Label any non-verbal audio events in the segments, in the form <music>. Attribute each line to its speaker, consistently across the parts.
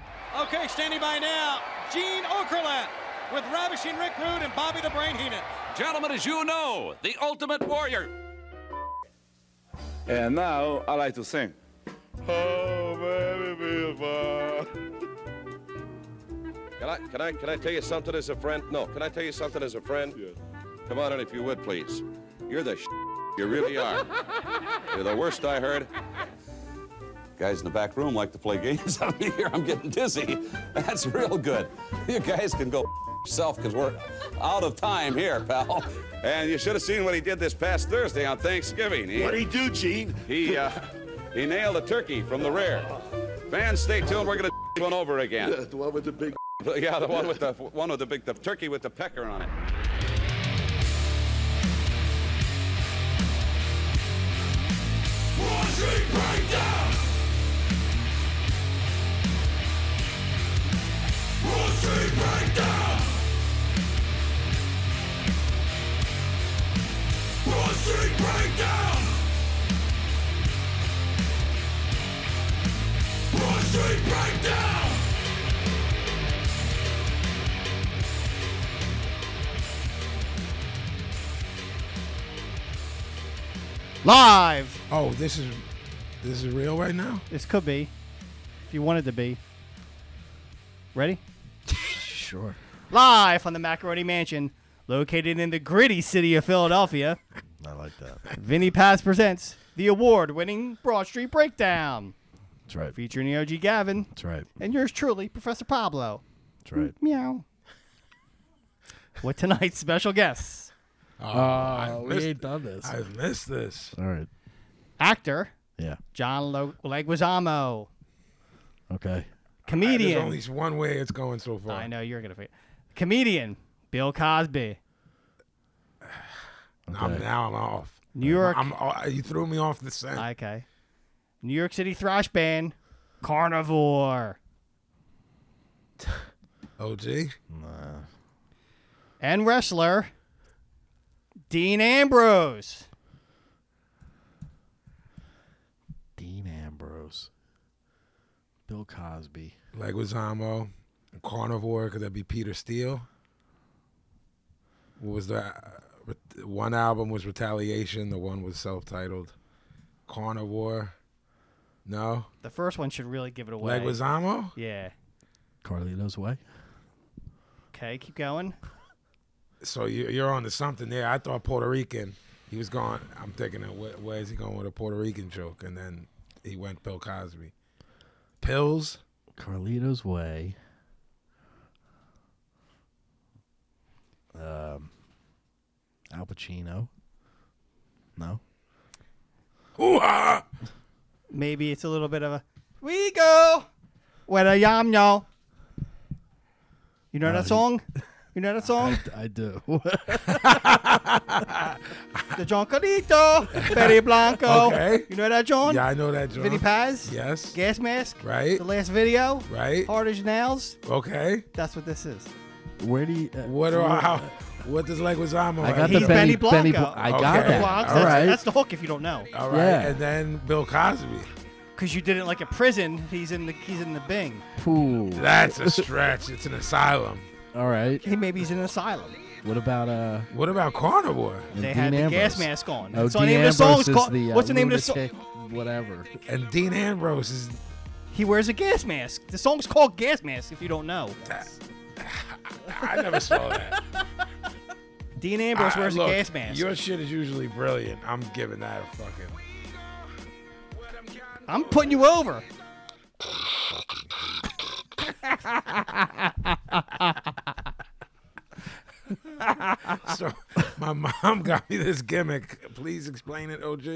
Speaker 1: Michael Kirk standing by now. Gene Okerlund with Ravishing Rick Rude and Bobby the Brain Heenan.
Speaker 2: Gentlemen, as you know, the ultimate warrior.
Speaker 3: And now I like to sing.
Speaker 4: Oh, baby, feels fine.
Speaker 5: Can I, can I, can I tell you something as a friend? No, can I tell you something as a friend? Come on in if you would, please. You're the sh- you really are. You're the worst I heard.
Speaker 2: Guys in the back room like to play
Speaker 5: <laughs>
Speaker 2: games on me here. I'm getting dizzy. That's real good. You guys can go yourself because we're out of time here, pal.
Speaker 5: And you should have seen what he did this past Thursday on Thanksgiving. He,
Speaker 4: What'd he do, Gene?
Speaker 5: he, uh, he nailed a turkey from the rear. Fans, stay tuned. We're gonna one over again.
Speaker 4: The one with the big.
Speaker 5: Yeah, the one with the one with the big the turkey with the pecker on it.
Speaker 6: Live.
Speaker 7: Oh, this is this is real right now.
Speaker 6: This could be, if you wanted to be.
Speaker 8: <laughs>
Speaker 6: Ready?
Speaker 7: Sure.
Speaker 6: Live from the Macaroni Mansion, located in the gritty city of Philadelphia.
Speaker 8: I like that.
Speaker 6: Vinny Paz presents the award-winning Broad Street Breakdown,
Speaker 8: That's right.
Speaker 6: featuring the OG Gavin
Speaker 8: That's right.
Speaker 6: and yours truly, Professor Pablo.
Speaker 8: That's right.
Speaker 6: Meow. With tonight's special guests,
Speaker 7: I
Speaker 9: Uh, we
Speaker 7: missed-
Speaker 9: ain't done this.
Speaker 7: I missed this.
Speaker 8: All right.
Speaker 6: actor
Speaker 8: Yeah.
Speaker 6: John Lo- Leguizamo,
Speaker 8: Okay.
Speaker 7: There's
Speaker 6: comedian.
Speaker 7: only one way it's going so far.
Speaker 6: I know you're gonna forget. Comedian Bill Cosby,
Speaker 7: I'm, now I'm off.
Speaker 6: New York.
Speaker 7: I'm, i you threw me off the scent.
Speaker 6: Okay. New York City thrash band, Carnivore,
Speaker 7: OG.
Speaker 6: and wrestler Dean Ambrose.
Speaker 8: Dean Ambrose. Bill Cosby.
Speaker 7: Leguizamo, Carnivore, could that be Peter Steele? What was that? Re- One album was Retaliation, the one was self titled. Carnivore. No?
Speaker 6: The first one should really give it away.
Speaker 7: Leguizamo?
Speaker 6: yeah.
Speaker 8: Carlito's Way.
Speaker 6: Okay, keep going.
Speaker 7: So you, you're on to something there. I thought Puerto Rican. He was going, I'm thinking, of where, where is he going with a Puerto Rican joke? And then he went Bill Cosby. Pills?
Speaker 8: Carlito's Way. Um, Al Pacino. No. <laughs>
Speaker 7: Hoo-ha!
Speaker 6: Maybe it's a little bit of a we go with a yam yo. You know
Speaker 8: Uh,
Speaker 6: that song? You know that
Speaker 8: <laughs>
Speaker 6: song?
Speaker 8: I do.
Speaker 6: the Jonquilito, Betty Blanco.
Speaker 7: Okay.
Speaker 6: You know that, John?
Speaker 7: Yeah, I know that joke.
Speaker 6: Vinny Paz?
Speaker 7: Yes.
Speaker 6: Gas Mask?
Speaker 7: Right.
Speaker 6: The last video?
Speaker 7: Right?
Speaker 6: Hard as nails?
Speaker 7: Okay.
Speaker 6: That's what this is.
Speaker 8: Where do you? Uh,
Speaker 7: What are how, what does Leguizamo
Speaker 8: I
Speaker 7: have to
Speaker 8: got the
Speaker 6: He's
Speaker 7: do?
Speaker 6: Benny
Speaker 8: Benny,
Speaker 6: Blanco.
Speaker 8: Benny Bl- I got
Speaker 7: Okay.
Speaker 8: that.
Speaker 6: Well, that's,
Speaker 8: All right.
Speaker 6: that's the hook if you don't know.
Speaker 7: All right,
Speaker 8: Yeah.
Speaker 7: and then Bill Cosby.
Speaker 6: Because you did it like a prison. He's in the he's in the Bing.
Speaker 8: Ooh.
Speaker 7: That's a stretch. it's an asylum.
Speaker 8: All right.
Speaker 6: Hey, maybe he's in an asylum.
Speaker 8: What about uh?
Speaker 7: What about Carnivore?
Speaker 8: and
Speaker 6: They had
Speaker 8: Dean
Speaker 6: the gas
Speaker 8: Ambrose?
Speaker 6: mask on.
Speaker 8: Oh,
Speaker 6: That's the
Speaker 8: Dean
Speaker 6: name of the
Speaker 8: Ambrose
Speaker 6: song's
Speaker 8: is
Speaker 6: called-
Speaker 8: the, uh,
Speaker 6: what's the name of the song?
Speaker 8: lunatic Whatever.
Speaker 7: And Dean Ambrose is.
Speaker 6: He wears a gas mask. The song's called Gas Mask. If you don't know,
Speaker 7: I never saw that.
Speaker 6: Dean Ambrose
Speaker 7: I-
Speaker 6: wears
Speaker 7: look,
Speaker 6: a gas mask.
Speaker 7: Your shit is usually brilliant. I'm giving that a fucking.
Speaker 6: I'm putting you over.
Speaker 7: <laughs> So my mom got me this gimmick. Please explain it, OG.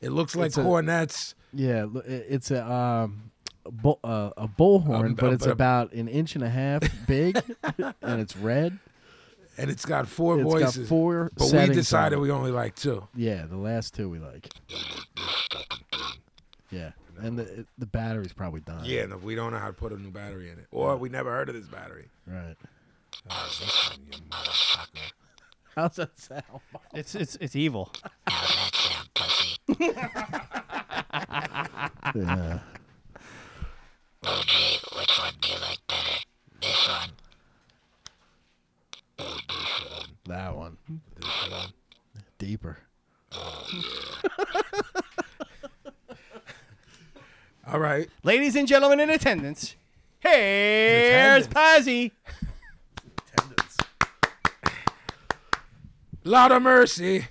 Speaker 7: It looks like
Speaker 8: It's a-
Speaker 7: cornets.
Speaker 8: Yeah, l- i- it's a um, a bull, uh, a bullhorn,
Speaker 7: Um,
Speaker 8: but
Speaker 7: uh,
Speaker 8: it's
Speaker 7: but a-
Speaker 8: about an inch and a half big, <laughs> and it's red.
Speaker 7: and it's got four
Speaker 8: It's got
Speaker 7: voices.
Speaker 8: four
Speaker 7: But we
Speaker 8: settings on
Speaker 7: decided
Speaker 8: it.
Speaker 7: we only like two.
Speaker 8: Yeah, the last two we like. Yeah, and the it- the battery's probably dying.
Speaker 7: Yeah, and we don't know how to put a new battery in it, or we never heard of this battery.
Speaker 8: right.
Speaker 7: Ah,
Speaker 8: How's that sound?
Speaker 6: It's it's it's evil.
Speaker 8: yeah.
Speaker 10: OG, which one do you like
Speaker 8: that one. Deeper.
Speaker 7: All right.
Speaker 6: Ladies and gentlemen in attendance, here's
Speaker 7: attendance.
Speaker 6: Pazzi.
Speaker 7: Lot of mercy.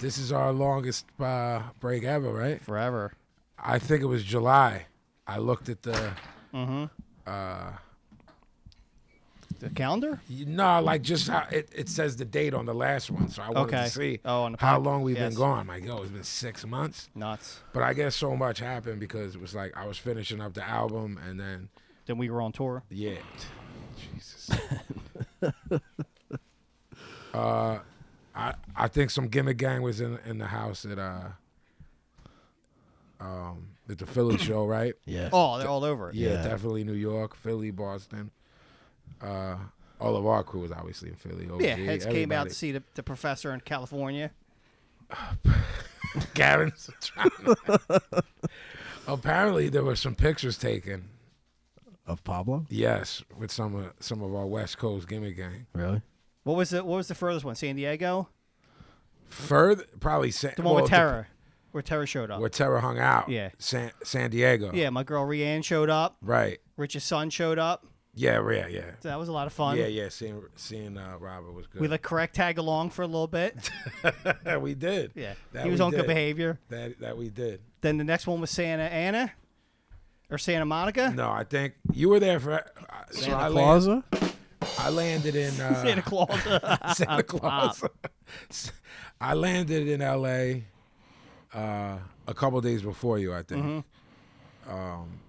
Speaker 7: This is our longest uh, break ever, right?
Speaker 6: Forever.
Speaker 7: I think it was July. I looked at the
Speaker 6: The calendar?
Speaker 7: no, like just how it, it says the date on the last one, so I wanted
Speaker 6: Okay.
Speaker 7: to see
Speaker 6: Oh, on the
Speaker 7: how
Speaker 6: podcast,
Speaker 7: long we've
Speaker 6: yes.
Speaker 7: been gone. Like, yo, it's been six months,
Speaker 6: Nuts.
Speaker 7: but I guess so much happened because it was like I was finishing up the album, and then
Speaker 6: Then we were on tour.
Speaker 7: yeah,
Speaker 6: <laughs>
Speaker 7: Jesus. uh, I I think some gimmick gang was in in the house at uh um at the
Speaker 6: <clears throat>
Speaker 7: Philly show, right?
Speaker 8: Yeah.
Speaker 6: Oh, they're all over it.
Speaker 7: Yeah,
Speaker 8: Yeah.
Speaker 7: definitely New York, Philly, Boston. Uh, all of our crew was obviously in Philly. OG,
Speaker 6: Yeah, heads came out
Speaker 7: everybody.
Speaker 6: to see the, the professor in California.
Speaker 7: <laughs> Gavin's trying <laughs> Apparently, there were some pictures taken.
Speaker 8: Of Pablo?
Speaker 7: Yes, with some of some of our West Coast gimmick gang.
Speaker 8: Really?
Speaker 6: What was the What was the furthest one? San Diego,
Speaker 7: Further, probably San,
Speaker 6: the one
Speaker 7: well,
Speaker 6: with Terror, where Terror showed up.
Speaker 7: where Terror hung out.
Speaker 6: Yeah.
Speaker 7: San San Diego.
Speaker 6: Yeah, my girl Rianne showed up.
Speaker 7: right.
Speaker 6: Rich's son showed up.
Speaker 7: Yeah, yeah, yeah,
Speaker 6: So that was a lot of fun.
Speaker 7: yeah, yeah. Seeing seeing uh, Robert was good.
Speaker 6: We like correct tag along for a little bit.
Speaker 7: yeah, we did.
Speaker 6: Yeah,
Speaker 7: That
Speaker 6: he was
Speaker 7: we
Speaker 6: on good
Speaker 7: did.
Speaker 6: behavior.
Speaker 7: That that we did.
Speaker 6: Then the next one was Santa Ana, or Santa Monica.
Speaker 7: No, I think you were there for. Uh, so I
Speaker 8: Santa
Speaker 7: landed-
Speaker 8: Clausa?
Speaker 7: I landed in uh,
Speaker 6: <laughs> Santa
Speaker 7: <laughs>
Speaker 6: Claus.
Speaker 7: Santa
Speaker 6: <laughs>
Speaker 7: Claus. <laughs> I landed in LA uh, a couple days before you, I think. Um,
Speaker 6: Mm-hmm.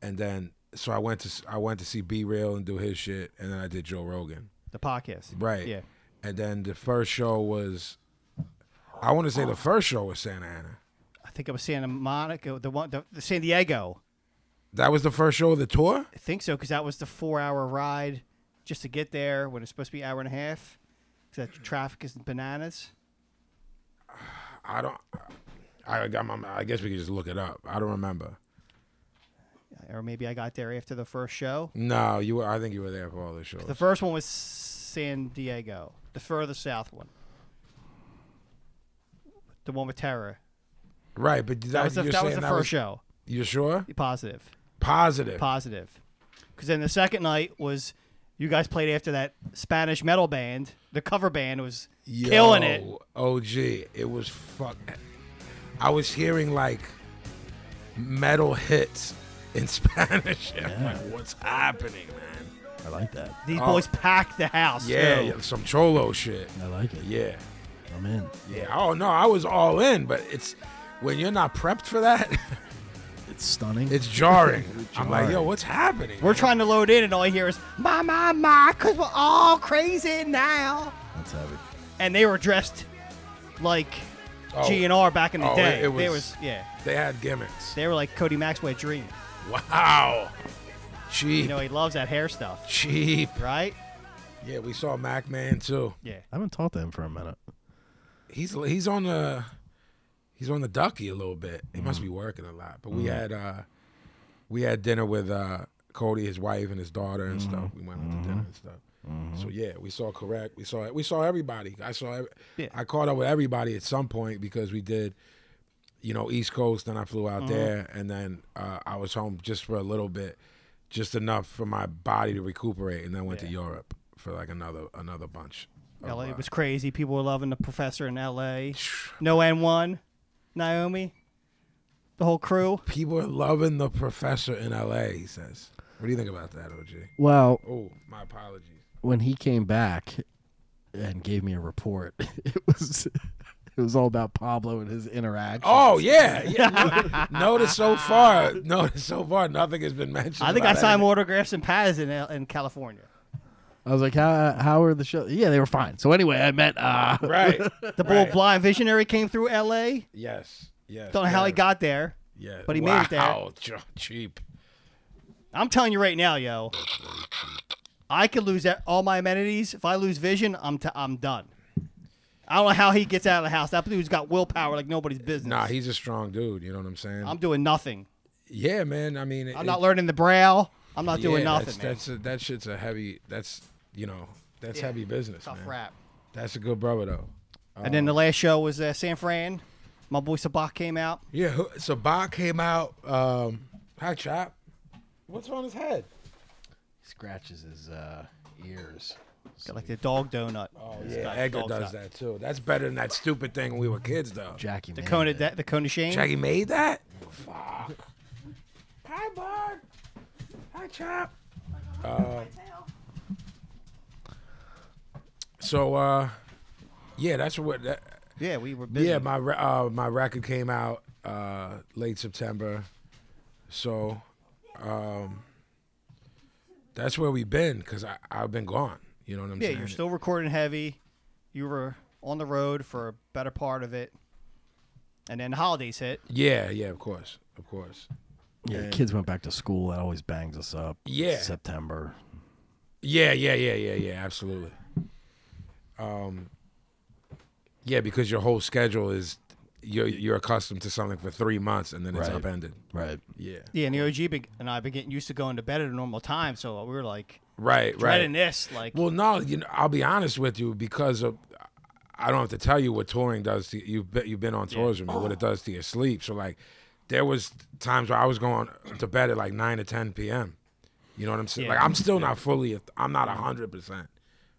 Speaker 7: and then so I went to s- I went to see B Real and do his shit, and then I did Joe Rogan.
Speaker 6: the podcast.
Speaker 7: Right.
Speaker 6: Yeah.
Speaker 7: And then the first show was, I want to say the first show was Santa Ana.
Speaker 6: I think it was Santa Monica, the one, the, the San Diego.
Speaker 7: That was the first show of the tour.
Speaker 6: I think so because that was the four-hour ride just to get there when it's supposed to be hour and a half. 'cause that traffic is bananas.
Speaker 7: I don't. I got my. I guess we could just look it up. I don't remember.
Speaker 6: Or maybe I got there after the first show.
Speaker 7: No, you were. I think you were there for all the shows.
Speaker 6: The first one was San Diego, the further south one. The one with Terror.
Speaker 7: right, but
Speaker 6: That was the,
Speaker 7: you're
Speaker 6: that was
Speaker 7: saying
Speaker 6: the
Speaker 7: that
Speaker 6: first
Speaker 7: was-
Speaker 6: show.
Speaker 7: You sure?
Speaker 6: Positive.
Speaker 7: Positive.
Speaker 6: Positive. Because then the second night was you guys played after that Spanish metal band. The cover band was
Speaker 7: Yo,
Speaker 6: killing it.
Speaker 7: OG, it was fuck. I was hearing like metal hits in <laughs> Spanish. I'm like, what's happening, man?
Speaker 8: I like that.
Speaker 6: These
Speaker 7: Oh.
Speaker 6: boys packed the house.
Speaker 7: Yeah,
Speaker 6: too.
Speaker 7: yeah, some cholo shit.
Speaker 8: I like it.
Speaker 7: Yeah,
Speaker 8: I'm in.
Speaker 7: yeah. Oh no, I was all in, but it's when you're not prepped for that, <laughs>
Speaker 8: It's stunning.
Speaker 7: it's
Speaker 6: <laughs>
Speaker 7: jarring. I'm like, yo,
Speaker 8: Jarring.
Speaker 7: what's happening?
Speaker 6: We're trying to load in, and all I hear is, my, my, my, because we're all crazy now.
Speaker 8: That's heavy.
Speaker 6: And they were dressed like
Speaker 7: Oh,
Speaker 6: GNR back in the
Speaker 7: Oh,
Speaker 6: day.
Speaker 7: it- it
Speaker 6: they
Speaker 7: was-
Speaker 6: was, yeah.
Speaker 7: They had gimmicks.
Speaker 6: They were like Cody Maxwell Dream.
Speaker 7: Wow, cheap,
Speaker 6: You know, he loves that hair stuff,
Speaker 7: cheap.
Speaker 6: right?
Speaker 7: Yeah, we saw Mac Man too.
Speaker 6: Yeah.
Speaker 8: I haven't talked to him for a minute.
Speaker 7: he's he's on the he's on the ducky a little bit. He must be working a lot. But we had uh we had dinner with uh Cody, his wife, and his daughter and stuff. We went out to dinner and stuff. So yeah, we saw correct. We saw we saw everybody. I saw every,
Speaker 6: Yeah.
Speaker 7: I caught up with everybody at some point because we did you know East Coast. Then I flew out there, and then uh, I was home just for a little bit, just enough for my body to recuperate, and then went to Europe for like another another bunch. of,
Speaker 6: LA
Speaker 7: uh,
Speaker 6: was crazy. People were loving the professor in
Speaker 7: <sighs>
Speaker 6: LA. No N1, Naomi, the whole crew.
Speaker 7: People are loving the professor in LA, he says. What do you think about that, OG?
Speaker 8: Well,
Speaker 7: Oh, my apologies.
Speaker 8: when he came back and gave me a report, <laughs> it was it was all about Pablo and his interaction.
Speaker 7: <laughs> Oh yeah. yeah. notice so far. Notice so far nothing has been mentioned.
Speaker 6: I think I
Speaker 7: about
Speaker 6: signed
Speaker 7: anything.
Speaker 6: autographs and pads in, L- in California.
Speaker 8: I was like, how how are the show? Yeah, they were fine. So anyway, I met uh
Speaker 6: <laughs>
Speaker 7: Right.
Speaker 6: The bull blind visionary came through LA.
Speaker 7: Yes. Yes.
Speaker 6: Don't know how he
Speaker 7: Gary.
Speaker 6: got there.
Speaker 7: Yeah.
Speaker 6: but he
Speaker 7: wow, <laughs>
Speaker 6: made it there.
Speaker 7: che- cheap.
Speaker 6: I'm telling you right now, yo. I could lose that- all my amenities. If I lose vision, I'm t- I'm done. I don't know how he gets out of the house. That dude's got willpower like nobody's business.
Speaker 7: Nah, he's a strong dude. You know what I'm saying?
Speaker 6: I'm doing nothing.
Speaker 7: yeah, man. I mean,
Speaker 6: I'm not learning the braille. I'm not doing
Speaker 7: yeah,
Speaker 6: nothing. man.
Speaker 7: That's, that's a, that shit's a heavy. That's you know that's heavy business.
Speaker 6: Tough
Speaker 7: man.
Speaker 6: rap.
Speaker 7: That's a good brother though.
Speaker 6: and
Speaker 7: Oh.
Speaker 6: then the last show was uh, San Fran. My boy Sabak came out.
Speaker 7: Yeah, who, so Bob came out. Um, hi, Chop. What's on his head?
Speaker 8: Scratches his uh, ears.
Speaker 6: Got like the dog donut.
Speaker 7: Oh
Speaker 6: This
Speaker 7: yeah,
Speaker 6: guy-
Speaker 7: Edgar
Speaker 6: dog
Speaker 7: does
Speaker 6: donut.
Speaker 7: that too. That's better than that stupid thing when we were kids though.
Speaker 8: Jackie.
Speaker 6: The
Speaker 8: made
Speaker 6: Kona,
Speaker 8: it.
Speaker 6: de- the Kona Shane.
Speaker 7: Jackie made that. Fuck. Hi, Bob. Hi, Chop. Uh, So, uh, yeah, that's what. That,
Speaker 6: Yeah, we were busy.
Speaker 7: yeah, my re- uh, my record came out uh, late September, so um, that's where we've been because I I've been gone. You know what I'm
Speaker 6: yeah,
Speaker 7: saying?
Speaker 6: you're still recording heavy. You were on the road for a better part of it, and then the holidays hit.
Speaker 7: Yeah, yeah, of course, of course.
Speaker 8: Yeah, the kids went back to school. That always bangs us up.
Speaker 7: Yeah.
Speaker 8: September.
Speaker 7: Yeah, yeah, yeah, yeah, yeah, absolutely. Um, yeah, because your whole schedule is you're you're accustomed to something for three months and then it's
Speaker 8: Right.
Speaker 7: upended.
Speaker 8: Right.
Speaker 7: Yeah,
Speaker 6: Yeah, and the OG big, and I've been getting used to going to bed at a normal time, so we were like
Speaker 7: right, right.
Speaker 6: dreading this. Like, <laughs>
Speaker 7: Well, no, you know, I'll be honest with you because of I don't have to tell you what touring does to you. You've been, you've been on tours with me, what it does to your sleep. So like, there was times where I was going to bed at like nine or ten p.m. You know what I'm saying?
Speaker 6: Yeah.
Speaker 7: Like I'm still not fully, I'm not hundred percent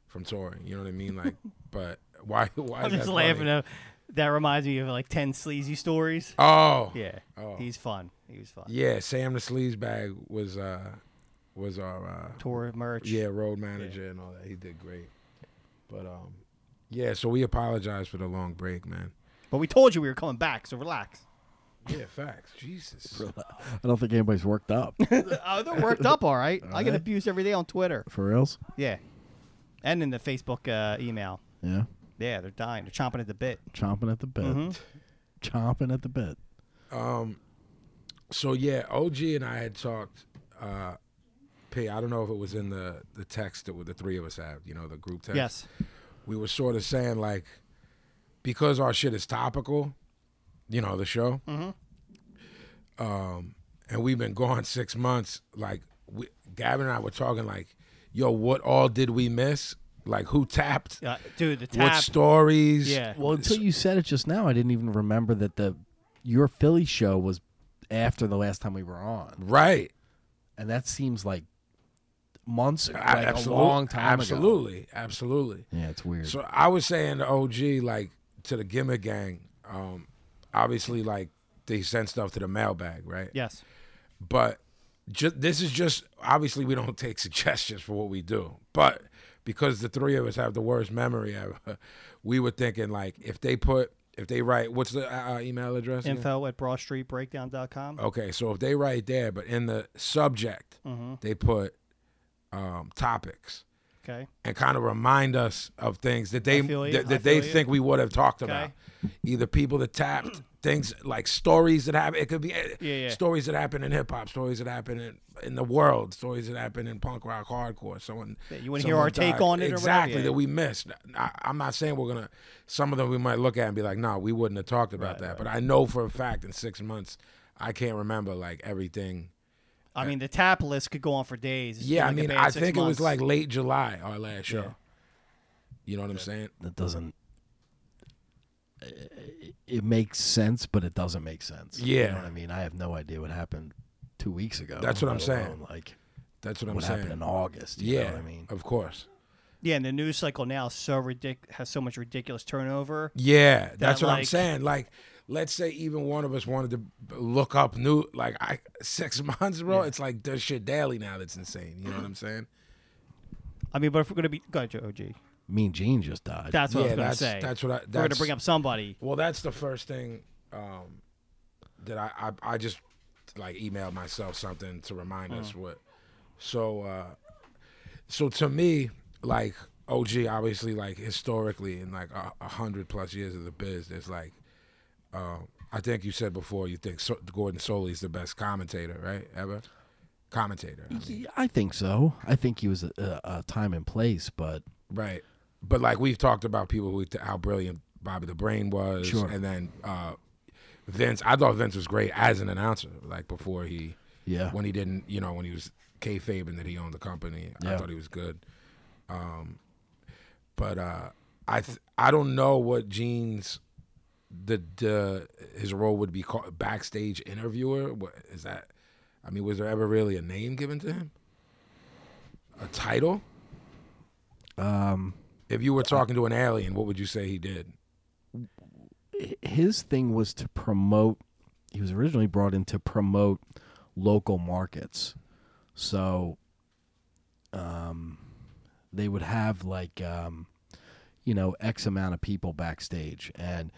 Speaker 7: from touring. You know what I mean?
Speaker 6: <laughs>
Speaker 7: Like, but why? Why?
Speaker 6: I'm
Speaker 7: is
Speaker 6: just
Speaker 7: that
Speaker 6: laughing.
Speaker 7: funny?
Speaker 6: At, that reminds me of like ten sleazy stories.
Speaker 7: Oh, yeah.
Speaker 6: Yeah, he's fun. He was fun.
Speaker 7: Sam the sleaze bag was uh was our uh,
Speaker 6: Tour merch.
Speaker 7: Yeah, road manager and all that. He did great. But um yeah, so we apologize for the long break, man.
Speaker 6: but we told you we were coming back, so relax.
Speaker 7: Yeah, facts. Jesus.
Speaker 8: I don't think anybody's worked up.
Speaker 6: Uh, they're worked up, all right. I get abused every day on Twitter.
Speaker 8: For reals?
Speaker 6: Yeah, and in the Facebook uh, email.
Speaker 8: Yeah.
Speaker 6: Yeah, they're dying. They're chomping at the bit.
Speaker 8: Chomping at the bit. Chomping at the bit.
Speaker 7: So yeah, OG and I had talked uh P, I don't know if it was in the the text that the three of us have, you know, the group text.
Speaker 6: Yes.
Speaker 7: we were sort of saying like because our shit is topical, you know, the show. Um,
Speaker 8: Mm-hmm.
Speaker 7: and we've been gone six months. Like we, Gavin and I were talking like, yo, what all did we miss? Like who tapped?
Speaker 6: Uh, dude, the
Speaker 7: What
Speaker 6: tap.
Speaker 7: stories?
Speaker 6: Yeah.
Speaker 8: Well, until you said it just now, I didn't even remember that the your Philly show was after the last time we were on,
Speaker 7: Right.
Speaker 8: and that seems like months, like
Speaker 7: I-
Speaker 8: a
Speaker 7: absolute-
Speaker 8: long time ago.
Speaker 7: Absolutely. Absolutely.
Speaker 8: Yeah, it's weird.
Speaker 7: So I was saying to OG, like to the Gimmick Gang, um, obviously, like they sent stuff to the mailbag, right?
Speaker 6: Yes.
Speaker 7: but ju- this is just obviously we don't take suggestions for what we do but because the three of us have the worst memory ever <laughs> we were thinking like if they put if they write what's the uh, uh, email address again?
Speaker 6: Info at broadstreetbreakdown.com.
Speaker 7: okay so if they write there but in the subject they put um, topics
Speaker 6: Okay.
Speaker 7: and kind of remind us of things that they
Speaker 6: I feel you.
Speaker 7: that,
Speaker 6: I
Speaker 7: that they
Speaker 6: feel you.
Speaker 7: think we would have talked about. Either people that tapped things like stories that happen. It could be eh,
Speaker 6: Yeah, yeah.
Speaker 7: stories that happen in hip hop, stories that happen in, in the world, stories that happen in punk rock hardcore. Someone
Speaker 6: you wanna hear our
Speaker 7: someone
Speaker 6: take
Speaker 7: died.
Speaker 6: on it or whatever,
Speaker 7: exactly
Speaker 6: yeah, yeah.
Speaker 7: that we missed. I, I'm not saying we're gonna. Some of them we might look at and be like, "No, we wouldn't have talked about that." But I know for a fact in six months, I can't remember like everything.
Speaker 6: I mean, the tap list could go on for days. It's
Speaker 7: Yeah,
Speaker 6: been, like, a
Speaker 7: I mean,
Speaker 6: bad
Speaker 7: I
Speaker 6: six
Speaker 7: think it was
Speaker 6: months.
Speaker 7: like late July our last show. You know what I'm saying?
Speaker 8: that doesn't. It, it makes sense, but it doesn't make sense. you
Speaker 7: Yeah.
Speaker 8: know what I mean, I have no idea what happened two weeks ago.
Speaker 7: That's what I'm
Speaker 8: let
Speaker 7: saying.
Speaker 8: alone, Like
Speaker 7: That's what I'm
Speaker 8: what
Speaker 7: saying.
Speaker 8: happened in August? You
Speaker 7: yeah,
Speaker 8: know what I mean,
Speaker 7: of course.
Speaker 6: Yeah, and the news cycle now is so ridic- has so much ridiculous turnover.
Speaker 7: Yeah, that's what I'm
Speaker 6: like-
Speaker 7: saying. Like, let's say even one of us wanted to b- look up new, like, I six <laughs> months, bro. It's like this shit daily now. That's insane. You know what I'm saying?
Speaker 6: I mean, but if we're going to be. Go ahead, OG.
Speaker 8: Mean Gene just died.
Speaker 6: That's what I
Speaker 7: yeah,
Speaker 6: was going to
Speaker 7: that's
Speaker 6: say.
Speaker 7: that's what I. That's,
Speaker 6: we're going to bring up somebody.
Speaker 7: Well, that's the first thing um, that I, I I just like emailed myself something to remind us what. So uh, so to me, like OG, obviously, like historically, in like a, a hundred plus years of the biz, there's like. Um, I think you said before you think so- Gordon Soley is the best commentator, right? Ever commentator, I mean.
Speaker 8: Yeah, I think so. I think he was a, a, a time and place, but
Speaker 7: right? But like we've talked about people who how brilliant Bobby the Brain was,
Speaker 8: Sure.
Speaker 7: and then uh, Vince. I thought Vince was great as an announcer, like before he,
Speaker 8: Yeah.
Speaker 7: when he didn't, you know, when he was kayfabing that he owned the company. I
Speaker 8: Yeah.
Speaker 7: thought he was good. Um, But uh, I th- I don't know what Gene's the the his role would be called backstage interviewer. What is that? I mean, was there ever really a name given to him? A title? Um,
Speaker 8: Um,
Speaker 7: if you were talking to an alien, what would you say he did?
Speaker 8: his thing was to promote he was originally brought in to promote local markets so um they would have like um you know x amount of people backstage and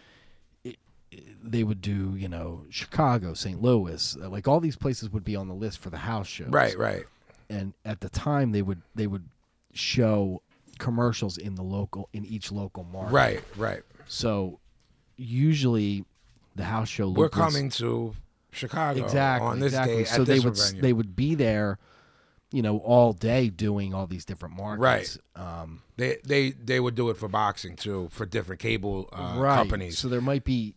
Speaker 8: it- it- they would do, you know, Chicago, St. Louis, uh, like all these places would be on the list for the house shows
Speaker 7: Right, right.
Speaker 8: and at the time they would they would show commercials in the local in each local market.
Speaker 7: Right, right.
Speaker 8: So usually the house show
Speaker 7: We're
Speaker 8: looked was-
Speaker 7: coming to Chicago
Speaker 8: exactly
Speaker 7: on this
Speaker 8: exactly.
Speaker 7: day
Speaker 8: so
Speaker 7: at
Speaker 8: they
Speaker 7: this
Speaker 8: would
Speaker 7: venue.
Speaker 8: they would be there, you know, all day doing all these different markets. Right. Um,
Speaker 7: They they they would do it for boxing too for different cable uh,
Speaker 8: right.
Speaker 7: companies.
Speaker 8: So there might be,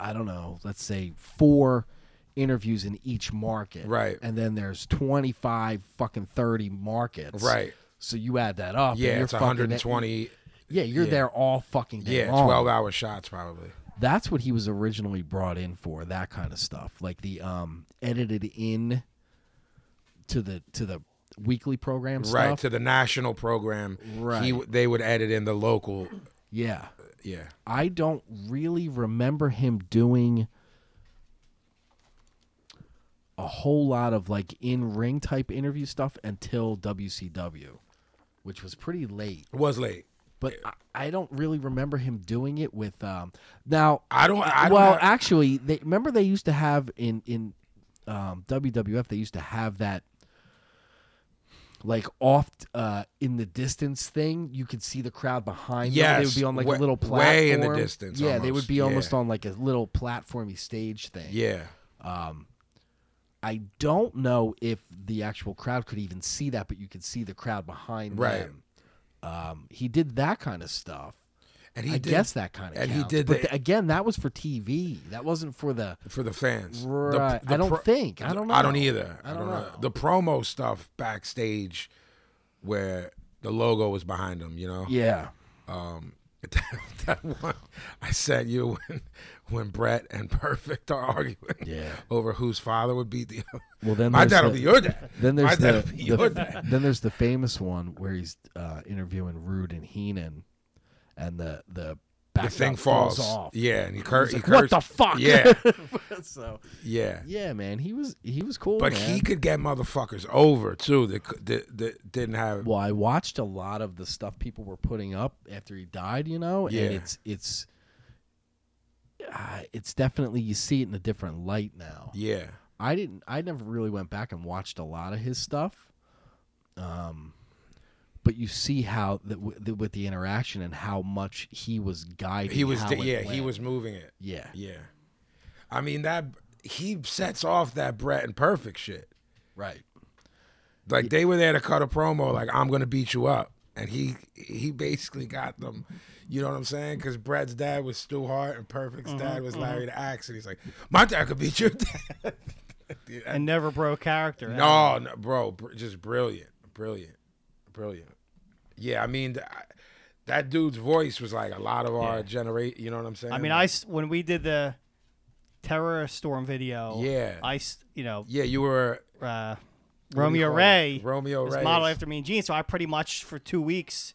Speaker 8: I don't know, let's say four interviews in each market.
Speaker 7: Right.
Speaker 8: And then there's twenty five fucking thirty markets.
Speaker 7: Right.
Speaker 8: So you add that up. and
Speaker 7: yeah,
Speaker 8: you're
Speaker 7: it's
Speaker 8: fucking-
Speaker 7: 120.
Speaker 8: Yeah, you're
Speaker 7: yeah.
Speaker 8: there all fucking day
Speaker 7: Yeah,
Speaker 8: long.
Speaker 7: 12 hour shots probably.
Speaker 8: that's what he was originally brought in for that kind of stuff like the um edited in to the to the weekly program
Speaker 7: Right
Speaker 8: stuff
Speaker 7: to the national program. He,
Speaker 8: Right.
Speaker 7: they would edit in the local.
Speaker 8: yeah
Speaker 7: Yeah.
Speaker 8: i don't really remember him doing a whole lot of like in ring type interview stuff until wcw which was pretty late
Speaker 7: It was late.
Speaker 8: but I, I don't really remember him doing it with um now
Speaker 7: I don't. I don't
Speaker 8: well,
Speaker 7: have-
Speaker 8: actually, they remember they used to have in in um, WWF they used to have that like off uh, in the distance thing. You could see the crowd behind. them. they would
Speaker 7: Yes,
Speaker 8: be on like
Speaker 7: wa-
Speaker 8: a little platform.
Speaker 7: way in the distance,
Speaker 8: Yeah, they would
Speaker 7: almost.
Speaker 8: be
Speaker 7: Yeah.
Speaker 8: almost on like a little platformy stage thing.
Speaker 7: yeah.
Speaker 8: I don't know if the actual crowd could even see that, but you could see the crowd behind
Speaker 7: Right.
Speaker 8: them. Um, he did that kind of stuff.
Speaker 7: And he
Speaker 8: I
Speaker 7: did,
Speaker 8: guess that kind of
Speaker 7: and he
Speaker 8: counts.
Speaker 7: did
Speaker 8: but
Speaker 7: the-
Speaker 8: again, that was for TV. That wasn't for the
Speaker 7: for the fans. The-
Speaker 8: Right.
Speaker 7: the
Speaker 8: I don't
Speaker 7: pro-
Speaker 8: think. I don't know.
Speaker 7: I don't either.
Speaker 8: I don't know.
Speaker 7: The promo stuff backstage, where the logo was behind him. You know.
Speaker 8: Yeah.
Speaker 7: <laughs> that, that one I sent you when when Brett and Perfect are arguing
Speaker 8: Yeah.
Speaker 7: over whose father would beat the other.
Speaker 8: Well, then
Speaker 7: my
Speaker 8: there's
Speaker 7: dad'll
Speaker 8: the-
Speaker 7: be your dad.
Speaker 8: Then
Speaker 7: my
Speaker 8: there's the,
Speaker 7: dad'll be
Speaker 8: the-
Speaker 7: your dad.
Speaker 8: then there's the famous one where he's uh, interviewing Rude and Heenan, and the the
Speaker 7: The
Speaker 8: backdrop
Speaker 7: thing falls.
Speaker 8: off.
Speaker 7: Yeah, and he, cur- he
Speaker 8: like, "What
Speaker 7: cursed.
Speaker 8: the fuck?" <laughs>
Speaker 7: Yeah,
Speaker 8: so
Speaker 7: yeah.
Speaker 8: yeah, man, he was he was cool,
Speaker 7: But
Speaker 8: man.
Speaker 7: he could get motherfuckers over too. That, cou- that, that didn't have.
Speaker 8: well, I watched a lot of the stuff people were putting up after he died, you know,
Speaker 7: Yeah.
Speaker 8: and it's it's uh, it's definitely you see it in a different light now.
Speaker 7: Yeah,
Speaker 8: I didn't. I never really went back and watched a lot of his stuff. Um, but you see how that w- the, with the interaction and how much he was guiding.
Speaker 7: he was.
Speaker 8: how
Speaker 7: di-
Speaker 8: it
Speaker 7: yeah, he
Speaker 8: went.
Speaker 7: was moving it.
Speaker 8: Yeah.
Speaker 7: Yeah, I mean that he sets off that Brett and Perfect shit.
Speaker 8: Right.
Speaker 7: Like they were there to cut a promo, like I'm gonna beat you up, and he he basically got them. You know what I'm saying? Because Brad's dad was Stu Hart and Perfect's
Speaker 6: Mm-hmm,
Speaker 7: dad was Larry the Axe, and he's like, my dad could beat your dad.
Speaker 6: and never broke character.
Speaker 7: <laughs> no, no, bro, br- just brilliant, brilliant, brilliant. Yeah, I mean, th- I- that dude's voice was like a lot of our generate. You know what I'm saying?
Speaker 6: I mean, I
Speaker 7: Like,
Speaker 6: s- when we did the terror storm video,
Speaker 7: Yeah.
Speaker 6: I s- you know
Speaker 7: yeah, you were
Speaker 6: uh,
Speaker 7: what do you
Speaker 6: Romeo
Speaker 7: call it?
Speaker 6: Ray,
Speaker 7: Romeo
Speaker 6: was
Speaker 7: Ray
Speaker 6: modeled
Speaker 7: is-
Speaker 6: after me and Gene. So I pretty much for two weeks.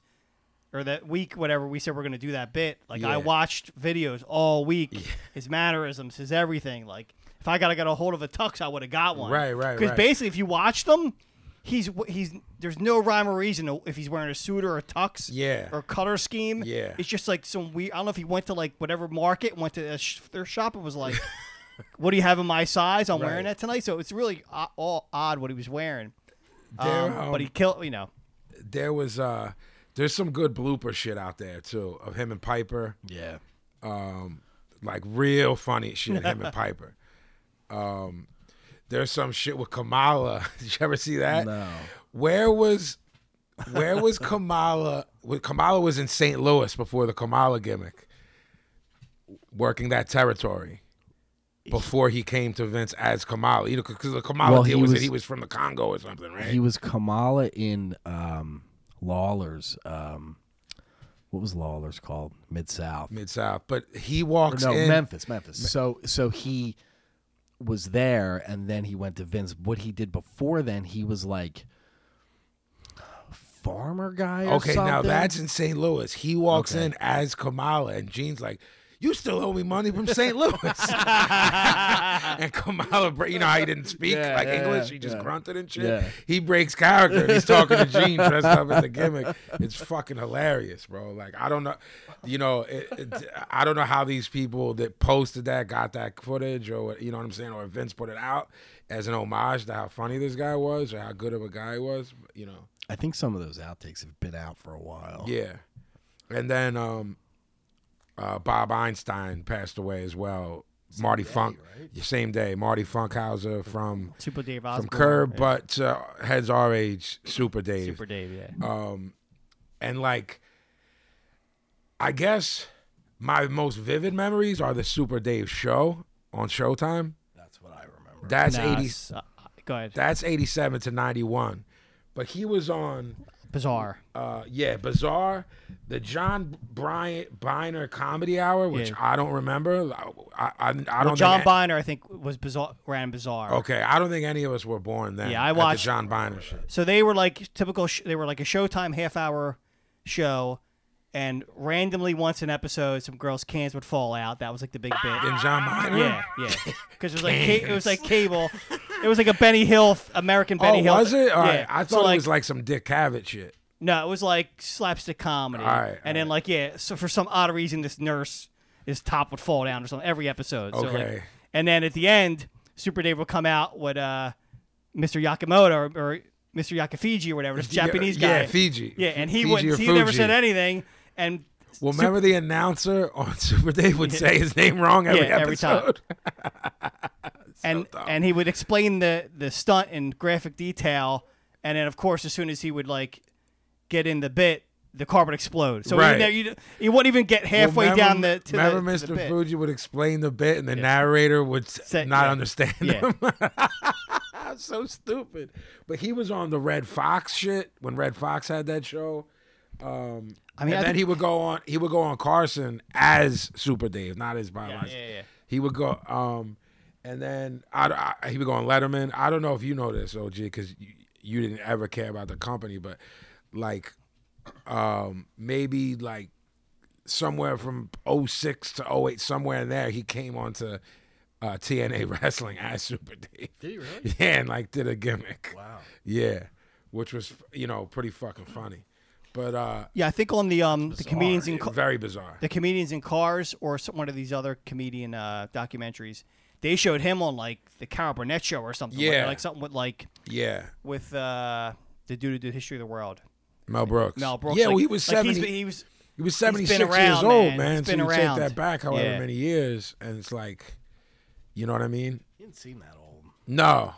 Speaker 6: Or that week, whatever we said, we're gonna do that bit. Like
Speaker 7: Yeah.
Speaker 6: I watched videos all week, his mannerisms, his everything. Like if I gotta get a hold of a tux, I would have got one.
Speaker 7: Right, right,
Speaker 6: Because
Speaker 7: right.
Speaker 6: basically, if you watch them, he's he's there's no rhyme or reason to- if he's wearing a suit or a tux.
Speaker 7: Yeah.
Speaker 6: Or color scheme.
Speaker 7: Yeah.
Speaker 6: It's just like some weird. I don't know if he went to like whatever market, went to a sh- their shop, and was
Speaker 7: <laughs>
Speaker 6: like, "What do you have in my size? I'm
Speaker 7: Right.
Speaker 6: wearing that tonight." So it's really o- all odd what he was wearing.
Speaker 7: There,
Speaker 6: Um,
Speaker 7: um,
Speaker 6: but he killed. You know.
Speaker 7: there was uh there's some good blooper shit out there too of him and Piper.
Speaker 8: Yeah.
Speaker 7: Like real funny shit, him
Speaker 8: <laughs>
Speaker 7: and Piper. Um there's some shit with Kamala. <laughs> Did you ever see that?
Speaker 8: No.
Speaker 7: Where was where
Speaker 8: <laughs>
Speaker 7: was Kamala? wa- Kamala was in St. Louis before the Kamala gimmick, working that territory before he came to Vince as Kamala. You know, because the Kamala
Speaker 8: Well,
Speaker 7: deal
Speaker 8: he
Speaker 7: was, that
Speaker 8: was-
Speaker 7: he was from the Congo or something, right?
Speaker 8: He was Kamala in um, Lawler's um, what was Lawler's called? Mid South.
Speaker 7: Mid South, but he walks
Speaker 8: No,
Speaker 7: in.
Speaker 8: Memphis, Memphis. So so he was there and then he went to Vince. What he did before then, he was like farmer guy or
Speaker 7: Okay, now
Speaker 8: something.
Speaker 7: that's in St. Louis. He walks in as Kamala, and Gene's like, "You still owe me money
Speaker 8: <laughs>
Speaker 7: from St. Louis." and Kamala, bre- you know how he didn't speak
Speaker 8: Yeah,
Speaker 7: like
Speaker 8: yeah,
Speaker 7: English;
Speaker 8: yeah,
Speaker 7: he just
Speaker 8: yeah.
Speaker 7: grunted and shit.
Speaker 8: Yeah.
Speaker 7: He breaks character. and He's talking to
Speaker 8: <laughs>
Speaker 7: Gene dressed up as a gimmick. It's fucking hilarious, bro. Like I don't know, you know, it, it, I don't know how these people that posted that got that footage, or you know what I'm saying, or Vince put it out as an homage to how funny this guy was, or how good of a guy he was. but, You know.
Speaker 8: I think some of those outtakes have been out for a while.
Speaker 7: Yeah. And then um, uh, Bob Einstein passed away as well. Marty Funk, yeah, same day. Marty Funkhauser from
Speaker 6: Super Dave
Speaker 7: from
Speaker 6: Osborne.
Speaker 7: Curb, but uh, heads our age, Super Dave.
Speaker 6: Super Dave, yeah.
Speaker 7: Uh, and like, I guess my most vivid memories are the Super Dave show on Showtime.
Speaker 8: That's what I remember.
Speaker 7: That's
Speaker 6: Nah,
Speaker 7: eighty.
Speaker 6: s- uh, go ahead.
Speaker 7: That's eighty-seven to ninety-one. But he was on.
Speaker 6: Bizarre.
Speaker 7: uh, yeah, Bizarre, the John Bryan Biner Comedy Hour, which
Speaker 6: Yeah.
Speaker 7: I don't remember. I, I, Oh. I don't
Speaker 6: Well,
Speaker 7: think
Speaker 6: John
Speaker 7: a-
Speaker 6: Biner, I think, was bizarre, ran bizarre.
Speaker 7: Okay, I don't think any of us were born then.
Speaker 6: Yeah, I
Speaker 7: at
Speaker 6: watched-
Speaker 7: the John Biner shit.
Speaker 6: So they were like typical. Sh- they were like a Showtime half hour show, and randomly once an episode, some girls' cans would fall out. That was like the big bit.
Speaker 7: And John Biner.
Speaker 6: yeah, yeah.
Speaker 7: <laughs>
Speaker 6: Because it was like ca- it was like cable. It was like a Benny Hill, American Benny
Speaker 7: oh,
Speaker 6: Hill.
Speaker 7: was it? All right,
Speaker 6: yeah.
Speaker 7: I
Speaker 6: So,
Speaker 7: thought it was like some Dick Cavett shit.
Speaker 6: No, it was like slapstick comedy.
Speaker 7: All right,
Speaker 6: and then like yeah, so for some odd reason this nurse his top would fall down or something every episode. So, like-
Speaker 7: Okay.
Speaker 6: and then at the end, Super Dave will come out with uh Mr. Yakamoto or, or Mr. Yakafiji or whatever, this
Speaker 7: Yeah,
Speaker 6: Japanese guy.
Speaker 7: yeah, Fiji.
Speaker 6: Yeah, and he
Speaker 7: Fiji
Speaker 6: wouldn't
Speaker 7: or
Speaker 6: he never
Speaker 7: Fuji.
Speaker 6: said anything and
Speaker 7: Well, remember the announcer on <laughs> Super Dave would say his name wrong every
Speaker 6: Yeah, every
Speaker 7: episode.
Speaker 6: time. and and he would explain the the stunt in graphic detail, and then of course as soon as he would like get in the bit, the car would explode. So
Speaker 7: Right.
Speaker 6: you, you, you wouldn't even get halfway
Speaker 7: Well,
Speaker 6: down
Speaker 7: remember-
Speaker 6: the to the,
Speaker 7: remember
Speaker 6: to
Speaker 7: Mr.
Speaker 6: the bit.
Speaker 7: Fuji would explain the bit, and the narrator would s-
Speaker 6: Say-
Speaker 7: not
Speaker 6: yeah.
Speaker 7: understand
Speaker 6: Yeah.
Speaker 7: him. <laughs> so stupid. But he was on the Red Fox shit when Red Fox had that show. Um,
Speaker 6: I mean, I
Speaker 7: and then
Speaker 6: think,
Speaker 7: he would go on. He would go on Carson as Super Dave, not as Bob. Osborne.
Speaker 6: yeah, yeah.
Speaker 7: He would go. Um, and then I, I- he would go on Letterman. I don't know if you know this, OG, because you, you didn't ever care about the company, but like, um, maybe like somewhere from 06 to 08, somewhere in there, he came on to uh, TNA <laughs> Wrestling as Super Dave. Did he really? <laughs> Yeah, and like did a gimmick. Wow. Yeah, which was you know pretty fucking funny, but uh.
Speaker 6: yeah, I think on the um the comedians in
Speaker 7: Bizarre.
Speaker 6: Ca-
Speaker 7: very bizarre.
Speaker 6: the comedians in cars or some, one of these other comedian uh, documentaries, they showed him on like the Carol Burnett show or something. like,
Speaker 7: Yeah.
Speaker 6: like something with like
Speaker 7: Yeah,
Speaker 6: with uh, the dude who did History of the World.
Speaker 7: Mel Brooks.
Speaker 6: Mel Brooks.
Speaker 7: Yeah,
Speaker 6: like,
Speaker 7: well, he was
Speaker 6: like,
Speaker 7: seventy.
Speaker 6: he's been- he was
Speaker 7: he was
Speaker 6: been
Speaker 7: seventy-six years
Speaker 6: around,
Speaker 7: old,
Speaker 6: man.
Speaker 7: man.
Speaker 6: He's
Speaker 7: so
Speaker 6: been
Speaker 7: you
Speaker 6: around.
Speaker 7: take that back however
Speaker 6: Yeah.
Speaker 7: many years, and it's like, you know what I mean?
Speaker 8: He didn't seem that old.
Speaker 7: No,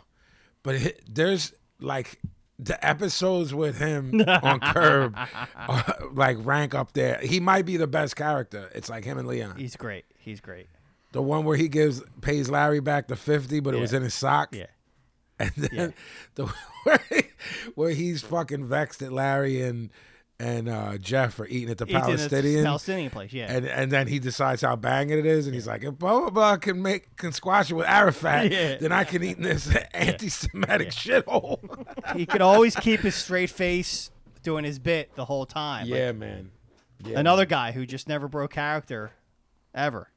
Speaker 7: but it, there's like the episodes
Speaker 6: <laughs>
Speaker 7: with him on Curb, are, like rank up there. He might be the best character. It's like him and Leon.
Speaker 6: he's great. He's great.
Speaker 7: the one where he gives pays Larry back the fifty, but it was in his sock.
Speaker 6: Yeah.
Speaker 7: And then <laughs> the where, he- where he's fucking vexed at Larry and and uh, Jeff for eating at the
Speaker 6: He's in a
Speaker 7: Palestinian.
Speaker 6: Palestinian place. Yeah.
Speaker 7: and and then he decides how banging it is, and he's like, if blah blah blah can make can squash it with
Speaker 6: <laughs>
Speaker 7: Arafat,
Speaker 6: Yeah.
Speaker 7: then I can eat
Speaker 6: <laughs>
Speaker 7: in this anti-Semitic shithole.
Speaker 6: he could always keep his straight face doing his bit the whole time. Like,
Speaker 7: yeah, man. Yeah.
Speaker 6: another guy who just never broke character ever.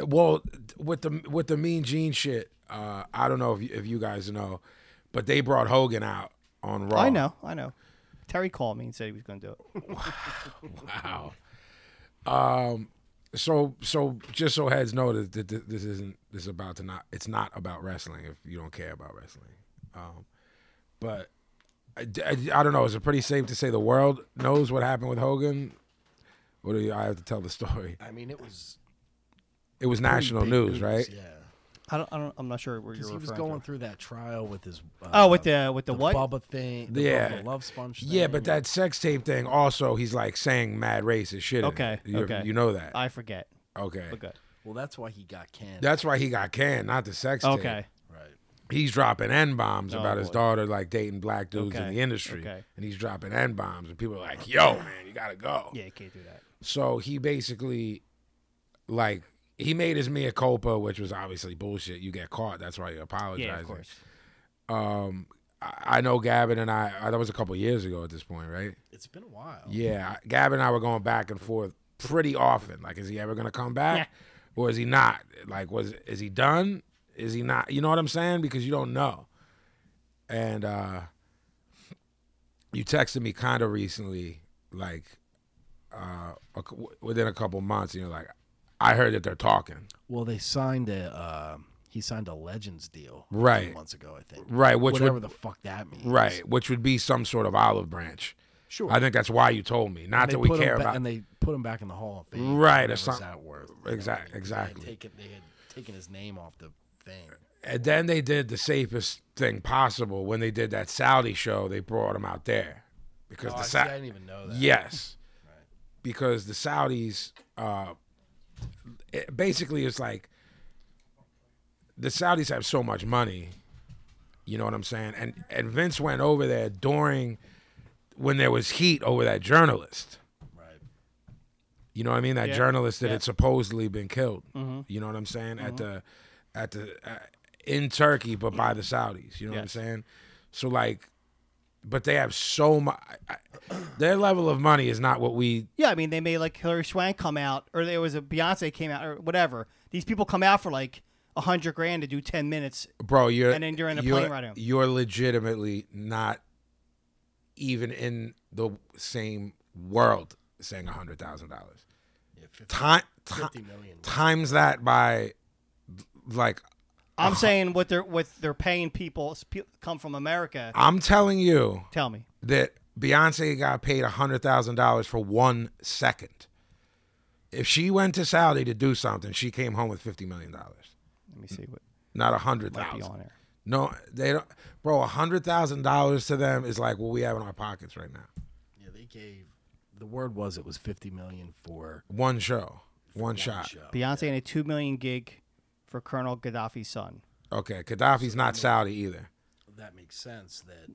Speaker 7: Well, th- with the with the Mean Gene shit, uh, I don't know if you, if you guys know, but they brought Hogan out on Raw.
Speaker 6: I know, I know. Terry called me and said he was going to do it.
Speaker 7: Wow. Um. So so just so heads know that that th- this isn't this is about to not it's not about wrestling if you don't care about wrestling. Um, but I, d- I d- I don't know. Is it pretty safe to say the world knows what happened with Hogan? What do you, I have to tell the story?
Speaker 8: I mean, it was
Speaker 7: It was national
Speaker 8: big
Speaker 7: news, right?
Speaker 8: Yeah,
Speaker 6: I don't, I don't, I'm not sure where you're
Speaker 8: because he
Speaker 6: referring
Speaker 8: was going
Speaker 6: to.
Speaker 8: through that trial with his. Uh,
Speaker 6: Oh, with the with the,
Speaker 8: the
Speaker 6: what?
Speaker 8: Bubba thing. The
Speaker 7: Yeah.
Speaker 8: Bubba love sponge. Thing.
Speaker 7: Yeah, but that sex tape thing also he's like saying mad racist shit. in it.
Speaker 6: Okay,
Speaker 7: You,
Speaker 6: okay.
Speaker 7: You know that.
Speaker 6: I forget.
Speaker 7: okay.
Speaker 6: But good.
Speaker 8: well, that's why he got canned.
Speaker 7: That's why he got canned, not the sex tape.
Speaker 6: Okay.
Speaker 8: right.
Speaker 7: he's dropping N bombs
Speaker 6: Oh,
Speaker 7: about his
Speaker 6: boy.
Speaker 7: daughter like dating black dudes in
Speaker 6: Okay,
Speaker 7: the industry.
Speaker 6: okay.
Speaker 7: And he's dropping N bombs and people are like, yo, man, you gotta go.
Speaker 6: Yeah, you can't do that.
Speaker 7: So he basically like he made his mea culpa, which was obviously bullshit. You get caught, that's why you're apologizing.
Speaker 6: Yeah, of course.
Speaker 7: Um I I know Gavin and I, I that was a couple years ago at this point, right?
Speaker 8: It's been a while.
Speaker 7: Yeah, Gavin and I were going back and forth pretty often. Like, is he ever gonna come back, or is he not? Like, was is he done? Is he not? You know what I'm saying? Because you don't know. And uh you texted me kind of recently, like uh a cou- within a couple months, and you're like, I heard that they're talking.
Speaker 8: Well, they signed a uh, he signed a Legends deal a few
Speaker 7: Right.
Speaker 8: months ago, I think.
Speaker 7: Right, which
Speaker 8: Whatever
Speaker 7: would-
Speaker 8: the fuck that means.
Speaker 7: Right, which would be some sort of olive branch.
Speaker 8: Sure.
Speaker 7: I think that's why you told me. Not
Speaker 8: And they
Speaker 7: that we
Speaker 8: put 'em
Speaker 7: care
Speaker 8: ba-
Speaker 7: about.
Speaker 8: and they put him back in the Hall of Fame.
Speaker 7: Right, or
Speaker 8: What was
Speaker 7: something.
Speaker 8: that worth? You know what
Speaker 7: Exact-
Speaker 8: I mean? They had
Speaker 7: exactly.
Speaker 8: taken- they had taken his name off the thing.
Speaker 7: And then they did the safest thing possible when they did that Saudi show. They brought him out there because
Speaker 8: Oh,
Speaker 7: the
Speaker 8: I, see, I
Speaker 7: Sa-
Speaker 8: didn't even know that. <laughs>
Speaker 7: yes, because the Saudis uh, it- basically it's like the Saudis have so much money. You know what I'm saying? And and Vince went over there during when there was heat over that journalist.
Speaker 8: Right.
Speaker 7: You know what I mean? That
Speaker 6: Yeah.
Speaker 7: journalist that
Speaker 6: Yeah. Mm-hmm.
Speaker 7: had supposedly been killed. You know what I'm saying? At the, at the, uh, in Turkey, but by the Saudis. You know what I'm
Speaker 6: Yes.
Speaker 7: saying? So like, but they have so much. Their level of money is not what we.
Speaker 6: Yeah, I mean, they made like Hillary Swank come out, or there was a Beyonce came out, or whatever. These people come out for like a hundred grand to do ten minutes.
Speaker 7: Bro, you're
Speaker 6: And then during the
Speaker 7: you're-
Speaker 6: plane ride home.
Speaker 7: You're legitimately not even in the same world saying a hundred thousand dollars.
Speaker 8: Yeah, 50,
Speaker 7: Time
Speaker 8: 50 million.
Speaker 7: times that by like
Speaker 6: I'm saying what they're what they're paying people s- pe- come from America.
Speaker 7: I'm telling you.
Speaker 6: Tell me,
Speaker 7: that Beyonce got paid hundred thousand dollars for one second. If she went to Saudi to do something, she came home with fifty million dollars,
Speaker 6: let me see what
Speaker 7: not a hundred
Speaker 6: might be on
Speaker 7: thousand.
Speaker 6: there.
Speaker 7: No, they don't, bro. hundred thousand dollars to them is like what we have in our pockets right now.
Speaker 8: Yeah, they gave. The word was it was 50 million for
Speaker 7: One show, one,
Speaker 8: that
Speaker 7: shot.
Speaker 8: show.
Speaker 6: Beyonce and a two million gig for Colonel Gaddafi's son.
Speaker 7: Okay, Gaddafi's not Saudi either,
Speaker 8: That makes sense. That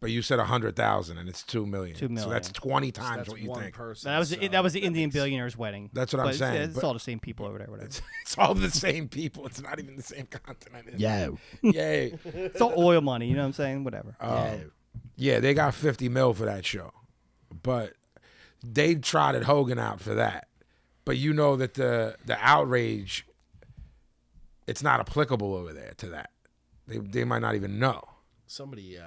Speaker 7: but you said hundred thousand and it's two million.
Speaker 6: Two
Speaker 7: So that's
Speaker 6: million.
Speaker 7: twenty
Speaker 8: so
Speaker 7: times
Speaker 8: that's
Speaker 7: what you
Speaker 8: one
Speaker 7: think.
Speaker 8: person.
Speaker 6: That was
Speaker 8: so
Speaker 6: that was the
Speaker 8: uh, that
Speaker 6: Indian
Speaker 8: makes-
Speaker 6: billionaire's wedding.
Speaker 7: That's what I'm
Speaker 6: But it's-
Speaker 7: saying,
Speaker 6: It's,
Speaker 7: but-
Speaker 6: all the same people over there. Whatever. It's,
Speaker 7: <laughs> It's all the same people. It's not even the same continent.
Speaker 8: Yeah.
Speaker 7: <laughs> Yay.
Speaker 6: all oil money. You know what I'm saying? Whatever.
Speaker 8: yeah.
Speaker 7: Yeah, they got 50 mil for that show. But they trotted Hogan out for that. But you know that the the outrage it's not applicable over there to that. They they might not even know.
Speaker 8: somebody uh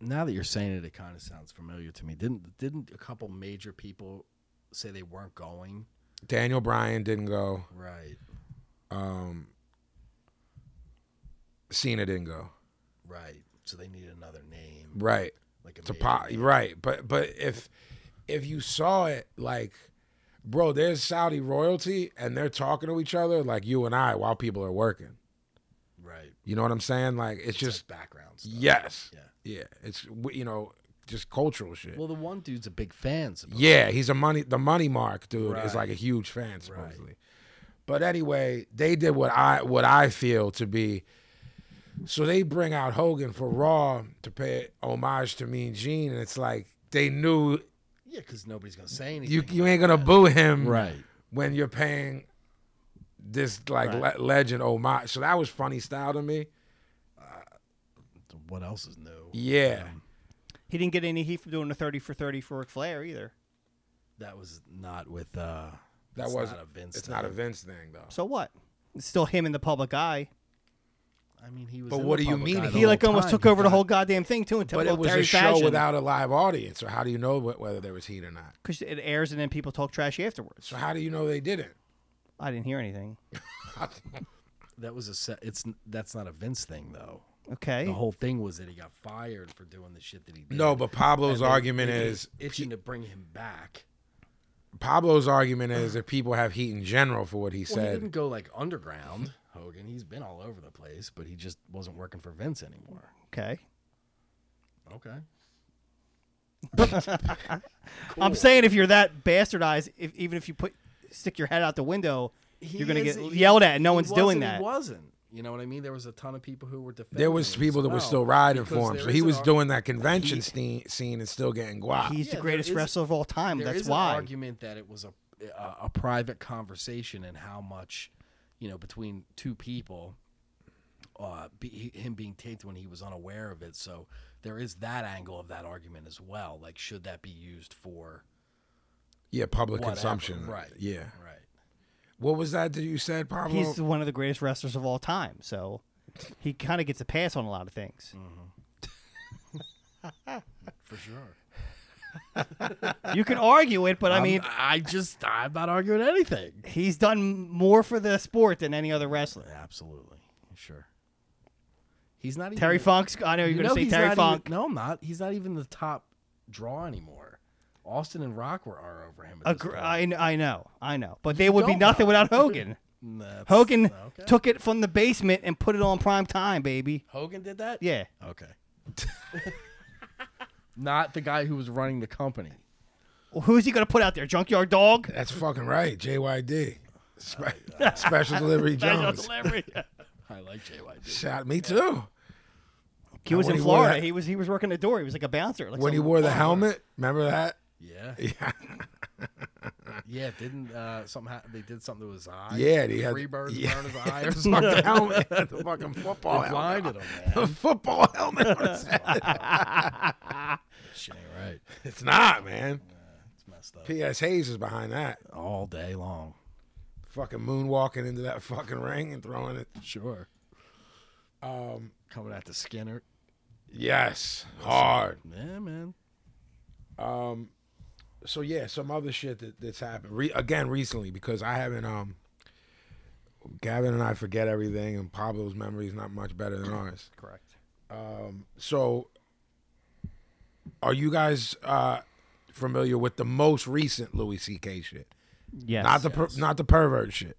Speaker 8: now that you're saying it it kind of sounds familiar to me didn't didn't a couple major people say they weren't going
Speaker 7: Daniel Bryan didn't go.
Speaker 8: right
Speaker 7: um, Cena didn't go.
Speaker 8: right so they need another name
Speaker 7: Right.
Speaker 8: like a
Speaker 7: to
Speaker 8: major-
Speaker 7: pop right. But but if if you saw it like bro, there's Saudi royalty and they're talking to each other like you and I while people are working.
Speaker 8: right
Speaker 7: You know what I'm saying? Like it's
Speaker 8: just
Speaker 7: just
Speaker 8: background stuff.
Speaker 7: Yes.
Speaker 8: Yeah.
Speaker 7: Yeah. It's w- you know just cultural shit.
Speaker 8: well the one dude's a big fan supposedly.
Speaker 7: yeah, he's a money the money mark dude is
Speaker 8: Right.
Speaker 7: like a huge fan supposedly. But anyway, they did what I what I feel to be. So they bring out Hogan for Raw to pay homage to Mean Gene, and it's like they knew
Speaker 8: yeah because nobody's gonna say anything
Speaker 7: you you ain't gonna boo him
Speaker 8: right
Speaker 7: when you're paying this like le- legend homage. So that was funny style to me.
Speaker 8: what else is new
Speaker 7: Yeah.
Speaker 6: He didn't get any heat from doing a thirty for thirty for Ric Flair either.
Speaker 8: that was not with uh
Speaker 7: that
Speaker 8: it's
Speaker 7: was
Speaker 8: not a Vince
Speaker 7: It's not a
Speaker 8: thing.
Speaker 7: Vince thing though.
Speaker 6: So what? It's still him in the public eye.
Speaker 8: i mean he was
Speaker 7: But
Speaker 8: in
Speaker 7: what
Speaker 8: the
Speaker 7: do you
Speaker 8: public
Speaker 7: mean
Speaker 8: eye the
Speaker 6: He like
Speaker 8: whole
Speaker 6: almost
Speaker 8: time.
Speaker 6: took
Speaker 8: He
Speaker 6: over the
Speaker 8: got-
Speaker 6: whole goddamn thing too. And
Speaker 7: But it was a show without a live audience, so how do you know wh- whether there was heat or not?
Speaker 6: because it airs and then people talk trash afterwards.
Speaker 7: So how do you know they didn't?
Speaker 6: I didn't hear anything.
Speaker 8: that was a set it's n- that's not a vince thing though
Speaker 6: Okay.
Speaker 8: The whole thing was that he got fired for doing the shit that he did.
Speaker 7: No, but Pablo's
Speaker 8: And they-
Speaker 7: argument
Speaker 8: they were
Speaker 7: is
Speaker 8: itching to bring him back.
Speaker 7: Pablo's argument is that people have heat in general for what he
Speaker 8: Well, he
Speaker 7: said.
Speaker 8: didn't go like underground, Hogan. He's been all over the place, but he just wasn't working for Vince anymore.
Speaker 6: okay.
Speaker 8: Okay.
Speaker 6: I'm saying if you're that bastardized, if, even if you put stick your head out the window, you're gonna get yelled at, and no one's doing that.
Speaker 8: He wasn't. You know what I mean? There was a ton of people who were defending.
Speaker 7: There was
Speaker 8: him
Speaker 7: people
Speaker 8: as
Speaker 7: that were
Speaker 8: well,
Speaker 7: still riding
Speaker 8: because
Speaker 7: for him,
Speaker 8: there
Speaker 7: so he
Speaker 8: is an
Speaker 7: was
Speaker 8: ar-
Speaker 7: doing that convention scene, scene and still getting guap.
Speaker 6: He's the
Speaker 8: Yeah, there
Speaker 6: greatest
Speaker 8: is-
Speaker 6: wrestler of all time.
Speaker 8: there
Speaker 6: That's
Speaker 8: is an
Speaker 6: why.
Speaker 8: argument that it was a, a a private conversation and how much, you know, between two people, uh, be, he- him being taped when he was unaware of it. So there is that angle of that argument as well. Like, should that be used for
Speaker 7: yeah, public
Speaker 8: whatever?
Speaker 7: consumption.
Speaker 8: Right.
Speaker 7: Yeah.
Speaker 8: Right.
Speaker 7: What was that that you said, Pablo?
Speaker 6: He's one of the greatest wrestlers of all time. So he kind of gets a pass on a lot of things.
Speaker 8: Mm. For sure.
Speaker 6: You can argue it, but I mean,
Speaker 8: I just I'm not arguing anything.
Speaker 6: he's done more for the sport than any other wrestler.
Speaker 8: Absolutely. Sure. He's not even
Speaker 6: Terry Funk's. I know you're
Speaker 8: You
Speaker 6: going to
Speaker 8: know
Speaker 6: say
Speaker 8: he's
Speaker 6: Terry
Speaker 8: not
Speaker 6: Funk.
Speaker 8: even- no, I'm not. He's not even the top draw anymore. Austin and Rock were are over him. At this
Speaker 6: Agr-
Speaker 8: point.
Speaker 6: I, kn- I know, I know, but they would be
Speaker 8: don't
Speaker 6: nothing
Speaker 8: know.
Speaker 6: without
Speaker 8: <laughs>
Speaker 6: Hogan.
Speaker 8: That's-
Speaker 6: Hogan
Speaker 8: okay.
Speaker 6: took it from the basement and put it on prime time, baby.
Speaker 8: Hogan did that.
Speaker 6: Yeah,
Speaker 8: Okay. <laughs> not the guy who was running the company.
Speaker 6: well, who's he going to put out there? Junkyard Dog.
Speaker 8: <laughs>
Speaker 7: That's fucking right, JYD. Spe- <laughs> Special Delivery Jones.
Speaker 8: I like JYD.
Speaker 7: Shot me too.
Speaker 6: He was
Speaker 7: when
Speaker 6: in
Speaker 7: he wore
Speaker 6: Florida.
Speaker 7: <laughs> that-
Speaker 6: He was he was working the door. He was like a bouncer. Like
Speaker 7: When he
Speaker 6: some-
Speaker 7: wore the helmet, remember that? <laughs>
Speaker 8: Yeah.
Speaker 7: Yeah.
Speaker 8: Yeah. Didn't uh, something hap they did something to his eye?
Speaker 7: Yeah, <laughs> he had-
Speaker 8: Freebirds
Speaker 7: yeah.
Speaker 8: burned his eye. Or
Speaker 7: His
Speaker 8: something.
Speaker 7: fucking
Speaker 8: <laughs>
Speaker 7: helmet. The fucking football
Speaker 8: They
Speaker 7: helmet.
Speaker 8: blinded him. Man.
Speaker 7: <laughs> The football helmet on his head.
Speaker 8: Shit ain't right.
Speaker 7: It's not, man.
Speaker 8: It's messed up.
Speaker 7: P.S. Hayes is behind that.
Speaker 8: All day long.
Speaker 7: Fucking moonwalking into that fucking ring and throwing it.
Speaker 8: Sure. Um, coming at the Skinner.
Speaker 7: Yes. Hard.
Speaker 8: Yeah, man.
Speaker 7: so yeah, some other shit that, that's happened Re- again recently because I haven't. Um, Gavin and I forget everything, and Pablo's memory is not much better than ours. Correct. Um, so, are you guys uh, familiar with the most recent Louis C.K. shit?
Speaker 6: Yes.
Speaker 7: Not the per- not the pervert shit.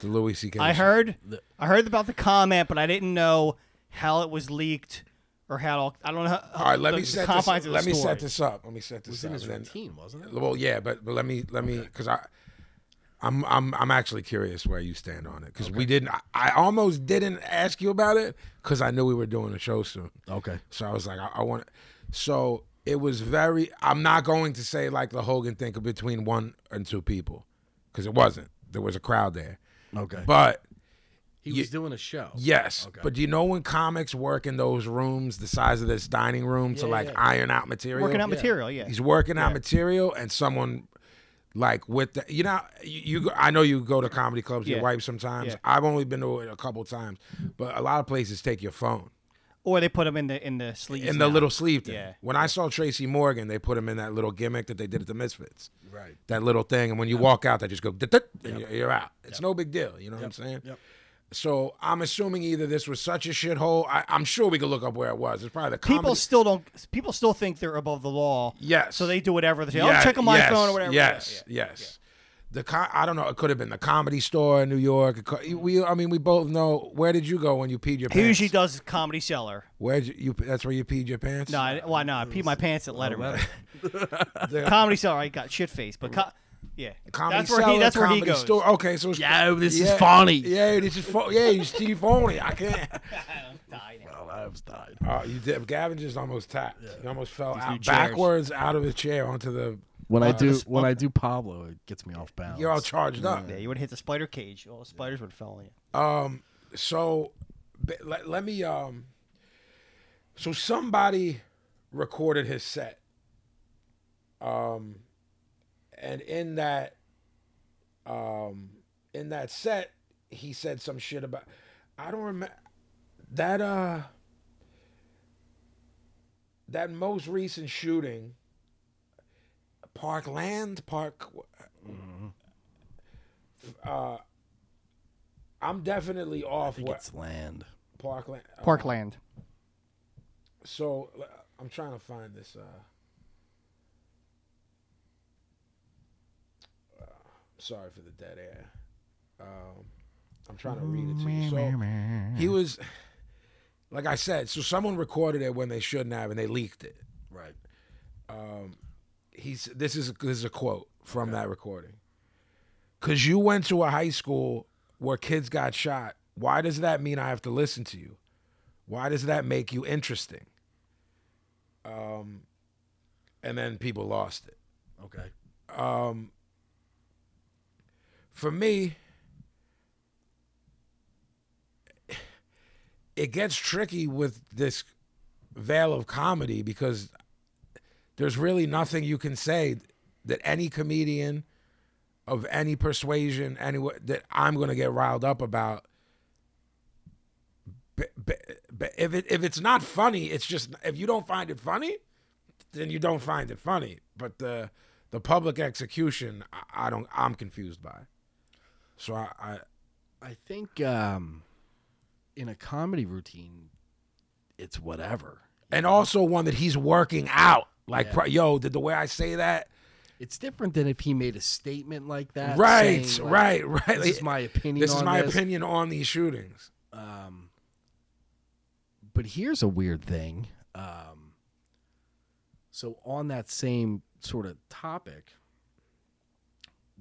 Speaker 7: The Louis C.K.
Speaker 6: I
Speaker 7: <laughs> shit.
Speaker 6: heard I heard about the comment, but I didn't know how it was leaked or how it all, I don't know. How,
Speaker 7: All right, let
Speaker 6: the,
Speaker 7: me set this.
Speaker 6: confines of
Speaker 7: Let
Speaker 6: the
Speaker 7: me
Speaker 6: story.
Speaker 7: set this up. Let me set this
Speaker 8: It
Speaker 7: up.
Speaker 8: was
Speaker 7: and then-
Speaker 8: routine, wasn't it?
Speaker 7: Well, yeah, but, but let me let me because I, I'm I'm I'm actually curious where you stand on it because we didn't. I, I almost didn't ask you about it because I knew we were doing a show soon.
Speaker 8: Okay.
Speaker 7: So I was like, I, I want. So it was very. I'm not going to say like the Hogan thing between one and two people because it wasn't. There was a crowd there,
Speaker 8: Okay.
Speaker 7: but
Speaker 8: he
Speaker 7: you-
Speaker 8: was doing a show.
Speaker 7: Yes,
Speaker 8: Okay.
Speaker 7: but do you know when comics work in those rooms, the size of this dining room, to
Speaker 8: Yeah,
Speaker 7: like
Speaker 8: yeah.
Speaker 7: iron out material?
Speaker 6: Working out material, yeah.
Speaker 7: He's working out material, and someone like with the you know you, you I know you go to comedy clubs,
Speaker 6: Yeah.
Speaker 7: you wipe sometimes.
Speaker 6: Yeah.
Speaker 7: I've only been to it a couple times, but a lot of places take your phone
Speaker 6: Or they put him in the in the sleeves.
Speaker 7: in the
Speaker 6: now.
Speaker 7: little sleeve thing.
Speaker 6: Yeah.
Speaker 7: When I saw Tracy Morgan, they put him in that little gimmick that they did at the Misfits.
Speaker 8: Right.
Speaker 7: That little thing, and when you walk out, they just go, "Dut-dut," and you're- you're out. It's no big deal. You know what I'm saying?
Speaker 8: Yep.
Speaker 7: So I'm assuming either this was such a shithole. I, I'm sure we could look up where it was. It's probably the
Speaker 6: People
Speaker 7: comedy-
Speaker 6: still don't. People still think they're above the law.
Speaker 7: Yes.
Speaker 6: So they do whatever they say.
Speaker 7: Yeah,
Speaker 6: I'll check on my
Speaker 7: yes,
Speaker 6: phone or whatever.
Speaker 7: Yes,
Speaker 6: Yeah,
Speaker 7: yes. The co- I don't know. It could have been the comedy store in New York. It co- we, I mean, we both know. Where did you go when you peed your
Speaker 6: yeah.
Speaker 7: pants?
Speaker 6: He usually does comedy cellar.
Speaker 7: Where you, you? That's where you peed your pants.
Speaker 6: No, I, why not? I peed my pants at <laughs> Letterman. comedy cellar, I got shit faced, but co- yeah,
Speaker 7: Comedy
Speaker 6: that's where
Speaker 7: cellar,
Speaker 6: he that's where
Speaker 7: comedy
Speaker 6: he goes.
Speaker 7: Store. Okay, so it's,
Speaker 8: Yo, this is
Speaker 7: yeah,
Speaker 8: funny.
Speaker 7: Yeah, this is funny. Yeah, you Steve Phony. I can't.
Speaker 8: Well, I was died.
Speaker 7: Oh, you did. Gavin just almost tapped. He almost fell
Speaker 8: new
Speaker 7: out
Speaker 8: chairs.
Speaker 7: backwards out of his chair onto the.
Speaker 8: When I do when I do Pablo, it gets me off bounds.
Speaker 7: You're all charged up.
Speaker 6: Yeah, you would hit the spider cage. All the spiders would fall on you.
Speaker 7: So b- let, let me um so somebody recorded his set. Um and in that um in that set he said some shit about I don't remember that uh that most recent shooting Parkland Park
Speaker 8: Mm-hmm.
Speaker 7: uh I'm definitely off
Speaker 8: think
Speaker 7: what
Speaker 8: it's land.
Speaker 7: Parkland. uh,
Speaker 6: Parkland.
Speaker 7: so l- I'm trying to find this. Uh, uh, sorry for the dead air. Um, I'm trying to read it to you. So he was, like I said, so someone recorded it when they shouldn't have, and they leaked it.
Speaker 8: Right.
Speaker 7: He's this is this is a quote from that recording. Cause you went to a high school where kids got shot Why does that mean I have to listen to you? Why does that make you interesting? Um, and then people lost it.
Speaker 8: Okay.
Speaker 7: For me, it gets tricky with this veil of comedy because there's really nothing you can say that any comedian of any persuasion, anywhere that I'm going to get riled up about. But, but, but if it if it's not funny, it's just if you don't find it funny, then you don't find it funny. But the the public execution, I, I don't. I'm confused by. So I, I
Speaker 8: I think um, in a comedy routine, it's whatever.
Speaker 7: and also one that he's working out. Like, pro- yo, did the way I say that?
Speaker 8: It's different than if he made a statement like that.
Speaker 7: right,
Speaker 8: saying, like,
Speaker 7: right, <laughs> right.
Speaker 8: This is my opinion.
Speaker 7: This is
Speaker 8: on
Speaker 7: my opinion on these shootings.
Speaker 8: Um, but here's a weird thing. Um, so on that same sort of topic,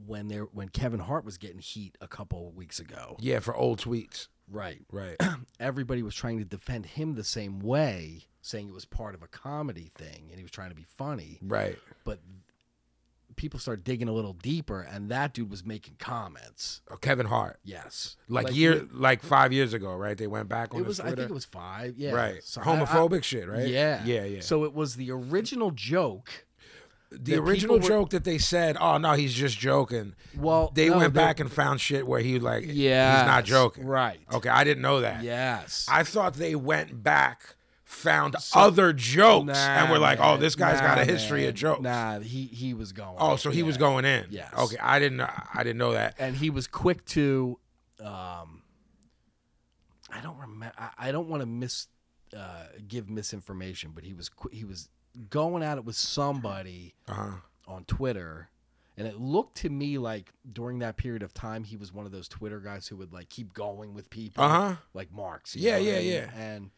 Speaker 8: when there when Kevin Hart was getting heat a couple of weeks ago,
Speaker 7: Yeah, for old tweets.
Speaker 8: right?
Speaker 7: Right.
Speaker 8: <clears throat> everybody was trying to defend him the same way, saying it was part of a comedy thing and he was trying to be funny.
Speaker 7: right.
Speaker 8: But people started digging a little deeper, and that dude was making comments.
Speaker 7: Oh, Kevin Hart.
Speaker 8: Yes,
Speaker 7: Like,
Speaker 8: years.
Speaker 7: year, like five years ago, right? They went back on
Speaker 8: It
Speaker 7: his
Speaker 8: was. I think
Speaker 7: Twitter.
Speaker 8: it was five. Yeah.
Speaker 7: Right.
Speaker 8: So I- I-
Speaker 7: Homophobic shit, right?
Speaker 8: Yeah.
Speaker 7: Yeah, yeah.
Speaker 8: So it was the original joke.
Speaker 7: the
Speaker 8: that
Speaker 7: original
Speaker 8: people were-
Speaker 7: joke that they said, "Oh no, he's just joking."
Speaker 8: Well,
Speaker 7: they
Speaker 8: no,
Speaker 7: went
Speaker 8: they're-
Speaker 7: back and found shit where he like,
Speaker 8: Yeah.
Speaker 7: he's not joking.
Speaker 8: Right.
Speaker 7: Okay, I didn't know that.
Speaker 8: Yes.
Speaker 7: I thought they went back, found other jokes, and were like, "Oh, this
Speaker 8: guy's
Speaker 7: guy's got a history of jokes."
Speaker 8: Nah, he he was going.
Speaker 7: Oh, so he was going in.
Speaker 8: Yes.
Speaker 7: Okay, I didn't. know- I didn't know that.
Speaker 8: and he was quick to um i don't remember i, I don't want to mis uh give misinformation but he was qu- he was going at it with somebody
Speaker 7: Uh-huh.
Speaker 8: on twitter and it looked to me like during that period of time he was one of those twitter guys who would like keep going with people
Speaker 7: Uh-huh.
Speaker 8: like marks
Speaker 7: Yeah,
Speaker 8: know what I
Speaker 7: yeah,
Speaker 8: mean? and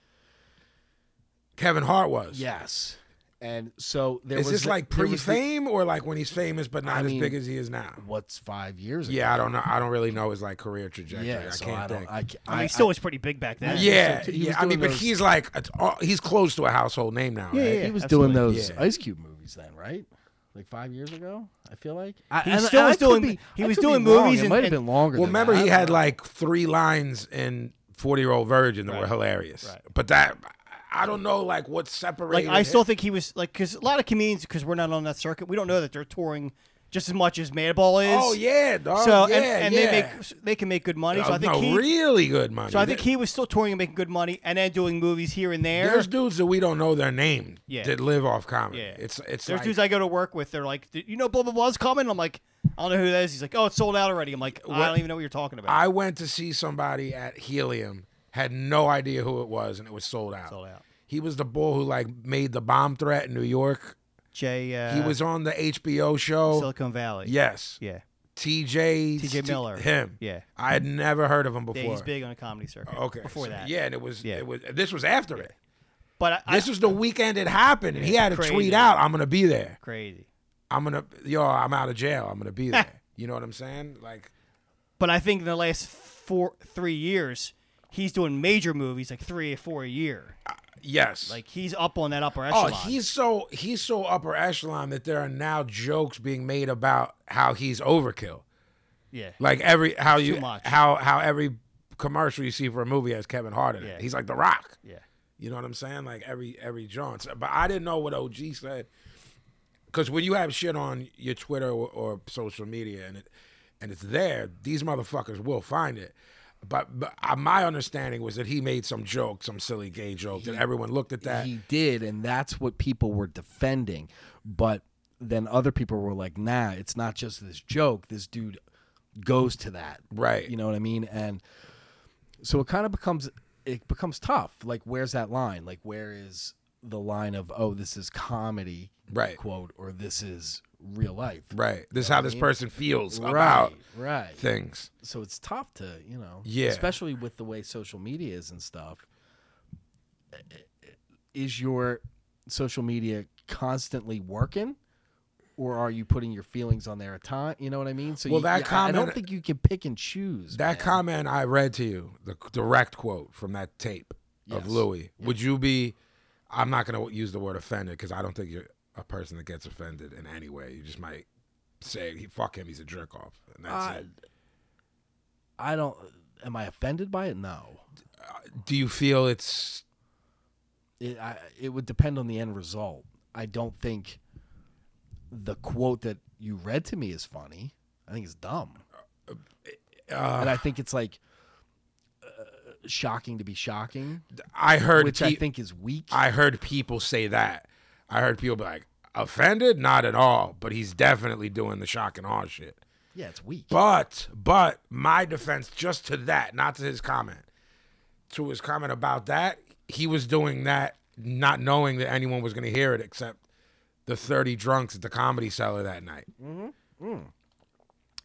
Speaker 7: Kevin Hart was.
Speaker 8: yes and so there
Speaker 7: Is
Speaker 8: was
Speaker 7: this
Speaker 8: the-
Speaker 7: like
Speaker 8: there was the-
Speaker 7: pre-fame or like when he's famous but not
Speaker 8: I
Speaker 7: as
Speaker 8: mean-
Speaker 7: big as he is now?
Speaker 8: what's five years ago
Speaker 7: Yeah, I don't know. I don't really know his like career trajectory.
Speaker 8: yeah
Speaker 7: I
Speaker 8: so
Speaker 7: can't
Speaker 8: I don't
Speaker 7: think.
Speaker 8: I, ca-
Speaker 6: I mean,
Speaker 8: I-
Speaker 6: he still was pretty big back then.
Speaker 7: yeah,
Speaker 8: so he was
Speaker 7: yeah. I mean,
Speaker 8: doing
Speaker 7: but
Speaker 8: those-
Speaker 7: he's like it's all- he's close to a household name now.
Speaker 6: Yeah,
Speaker 7: right?
Speaker 8: he was
Speaker 6: absolutely.
Speaker 8: doing those
Speaker 7: Yeah.
Speaker 8: Ice Cube movies then, right? Like five years ago, I feel like I,
Speaker 6: He
Speaker 8: and-
Speaker 6: still
Speaker 8: and I
Speaker 6: was
Speaker 8: could
Speaker 6: doing-
Speaker 8: be-
Speaker 6: he
Speaker 8: I
Speaker 6: was
Speaker 8: could be
Speaker 6: doing
Speaker 8: wrong.
Speaker 6: movies
Speaker 8: It
Speaker 6: and-
Speaker 8: might have
Speaker 6: and-
Speaker 8: been longer.
Speaker 7: Well,
Speaker 8: than
Speaker 7: remember
Speaker 8: that.
Speaker 7: he had like three lines in Forty Year Old Virgin that were hilarious. But that I don't know like what
Speaker 6: Like
Speaker 7: separated.
Speaker 6: I still
Speaker 7: him.
Speaker 6: think he was like because a lot of comedians because we're not on that circuit, we don't know that they're touring just as much as Madball is.
Speaker 7: Oh yeah, dog.
Speaker 6: So
Speaker 7: yeah,
Speaker 6: and, and
Speaker 7: yeah.
Speaker 6: they make they can make good money. So
Speaker 7: Oh,
Speaker 6: I think
Speaker 7: no,
Speaker 6: he.
Speaker 7: really good money.
Speaker 6: so I think
Speaker 7: There-
Speaker 6: he was still touring and making good money, and then doing movies here and there.
Speaker 7: There's dudes that we don't know their name
Speaker 6: Yeah.
Speaker 7: that live off comedy.
Speaker 6: Yeah.
Speaker 7: It's it's
Speaker 6: There's
Speaker 7: like,
Speaker 6: dudes I go to work with. They're like, "Did you know, blah blah blah's coming. I'm like, I don't know who that is. He's like, oh, it's sold out already. I'm like, I
Speaker 7: What-
Speaker 6: don't even know what you're talking about.
Speaker 7: I went to see somebody at Helium, had no idea who it was, and it was sold out.
Speaker 6: Sold out.
Speaker 7: He was the bull who like made the bomb threat in New York.
Speaker 6: Jay, uh,
Speaker 7: he was on the HBO show.
Speaker 6: Silicon Valley.
Speaker 7: yes,
Speaker 6: yeah,
Speaker 7: TJ
Speaker 6: T.J.
Speaker 7: St-
Speaker 6: Miller.
Speaker 7: him.
Speaker 6: yeah.
Speaker 7: I had never heard of him before.
Speaker 6: Yeah, he's big on the comedy circuit.
Speaker 7: Okay.
Speaker 6: before
Speaker 7: so-
Speaker 6: that.
Speaker 7: Yeah, and it was
Speaker 6: Yeah.
Speaker 7: it was this was after it.
Speaker 6: but I,
Speaker 7: This
Speaker 6: I,
Speaker 7: was the weekend it happened and he had to
Speaker 6: Crazy.
Speaker 7: tweet out, I'm gonna be there.
Speaker 6: crazy.
Speaker 7: I'm gonna yo, I'm out of jail. I'm gonna
Speaker 6: <laughs>
Speaker 7: be there. you know what I'm saying? Like
Speaker 6: But I think in the last four, three years, he's doing major movies, like three or four a year.
Speaker 7: yes.
Speaker 6: Like he's up on that upper
Speaker 7: Oh,
Speaker 6: echelon.
Speaker 7: he's so he's so upper echelon that there are now jokes being made about how he's overkill.
Speaker 6: yeah,
Speaker 7: Like every how you
Speaker 6: too much.
Speaker 7: how how every commercial you see for a movie has Kevin Hart in
Speaker 6: Yeah.
Speaker 7: it. He's like The Rock.
Speaker 6: yeah.
Speaker 7: You know what I'm saying? Like every every jaunt. But I didn't know what OG said because when you have shit on your Twitter or, or social media and it and it's there, these motherfuckers will find it. But, but uh, my understanding was that he made some joke, some silly gay joke, that everyone looked at that.
Speaker 8: He did, and that's what people were defending. But then other people were like, "Nah, it's not just this joke. This dude goes to that,
Speaker 7: Right.
Speaker 8: You know what I mean?" And so it kind of becomes it becomes tough. Like, where's that line? Like, where is the line of, "Oh, this is comedy,"
Speaker 7: Right.
Speaker 8: Quote, or this is real life,
Speaker 7: right. This is how this person feels
Speaker 8: Right,
Speaker 7: about
Speaker 8: right.
Speaker 7: things.
Speaker 8: so it's tough to you know
Speaker 7: Yeah.
Speaker 8: especially with the way social media is and stuff is your social media constantly working or are you putting your feelings on there a time? You know what I mean? So
Speaker 7: Well,
Speaker 8: you,
Speaker 7: that
Speaker 8: yeah, I- I don't
Speaker 7: comment-
Speaker 8: think you can pick and choose.
Speaker 7: That
Speaker 8: man.
Speaker 7: comment I read to you, the direct quote from that tape of
Speaker 8: Yes.
Speaker 7: Louis, would you be? I'm not going to use the word offended because I don't think you're a person that gets offended in any way. You just might say, "He fuck him, he's a jerk off," and that's
Speaker 8: Uh,
Speaker 7: it.
Speaker 8: I don't. Am I offended by it? No.
Speaker 7: Do you feel it's
Speaker 8: It, I, it would depend on the end result. I don't think the quote that you read to me is funny. I think it's dumb,
Speaker 7: Uh,
Speaker 8: and I think it's like uh, shocking to be shocking,
Speaker 7: I heard
Speaker 8: which
Speaker 7: pe-
Speaker 8: I think is weak.
Speaker 7: I heard people say that. I heard people be like, offended? Not at all. But he's definitely doing the shock and awe shit.
Speaker 8: yeah, it's weak.
Speaker 7: But but my defense just to that, not to his comment. To his comment about that, he was doing that not knowing that anyone was gonna hear it except the 30 drunks at the comedy cellar that night.
Speaker 6: Mm,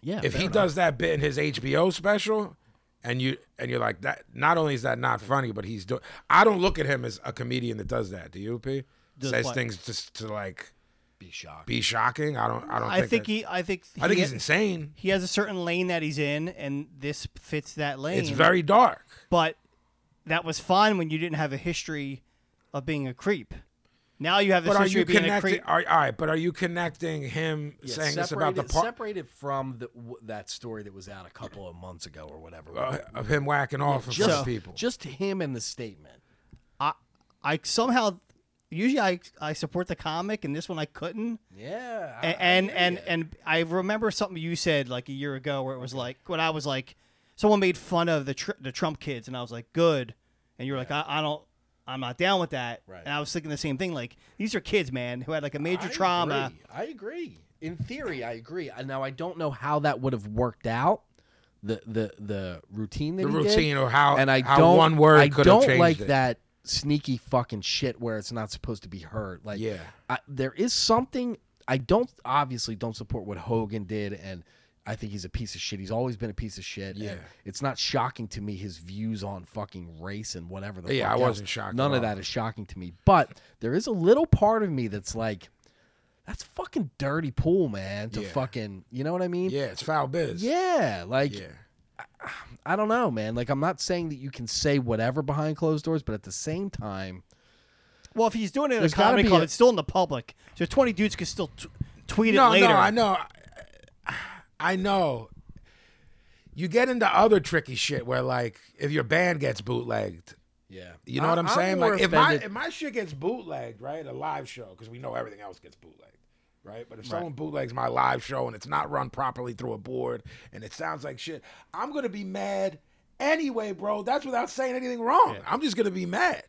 Speaker 8: yeah,
Speaker 7: if
Speaker 8: fair
Speaker 7: he
Speaker 8: enough.
Speaker 7: does that bit in his HBO special, and you and you're like that, not only is that not funny, but he's doing. I don't look at him as a comedian that does that. Do you, P?
Speaker 6: Does
Speaker 7: Says
Speaker 6: what?
Speaker 7: things just to like
Speaker 8: be shocked.
Speaker 7: be shocking. I don't. I don't.
Speaker 6: I think
Speaker 7: that-
Speaker 6: he. I think.
Speaker 7: I think
Speaker 6: he-
Speaker 7: he's insane.
Speaker 6: He has a certain lane that he's in, and this fits that lane.
Speaker 7: It's very dark.
Speaker 6: But that was fine when you didn't have a history of being a creep. Now you have this
Speaker 7: But are
Speaker 6: history
Speaker 7: you
Speaker 6: of being a creep.
Speaker 7: connecting? Are, all right, but are you connecting him
Speaker 8: Yeah,
Speaker 7: saying this about the
Speaker 8: separated-
Speaker 7: part
Speaker 8: separated from the, w- that story that was out a couple of months ago or whatever.
Speaker 7: of him whacking off in front
Speaker 6: So-
Speaker 7: of Uh, people?
Speaker 8: Just him and the statement.
Speaker 6: I, I somehow, usually I, I support the comic, and this one I couldn't.
Speaker 8: Yeah. I- I
Speaker 6: and
Speaker 8: hear
Speaker 6: and
Speaker 8: ya.
Speaker 6: and I remember something you said like a year ago where it was like when I was like someone made fun of the tr- the Trump kids and I was like good and you were like I, I don't I'm not down with that
Speaker 8: Right.
Speaker 6: and I was thinking the same thing like these are kids man who had like a major
Speaker 8: I
Speaker 6: trauma
Speaker 8: agree. I agree. In theory, I agree. I- Now I don't know how that would have worked out. The the the routine that
Speaker 7: The
Speaker 8: he
Speaker 7: routine
Speaker 8: did,
Speaker 7: or how-
Speaker 8: and I
Speaker 7: how
Speaker 8: don't
Speaker 7: one word
Speaker 8: I
Speaker 7: could have
Speaker 8: don't
Speaker 7: changed
Speaker 8: like
Speaker 7: it.
Speaker 8: that sneaky fucking shit where it's not supposed to be heard. Like
Speaker 7: Yeah.
Speaker 8: I, there is something I don't obviously don't support what Hogan did and. I think he's a piece of shit. He's always been a piece of shit. and
Speaker 7: Yeah.
Speaker 8: it's not shocking to me his views on fucking race and whatever the
Speaker 7: Yeah,
Speaker 8: fuck
Speaker 7: I
Speaker 8: else.
Speaker 7: wasn't shocked
Speaker 8: None
Speaker 7: at
Speaker 8: of
Speaker 7: all.
Speaker 8: that is shocking to me. But there is a little part of me that's like, that's fucking dirty pool, man. To
Speaker 7: Yeah.
Speaker 8: fucking, you know what I mean?
Speaker 7: yeah, it's foul biz.
Speaker 8: Yeah, like
Speaker 7: yeah.
Speaker 8: I don't know, man. Like I'm not saying that you can say whatever behind closed doors, but at the same time,
Speaker 6: well if he's doing it in a
Speaker 8: There's gotta
Speaker 6: comedy
Speaker 8: be
Speaker 6: club
Speaker 8: a-
Speaker 6: it's still in the public so 20 dudes could still t- tweet
Speaker 7: no,
Speaker 6: it later
Speaker 7: No, I know. I know. You get into other tricky shit where, like, if your band gets bootlegged,
Speaker 8: yeah,
Speaker 7: you know what I'm, saying?
Speaker 8: more
Speaker 7: Like, if my,
Speaker 8: offended-
Speaker 7: if my shit gets bootlegged, right, a live show, because we know everything else gets bootlegged, right? But if someone bootlegs my live show and it's not run properly through a board and it sounds like shit, I'm going to be mad anyway, bro. That's without saying anything wrong. I'm just going to be mad.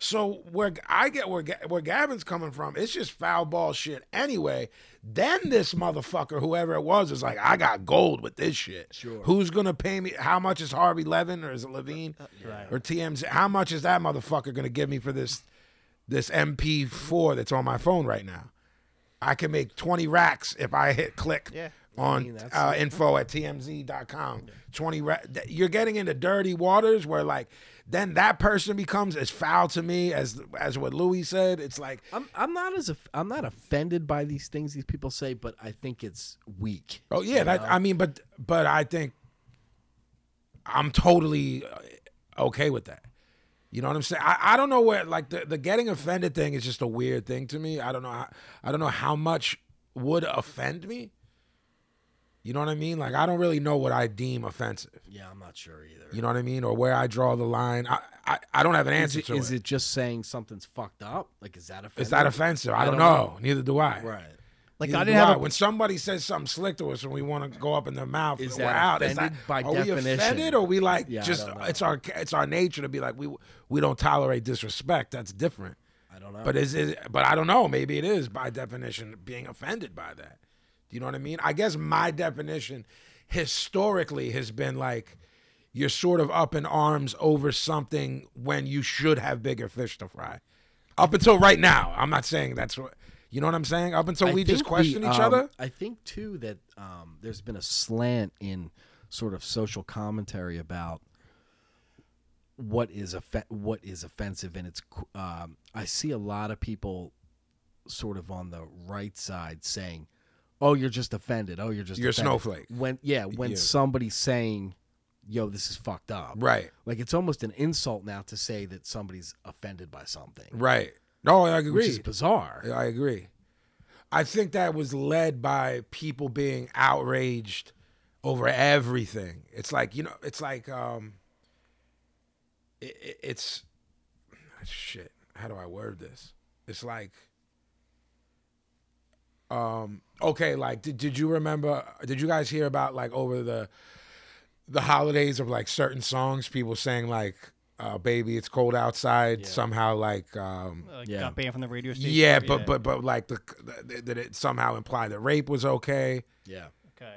Speaker 7: So where G- I get where Ga- where Gavin's coming from, it's just foul ball shit anyway. Then this motherfucker, whoever it was, is like, I got gold with this shit. Sure. Who's gonna pay me? How much is Harvey Levin or is it Levine or TMZ? How much is that motherfucker gonna give me for this this MP4 that's on my phone right now? I can make twenty racks if I hit click
Speaker 6: Yeah.
Speaker 7: on
Speaker 8: that's-
Speaker 7: uh, info at tmz.com. 20 ra- th- you're getting into dirty waters where like then that person becomes as foul to me as as what Louis said. It's like
Speaker 8: I'm I'm not as of- I'm not offended by these things these people say, but I think it's weak.
Speaker 7: oh yeah, that I mean but but I think I'm totally uh, okay with that. You know what I'm saying? I, I don't know where like the, the getting offended thing is just a weird thing to me. I don't know how, I don't know how much would offend me. You know what I mean? Like I don't really know what I deem offensive.
Speaker 8: Yeah, I'm not sure either.
Speaker 7: You know what I mean? Or where I draw the line. I, I, I don't have an
Speaker 8: Is
Speaker 7: answer
Speaker 8: it,
Speaker 7: to
Speaker 8: is
Speaker 7: it.
Speaker 8: it just saying something's fucked up? Like, is that offensive?
Speaker 7: Is that offensive? I, don't,
Speaker 8: don't
Speaker 7: know. Neither do I.
Speaker 8: Right.
Speaker 6: like
Speaker 7: Neither
Speaker 6: I
Speaker 7: do
Speaker 6: didn't have a,
Speaker 7: When somebody says something slick to us and we want to go up in their mouth,
Speaker 8: Is
Speaker 7: we're
Speaker 8: that
Speaker 7: out. Is
Speaker 8: offended
Speaker 7: that-
Speaker 8: by
Speaker 7: are we
Speaker 8: definition?
Speaker 7: offended or we like
Speaker 8: Yeah, I
Speaker 7: just?
Speaker 8: don't know.
Speaker 7: It's our it's our nature to be like we we don't tolerate disrespect. That's different.
Speaker 8: I don't know.
Speaker 7: But is it? But I don't know. Maybe it is by definition being offended by that. Do you know what I mean? I guess my definition historically has been like you're sort of up in arms over something when you should have bigger fish to fry. Up until right now, I'm not saying that's what you know what I'm saying. Up until
Speaker 8: I
Speaker 7: we just
Speaker 8: think
Speaker 7: question each
Speaker 8: um,
Speaker 7: other.
Speaker 8: I think too that um, there's been a slant in sort of social commentary about what is offe- what is offensive, and it's. qu- Um, I see a lot of people sort of on the right side saying oh, you're just offended. Oh, you're just
Speaker 7: You're a
Speaker 8: offended."
Speaker 7: snowflake.
Speaker 8: When yeah, when
Speaker 7: Yeah.
Speaker 8: somebody's saying, "Yo, this is fucked up,"
Speaker 7: Right.
Speaker 8: Like it's almost an insult now to say that somebody's offended by something,
Speaker 7: Right. No, I
Speaker 8: which
Speaker 7: agree.
Speaker 8: is bizarre.
Speaker 7: I agree. I think that was led by people being outraged over everything. It's like you know, it's like um, it, it, it's shit. How do I word this? It's like um, okay, like did, did you remember? Did you guys hear about like over the the holidays of like certain songs people sang like uh, "Baby, it's cold outside" somehow like um,
Speaker 6: <laughs> Like,
Speaker 8: Yeah.
Speaker 6: Got banned from the radio station.
Speaker 7: yeah, but but but like the, the that it somehow implied that rape was okay.
Speaker 8: Yeah.
Speaker 6: Okay.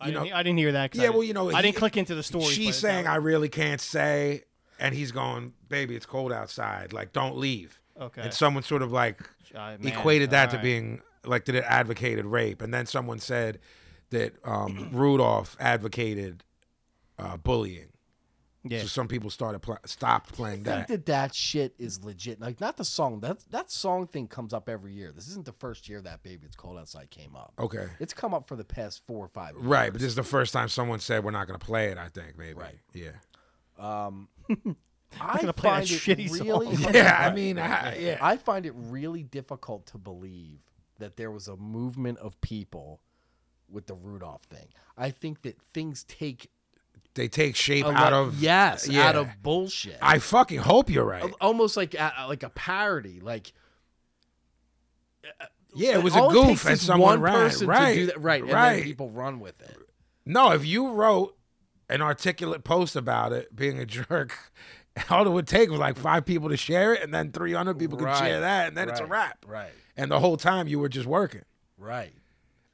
Speaker 6: I,
Speaker 7: You
Speaker 6: didn't,
Speaker 7: know-
Speaker 6: I didn't hear that. 'cause I
Speaker 7: Yeah,
Speaker 6: didn't-
Speaker 7: well, you know,
Speaker 6: I didn't
Speaker 7: he-
Speaker 6: click into the story.
Speaker 7: She's saying I really can't say, and he's going, "Baby, it's cold outside. Like, don't leave."
Speaker 6: Okay.
Speaker 7: And someone sort of like
Speaker 6: Uh, man,
Speaker 7: equated that to
Speaker 6: alright.
Speaker 7: being like that it advocated rape, and then someone said that um, <clears throat> Rudolph advocated uh, bullying.
Speaker 6: Yeah.
Speaker 7: So some people started pl- stopped playing
Speaker 8: I think
Speaker 7: that.
Speaker 8: that that shit is legit. Like not the song. That that song thing comes up every year. This isn't the first year that "Baby, It's Cold Outside" came up.
Speaker 7: Okay.
Speaker 8: It's come up for the past four or five. Years.
Speaker 7: Right, but this is the first time someone said we're not going to play it. I think maybe.
Speaker 8: Right.
Speaker 7: Yeah.
Speaker 8: I
Speaker 6: gonna
Speaker 8: find
Speaker 6: play that
Speaker 8: it
Speaker 6: shitty song.
Speaker 8: really.
Speaker 7: <laughs> Yeah. I mean, I, yeah.
Speaker 8: <laughs> I find it really difficult to believe that there was a movement of people with the Rudolph thing. I think that things take
Speaker 7: they take shape
Speaker 8: a
Speaker 7: out
Speaker 8: le-
Speaker 7: of
Speaker 8: yes,
Speaker 7: yeah.
Speaker 8: out of bullshit.
Speaker 7: I fucking hope you're right.
Speaker 8: almost like a, like a parody, like
Speaker 7: Yeah, it was
Speaker 8: all
Speaker 7: a
Speaker 8: takes
Speaker 7: goof, and
Speaker 8: is
Speaker 7: someone
Speaker 8: one
Speaker 7: ran.
Speaker 8: person
Speaker 7: Right,
Speaker 8: to do that, right, and then
Speaker 7: right.
Speaker 8: people run with it.
Speaker 7: no, if you wrote an articulate post about it being a jerk, <laughs> all it would take was like five people to share it, and then three hundred people could
Speaker 8: Right,
Speaker 7: share that, and then it's a
Speaker 8: right,
Speaker 7: wrap.
Speaker 8: right.
Speaker 7: And the whole time you were just working.
Speaker 8: Right.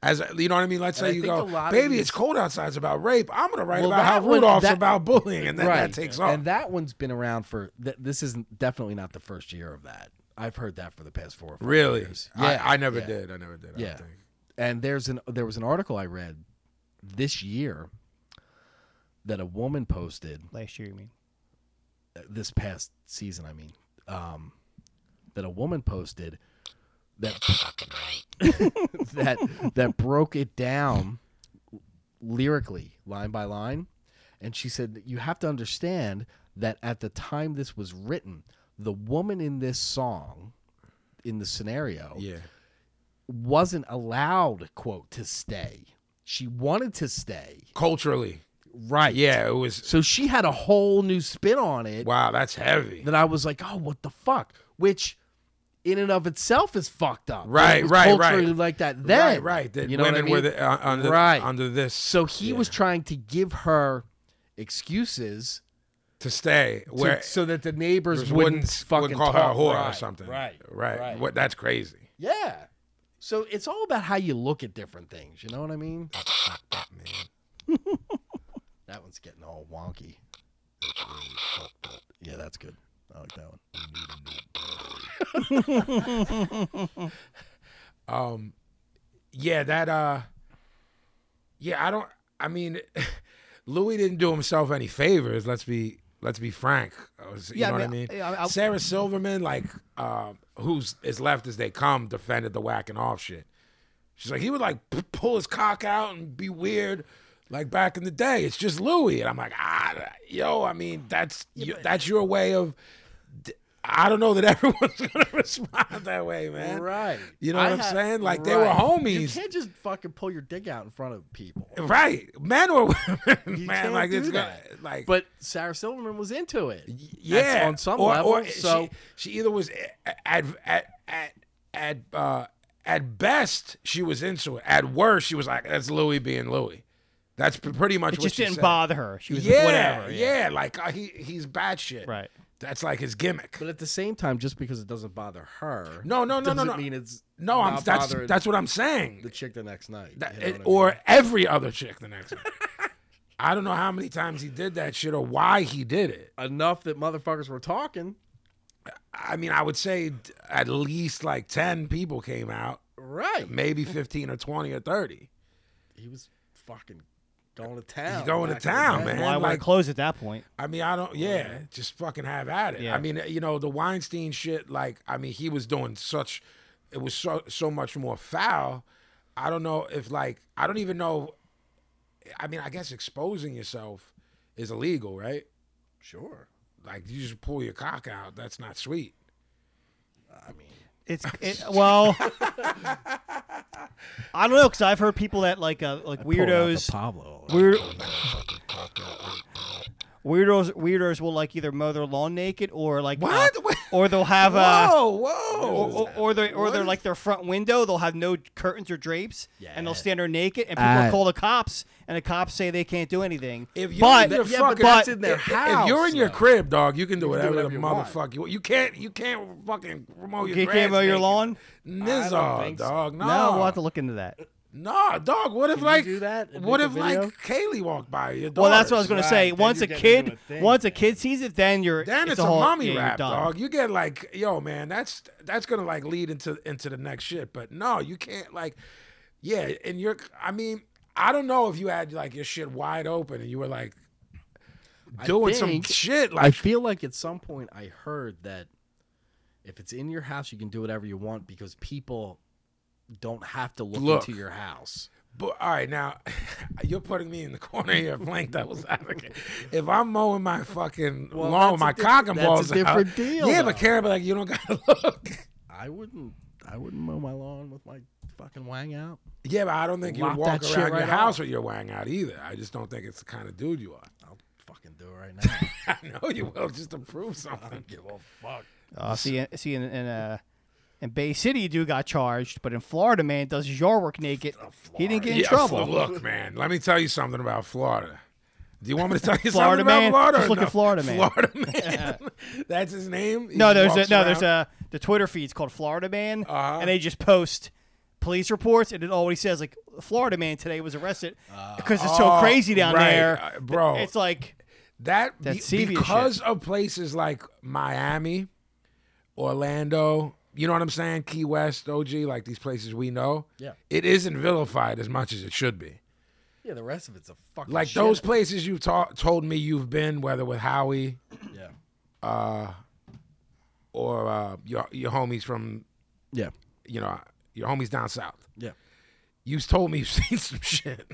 Speaker 7: As you know what I mean? Let's
Speaker 8: And
Speaker 7: say
Speaker 8: I
Speaker 7: you
Speaker 8: think a
Speaker 7: go,
Speaker 8: lot of
Speaker 7: baby,
Speaker 8: these-
Speaker 7: it's cold outside. It's about rape. I'm gonna write
Speaker 8: Well,
Speaker 7: about how
Speaker 8: that one-
Speaker 7: Rudolph's
Speaker 8: that-
Speaker 7: about bullying, and then
Speaker 8: right.
Speaker 7: that takes off.
Speaker 8: And that one's been around for. Th- this is definitely not the first year of that. I've heard that for the past four or five
Speaker 7: really,
Speaker 8: years.
Speaker 7: I, I never
Speaker 8: yeah.
Speaker 7: did. I never did. I
Speaker 8: Yeah.
Speaker 7: don't think.
Speaker 8: And there's an there was an article I read this year that a woman posted
Speaker 6: Last year, you mean?
Speaker 8: this past season. I mean, um, that a woman posted that <laughs> that that broke it down lyrically, line by line, and she said that you have to understand that at the time this was written, the woman in this song, in the scenario,
Speaker 7: Yeah.
Speaker 8: wasn't allowed quote to stay. She wanted to stay,
Speaker 7: Culturally,
Speaker 8: right?
Speaker 7: yeah, it was.
Speaker 8: So she had a whole new spin on it
Speaker 7: Wow, that's heavy.
Speaker 8: that I was like, oh, what the fuck? Which, in and of itself, is fucked up.
Speaker 7: Right,
Speaker 8: It was
Speaker 7: right, right.
Speaker 8: culturally Like that. Then,
Speaker 7: right, right. That
Speaker 8: you know
Speaker 7: women
Speaker 8: what I mean?
Speaker 7: were the, uh, under
Speaker 8: Right.
Speaker 7: under this.
Speaker 8: so he
Speaker 7: yeah,
Speaker 8: was trying to give her excuses
Speaker 7: to stay
Speaker 8: to-
Speaker 7: where
Speaker 8: so that the neighbors
Speaker 7: wouldn't
Speaker 8: wouldn't,
Speaker 7: wouldn't
Speaker 8: fucking
Speaker 7: call her a
Speaker 8: talk.
Speaker 7: whore or
Speaker 8: Right,
Speaker 7: something.
Speaker 8: Right,
Speaker 7: right.
Speaker 8: right.
Speaker 7: What? That's crazy.
Speaker 8: Yeah. So it's all about how you look at different things. You know what
Speaker 7: <laughs>
Speaker 8: I mean? that one's getting all wonky. Yeah, that's good. I like that one.
Speaker 7: Um, yeah, that. Uh, yeah, I don't. I mean, <laughs> Louis didn't do himself any favors. Let's be let's be frank. I was- You
Speaker 6: Yeah, I
Speaker 7: know
Speaker 6: mean,
Speaker 7: what I mean?
Speaker 6: I- I- I-
Speaker 7: Sarah Silverman, like, uh, who's as left as they come, defended the whacking off shit. She's like, he would like p- pull his cock out and be weird. Like back in the day, it's just Louis, and I'm like, ah, yo, I mean, that's you, that's your way of. d- I don't know that <laughs> everyone's gonna respond that way, man.
Speaker 8: Right.
Speaker 7: You know what I'm saying? Like, they were
Speaker 8: You
Speaker 7: homies.
Speaker 8: can't just fucking pull your dick out in front of people.
Speaker 7: Right, men or women, <laughs>
Speaker 8: You
Speaker 7: man.
Speaker 8: can't
Speaker 7: like
Speaker 8: do
Speaker 7: it's gonna-
Speaker 8: that.
Speaker 7: like,
Speaker 8: But Sarah Silverman was into it.
Speaker 7: yeah,
Speaker 8: on some
Speaker 7: or,
Speaker 8: level.
Speaker 7: or she-
Speaker 8: so
Speaker 7: she, either was at at at at uh, at best she was into it. At worst, she was like, "That's Louis being Louis." That's p- pretty much
Speaker 6: It
Speaker 7: what
Speaker 6: just
Speaker 7: she
Speaker 6: didn't
Speaker 7: said.
Speaker 6: bother her. She was
Speaker 7: yeah,
Speaker 6: like, whatever.
Speaker 7: yeah, like uh, he he's bad shit.
Speaker 6: Right.
Speaker 7: That's like his gimmick.
Speaker 8: but at the same time, just because it doesn't bother her,
Speaker 7: No, no, no, no,
Speaker 8: doesn't
Speaker 7: no.
Speaker 8: mean it's
Speaker 7: No, I'm
Speaker 8: not
Speaker 7: that's
Speaker 8: bothering
Speaker 7: that's what I'm saying.
Speaker 8: the chick the next night,
Speaker 7: That-
Speaker 8: you know
Speaker 7: it-
Speaker 8: what I mean?
Speaker 7: or every other chick the next. time. <laughs> I don't know how many times he did that shit or why he did it.
Speaker 8: enough that motherfuckers were talking.
Speaker 7: I mean, I would say d- at least like 10 people came out, <laughs>
Speaker 8: Right.
Speaker 7: maybe 15 or 20 or 30.
Speaker 8: He was fucking going to town.
Speaker 7: He's going to
Speaker 8: back in the
Speaker 7: town,
Speaker 8: day.
Speaker 7: man.
Speaker 6: Why would I
Speaker 7: like-
Speaker 6: close at that point?
Speaker 7: I mean, I don't, yeah, just fucking have at it.
Speaker 6: Yeah.
Speaker 7: I mean, uh, you know, the Weinstein shit, like, I mean, he was doing such, it was so, so much more foul. I don't know if like I don't even know. I mean, I guess exposing yourself is illegal, right?
Speaker 3: Sure.
Speaker 7: Like you just pull your cock out. That's not sweet.
Speaker 6: It's it,
Speaker 7: <laughs>
Speaker 6: well, I don't know because I've heard people that like uh, like
Speaker 8: Pull out the
Speaker 6: weirdos
Speaker 8: Pablo.
Speaker 6: Weird. Weirdos, weirdos will like either mow their lawn naked or like uh,
Speaker 7: What? <laughs>
Speaker 6: or they'll have uh,
Speaker 7: whoa, Oh, whoa!
Speaker 6: or, or, or they or they're like their front window. They'll have no curtains or drapes, and they'll stand there naked. And people
Speaker 8: Ah.
Speaker 6: call the cops, and the cops say they can't do anything.
Speaker 7: If you
Speaker 6: but
Speaker 7: you're
Speaker 3: Yeah,
Speaker 7: fucking-
Speaker 3: but that's in their
Speaker 7: if-
Speaker 3: house.
Speaker 7: If you're in your
Speaker 3: though.
Speaker 7: crib, dog, you can do whatever,
Speaker 3: whatever
Speaker 7: the
Speaker 3: you want.
Speaker 7: motherfucker you want. You can't. You can't fucking mow your.
Speaker 6: you
Speaker 7: grass
Speaker 6: can't mow your
Speaker 7: naked.
Speaker 6: lawn.
Speaker 7: Nizzle,
Speaker 3: think so.
Speaker 7: dog. No,
Speaker 6: No, we'll have to look into that.
Speaker 7: Nah, dog. What if
Speaker 3: Can you
Speaker 7: like
Speaker 3: do that and
Speaker 7: What
Speaker 3: make a
Speaker 7: if like
Speaker 3: video?
Speaker 7: Kaylee walked by your
Speaker 6: Well, that's what I was going
Speaker 3: Right,
Speaker 7: daughter?
Speaker 6: to say.
Speaker 3: then
Speaker 6: Once
Speaker 3: you're
Speaker 6: a
Speaker 3: getting into
Speaker 6: kid,
Speaker 3: a thing,
Speaker 6: once a kid sees it, then you're
Speaker 7: Then it's, a,
Speaker 6: whole,
Speaker 7: mommy
Speaker 6: yeah, you're
Speaker 7: rap,
Speaker 6: done.
Speaker 7: dog. You get like, yo, man, that's that's gonna like lead into into the next shit. But no, you can't like, yeah. And you're, I mean, I don't know if you had like your shit wide open and you were like doing some
Speaker 8: think-
Speaker 7: shit
Speaker 8: I
Speaker 7: like
Speaker 8: feel like at some point I heard that if it's in your house, you can do whatever you want because people don't have to look,
Speaker 7: Look.
Speaker 8: into your house.
Speaker 7: But all right, now <laughs> you're putting me in the corner here, blank devil's advocate. If I'm mowing my fucking
Speaker 8: Well,
Speaker 7: lawn
Speaker 8: that's
Speaker 7: with
Speaker 8: a
Speaker 7: my
Speaker 8: diff-
Speaker 7: cock and
Speaker 8: that's a
Speaker 7: balls, out-
Speaker 8: different deal,
Speaker 7: Yeah, but
Speaker 8: though.
Speaker 7: Karen, be like, you don't gotta <laughs> look.
Speaker 8: I wouldn't. I wouldn't mow my lawn with my fucking wang out.
Speaker 7: Yeah, but I don't think you
Speaker 8: Lock
Speaker 7: would walk
Speaker 8: that shit
Speaker 7: around your
Speaker 8: right
Speaker 7: house
Speaker 8: off.
Speaker 7: with your wang out either. I just don't think it's the kind of dude you are. <laughs>
Speaker 8: I'll fucking do it right now. <laughs>
Speaker 7: I know you will, just to prove something.
Speaker 6: Uh, see, see, in, in, uh, in Bay City, you do got charged, but in Florida, man, does his yard work naked. He didn't get in
Speaker 7: Yeah,
Speaker 6: trouble.
Speaker 7: Look, man, let me tell you something about Florida. Do you want me to tell
Speaker 6: <laughs>
Speaker 7: you
Speaker 6: Florida
Speaker 7: something about
Speaker 6: man?
Speaker 7: Florida?
Speaker 6: Just
Speaker 7: or
Speaker 6: look at
Speaker 7: no?
Speaker 6: Florida man.
Speaker 7: Florida
Speaker 6: <laughs>
Speaker 7: man. That's his name. He
Speaker 6: No, there's
Speaker 7: walks
Speaker 6: a, no, there's
Speaker 7: around?
Speaker 6: a the Twitter feed's called Florida Man,
Speaker 7: Uh-huh.
Speaker 6: and they just post police reports, and it always says like Florida Man today was arrested because it's so
Speaker 7: Oh,
Speaker 6: crazy down
Speaker 7: right,
Speaker 6: there,
Speaker 7: uh, bro.
Speaker 6: It's like
Speaker 7: That
Speaker 6: That
Speaker 7: be-
Speaker 6: Sevier shit.
Speaker 7: because of places like Miami, Orlando, you know what I'm saying? Key West, OG, like these places we know.
Speaker 8: Yeah.
Speaker 7: It isn't vilified as much as it should be.
Speaker 8: yeah, the rest of it's a fucking
Speaker 7: Like
Speaker 8: shit.
Speaker 7: those places you've ta- told me you've been, whether with Howie
Speaker 8: Yeah,
Speaker 7: or uh, your your homies from,
Speaker 8: yeah,
Speaker 7: you know, your homies down south.
Speaker 8: yeah.
Speaker 7: You've told me you've <laughs> seen some shit.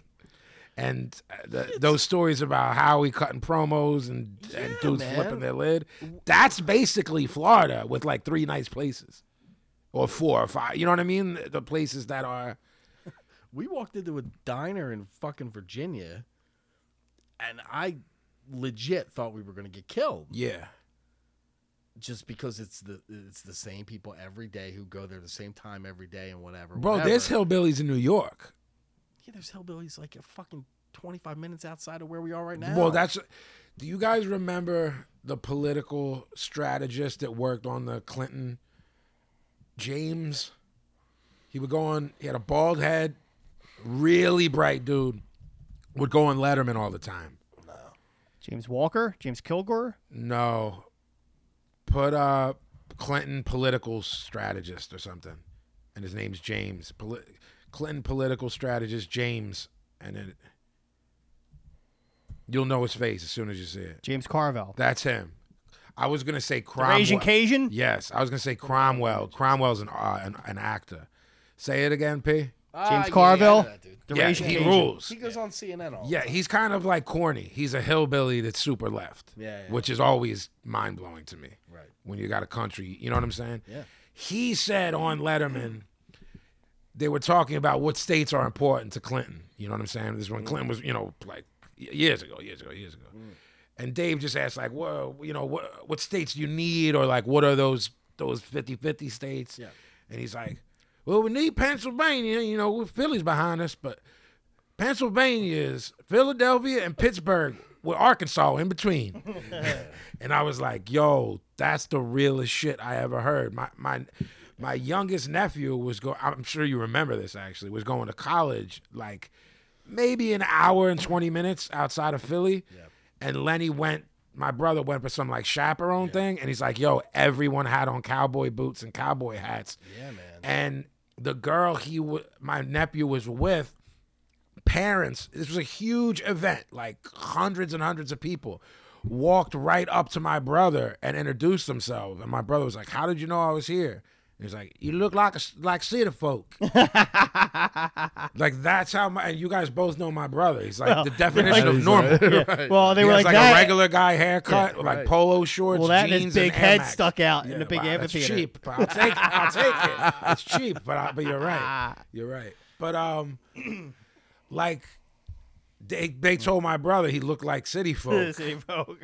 Speaker 7: And uh, the, those stories about Howie cutting promos and, and dudes
Speaker 8: man.
Speaker 7: flipping their lid. That's basically Florida with like three nice places or four or five. You know what I mean? The- The places that are.
Speaker 8: We walked into a diner in fucking Virginia, and I legit thought we were gonna get killed.
Speaker 7: Yeah.
Speaker 8: just because it's the it's the same people every day who go there the same time every day and whatever.
Speaker 7: Bro,
Speaker 8: whatever.
Speaker 7: there's hillbillies in New York.
Speaker 8: yeah, there's hillbillies like a fucking twenty five minutes outside of where we are right now.
Speaker 7: Well, that's. Do you guys remember the political strategist that worked on the Clinton? James. He would go on. He had a bald head, really bright dude. Would go on Letterman all the time.
Speaker 6: James Walker, James Kilgore.
Speaker 7: No, put uh Clinton political strategist or something, and his name's James. Poli- Clinton political strategist James, and then you'll know his face as soon as you see it.
Speaker 6: James Carvel,
Speaker 7: That's him. I was gonna say Cromwell.
Speaker 6: Asian Cajun.
Speaker 7: Yes, I was gonna say Cromwell. Cromwell's an uh, an, an actor. Say it again, P.
Speaker 8: Ah,
Speaker 6: James Carville. The
Speaker 7: Yeah,
Speaker 6: Asian
Speaker 7: he
Speaker 6: Cajun.
Speaker 7: rules.
Speaker 8: He goes on CNN all.
Speaker 7: Yeah, he's kind of like corny. He's a hillbilly that's super left.
Speaker 8: Yeah, yeah.
Speaker 7: Which is always mind blowing to me.
Speaker 8: Right.
Speaker 7: When you got a country, you know what I'm saying?
Speaker 8: Yeah.
Speaker 7: He said on Letterman, they were talking about what states are important to Clinton. You know what I'm saying? This is
Speaker 8: Mm.
Speaker 7: when Clinton was, you know, like y- years ago, years ago, years ago. And Dave just asked, like, well, you know, what what states do you need, or like, what are those those 50-50 states?
Speaker 8: Yeah.
Speaker 7: And he's like, well, we need Pennsylvania. You know, Philly's behind us, but Pennsylvania is Philadelphia and Pittsburgh with Arkansas in between. and I was like, yo, that's the realest shit I ever heard. My my my youngest nephew was going I'm sure you remember this actually, was going to college like maybe an hour and 20 minutes outside of Philly. And Lenny went my brother went for some like chaperone thing and he's like, "Yo, everyone had on cowboy boots and cowboy hats."
Speaker 8: Yeah, man.
Speaker 7: And the girl he w- my nephew was with parents this was a huge event like hundreds and hundreds of people walked right up to my brother and introduced themselves and my brother was like how did you know i was here It was like you look like a, like city
Speaker 8: <laughs>
Speaker 7: folk. like that's how my and you guys both know my brother. He's like the definition
Speaker 6: like-
Speaker 7: of normal. <laughs>
Speaker 6: Yeah. Well, they
Speaker 7: He
Speaker 6: were like,
Speaker 7: has like
Speaker 6: that.
Speaker 7: a regular guy haircut, like polo shorts,
Speaker 6: well, that and
Speaker 7: jeans,
Speaker 6: his big
Speaker 7: and Air
Speaker 6: head
Speaker 7: Max.
Speaker 6: stuck out in
Speaker 7: Yeah,
Speaker 6: the big
Speaker 7: wow, that's
Speaker 6: amphitheater. <laughs>
Speaker 7: cheap, but I'll take, I'll take it. It's cheap, but I, but you're right.
Speaker 6: Ah.
Speaker 7: You're right. But um, <clears throat> like they they told my brother he looked like
Speaker 6: <laughs>
Speaker 7: city folk,
Speaker 6: City folk.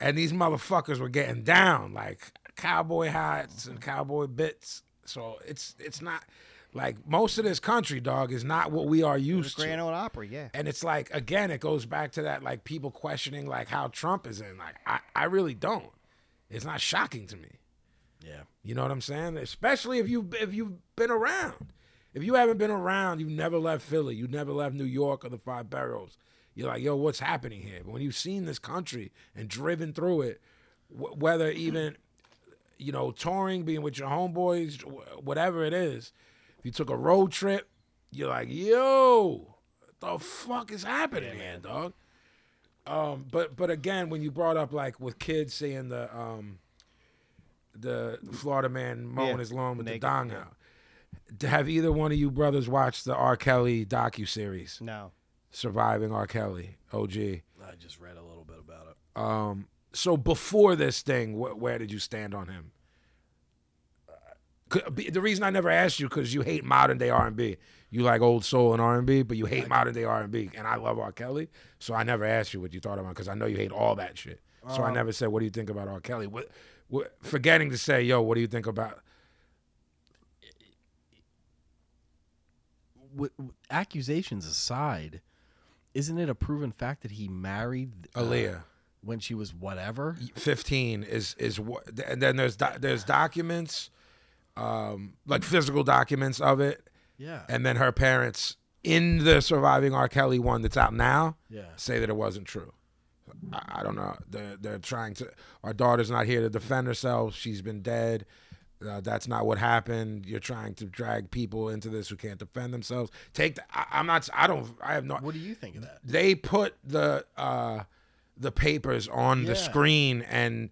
Speaker 7: and these motherfuckers were getting down like cowboy hats and cowboy bits. So it's it's not like most of this country, dog, is not what we are used to.
Speaker 6: Grand Ole Opry, yeah.
Speaker 7: And it's like again, it goes back to that like people questioning like how Trump is in. Like I, I really don't. It's not shocking to me.
Speaker 8: Yeah.
Speaker 7: You know what I'm saying? Especially if you if you've been around. If you haven't been around, you've never left Philly. You never left New York or the Five Boroughs. You're like, yo, what's happening here? But when you've seen this country and driven through it, wh- whether even you know, touring, being with your homeboys, wh- whatever it is. If you took a road trip, you're like, yo, the fuck is happening here, dog? Um, but but again, when you brought up like with kids saying the um, the Florida man mowing
Speaker 6: Yeah,
Speaker 7: his lawn with
Speaker 6: naked,
Speaker 7: the dong out, D- have either one of you brothers watched the R. Kelly docu series,
Speaker 6: No.
Speaker 7: Surviving R. Kelly? OG.
Speaker 8: I just read a little bit about it.
Speaker 7: So before this thing, wh- where did you stand on him? Uh, Could- be- The reason I never asked you because you hate modern day R and B. You like old soul and R and B, but you hate modern day R and B. And I love R. Kelly, so I never asked you what you thought about because I know you hate all that shit. So
Speaker 8: Uh,
Speaker 7: I never said what do you think about R. Kelly. What, what, forgetting to say, yo, what do you think about?
Speaker 8: Wi- w- accusations aside, isn't it a proven fact that he married uh,
Speaker 7: Aaliyah,
Speaker 8: when she was whatever?
Speaker 7: fifteen is is what, and then there's do, there's documents, um, like physical documents of it.
Speaker 8: Yeah.
Speaker 7: and then her parents in the surviving R. Kelly one that's out now
Speaker 8: Yeah.
Speaker 7: say that it wasn't true. I, I don't know. They're they're trying to. Our daughter's not here to defend herself. She's been dead. Uh, that's not what happened. You're trying to drag people into this who can't defend themselves. Take. The, I, I'm not. I don't. I have no.
Speaker 8: What do you think of that?
Speaker 7: They put the uh, the papers on the
Speaker 8: Yeah.
Speaker 7: screen and.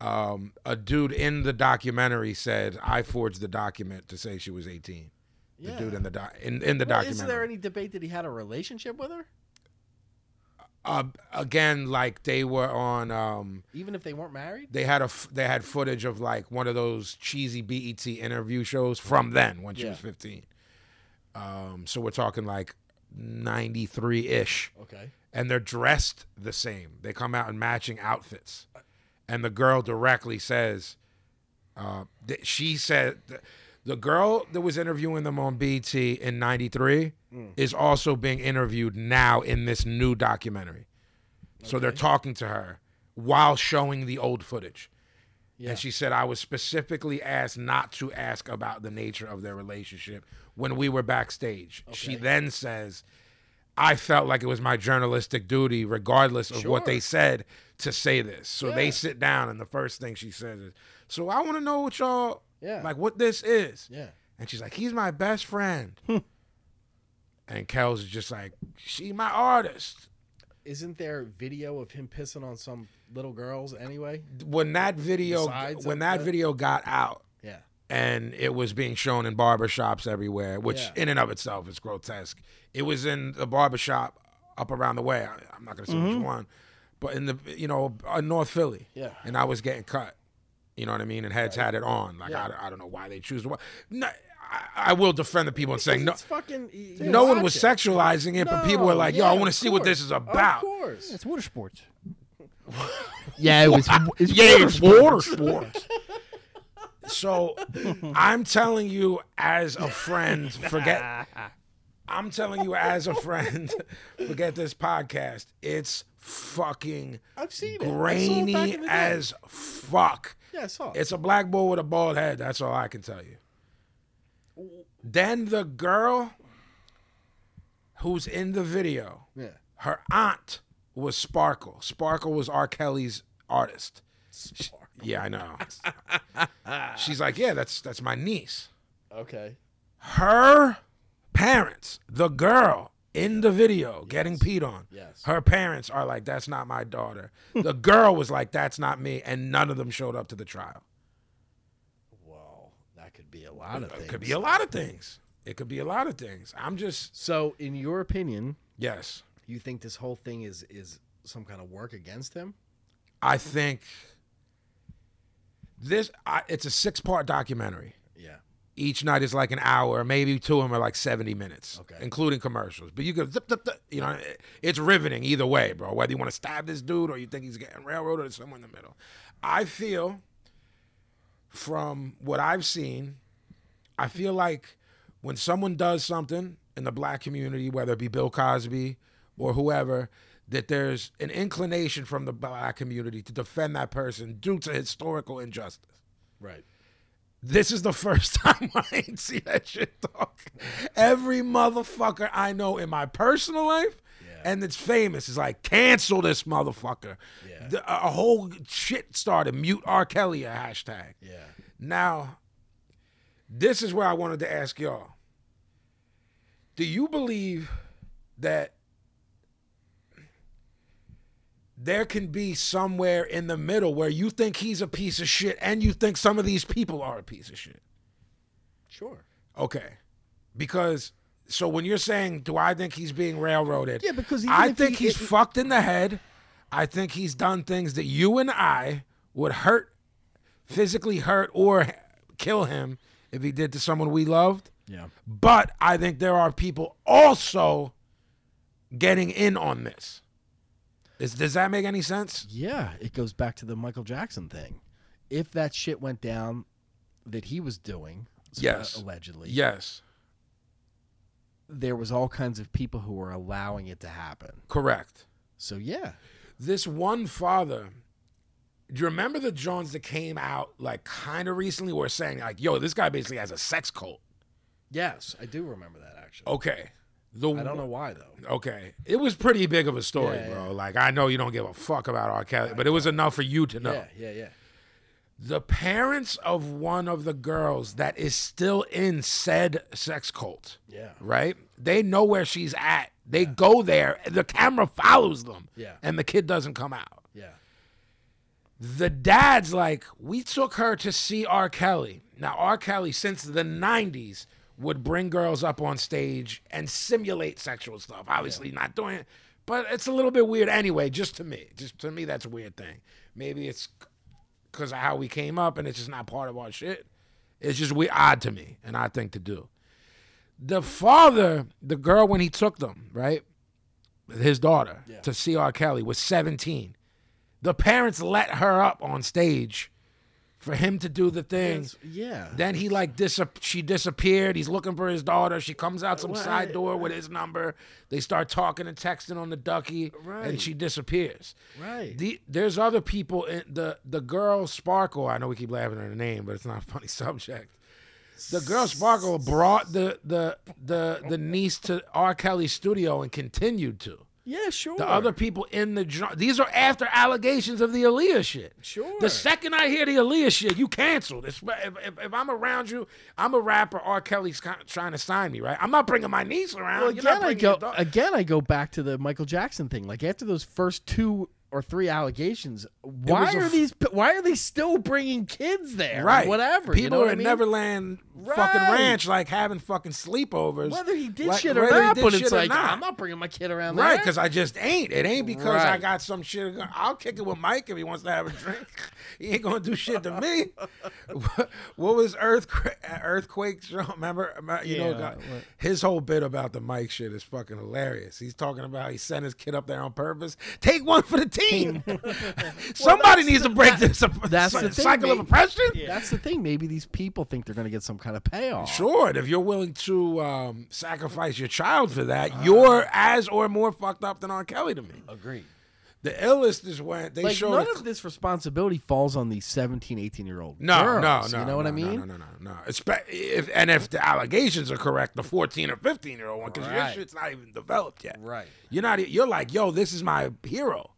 Speaker 7: Um, a dude in the documentary said, "I forged the document to say she was 18." The
Speaker 8: Yeah.
Speaker 7: dude in the doc in, in the
Speaker 8: Well,
Speaker 7: documentary.
Speaker 8: Is there any debate that he had a relationship with her?
Speaker 7: uh, again, like they were on. Um,
Speaker 8: Even if they weren't married?
Speaker 7: they had a f- they had footage of like one of those cheesy BET interview shows from then when she
Speaker 8: Yeah.
Speaker 7: was 15. Um, so we're talking like 93 ish,
Speaker 8: Okay.
Speaker 7: and they're dressed the same. They come out in matching outfits, and the girl directly says, uh, th- she said. th- the girl that was interviewing them on BT in 93 is also being interviewed now in this new documentary. So they're talking to her while showing the old footage.
Speaker 8: Yeah.
Speaker 7: And she said, I was specifically asked not to ask about the nature of their relationship when we were backstage. She then says, I felt like it was my journalistic duty, regardless of what they said, to say this. So they sit down, and the first thing she says is, So I want to know what y'all,
Speaker 8: Yeah.
Speaker 7: like, what this is.
Speaker 8: Yeah. Hmm.
Speaker 7: And she's like, he's my best friend. and Kels is just like, she my artist.
Speaker 8: Isn't there video of him pissing on some little girls anyway?
Speaker 7: When that video
Speaker 8: Besides
Speaker 7: when
Speaker 8: that-
Speaker 7: that video got out
Speaker 8: Yeah.
Speaker 7: and it was being shown in barbershops everywhere, which
Speaker 8: Yeah.
Speaker 7: in and of itself is grotesque. It was in the barbershop up around the way. I, I'm not gonna say which one, but in the you know in North Philly.
Speaker 8: Mm-hmm. Yeah.
Speaker 7: And I was getting cut. You know what I mean? And heads had it on. Like I, don't- I don't know why they choose to. wa- No, I, I will defend the people and saying no.
Speaker 8: It's fucking. y- you
Speaker 7: no one
Speaker 8: watch
Speaker 7: was
Speaker 8: it.
Speaker 7: sexualizing it, but people were
Speaker 8: No,
Speaker 7: like, "Yo,
Speaker 8: yeah,
Speaker 7: I want to
Speaker 8: of
Speaker 7: see what this
Speaker 8: course.
Speaker 7: is about."
Speaker 8: Of course.
Speaker 6: It's water sports.
Speaker 8: Yeah, it was.
Speaker 7: yeah, it's water sports. so, I'm telling you as a friend, forget. I'm telling you as a friend, <laughs> forget this podcast. It's fucking
Speaker 8: I've seen it. I saw it
Speaker 7: grainy
Speaker 8: back in the day.
Speaker 7: as fuck.
Speaker 8: Yeah, I saw it.
Speaker 7: It's a black boy with a bald head. That's all I can tell you. Then the girl who's in the video,
Speaker 8: Yeah.
Speaker 7: her aunt was Sparkle. Sparkle was R. Kelly's artist. Yeah, I
Speaker 8: <laughs>
Speaker 7: know. She's like, yeah, that's that's my niece.
Speaker 8: Okay.
Speaker 7: Her parents, the girl in the video getting peed on.
Speaker 8: Yes.
Speaker 7: Her parents are like, that's not my
Speaker 8: <laughs>
Speaker 7: daughter. the girl was like, that's not me, and none of them showed up to the trial.
Speaker 8: Wow. That That could be a lot of things.
Speaker 7: It could be a lot of things. It could be a lot of things. I'm just
Speaker 8: So, in your opinion,
Speaker 7: yes.
Speaker 8: you think this whole thing is is some kind of work against him?
Speaker 7: I think this I, it's a six part documentary.
Speaker 8: Yeah.
Speaker 7: Each night is like an hour, maybe two of them are like seventy minutes,
Speaker 8: Okay.
Speaker 7: including commercials. But you could, zip, zip, zip, you know, it- it's riveting either way, bro. Whether you want to stab this dude or you think he's getting railroaded or somewhere in the middle. I feel from what I've seen, I feel like when someone does something in the black community, whether it be Bill Cosby or whoever, that there's an inclination from the black community to defend that person due to historical injustice.
Speaker 8: Right.
Speaker 7: This is the first <laughs> time I ain't see that shit talk. Every motherfucker I know in my personal life
Speaker 8: Yeah.
Speaker 7: and that's famous is like, cancel this motherfucker.
Speaker 8: Yeah.
Speaker 7: The- a a whole shit started. Mute R. Kelly, a hashtag.
Speaker 8: Yeah.
Speaker 7: Now, this is where I wanted to ask y'all. Do you believe that there can be somewhere in the middle where you think he's a piece of shit and you think some of these people are a piece of shit?
Speaker 8: Sure.
Speaker 7: Okay. Because so when you're saying, do I think he's being railroaded?
Speaker 8: Yeah, because even
Speaker 7: I
Speaker 8: if
Speaker 7: think
Speaker 8: he-
Speaker 7: he's
Speaker 8: if-
Speaker 7: fucked in the head. I think he's done things that you and I would hurt, physically hurt or h- kill him if he did to someone we loved.
Speaker 8: Yeah.
Speaker 7: But I think there are people also getting in on this. Is, does that make any sense?
Speaker 8: Yeah, it goes back to the Michael Jackson thing. If that shit went down that he was doing, so-
Speaker 7: Yes.
Speaker 8: allegedly,
Speaker 7: Yes,
Speaker 8: there was all kinds of people who were allowing it to happen.
Speaker 7: correct.
Speaker 8: So yeah,
Speaker 7: this one father do you remember the jones that came out like kind of recently were saying like yo this guy basically has a sex cult
Speaker 8: yes, I do remember that actually.
Speaker 7: okay the
Speaker 8: I don't know why though.
Speaker 7: okay it was pretty big of a story
Speaker 8: Yeah, yeah.
Speaker 7: bro like i know you don't give a fuck about r kelly but it was enough for you to know
Speaker 8: Yeah, yeah, yeah.
Speaker 7: the parents of one of the girls that is still in said sex cult
Speaker 8: Yeah.
Speaker 7: right they know where she's at they go there the camera follows them
Speaker 8: Yeah.
Speaker 7: and the kid doesn't come out
Speaker 8: Yeah.
Speaker 7: the dad's like, we took her to see R. Kelly. Now, R. Kelly, since the 90s, would bring girls up on stage and simulate sexual stuff. Obviously, not doing it, but it's a little bit weird anyway, just to me. Just to me, that's a weird thing. Maybe it's because of how we came up and it's just not part of our shit. It's just we odd to me and odd thing to do. The father, the girl, when he took them, right? His daughter to see R. Kelly was 17 the parents let her up on stage for him to do the thing.
Speaker 8: It's- yeah.
Speaker 7: Then he like disap she disappeared. He's looking for his daughter. She comes out some side door with his number. They start talking and texting on the ducky,
Speaker 8: Right.
Speaker 7: and she disappears.
Speaker 8: Right.
Speaker 7: The, there's other people in the the girl Sparkle. I know we keep laughing at her name, but it's not a funny <laughs> subject. The girl Sparkle brought the the the the niece to R. Kelly's studio and continued to.
Speaker 8: yeah, sure.
Speaker 7: The other people in the dr- these are after allegations of the Aaliyah shit.
Speaker 8: Sure.
Speaker 7: The second I hear the Aaliyah shit, you canceled. It's, if, if, if I'm around you, I'm a rapper. R. Kelly's ki- trying to sign me, right? I'm not bringing my niece around.
Speaker 8: Well,
Speaker 7: You're
Speaker 8: again,
Speaker 7: not
Speaker 8: I
Speaker 7: bringing your
Speaker 8: go
Speaker 7: dog-
Speaker 8: again. I go back to the Michael Jackson thing. Like after those first two or three allegations, why
Speaker 7: was a
Speaker 8: are
Speaker 7: f-
Speaker 8: these? pe- Why are they still bringing kids there?
Speaker 7: right?
Speaker 8: Whatever.
Speaker 7: People
Speaker 8: you know what
Speaker 7: are
Speaker 8: I
Speaker 7: in
Speaker 8: mean?
Speaker 7: Neverland fucking
Speaker 8: Right.
Speaker 7: ranch, like having fucking sleepovers.
Speaker 8: Whether he did
Speaker 7: like,
Speaker 8: shit or
Speaker 7: whether he
Speaker 8: not,
Speaker 7: did
Speaker 8: but
Speaker 7: shit
Speaker 8: it's
Speaker 7: or
Speaker 8: like
Speaker 7: not.
Speaker 8: I'm not bringing my kid around
Speaker 7: Right,
Speaker 8: there.
Speaker 7: because I just ain't. It ain't because I
Speaker 8: Right.
Speaker 7: got some shit. I'll kick it with Mike if he wants to have a drink. <laughs> he ain't gonna do shit to me.
Speaker 8: <laughs>
Speaker 7: <laughs> what, what was earthquake? Earthquake? Remember? remember- You know,
Speaker 6: Yeah,
Speaker 7: God-
Speaker 6: what-
Speaker 7: his whole bit about the Mike shit is fucking hilarious. He's talking about he sent his kid up there on purpose. Take one for the
Speaker 8: <laughs>
Speaker 7: team. Somebody needs to break this up-
Speaker 8: that's
Speaker 7: cy-
Speaker 8: the thing,
Speaker 7: cycle of
Speaker 8: mate.
Speaker 7: oppression.
Speaker 8: That's the thing. Maybe these people think they're going to get some kind of payoff.
Speaker 7: Sure, and if you're willing to um, sacrifice your child for that,
Speaker 8: Uh-huh.
Speaker 7: you're as or more fucked up than R. Kelly to me.
Speaker 8: Agreed.
Speaker 7: The illest is when they
Speaker 8: Like
Speaker 7: showed
Speaker 8: none
Speaker 7: a
Speaker 8: of this responsibility falls on the 17, 18 year old.
Speaker 7: No,
Speaker 8: girls,
Speaker 7: no, no.
Speaker 8: You know what
Speaker 7: no,
Speaker 8: I mean?
Speaker 7: No, no, no, no. Espe- if, and if the allegations are correct, the 14 or 15 year old one, because your
Speaker 8: Right.
Speaker 7: shit's not even developed yet.
Speaker 8: Right.
Speaker 7: You're not. e- You're like, yo, this is my hero.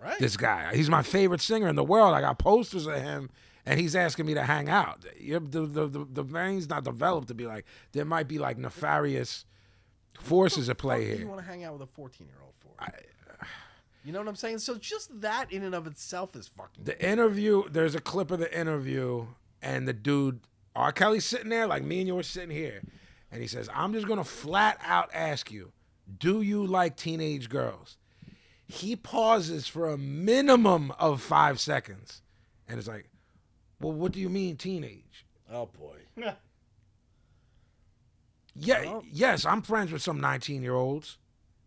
Speaker 8: Right.
Speaker 7: This guy. He's my favorite singer in the world. I got posters of him, and he's asking me to hang out. You're, the, the the the brain's not developed to be like. There might be like nefarious forces at play
Speaker 8: You
Speaker 7: here.
Speaker 8: want to hang out with a 14 year old for? you know what I'm saying? So just that in and of itself is fucking.
Speaker 7: The interview, there's a clip of the interview, and the dude R. Kelly's sitting there like me and you were sitting here, and he says, "I'm just gonna flat out ask you, do you like teenage girls?" He pauses for a minimum of five seconds, and it's like, "Well, what do you mean teenage?" Oh boy. yeah. Yes, I'm friends with some 19 year olds.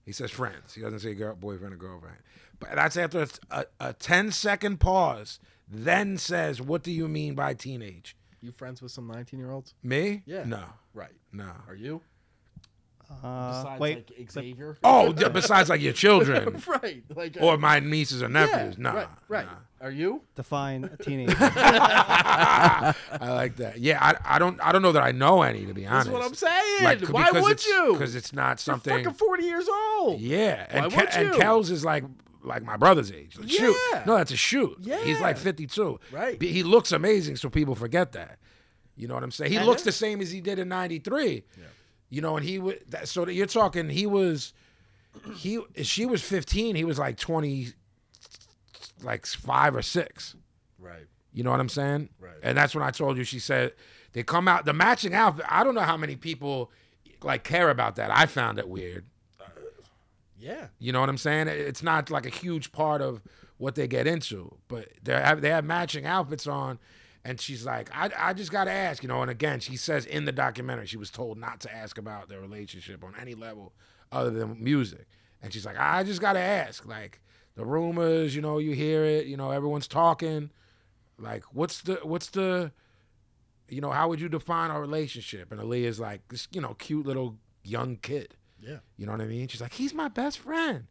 Speaker 7: He says friends. He doesn't say girl, boyfriend or girlfriend. But that's after a, a, a 10 second pause, then says, What do you mean by teenage?
Speaker 8: You friends with some 19 year olds?
Speaker 7: Me?
Speaker 8: Yeah.
Speaker 7: No,
Speaker 8: Right.
Speaker 7: no.
Speaker 8: Are you?
Speaker 6: Uh,
Speaker 8: Besides,
Speaker 6: wait,
Speaker 8: like Xavier.
Speaker 7: <laughs>
Speaker 8: <laughs>
Speaker 7: Oh, yeah, besides like your children
Speaker 8: right. Like uh,
Speaker 7: or my nieces or
Speaker 8: yeah,
Speaker 7: nephews. no.
Speaker 8: Right. right. Are you?
Speaker 6: define
Speaker 8: <laughs>
Speaker 6: a teenager.
Speaker 7: I like that. Yeah, I, I don't I don't know that I know any to be honest.
Speaker 8: That's what I'm saying. Why would you?
Speaker 7: Because it's not
Speaker 8: You're
Speaker 7: something.
Speaker 8: fucking 40 years old.
Speaker 7: Yeah, and,
Speaker 8: Why
Speaker 7: Ke-
Speaker 8: would
Speaker 7: and
Speaker 8: you?
Speaker 7: Kells is like like my brother's age. Like, Shoot,
Speaker 8: Yeah.
Speaker 7: no, that's a shoot. he's like
Speaker 8: Yeah.
Speaker 7: 52.
Speaker 8: Right.
Speaker 7: B- he looks amazing, so people forget that. You know what I'm saying? He
Speaker 6: I
Speaker 7: looks
Speaker 6: know.
Speaker 7: the same as he did in '93. You know, and he was so that you're talking. He was he she was 15. He was like 20, like five or six.
Speaker 8: Right.
Speaker 7: You know what I'm saying?
Speaker 8: Right.
Speaker 7: And that's when I told you. She said they come out the matching outfit. I don't know how many people like care about that. I found it weird.
Speaker 8: Yeah.
Speaker 7: You know what I'm saying? It- It's not like a huge part of what they get into, but they have they have matching outfits on. And she's like, I, I just got to ask, you know. And again, she says in the documentary, she was told not to ask about their relationship on any level other than music. And she's like, I just got to ask. Like, the rumors, you know, you hear it, you know, everyone's talking. Like, what's the, what's the, you know, how would you define our relationship? And Aaliyah's like, this, you know, cute little young kid.
Speaker 8: Yeah.
Speaker 7: You know what I mean? She's like, he's my best
Speaker 8: <laughs>
Speaker 7: friend.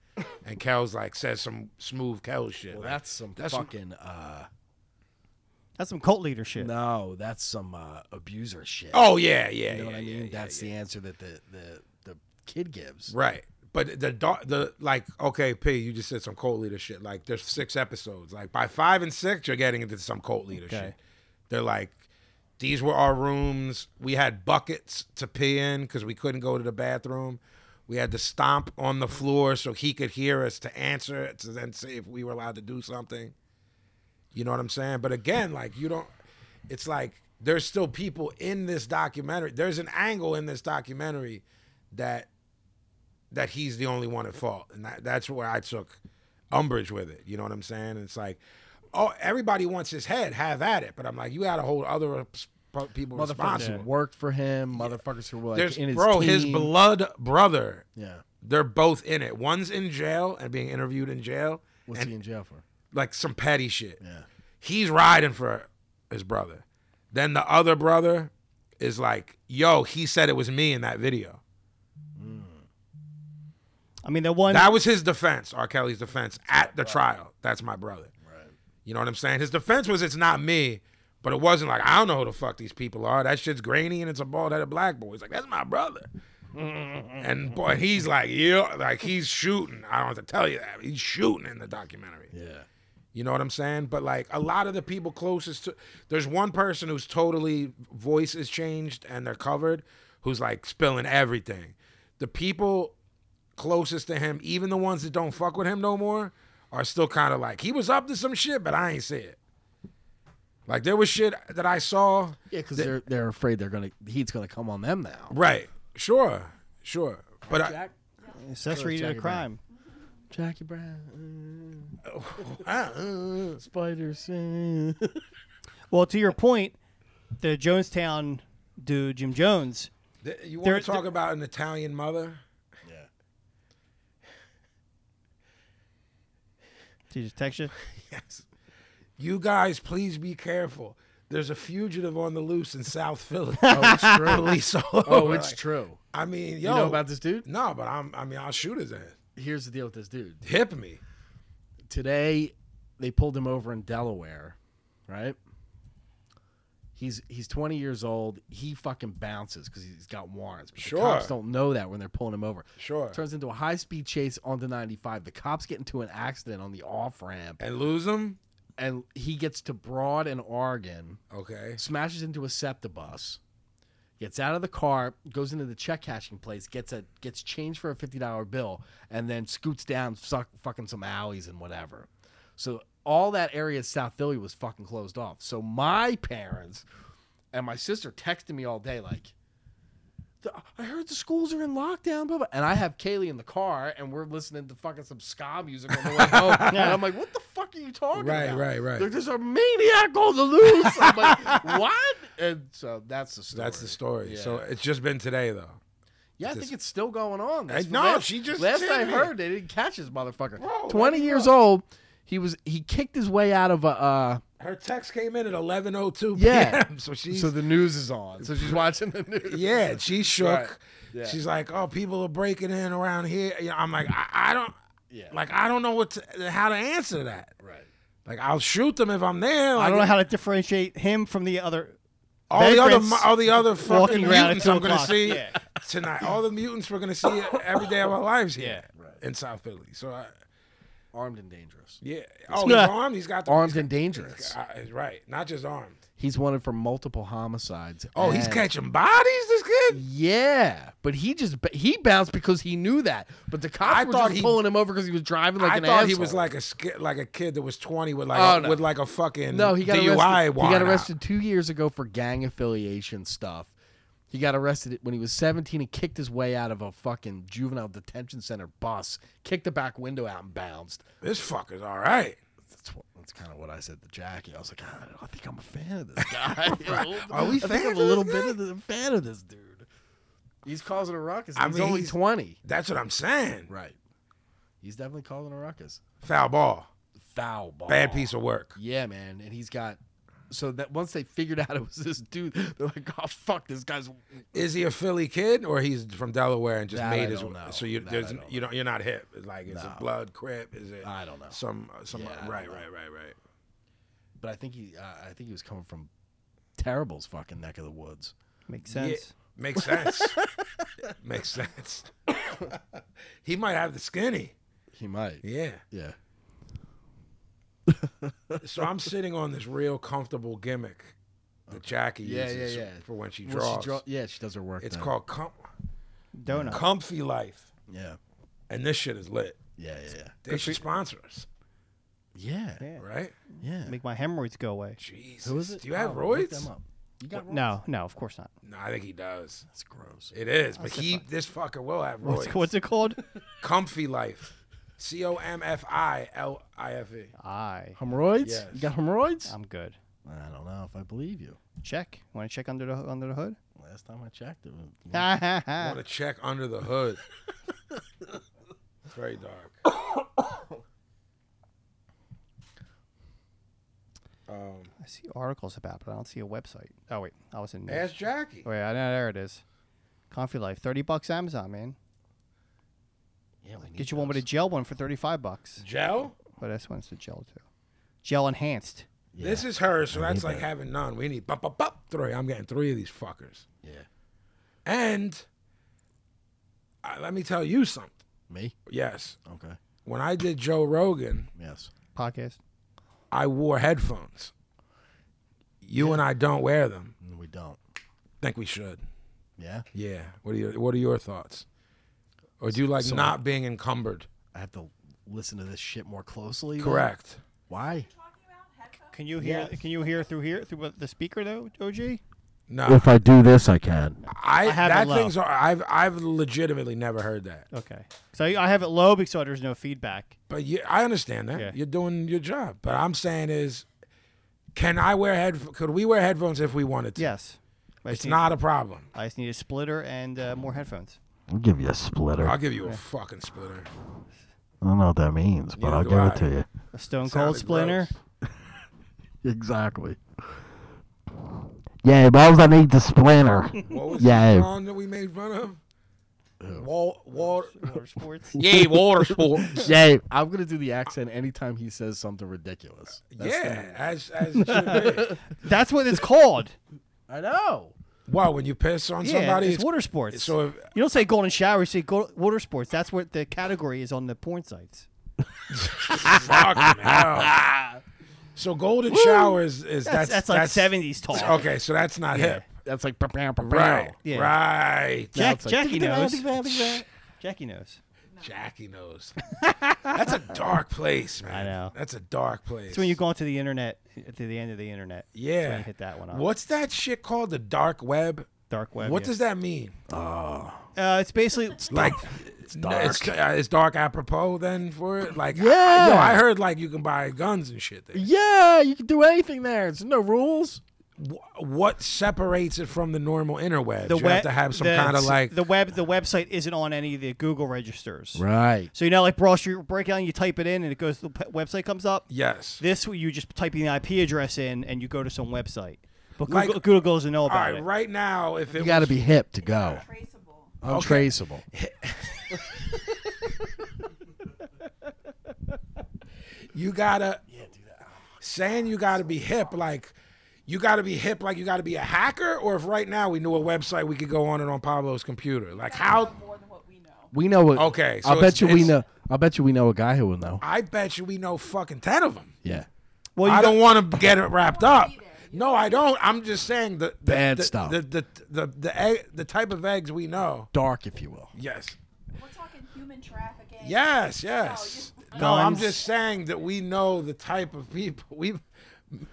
Speaker 7: And Kel's like says some smooth Kel shit.
Speaker 8: Well,
Speaker 7: Like,
Speaker 8: that's some
Speaker 7: that's some-
Speaker 8: fucking. uh
Speaker 6: That's some cult leadership.
Speaker 8: No, that's some uh, abuser shit.
Speaker 7: oh yeah, yeah,
Speaker 8: you know
Speaker 7: yeah,
Speaker 8: what I
Speaker 7: yeah,
Speaker 8: mean?
Speaker 7: yeah,
Speaker 8: that's
Speaker 7: yeah.
Speaker 8: the answer that the the the kid gives.
Speaker 7: right. But the do- the like okay, P, you just said some cult leader shit. Like there's six episodes. Like by five and six, you're getting into some cult leader
Speaker 6: Okay.
Speaker 7: shit. They're like, these were our rooms. We had buckets to pee in because we couldn't go to the bathroom. We had to stomp on the floor so he could hear us to answer to then see if we were allowed to do something. You know what I'm saying? But again, like you don't it's like there's still people in this documentary. There's an angle in this documentary that that he's the only one at fault. And that, that's where I took umbrage with it. You know what I'm saying? And it's like, oh, everybody wants his head, have at it. But I'm like, you gotta hold other res- people
Speaker 8: Motherfuckers
Speaker 7: responsible.
Speaker 8: who worked for him. Motherfuckers who were like
Speaker 7: There's
Speaker 8: in his
Speaker 7: bro, his
Speaker 8: team.
Speaker 7: blood brother.
Speaker 8: Yeah.
Speaker 7: They're both in it. One's in jail and being interviewed in jail,
Speaker 8: What's
Speaker 7: and
Speaker 8: he in jail for?
Speaker 7: like some petty shit.
Speaker 8: Yeah.
Speaker 7: He's riding for his brother. Then the other brother is like, "Yo, he said it was me in that video."
Speaker 6: I mean, the one
Speaker 7: That was his defense, R. Kelly's defense at the trial. That's my brother. Right. You know what I'm saying? His defense was, "It's not me," but it wasn't like I don't know who the fuck these people are. That shit's grainy and it's a bald-headed black boy. He's like, "That's my brother." and boy, he's like, "Yeah," like he's shooting. I don't have to tell you that. He's shooting in the documentary.
Speaker 8: Yeah.
Speaker 7: You know what I'm saying? But like a lot of the people closest to there's one person who's totally voice is changed and they're covered, who's like spilling everything. The people closest to him, even the ones that don't fuck with him no more, are still kind of like he was up to some shit, but I ain't see it. Like there was shit that I saw.
Speaker 8: Yeah, because they're they're afraid they're gonna heat's gonna come on them now.
Speaker 7: Right. Sure. Sure. But I,
Speaker 8: Jack,
Speaker 6: accessory to
Speaker 8: Jackie
Speaker 6: a
Speaker 8: Brown.
Speaker 6: crime.
Speaker 8: Jackie Brown,
Speaker 7: <laughs> uh,
Speaker 8: uh, spiders. uh.
Speaker 6: Well, to your point, the Jonestown dude, Jim Jones.
Speaker 7: th- you
Speaker 6: There-
Speaker 7: want to talk about an Italian mother?
Speaker 6: Did you text you?
Speaker 7: Yes. You guys, please be careful. There's a fugitive on the loose in South Philly.
Speaker 8: <laughs> oh, it's true.
Speaker 7: Police all
Speaker 8: Oh,
Speaker 7: over,
Speaker 8: it's
Speaker 7: like-
Speaker 8: true.
Speaker 7: I mean, yo,
Speaker 8: You know about this dude?
Speaker 7: no, but I'm. I mean, I'll shoot his ass.
Speaker 8: Here's the deal with this dude.
Speaker 7: Hip me.
Speaker 8: today they pulled him over in Delaware, right? He's he's 20 years old. He fucking bounces because he's got warrants. But
Speaker 7: Sure.
Speaker 8: The cops don't know that when they're pulling him over.
Speaker 7: Sure.
Speaker 8: Turns into a high speed chase onto 95. The cops get into an accident on the off ramp,
Speaker 7: and lose him.
Speaker 8: and he gets to Broad and Oregon,
Speaker 7: Okay.
Speaker 8: smashes into a SEPTA bus, gets out of the car, goes into the check cashing place, gets a gets changed for a fifty dollar bill, and then scoots down suck, fucking some alleys and whatever. So all that area of South Philly was fucking closed off. So my parents and my sister texted me all day like, "The- I heard the schools are in lockdown, blah blah. And I have Kaylee in the car, and we're listening to fucking some ska music on the way
Speaker 7: <laughs>
Speaker 8: home, and I'm like, "What the fuck are you talking
Speaker 7: Right,
Speaker 8: about?
Speaker 7: right, right.
Speaker 8: Like, There's a maniac on the loose." I'm
Speaker 7: <laughs>
Speaker 8: like, "What?" And so that's the story.
Speaker 7: That's the story.
Speaker 8: Yeah.
Speaker 7: So it's just been today though.
Speaker 8: Yeah, I think it's still going on. That's
Speaker 7: I-
Speaker 8: the
Speaker 7: no,
Speaker 8: last-
Speaker 7: she just
Speaker 8: last
Speaker 7: said
Speaker 8: I
Speaker 7: it.
Speaker 8: heard they didn't catch this motherfucker.
Speaker 7: Bro,
Speaker 8: Twenty
Speaker 7: let me
Speaker 8: years
Speaker 7: know.
Speaker 8: old, he was he kicked his way out of a. Uh,
Speaker 7: Her text came in at 11:02
Speaker 8: Yeah.
Speaker 7: p.m. So she's
Speaker 8: so the news is on.
Speaker 7: <laughs>
Speaker 8: So she's watching the news.
Speaker 7: yeah, she shook.
Speaker 8: Right. Yeah.
Speaker 7: She's like, "Oh, people are breaking in around here." You know, I'm like, I, I don't,
Speaker 8: Yeah.
Speaker 7: like, I don't know what to, how to answer that.
Speaker 8: Right.
Speaker 7: Like, I'll shoot them if I'm there. Like,
Speaker 6: I don't know how to differentiate him from the other.
Speaker 7: all the other,
Speaker 6: vagrants
Speaker 7: mu- all the other
Speaker 6: walking
Speaker 7: fucking
Speaker 6: around at
Speaker 7: mutants
Speaker 6: two
Speaker 7: I'm gonna
Speaker 6: o'clock.
Speaker 7: see
Speaker 6: Yeah.
Speaker 7: tonight. All the mutants we're gonna
Speaker 8: <laughs>
Speaker 7: see every day of our lives here
Speaker 6: Yeah.
Speaker 7: in South Philly. So I,
Speaker 8: Armed and dangerous.
Speaker 7: yeah. Oh, he's
Speaker 6: Yeah.
Speaker 7: armed. He's got the
Speaker 8: Armed
Speaker 7: he's
Speaker 8: and dangerous.
Speaker 7: got- uh, right, not just armed.
Speaker 8: He's wanted for multiple homicides.
Speaker 7: Oh, he's
Speaker 8: and-
Speaker 7: catching bodies. This kid.
Speaker 8: Yeah, but he just b- he bounced because he knew that. But the cops
Speaker 7: I
Speaker 8: were
Speaker 7: thought
Speaker 8: just
Speaker 7: he-
Speaker 8: pulling him over because he was driving like
Speaker 7: I
Speaker 8: an
Speaker 7: thought he
Speaker 8: asshole.
Speaker 7: was like a sk- like a kid that was twenty with like
Speaker 8: Oh,
Speaker 7: a,
Speaker 8: no.
Speaker 7: with like a fucking
Speaker 8: No, he got
Speaker 7: DUI.
Speaker 8: arrested. He
Speaker 7: warrant
Speaker 8: got
Speaker 7: out.
Speaker 8: arrested two years ago for gang affiliation stuff. He got arrested when he was 17 and kicked his way out of a fucking juvenile detention center bus, kicked the back window out and bounced.
Speaker 7: This fucker's all right.
Speaker 8: That's what, that's kind of what I said to Jackie. I was like, I, I think I'm a fan of this guy.
Speaker 7: <laughs> Are we
Speaker 8: I think
Speaker 7: fans
Speaker 8: I'm
Speaker 7: of
Speaker 8: a little
Speaker 7: this
Speaker 8: bit
Speaker 7: guy?
Speaker 8: of the, fan of this dude. He's causing a ruckus.
Speaker 7: I
Speaker 8: he's
Speaker 7: mean,
Speaker 8: only
Speaker 7: he's-
Speaker 8: 20.
Speaker 7: That's what I'm saying.
Speaker 8: Right. He's definitely causing a ruckus.
Speaker 7: Foul ball.
Speaker 8: Foul ball.
Speaker 7: Bad piece of work.
Speaker 8: Yeah, man, and he's got. So that once they figured <laughs> out it was this dude, they're like, "Oh fuck, this
Speaker 7: <laughs>
Speaker 8: guy's."
Speaker 7: Is he a Philly kid or he's from Delaware and just
Speaker 8: That I
Speaker 7: made his?
Speaker 8: don't know.
Speaker 7: So you
Speaker 8: That I
Speaker 7: there's
Speaker 8: don't
Speaker 7: you don't you're not hip. It's like it's a blood crip. Is it?
Speaker 8: I don't know.
Speaker 7: Some some
Speaker 8: Yeah, I don't
Speaker 7: right
Speaker 8: know.
Speaker 7: right right right.
Speaker 8: But I think he, uh, I think he was coming from Terrible's fucking neck of the woods.
Speaker 6: Makes
Speaker 7: Yeah,
Speaker 6: sense.
Speaker 7: makes sense. makes sense. <laughs> he might have the skinny.
Speaker 8: He might.
Speaker 7: Yeah.
Speaker 8: Yeah.
Speaker 7: So I'm sitting on this real comfortable gimmick that Jackie
Speaker 8: Yeah,
Speaker 7: uses
Speaker 8: yeah, yeah.
Speaker 7: for when she
Speaker 8: Well, she
Speaker 7: draws.
Speaker 8: draw- yeah, she does her work.
Speaker 7: It's
Speaker 8: now.
Speaker 7: called com-
Speaker 6: Donut.
Speaker 7: Comfy Life,
Speaker 8: Yeah.
Speaker 7: and this shit is lit.
Speaker 8: Yeah, yeah, yeah.
Speaker 7: They should sponsor us,
Speaker 8: Yeah.
Speaker 6: Yeah.
Speaker 7: right?
Speaker 8: yeah.
Speaker 6: Make my hemorrhoids go away.
Speaker 7: Jesus,
Speaker 8: Who is it?
Speaker 7: do you have
Speaker 8: Oh, look
Speaker 7: roids?
Speaker 8: them up. You got roids?
Speaker 6: No, no, of course not.
Speaker 7: No, I think he does.
Speaker 8: That's gross.
Speaker 7: It is, but he, this fucker will have
Speaker 6: <laughs>
Speaker 7: roids.
Speaker 6: What's, what's it called?
Speaker 7: Comfy Life, C O M F I L I F E.
Speaker 6: I.
Speaker 8: Hemorrhoids?
Speaker 7: Yes. Um,
Speaker 8: You got hemorrhoids?
Speaker 6: I'm good.
Speaker 8: I don't know if I believe you.
Speaker 6: Check. Want to check under the under the hood? <laughs>
Speaker 8: Last time I checked, it was
Speaker 6: Ha ha ha.
Speaker 7: Want to check under the hood? it's very dark.
Speaker 6: <coughs>
Speaker 7: Um,
Speaker 6: I see articles about, it, but I don't see a website. Oh wait, I was in. News.
Speaker 7: ask Jackie.
Speaker 6: Wait, I know there it is. Comfy Life, thirty bucks Amazon, man.
Speaker 8: yeah. We need
Speaker 6: Get you one with a
Speaker 8: those.
Speaker 6: gel one for thirty-five bucks.
Speaker 7: Gel.
Speaker 6: But Oh, this one's the gel too. Gel enhanced.
Speaker 7: This is hers, so that's like having none. We need pop, pop, pop, three. I'm getting three of these fuckers.
Speaker 8: Yeah.
Speaker 7: And uh, let me tell you something.
Speaker 8: Me?
Speaker 7: Yes,
Speaker 8: Okay.
Speaker 7: when I did Joe Rogan,
Speaker 8: Yes.
Speaker 6: Podcast.
Speaker 7: I wore headphones. You and I don't wear them.
Speaker 8: No, we don't.
Speaker 7: Think we should?
Speaker 8: Yeah.
Speaker 7: Yeah. What are your What are your thoughts? Or do you like not being encumbered?
Speaker 8: I have to listen to this shit more closely. then?
Speaker 7: Correct.
Speaker 8: Why?
Speaker 6: Can you hear? Can you hear through here through the speaker though, OG?
Speaker 7: No,
Speaker 8: I do this, I can.
Speaker 7: I,
Speaker 6: I have it
Speaker 7: that
Speaker 6: low.
Speaker 7: things are. I've I've legitimately never heard that.
Speaker 6: Okay. So I I have it low because there's no feedback.
Speaker 7: But you, I understand that
Speaker 6: Yeah.
Speaker 7: you're doing your job. But I'm saying is, can I wear head? Could we wear headphones if we wanted to?
Speaker 6: Yes. I just
Speaker 7: It's
Speaker 6: need-
Speaker 7: not a problem.
Speaker 6: I just need a splitter and uh, more headphones.
Speaker 8: I'll give you a splitter.
Speaker 7: I'll give you a fucking splitter.
Speaker 8: I don't know what that means, but
Speaker 7: Neither
Speaker 8: I'll
Speaker 7: do
Speaker 8: give
Speaker 7: I.
Speaker 8: it to
Speaker 6: A Stone
Speaker 7: Sounded
Speaker 6: Cold splinter.
Speaker 7: gross.
Speaker 8: you. Exactly. Yeah, but I need the splinter.
Speaker 7: What was
Speaker 8: Yeah.
Speaker 7: the song that we made fun of?
Speaker 8: Oh.
Speaker 7: Wall, wall.
Speaker 6: Water sports.
Speaker 7: Yay, water
Speaker 8: <laughs>
Speaker 7: sports. <laughs>
Speaker 8: yeah, I'm gonna do the accent anytime he says something ridiculous. That's the-
Speaker 7: yeah, as as it should
Speaker 6: <laughs>
Speaker 7: be.
Speaker 6: <laughs> That's what it's called.
Speaker 8: I know.
Speaker 7: Wow, when you piss on
Speaker 6: Yeah,
Speaker 7: somebody,
Speaker 6: it's water sports.
Speaker 7: So if,
Speaker 6: You don't say golden shower, you say go- water sports. That's what the category is on the porn sites.
Speaker 7: fucking
Speaker 6: <laughs>
Speaker 7: hell. So golden shower is, is
Speaker 6: That's,
Speaker 7: that's
Speaker 6: that's, like 70s talk.
Speaker 7: Okay, so that's not hip.
Speaker 8: That's like right.
Speaker 7: Right,
Speaker 6: Yeah.
Speaker 7: right.
Speaker 6: Jack,
Speaker 8: it's like-
Speaker 6: Jackie knows. Jackie knows. <laughs>
Speaker 7: Jackie knows. That's a dark place, man.
Speaker 6: I know.
Speaker 7: That's a dark place.
Speaker 6: It's when you go onto the internet, to the end of the internet. That's when
Speaker 7: yeah,
Speaker 6: you hit that one up.
Speaker 7: What's that shit called? The dark web.
Speaker 6: Dark web.
Speaker 7: what
Speaker 6: yeah.
Speaker 7: does that mean?
Speaker 6: Uh, it's
Speaker 7: <laughs>
Speaker 6: basically
Speaker 7: Like, it's dark. It's, uh, it's dark apropos then for it. Like, I, yo,
Speaker 8: Yeah.
Speaker 7: I heard like you can buy guns and shit. There.
Speaker 8: Yeah, you can do anything there. There's no rules.
Speaker 7: Wh- What separates it from the normal interweb?
Speaker 6: the
Speaker 7: you
Speaker 6: web.
Speaker 7: have to have some
Speaker 6: the-
Speaker 7: kind of like.
Speaker 6: the web. The website isn't on any of the Google registers.
Speaker 8: Right.
Speaker 6: So you know, like Broad Street Breakdown, you type it in and it goes. The pe- website comes up.
Speaker 7: yes.
Speaker 6: This you just type the IP address in and you go to some website. But
Speaker 7: Like-
Speaker 6: Google, Google doesn't know
Speaker 7: All
Speaker 6: about
Speaker 7: right.
Speaker 6: it.
Speaker 7: Right now, if it
Speaker 8: You got to
Speaker 7: was-
Speaker 8: be hip to go.
Speaker 3: traceable.
Speaker 8: Untraceable.
Speaker 7: you gotta saying you gotta be hip like you gotta be hip like you gotta be a hacker or if right now we knew a website we could go on it on pablo's computer like how
Speaker 3: More than what we know.
Speaker 8: We know what.
Speaker 7: Okay, so
Speaker 8: I
Speaker 7: it's-
Speaker 8: bet you we
Speaker 7: it's-
Speaker 8: know. I bet you we know a guy who will know.
Speaker 7: i bet you we know fucking 10 of them
Speaker 8: Yeah.
Speaker 6: Well, you
Speaker 7: i
Speaker 6: got-
Speaker 7: don't want to get it wrapped up no i don't i'm just saying the, the
Speaker 8: Bad
Speaker 7: the,
Speaker 8: stuff.
Speaker 7: the the the, the, egg, the type of eggs we know
Speaker 8: Dark, if you will.
Speaker 7: yes
Speaker 3: We're talking human trafficking.
Speaker 7: yes yes
Speaker 3: No,
Speaker 7: <laughs> no, i'm
Speaker 6: Guns.
Speaker 7: just saying that we know the type of people we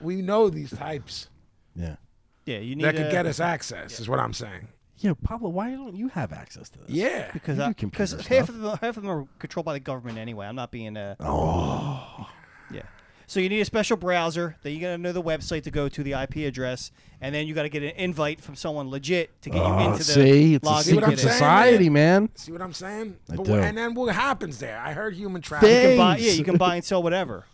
Speaker 7: we know these types
Speaker 8: Yeah.
Speaker 6: Yeah, you need
Speaker 7: that could
Speaker 6: a-
Speaker 7: get us access is what i'm saying
Speaker 8: Yeah, Pablo. Why don't you have access to this?
Speaker 7: yeah
Speaker 6: because
Speaker 8: You
Speaker 6: I-
Speaker 8: do computer
Speaker 6: because half
Speaker 8: stuff.
Speaker 6: of them, half of them are controlled by the government anyway. I'm not being uh Oh. Yeah. So you need a special browser. Then you got to know the website to go to, the IP address, and then you got to get an invite from someone legit to get you into the
Speaker 8: Uh, Oh, see, it's
Speaker 6: login.
Speaker 8: a
Speaker 7: what I'm
Speaker 8: secret
Speaker 6: get in.
Speaker 7: saying?
Speaker 8: society, man.
Speaker 7: See what I'm saying?
Speaker 8: I
Speaker 7: but
Speaker 8: do.
Speaker 7: And then what happens there? I heard human trafficking.
Speaker 6: You can buy- yeah,
Speaker 8: Things.
Speaker 6: you can buy and sell whatever.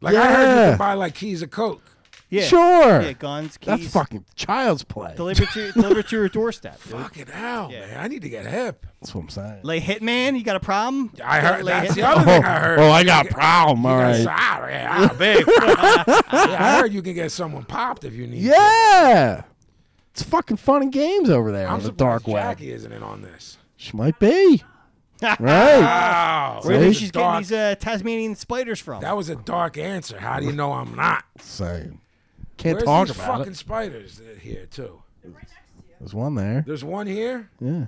Speaker 7: Like I heard you
Speaker 8: Yeah.
Speaker 7: could buy like keys of coke.
Speaker 6: Yeah.
Speaker 8: Sure.
Speaker 6: Yeah, guns, keys.
Speaker 8: That's fucking child's play.
Speaker 6: Deliver to deliver to your
Speaker 8: <laughs>
Speaker 6: doorstep. dude.
Speaker 7: Fucking hell,
Speaker 6: Yeah.
Speaker 7: man! I need to get hip.
Speaker 8: That's what I'm saying.
Speaker 6: Lay hitman, you got a problem?
Speaker 7: I heard
Speaker 6: Lay
Speaker 7: that's the
Speaker 6: hitman.
Speaker 7: other thing I heard.
Speaker 8: oh, I got a problem. All
Speaker 7: That's-
Speaker 8: right.
Speaker 7: ah, yeah, ah,
Speaker 6: <laughs>
Speaker 7: big. yeah, I heard you can get someone popped if you need. to.
Speaker 8: Yeah. It's fucking fun and games over there
Speaker 7: I'm
Speaker 8: on the
Speaker 7: surprised
Speaker 8: dark web.
Speaker 7: Jackie isn't in on this.
Speaker 8: She
Speaker 7: <laughs>
Speaker 8: might be. right.
Speaker 7: Wow,
Speaker 6: Where do you think
Speaker 7: that was a
Speaker 6: she's getting
Speaker 7: dark-
Speaker 6: these uh, Tasmanian spiders from?
Speaker 7: That was a dark answer. How do you know I'm not?
Speaker 8: Same. Can't
Speaker 7: Where's
Speaker 8: talk
Speaker 7: these
Speaker 8: about
Speaker 7: fucking
Speaker 8: it.
Speaker 7: spiders here too?
Speaker 8: There's one there.
Speaker 7: There's one here.
Speaker 8: Yeah.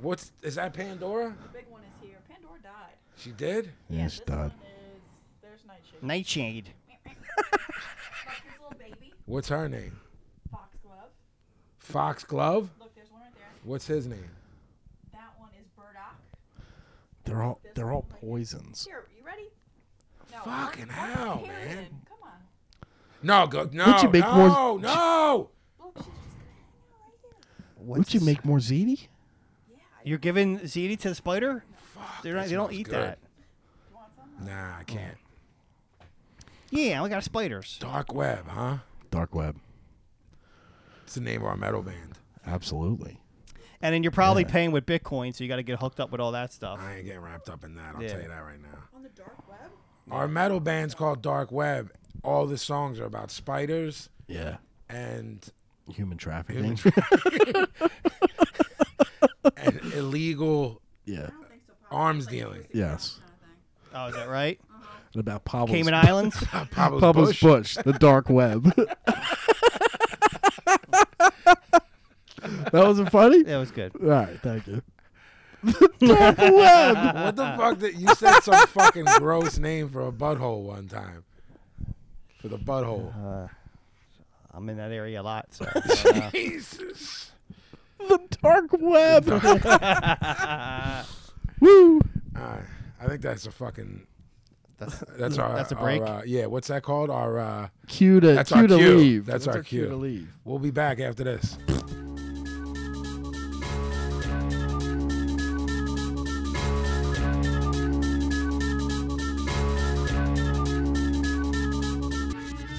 Speaker 7: What's is that? Pandora?
Speaker 3: The big one is here. Pandora died.
Speaker 7: She did.
Speaker 8: Yeah, she's
Speaker 3: This
Speaker 8: done.
Speaker 3: one is. There's Nightshade.
Speaker 6: Nightshade.
Speaker 3: like this little baby
Speaker 7: What's her name?
Speaker 3: foxglove.
Speaker 7: Fox Glove.
Speaker 3: Look, there's one right there.
Speaker 7: What's his name?
Speaker 3: That one is burdock.
Speaker 8: They're all they're all poisons.
Speaker 3: Here, you ready? No,
Speaker 7: Fucking
Speaker 3: what's- what's
Speaker 7: hell,
Speaker 3: the hair
Speaker 7: man.
Speaker 3: in? Come on.
Speaker 7: No, go no,
Speaker 8: you make
Speaker 7: no,
Speaker 8: more-
Speaker 7: no.
Speaker 3: Look, she's just gonna hang out right here.
Speaker 8: Would you make more
Speaker 3: Yeah,
Speaker 8: ziti?
Speaker 3: I
Speaker 6: You're giving ziti to the spider? They're not,
Speaker 7: that
Speaker 6: they don't
Speaker 7: smells
Speaker 6: eat
Speaker 7: good.
Speaker 6: that.
Speaker 3: you want some.
Speaker 7: Nah, I can't.
Speaker 6: Yeah, we got spiders.
Speaker 7: Dark web, huh?
Speaker 8: Dark web.
Speaker 7: It's the name of our metal band.
Speaker 8: Absolutely.
Speaker 6: And then you're probably paying with Bitcoin, so you got to get hooked up with all that stuff.
Speaker 7: I ain't getting wrapped up in that. I'll
Speaker 6: Yeah.
Speaker 7: tell you that right now.
Speaker 3: On the dark web?
Speaker 7: Our metal band's called Dark Web. All the songs are about spiders
Speaker 8: Yeah.
Speaker 7: and
Speaker 8: Human <laughs> trafficking.
Speaker 3: <laughs>
Speaker 7: and illegal
Speaker 8: yeah.
Speaker 3: I don't think so. Pablo.
Speaker 7: arms dealing.
Speaker 8: Yes.
Speaker 3: Kind of thing.
Speaker 6: Oh, is that
Speaker 7: <laughs>
Speaker 6: right?
Speaker 8: And about Pablo's,
Speaker 6: Cayman Islands?
Speaker 7: Pablo's
Speaker 8: Pablo's
Speaker 7: Bush.
Speaker 8: Bush, the dark <laughs> web. that wasn't funny?
Speaker 6: That was good.
Speaker 8: All right, thank you.
Speaker 7: What the fuck? Did, you said some fucking gross name for a butthole one time. For the butthole.
Speaker 6: I'm in that area a lot.
Speaker 7: <laughs>
Speaker 6: So, uh,
Speaker 7: Jesus.
Speaker 8: The dark web. <laughs> Woo.
Speaker 7: All right. I think that's a fucking.
Speaker 6: that's,
Speaker 7: That's our.
Speaker 6: That's a
Speaker 7: our,
Speaker 6: break?
Speaker 7: uh, yeah. What's that called? Our. Uh,
Speaker 8: Cue to,
Speaker 7: That's
Speaker 8: cue
Speaker 7: our
Speaker 8: to
Speaker 7: cue.
Speaker 8: leave.
Speaker 7: That's our
Speaker 8: cue
Speaker 7: cue.
Speaker 8: to leave.
Speaker 7: We'll be back after this.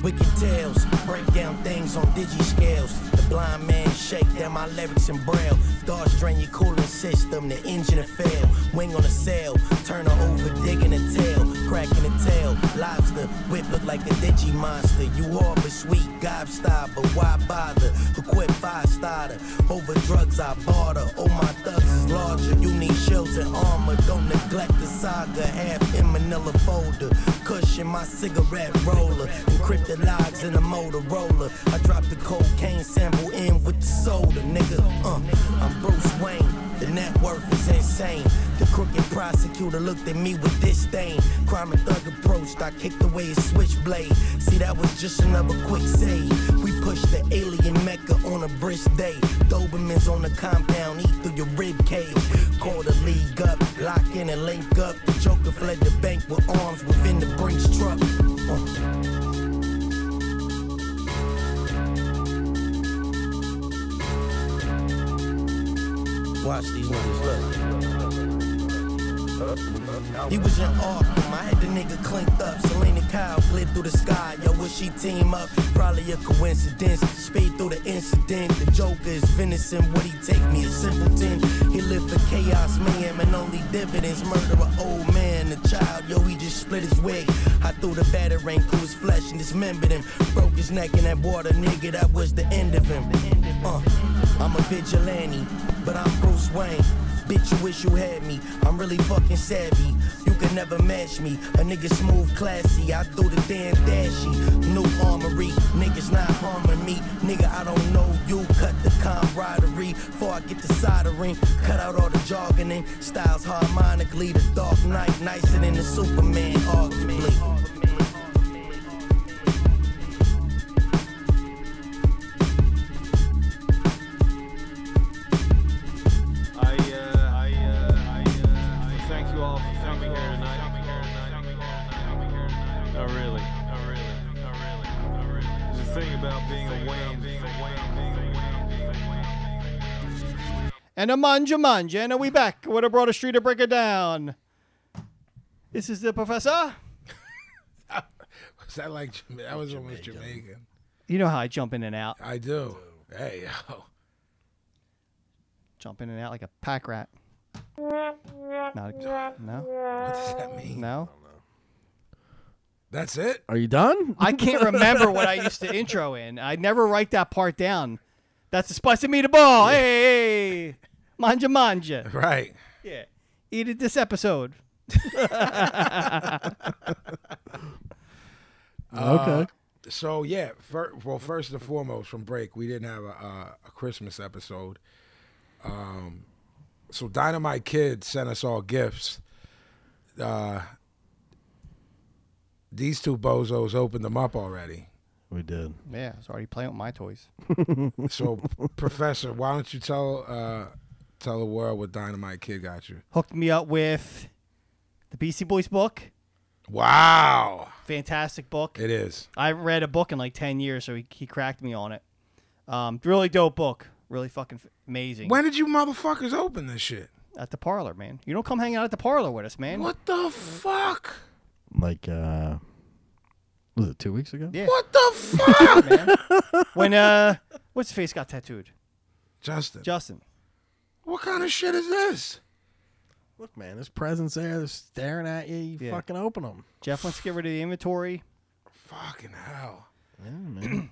Speaker 9: Wicked tales, break down things on digi scales. The blind man shake down my lyrics in braille. Dogs drain your cooling system, the engine will fail. Wing on a sail, turn her over, digging a tail, cracking a tail. Lobster, whip look like a digi monster. You are but sweet, gobstopper, but why bother? A quick five starter, over drugs I barter. Oh my thugs is larger, you need shields and armor. Don't neglect the saga, half in Manila folder. Cushion my cigarette roller, encrypted logs in a Motorola. I drop the cocaine sample in with the soda, nigga. Uh, I'm Bruce Wayne, the net worth is insane. The crooked prosecutor prosecutor looked at me with disdain. Crime and thug approached, I kicked away his switchblade. See, that was just another quick save. We pushed the alien mecca on a brisk day. Dobermans on the compound, eat through your rib cage. Call the league up, lock in and link up. The Joker fled the bank with arms within the Brinks truck. Uh. Watch these niggas look. He was in Arkham, I had the nigga clinked up. Selena Kyle slid through the sky. Yo, would she team up? Probably a coincidence. Speed through the incident. The Joker is venison. Would he take me a simpleton? He lived for chaos, mayhem, and only dividends. Murder a old man, a child. Yo, he just split his wig. I threw the battering through his flesh and dismembered him. Broke his neck in that water, nigga. That was the end of him. Uh, I'm a vigilante but I'm Bruce Wayne. Bitch, you wish you had me. I'm really fucking savvy. You can never match me. A nigga smooth, classy. I threw the damn dashy. New armory. Niggas not harming me. Nigga, I don't know you. Cut the camaraderie. Before I get the soldering. Cut out all the jogging and styles harmonically. The dark knight nicer than the Superman, arguably.
Speaker 10: I, uh, I, uh, I, uh, I thank you all for coming here tonight. Not really. Not really. Not really. Not really. The thing about being a Wayne. Being a Wayne. Being a Wayne. Being a Wayne.
Speaker 6: And a manja manja, and are we back? What a broader street to break it down. This is the professor.
Speaker 7: Was that like Jama- that was almost Jamaican?
Speaker 6: You know how I jump in and out,
Speaker 7: I do. Hey yo,
Speaker 6: jump in and out like a pack rat. Not ex- no,
Speaker 7: what does that mean?
Speaker 6: no.
Speaker 7: That's it.
Speaker 8: Are you done?
Speaker 6: I can't remember what I used to intro in. I never write that part down. That's the spice of me the ball. Hey, manja <laughs> manja.
Speaker 7: Right.
Speaker 6: Yeah, eat it this episode.
Speaker 8: okay.
Speaker 7: So yeah, fir- well, first and foremost, from break, we didn't have a, uh, a Christmas episode. Um, so Dynamite Kid sent us all gifts. Uh, these two bozos opened them up already.
Speaker 8: We did.
Speaker 6: Yeah, I was already playing with my toys.
Speaker 7: So <laughs> Professor, why don't you tell uh, tell the world what Dynamite Kid got you?
Speaker 6: Hooked me up with the BC Boys book.
Speaker 7: Wow,
Speaker 6: Fantastic book.
Speaker 7: it is.
Speaker 6: I haven't read a book in like 10 years, so he, he cracked me on it. Um, really dope book. Really fucking f- amazing.
Speaker 7: When did you motherfuckers open this shit?
Speaker 6: at the parlor, man. You don't come hang out at the parlor with us, man.
Speaker 7: What the fuck?
Speaker 8: Like, uh, was it two weeks ago?
Speaker 6: Yeah.
Speaker 7: What the fuck?
Speaker 6: When, <laughs> uh, what's his face got tattooed?
Speaker 7: Justin,
Speaker 6: Justin.
Speaker 7: what kind of shit is this?
Speaker 8: Look, man, there's presents there. They're staring at you. You
Speaker 6: Yeah.
Speaker 8: fucking open them.
Speaker 6: Jeff wants to get rid of the inventory.
Speaker 7: Fucking hell. <clears throat> Yeah, man.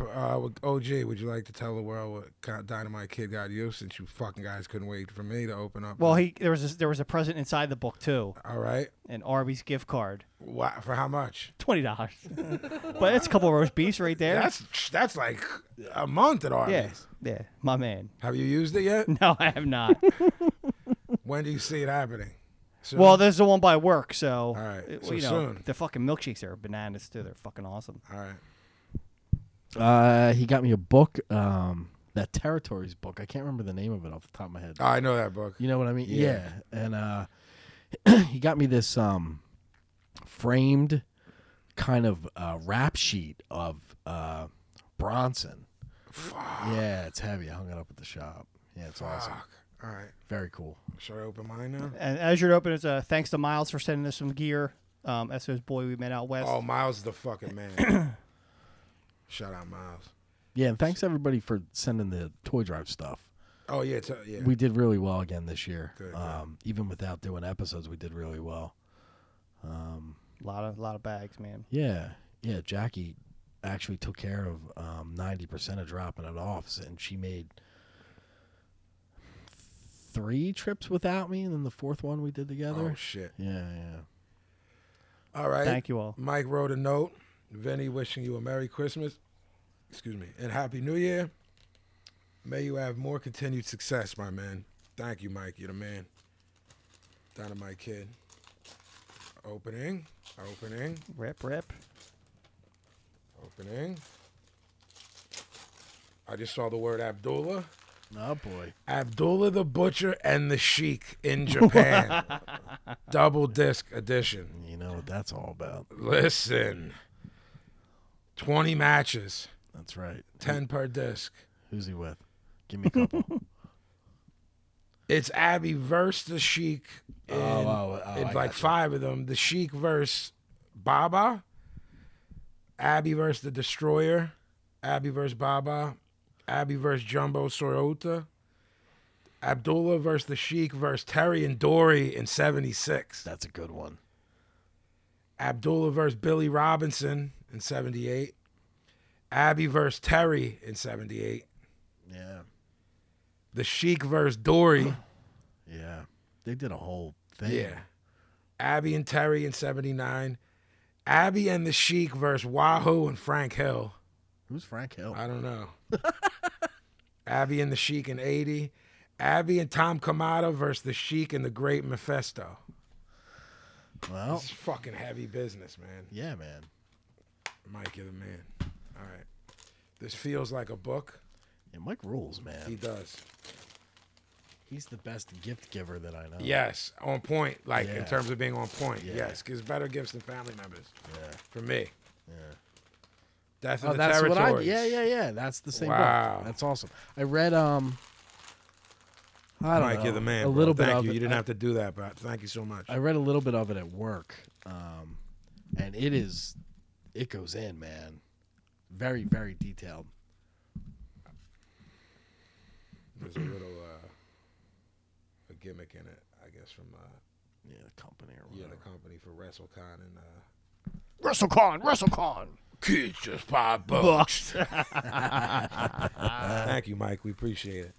Speaker 7: uh, with OJ, would you like to tell the world what kind of Dynamite Kid got you since you fucking guys couldn't wait for me to open up?
Speaker 6: Well, he there was a, there was a present inside the book too,
Speaker 7: All right.
Speaker 6: an Arby's gift card,
Speaker 7: Wha For how much?
Speaker 6: twenty
Speaker 7: <laughs>
Speaker 6: dollars. but it's a couple of roast beefs right there.
Speaker 7: That's that's like a month at Arby's.
Speaker 6: yeah, yeah, my man. <laughs>
Speaker 7: Have you used it yet?
Speaker 6: No, I have
Speaker 7: <laughs>
Speaker 6: not.
Speaker 7: when do you see it happening? Soon?
Speaker 6: well, there's the one by work, so,
Speaker 7: right,
Speaker 6: it-
Speaker 7: so
Speaker 6: you know
Speaker 7: soon.
Speaker 6: the fucking milkshakes are bananas too. They're fucking awesome.
Speaker 7: All right.
Speaker 8: Uh, he got me a book, um, that territories book. I can't remember the name of it off the top of my head.
Speaker 7: Oh, I know that book.
Speaker 8: You know what I mean?
Speaker 7: Yeah.
Speaker 8: And uh, <clears throat> he got me this um, framed kind of uh, rap sheet of uh, Bronson. Yeah, it's heavy. I hung it up at the shop. Yeah, it's awesome.
Speaker 7: Fuck. All right.
Speaker 8: Very cool.
Speaker 7: Should I open mine now?
Speaker 6: And as you're open, it's uh, thanks to Miles for sending us some gear. Um, SO's boy we met out west.
Speaker 7: Oh, Miles is the fucking man.
Speaker 6: <coughs>
Speaker 7: Shout out, Miles.
Speaker 8: Yeah, and thanks everybody for sending the toy drive stuff.
Speaker 7: Oh yeah, t- yeah.
Speaker 8: We did really well again this year.
Speaker 7: Good, good.
Speaker 6: Uh,
Speaker 8: um, even without doing episodes, we did really well.
Speaker 6: A lot of lot of bags, man.
Speaker 8: Yeah, yeah. Jackie actually took care of um, ninety percent of dropping it off, and she made three trips without me, and then the fourth one we did together.
Speaker 7: oh shit.
Speaker 8: yeah, yeah.
Speaker 7: All right.
Speaker 6: Thank you all.
Speaker 7: Mike wrote a note. Vinny wishing you a Merry Christmas. Excuse me. And Happy New Year. May you have more continued success, my man. Thank you, Mike. You're the man. Dynamite Kid. Opening, opening,
Speaker 6: Rip, rip.
Speaker 7: opening. I just saw the word Abdullah.
Speaker 8: Oh boy.
Speaker 7: Abdullah the Butcher and the Sheik in Japan. Double disc edition.
Speaker 8: You know what that's all about.
Speaker 7: Listen, 20 matches,
Speaker 8: That's right.
Speaker 7: 10 per disc.
Speaker 8: Who's he with? Give me a couple.
Speaker 7: <laughs> It's Abby versus the Sheik in,
Speaker 8: oh, oh,
Speaker 7: in like
Speaker 8: I gotcha.
Speaker 7: five of them. The Sheik versus Baba, Abby versus the Destroyer, Abby versus Baba, Abby versus Jumbo Sorota, Abdullah versus the Sheik versus Terry and Dory in 76.
Speaker 8: that's a good one.
Speaker 7: Abdullah versus Billy Robinson in 78. Abby versus Terry in 78.
Speaker 8: Yeah.
Speaker 7: The Sheik versus Dory.
Speaker 8: Yeah. They did a whole thing.
Speaker 7: yeah. Abby and Terry in 79. Abby and the Sheik versus Wahoo and Frank Hill.
Speaker 8: Who's Frank Hill?
Speaker 7: I don't know. Abby and the Sheik in 80. Abby and Tom Kamado versus the Sheik and the Great Mephisto.
Speaker 8: <laughs> well,
Speaker 7: This is fucking heavy business, man.
Speaker 8: yeah, man.
Speaker 7: Mike, you're the man. All right. This feels like a book.
Speaker 8: Yeah, Mike rules, man.
Speaker 7: He does.
Speaker 8: He's the best gift giver that I know.
Speaker 7: Yes, on point. Like
Speaker 8: Yeah.
Speaker 7: in terms of being on point.
Speaker 8: Yeah.
Speaker 7: Yes, gives better gifts than family members.
Speaker 8: Yeah.
Speaker 7: For me.
Speaker 8: Yeah.
Speaker 7: Death in
Speaker 8: Oh,
Speaker 7: the
Speaker 8: that's what I.
Speaker 7: territories.
Speaker 8: Yeah, yeah, yeah. That's the same.
Speaker 7: Wow.
Speaker 8: Book. That's awesome. I read. Um. I don't
Speaker 7: Mike,
Speaker 8: know.
Speaker 7: you're the man.
Speaker 8: A
Speaker 7: bro.
Speaker 8: little
Speaker 7: thank
Speaker 8: bit of
Speaker 7: you.
Speaker 8: it.
Speaker 7: You didn't
Speaker 8: I-
Speaker 7: have to do that, but thank you so much.
Speaker 8: I read a little bit of it at work, um, and it is, it goes in, man. Very, very detailed.
Speaker 7: There's a little uh, a gimmick in it, I guess, from uh,
Speaker 8: Yeah, the company or
Speaker 7: yeah,
Speaker 8: whatever.
Speaker 7: the company for WrestleCon and uh,
Speaker 6: WrestleCon, WrestleCon.
Speaker 7: kids just pop
Speaker 6: <laughs>
Speaker 7: bucks. thank you, Mike. We appreciate it.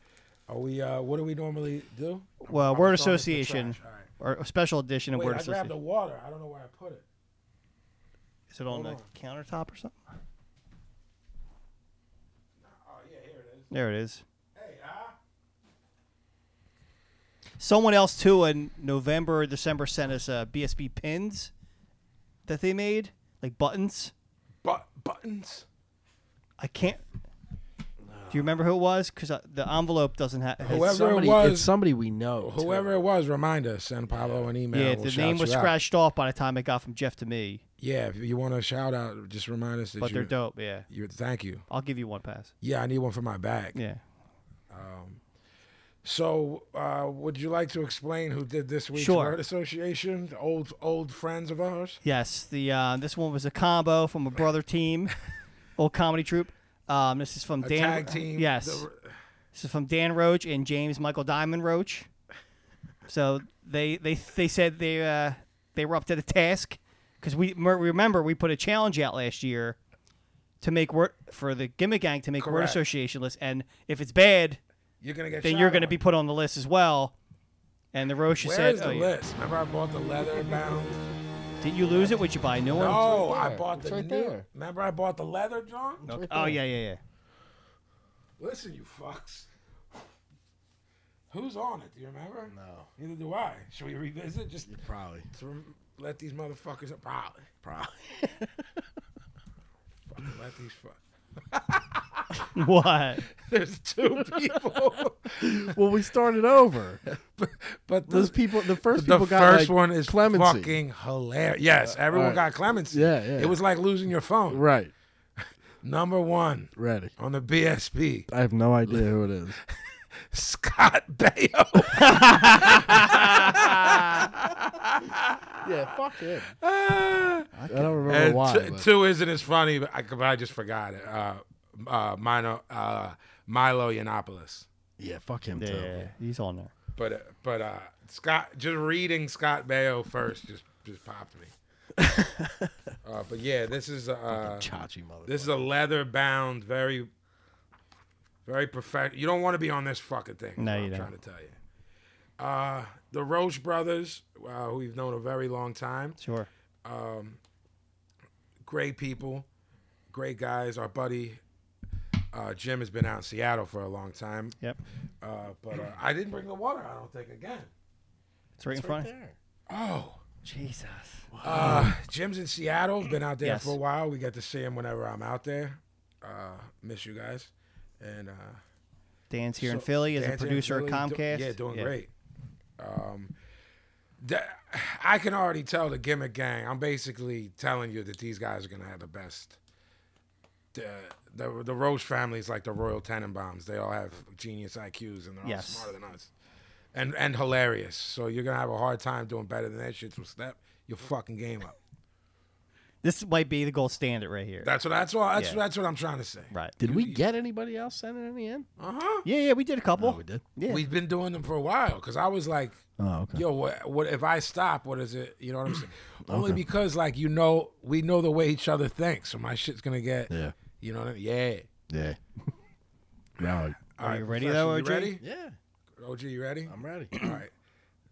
Speaker 7: Are we? Uh, what do we normally do?
Speaker 6: Well,
Speaker 7: I'm
Speaker 6: word
Speaker 7: throwing this in the
Speaker 6: association
Speaker 7: trash. All right.
Speaker 6: or a special edition of
Speaker 7: Wait,
Speaker 6: word
Speaker 7: I grabbed
Speaker 6: association.
Speaker 7: the water. I don't know where I put it.
Speaker 6: Is it on the
Speaker 7: hold on.
Speaker 6: countertop or something?
Speaker 7: Oh yeah, here it is.
Speaker 6: There it is.
Speaker 7: Hey, ah.
Speaker 6: Someone else too in November or December sent us uh, BSB pins that they made, like buttons.
Speaker 7: But buttons.
Speaker 6: I can't. Do you remember who it was? Because the envelope doesn't have.
Speaker 7: Whoever it
Speaker 8: somebody,
Speaker 7: was-
Speaker 8: it's somebody we know. too.
Speaker 7: Whoever it was, remind us. Send Pablo an email.
Speaker 6: Yeah,
Speaker 7: We'll
Speaker 6: the
Speaker 7: shout
Speaker 6: name was
Speaker 7: you out.
Speaker 6: scratched off by the time it got from Jeff to me,
Speaker 7: Yeah, if you want to shout out, just remind us. That
Speaker 6: but
Speaker 7: you,
Speaker 6: they're dope. Yeah,
Speaker 7: You, thank you.
Speaker 6: I'll give you one pass.
Speaker 7: Yeah, I need one for my back.
Speaker 6: Yeah.
Speaker 7: So, uh, would you like to explain who did this week's
Speaker 6: Sure.
Speaker 7: Nerd Association? The old old friends of ours.
Speaker 6: Yes, the uh, this one was a combo from a brother
Speaker 7: <laughs>
Speaker 6: team, old comedy troupe. Um, this is from
Speaker 7: A
Speaker 6: Dan.
Speaker 7: tag team.
Speaker 6: Yes,
Speaker 7: The-
Speaker 6: this is from Dan Roach and James Michael Diamond Roach. So they they they said they uh, they were up to the task because we mer- remember we put a challenge out last year to make word for the gimmick gang to make word
Speaker 7: Correct.
Speaker 6: association list, and if it's bad,
Speaker 7: you're gonna get.
Speaker 6: then
Speaker 7: shot
Speaker 6: you're going to
Speaker 7: on.
Speaker 6: be put on the list as well. And the Roche
Speaker 7: Where
Speaker 6: said,
Speaker 7: is the
Speaker 6: oh, yeah.
Speaker 7: list? Remember, I bought the leather bound.
Speaker 6: "Did you lose it? Would you buy a new one?"
Speaker 7: No, I
Speaker 8: there.
Speaker 7: bought
Speaker 8: It's
Speaker 7: the
Speaker 8: right
Speaker 7: new.
Speaker 8: there.
Speaker 7: Remember, I bought the leather, John.
Speaker 6: Okay. Oh yeah, yeah, yeah.
Speaker 7: Listen, you fucks. Who's on it? Do you remember?
Speaker 8: No.
Speaker 7: Neither do I. Should we revisit? Just
Speaker 8: Probably.
Speaker 7: to rem- let these motherfuckers. Probably. <laughs>
Speaker 8: Probably.
Speaker 7: Let these fuck.
Speaker 6: <laughs> What?
Speaker 7: There's two <laughs> people.
Speaker 8: well, we started
Speaker 7: <laughs>
Speaker 8: over.
Speaker 7: But
Speaker 8: Those
Speaker 7: the,
Speaker 8: people. The first
Speaker 7: the
Speaker 8: people
Speaker 7: first
Speaker 8: got like,
Speaker 7: one is
Speaker 8: clemency.
Speaker 7: fucking hilarious. Yes, everyone
Speaker 8: alright.
Speaker 7: got clemency.
Speaker 8: Yeah, yeah.
Speaker 7: It was like losing your phone.
Speaker 8: Right.
Speaker 7: Number one
Speaker 8: Ready.
Speaker 7: on the BSB,
Speaker 8: I have no idea who
Speaker 7: <laughs>
Speaker 8: it is.
Speaker 7: Scott <laughs> Baio.
Speaker 8: yeah. Fuck him.
Speaker 7: Ah.
Speaker 8: I don't remember
Speaker 7: and
Speaker 8: why.
Speaker 7: t-
Speaker 8: but-
Speaker 7: two isn't as funny, but I, but I just forgot it. Uh, uh, Mino, uh, Milo Yiannopoulos.
Speaker 8: yeah. Fuck him
Speaker 6: Yeah,
Speaker 8: too.
Speaker 6: yeah, yeah. he's on there.
Speaker 7: But uh, but uh, Scott, just reading Scott Baio first just just popped
Speaker 8: <laughs>
Speaker 7: me. uh, but yeah, this is uh,
Speaker 8: Chachi mother.
Speaker 7: This is a leather bound, very, very perfect. You don't want to be on this fucking thing. is
Speaker 6: No,
Speaker 7: what
Speaker 6: you
Speaker 7: I'm
Speaker 6: don't.
Speaker 7: trying to tell you. Uh, the Roche brothers, uh, who we've known a very long time,
Speaker 6: Sure.
Speaker 7: great people, great guys. Our buddy uh, Jim has been out in Seattle for a long time.
Speaker 6: Yep.
Speaker 7: Uh, but uh, I didn't bring the water. I don't think again.
Speaker 6: It's right in front. of
Speaker 11: there.
Speaker 7: Oh.
Speaker 6: Jesus.
Speaker 7: Uh, Jim's in Seattle. Been out there
Speaker 6: Yes.
Speaker 7: for a while. We get to see him whenever I'm out there. Uh, miss you guys. And uh,
Speaker 6: Dan's here in
Speaker 7: so-
Speaker 6: Philly as a
Speaker 7: Dan's here in
Speaker 6: producer at
Speaker 7: Philly, do-
Speaker 6: Comcast.
Speaker 7: yeah, doing great. Um, the- I can already tell the gimmick gang. I'm basically telling you that these guys are gonna have the best. The the, the Rose family is like the Royal Tenenbaums. They all have genius IQs and they're
Speaker 6: Yes.
Speaker 7: all smarter than us, and and hilarious. So you're gonna have a hard time doing better than that shit. So step your fucking game up.
Speaker 6: This might be the gold standard right here.
Speaker 7: That's what that's all. That's
Speaker 6: Yeah.
Speaker 7: that's what I'm trying to say.
Speaker 6: right.
Speaker 8: Did we get anybody else sending in the end? Oh.
Speaker 7: Uh huh.
Speaker 6: Yeah, yeah, we did a couple.
Speaker 8: we did.
Speaker 6: Yeah.
Speaker 7: We've been doing them for a while because I was like,
Speaker 8: Oh, okay.
Speaker 7: yo, what, what if I stop? What is it? You know what
Speaker 8: <clears throat>
Speaker 7: I'm saying? Only because like you know we know the way each other thinks, so my shit's gonna get.
Speaker 8: Yeah.
Speaker 7: You know what I mean? Yeah.
Speaker 8: Yeah.
Speaker 7: <laughs>
Speaker 8: now,
Speaker 7: All
Speaker 6: you ready though,
Speaker 7: Professor,
Speaker 6: OG?
Speaker 7: You
Speaker 8: yeah,
Speaker 7: ready? OG, you ready?
Speaker 8: I'm <clears throat> ready.
Speaker 7: All right.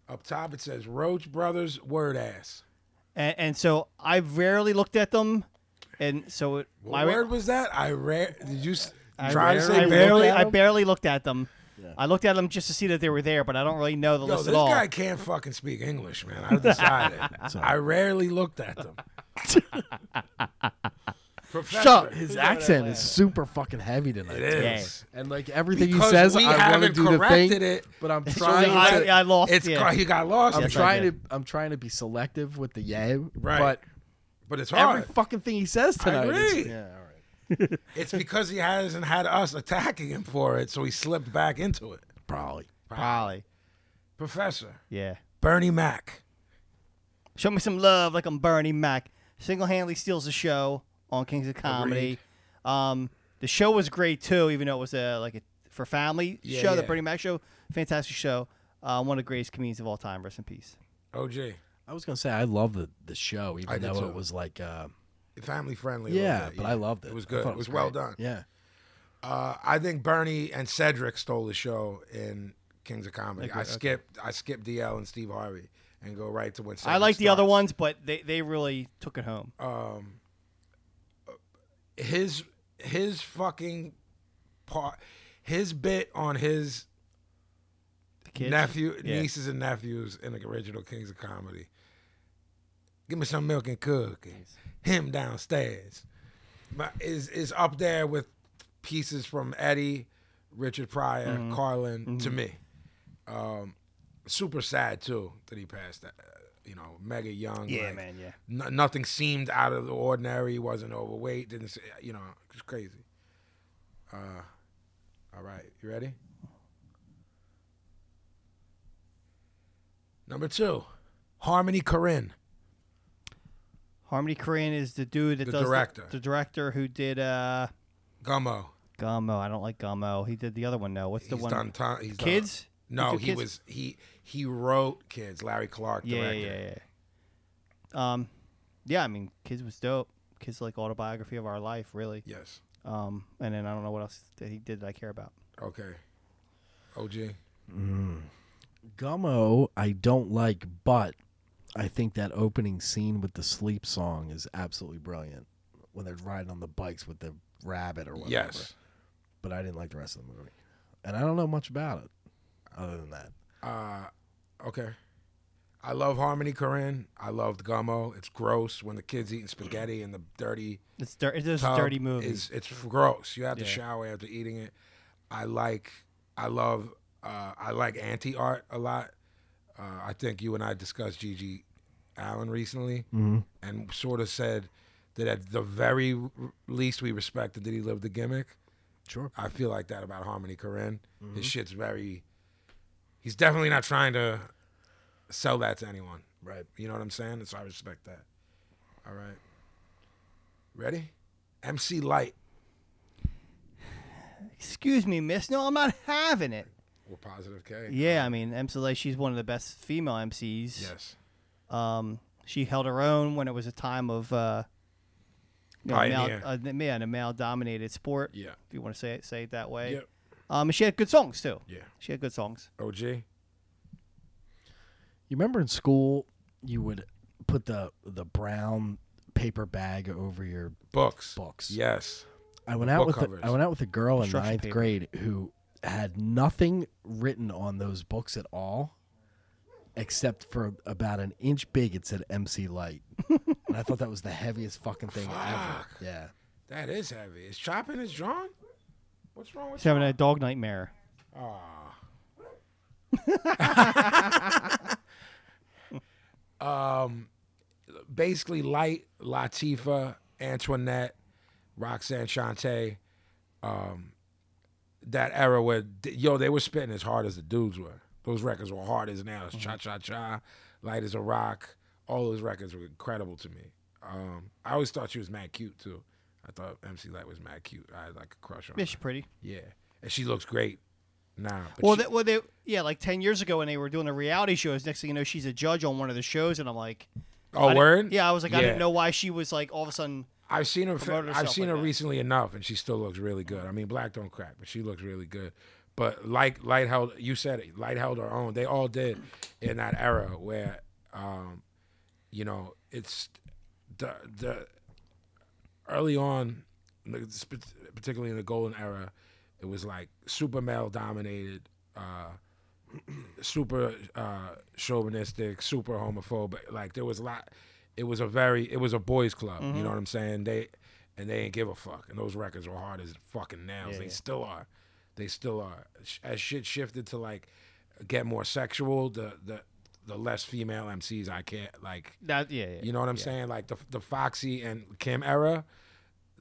Speaker 7: Up top it says Roach Brothers Word Ass.
Speaker 6: And, and so I rarely looked at them, and so it,
Speaker 7: What
Speaker 6: my
Speaker 7: word was that? I rare. Did you s-
Speaker 6: I,
Speaker 7: try to
Speaker 6: rare-
Speaker 7: say
Speaker 6: I
Speaker 7: barely?
Speaker 6: barely,
Speaker 8: at
Speaker 6: I
Speaker 8: them?
Speaker 6: barely looked at them. I looked at them just to see that they were there, but I don't really know the
Speaker 7: Yo,
Speaker 6: list
Speaker 7: this
Speaker 6: at all.
Speaker 7: guy can't fucking speak English, man.
Speaker 6: <laughs>
Speaker 7: I've decided. I rarely looked at them. Professor,
Speaker 8: Shut. His accent is super fucking heavy tonight.
Speaker 7: It
Speaker 8: too.
Speaker 7: is.
Speaker 8: And like everything
Speaker 7: Because
Speaker 8: he says,
Speaker 7: we
Speaker 8: I want to
Speaker 7: haven't
Speaker 8: do the thing,
Speaker 7: corrected it.
Speaker 8: but I'm
Speaker 7: So
Speaker 8: trying.
Speaker 7: we let
Speaker 8: to,
Speaker 7: it-
Speaker 6: I lost,
Speaker 7: It's
Speaker 6: yeah.
Speaker 7: ca- he got lost.
Speaker 8: I'm
Speaker 7: in it.
Speaker 8: trying to. I'm trying to be selective with the yeah,
Speaker 7: Right.
Speaker 8: but
Speaker 7: but it's
Speaker 8: every
Speaker 7: hard.
Speaker 8: fucking thing he says
Speaker 7: I
Speaker 8: tonight. is-
Speaker 7: agree.
Speaker 8: Yeah, all right.
Speaker 7: <laughs> It's because he hasn't had us attacking him for it, so he slipped back into it.
Speaker 8: Probably.
Speaker 6: Probably.
Speaker 7: Professor
Speaker 6: Yeah.
Speaker 7: Bernie Mac.
Speaker 6: Show me some love like I'm Bernie Mac. Single handedly steals the show on Kings of Comedy. Um, the show was great too, even though it was a like a for family
Speaker 7: Yeah,
Speaker 6: show, the
Speaker 7: yeah.
Speaker 6: Bernie Mac show. Fantastic show. Uh, one of the greatest comedians of all time. Rest in peace.
Speaker 7: OG,
Speaker 8: I was gonna say I love the the show, even
Speaker 7: I did
Speaker 8: though
Speaker 7: too.
Speaker 8: it was like, uh,
Speaker 7: family friendly. a little
Speaker 8: yeah,
Speaker 7: bit,
Speaker 8: but I loved it.
Speaker 7: It was
Speaker 8: I
Speaker 7: good.
Speaker 8: thought
Speaker 7: It was well
Speaker 8: great.
Speaker 7: done.
Speaker 8: Yeah,
Speaker 7: Uh, I think Bernie and Cedric stole the show in Kings of Comedy. I skipped I skipped DL and Steve Harvey and Uh, go right to when
Speaker 6: I
Speaker 7: Cedric
Speaker 6: like the other
Speaker 7: starts.
Speaker 6: ones, but they, they really took it home.
Speaker 7: His his fucking part his bit on his
Speaker 6: the kids.
Speaker 7: nephew
Speaker 6: Yeah.
Speaker 7: nieces and nephews in the original Kings of Comedy. Give me some milk and cookies. Him downstairs. But is is up there with pieces from Eddie, Richard Pryor,
Speaker 6: Mm-hmm.
Speaker 7: Carlin to me. Um, super sad too that he passed. Uh, you know, mega young.
Speaker 6: Yeah,
Speaker 7: like,
Speaker 6: man, yeah.
Speaker 7: no- nothing seemed out of the ordinary. He wasn't overweight. Didn't say, you know, it's crazy. Uh, all right, you ready? Number two, Harmony Corinne.
Speaker 6: Harmony Korine is the dude that
Speaker 7: The
Speaker 6: does
Speaker 7: director.
Speaker 6: The, director who did uh,
Speaker 7: Gummo.
Speaker 6: Gummo. I don't like Gummo. He did the other one though. What's the
Speaker 7: he's
Speaker 6: one?
Speaker 7: done time. He's done-
Speaker 6: Kids?
Speaker 7: no,
Speaker 6: did
Speaker 7: he
Speaker 6: Kids?
Speaker 7: was he he wrote Kids. Larry Clark
Speaker 6: yeah,
Speaker 7: directed.
Speaker 6: yeah,
Speaker 7: it.
Speaker 6: yeah, yeah. Um, yeah. I mean, Kids was dope. Kids like autobiography of our life, really.
Speaker 7: Yes.
Speaker 6: Um, and then I don't know what else that he did that I care about.
Speaker 7: Okay. OG.
Speaker 8: Gummo, I don't like, but I think that opening scene with the sleep song is absolutely brilliant when they're riding on the bikes with the rabbit or whatever.
Speaker 7: Yes.
Speaker 8: But I didn't like the rest of the movie, and I don't know much about it other than that.
Speaker 7: Uh, Okay. I love Harmony Korine. I loved Gummo. It's gross when the kids eating spaghetti and the dirty
Speaker 6: It's dir- it's just a
Speaker 7: tub
Speaker 6: dirty movie.
Speaker 7: Is, it's gross. You have to
Speaker 6: Yeah.
Speaker 7: shower after eating it. I like. I love. Uh, I like anti art a lot. Uh, I think you and I discussed Gigi Allen recently,
Speaker 8: Mm-hmm.
Speaker 7: and sort of said that at the very r- least we respected that he lived the gimmick.
Speaker 8: Sure. Mm-hmm.
Speaker 7: I feel like that about Harmony Korine. His shit's very. He's definitely not trying to sell that to anyone.
Speaker 8: Right.
Speaker 7: You know what I'm saying? And so I respect that. All right. Ready? MC Light.
Speaker 6: Excuse me, Miss. No, I'm not having it.
Speaker 7: Well, positive K.
Speaker 6: Yeah, I mean, MCLA. She's one of the best female MCs.
Speaker 7: Yes.
Speaker 6: Um, she held her own when it was a time of uh, you know,
Speaker 7: Pioneer.
Speaker 6: male, uh, yeah, in a male-dominated sport.
Speaker 7: Yeah.
Speaker 6: if you want to say it, say it that way.
Speaker 7: Yep.
Speaker 6: Um, and she had good songs too.
Speaker 7: Yeah.
Speaker 6: She had good songs.
Speaker 7: OG.
Speaker 8: You remember in school, you would put the the brown paper bag over your
Speaker 7: Books.
Speaker 8: Books.
Speaker 7: Yes.
Speaker 8: I went out
Speaker 7: book
Speaker 8: with a,
Speaker 7: covers.
Speaker 8: I went out with a girl in
Speaker 6: Construction
Speaker 8: ninth
Speaker 6: paper.
Speaker 8: grade who had nothing written on those books at all, except for about an inch big, it said MC Light. and I thought that was the heaviest fucking thing ever. Yeah.
Speaker 7: That is heavy. Is chopping is drawn? What's wrong with
Speaker 6: He's having a dog nightmare.
Speaker 7: basically Light, Latifa, Antoinette, Roxanne Shante. Um, that era where d- yo, they were spitting as hard as the dudes were. Those records were hard as nails. Cha cha cha, light as a rock. All those records were incredible to me. Um, I always thought she was mad cute too. I thought MC Light was mad cute. I had like a crush on
Speaker 6: Yeah,
Speaker 7: her.
Speaker 6: she's pretty.
Speaker 7: Yeah, and she looks great now. but
Speaker 6: Well,
Speaker 7: she-
Speaker 6: they, well, they yeah, like ten years ago when they were doing the reality shows. Next thing you know, she's a judge on one of the shows, and I'm like,
Speaker 7: oh
Speaker 6: I di-
Speaker 7: word?
Speaker 6: Yeah, I was like, I
Speaker 7: Yeah.
Speaker 6: didn't know why she was like all of a sudden.
Speaker 7: I've seen her.
Speaker 6: promoted
Speaker 7: I've
Speaker 6: herself
Speaker 7: seen
Speaker 6: like
Speaker 7: her
Speaker 6: that.
Speaker 7: recently enough, and she still looks really good. I mean, black don't crack, but she looks really good. But like light held, you said it. Light held her own. They all did in that era where, um, you know, it's the the early on, like, sp- particularly in the golden era, it was like super male dominated, uh, super uh, chauvinistic, super homophobic. Like there was a lot. It was a very. It was a boys' club.
Speaker 6: Mm-hmm.
Speaker 7: You know what I'm saying? They and they didn't give a fuck. And those records were hard as fucking nails. they still are. They still are. Sh- As shit shifted to like get more sexual, the the the less female MCs I can't like.
Speaker 6: That yeah, yeah.
Speaker 7: You know what I'm saying? Like the the Foxy and Kim era,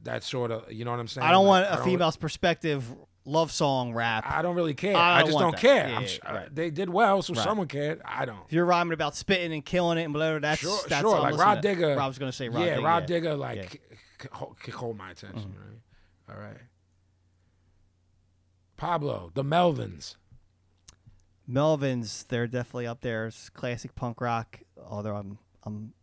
Speaker 7: that sort of. You know what I'm saying?
Speaker 6: I don't
Speaker 7: Like,
Speaker 6: want a female's perspective love song rap.
Speaker 7: I don't really care.
Speaker 6: I
Speaker 7: I,
Speaker 6: don't
Speaker 7: just
Speaker 6: want that.
Speaker 7: don't care.
Speaker 6: Yeah,
Speaker 7: I'm
Speaker 6: yeah,
Speaker 7: sh-
Speaker 6: right.
Speaker 7: They did well, so someone cared. I don't.
Speaker 6: if you're rhyming about spitting and killing it and blah, blah, that's
Speaker 7: sure,
Speaker 6: that's
Speaker 7: sure.
Speaker 6: I'm
Speaker 7: Like
Speaker 6: listening
Speaker 7: Rob
Speaker 6: to.
Speaker 7: Digger.
Speaker 6: Rob's gonna say Rob
Speaker 7: yeah,
Speaker 6: Digger.
Speaker 7: Rob
Speaker 6: yeah.
Speaker 7: Digger, like,
Speaker 6: Yeah.
Speaker 7: c- c- hold, c- hold my attention, right? All right. Pablo, the Melvins.
Speaker 6: Melvins, they're definitely up there. It's classic punk rock. Although I'm, I'm,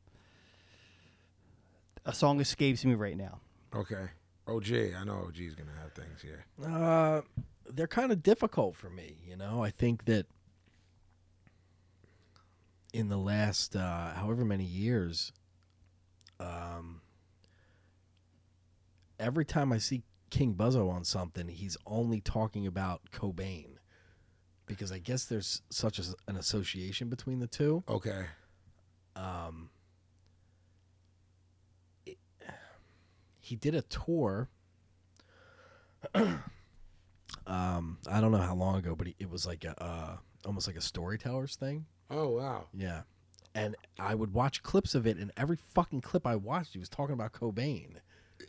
Speaker 6: a song escapes me right now.
Speaker 7: Okay. OG, I know OG's going to have things here.
Speaker 8: Uh, they're kind of difficult for me. You know, I think that in the last uh, however many years, um, every time I see King Buzzo on something, he's only talking about Cobain because I guess there's such a, an association between the two.
Speaker 7: Okay.
Speaker 8: he did a tour. <clears throat> um, I don't know how long ago, but he, it was like a uh, almost like a storytellers thing.
Speaker 7: Oh, wow.
Speaker 8: Yeah, and I would watch clips of it, and every fucking clip I watched, he was talking about Cobain.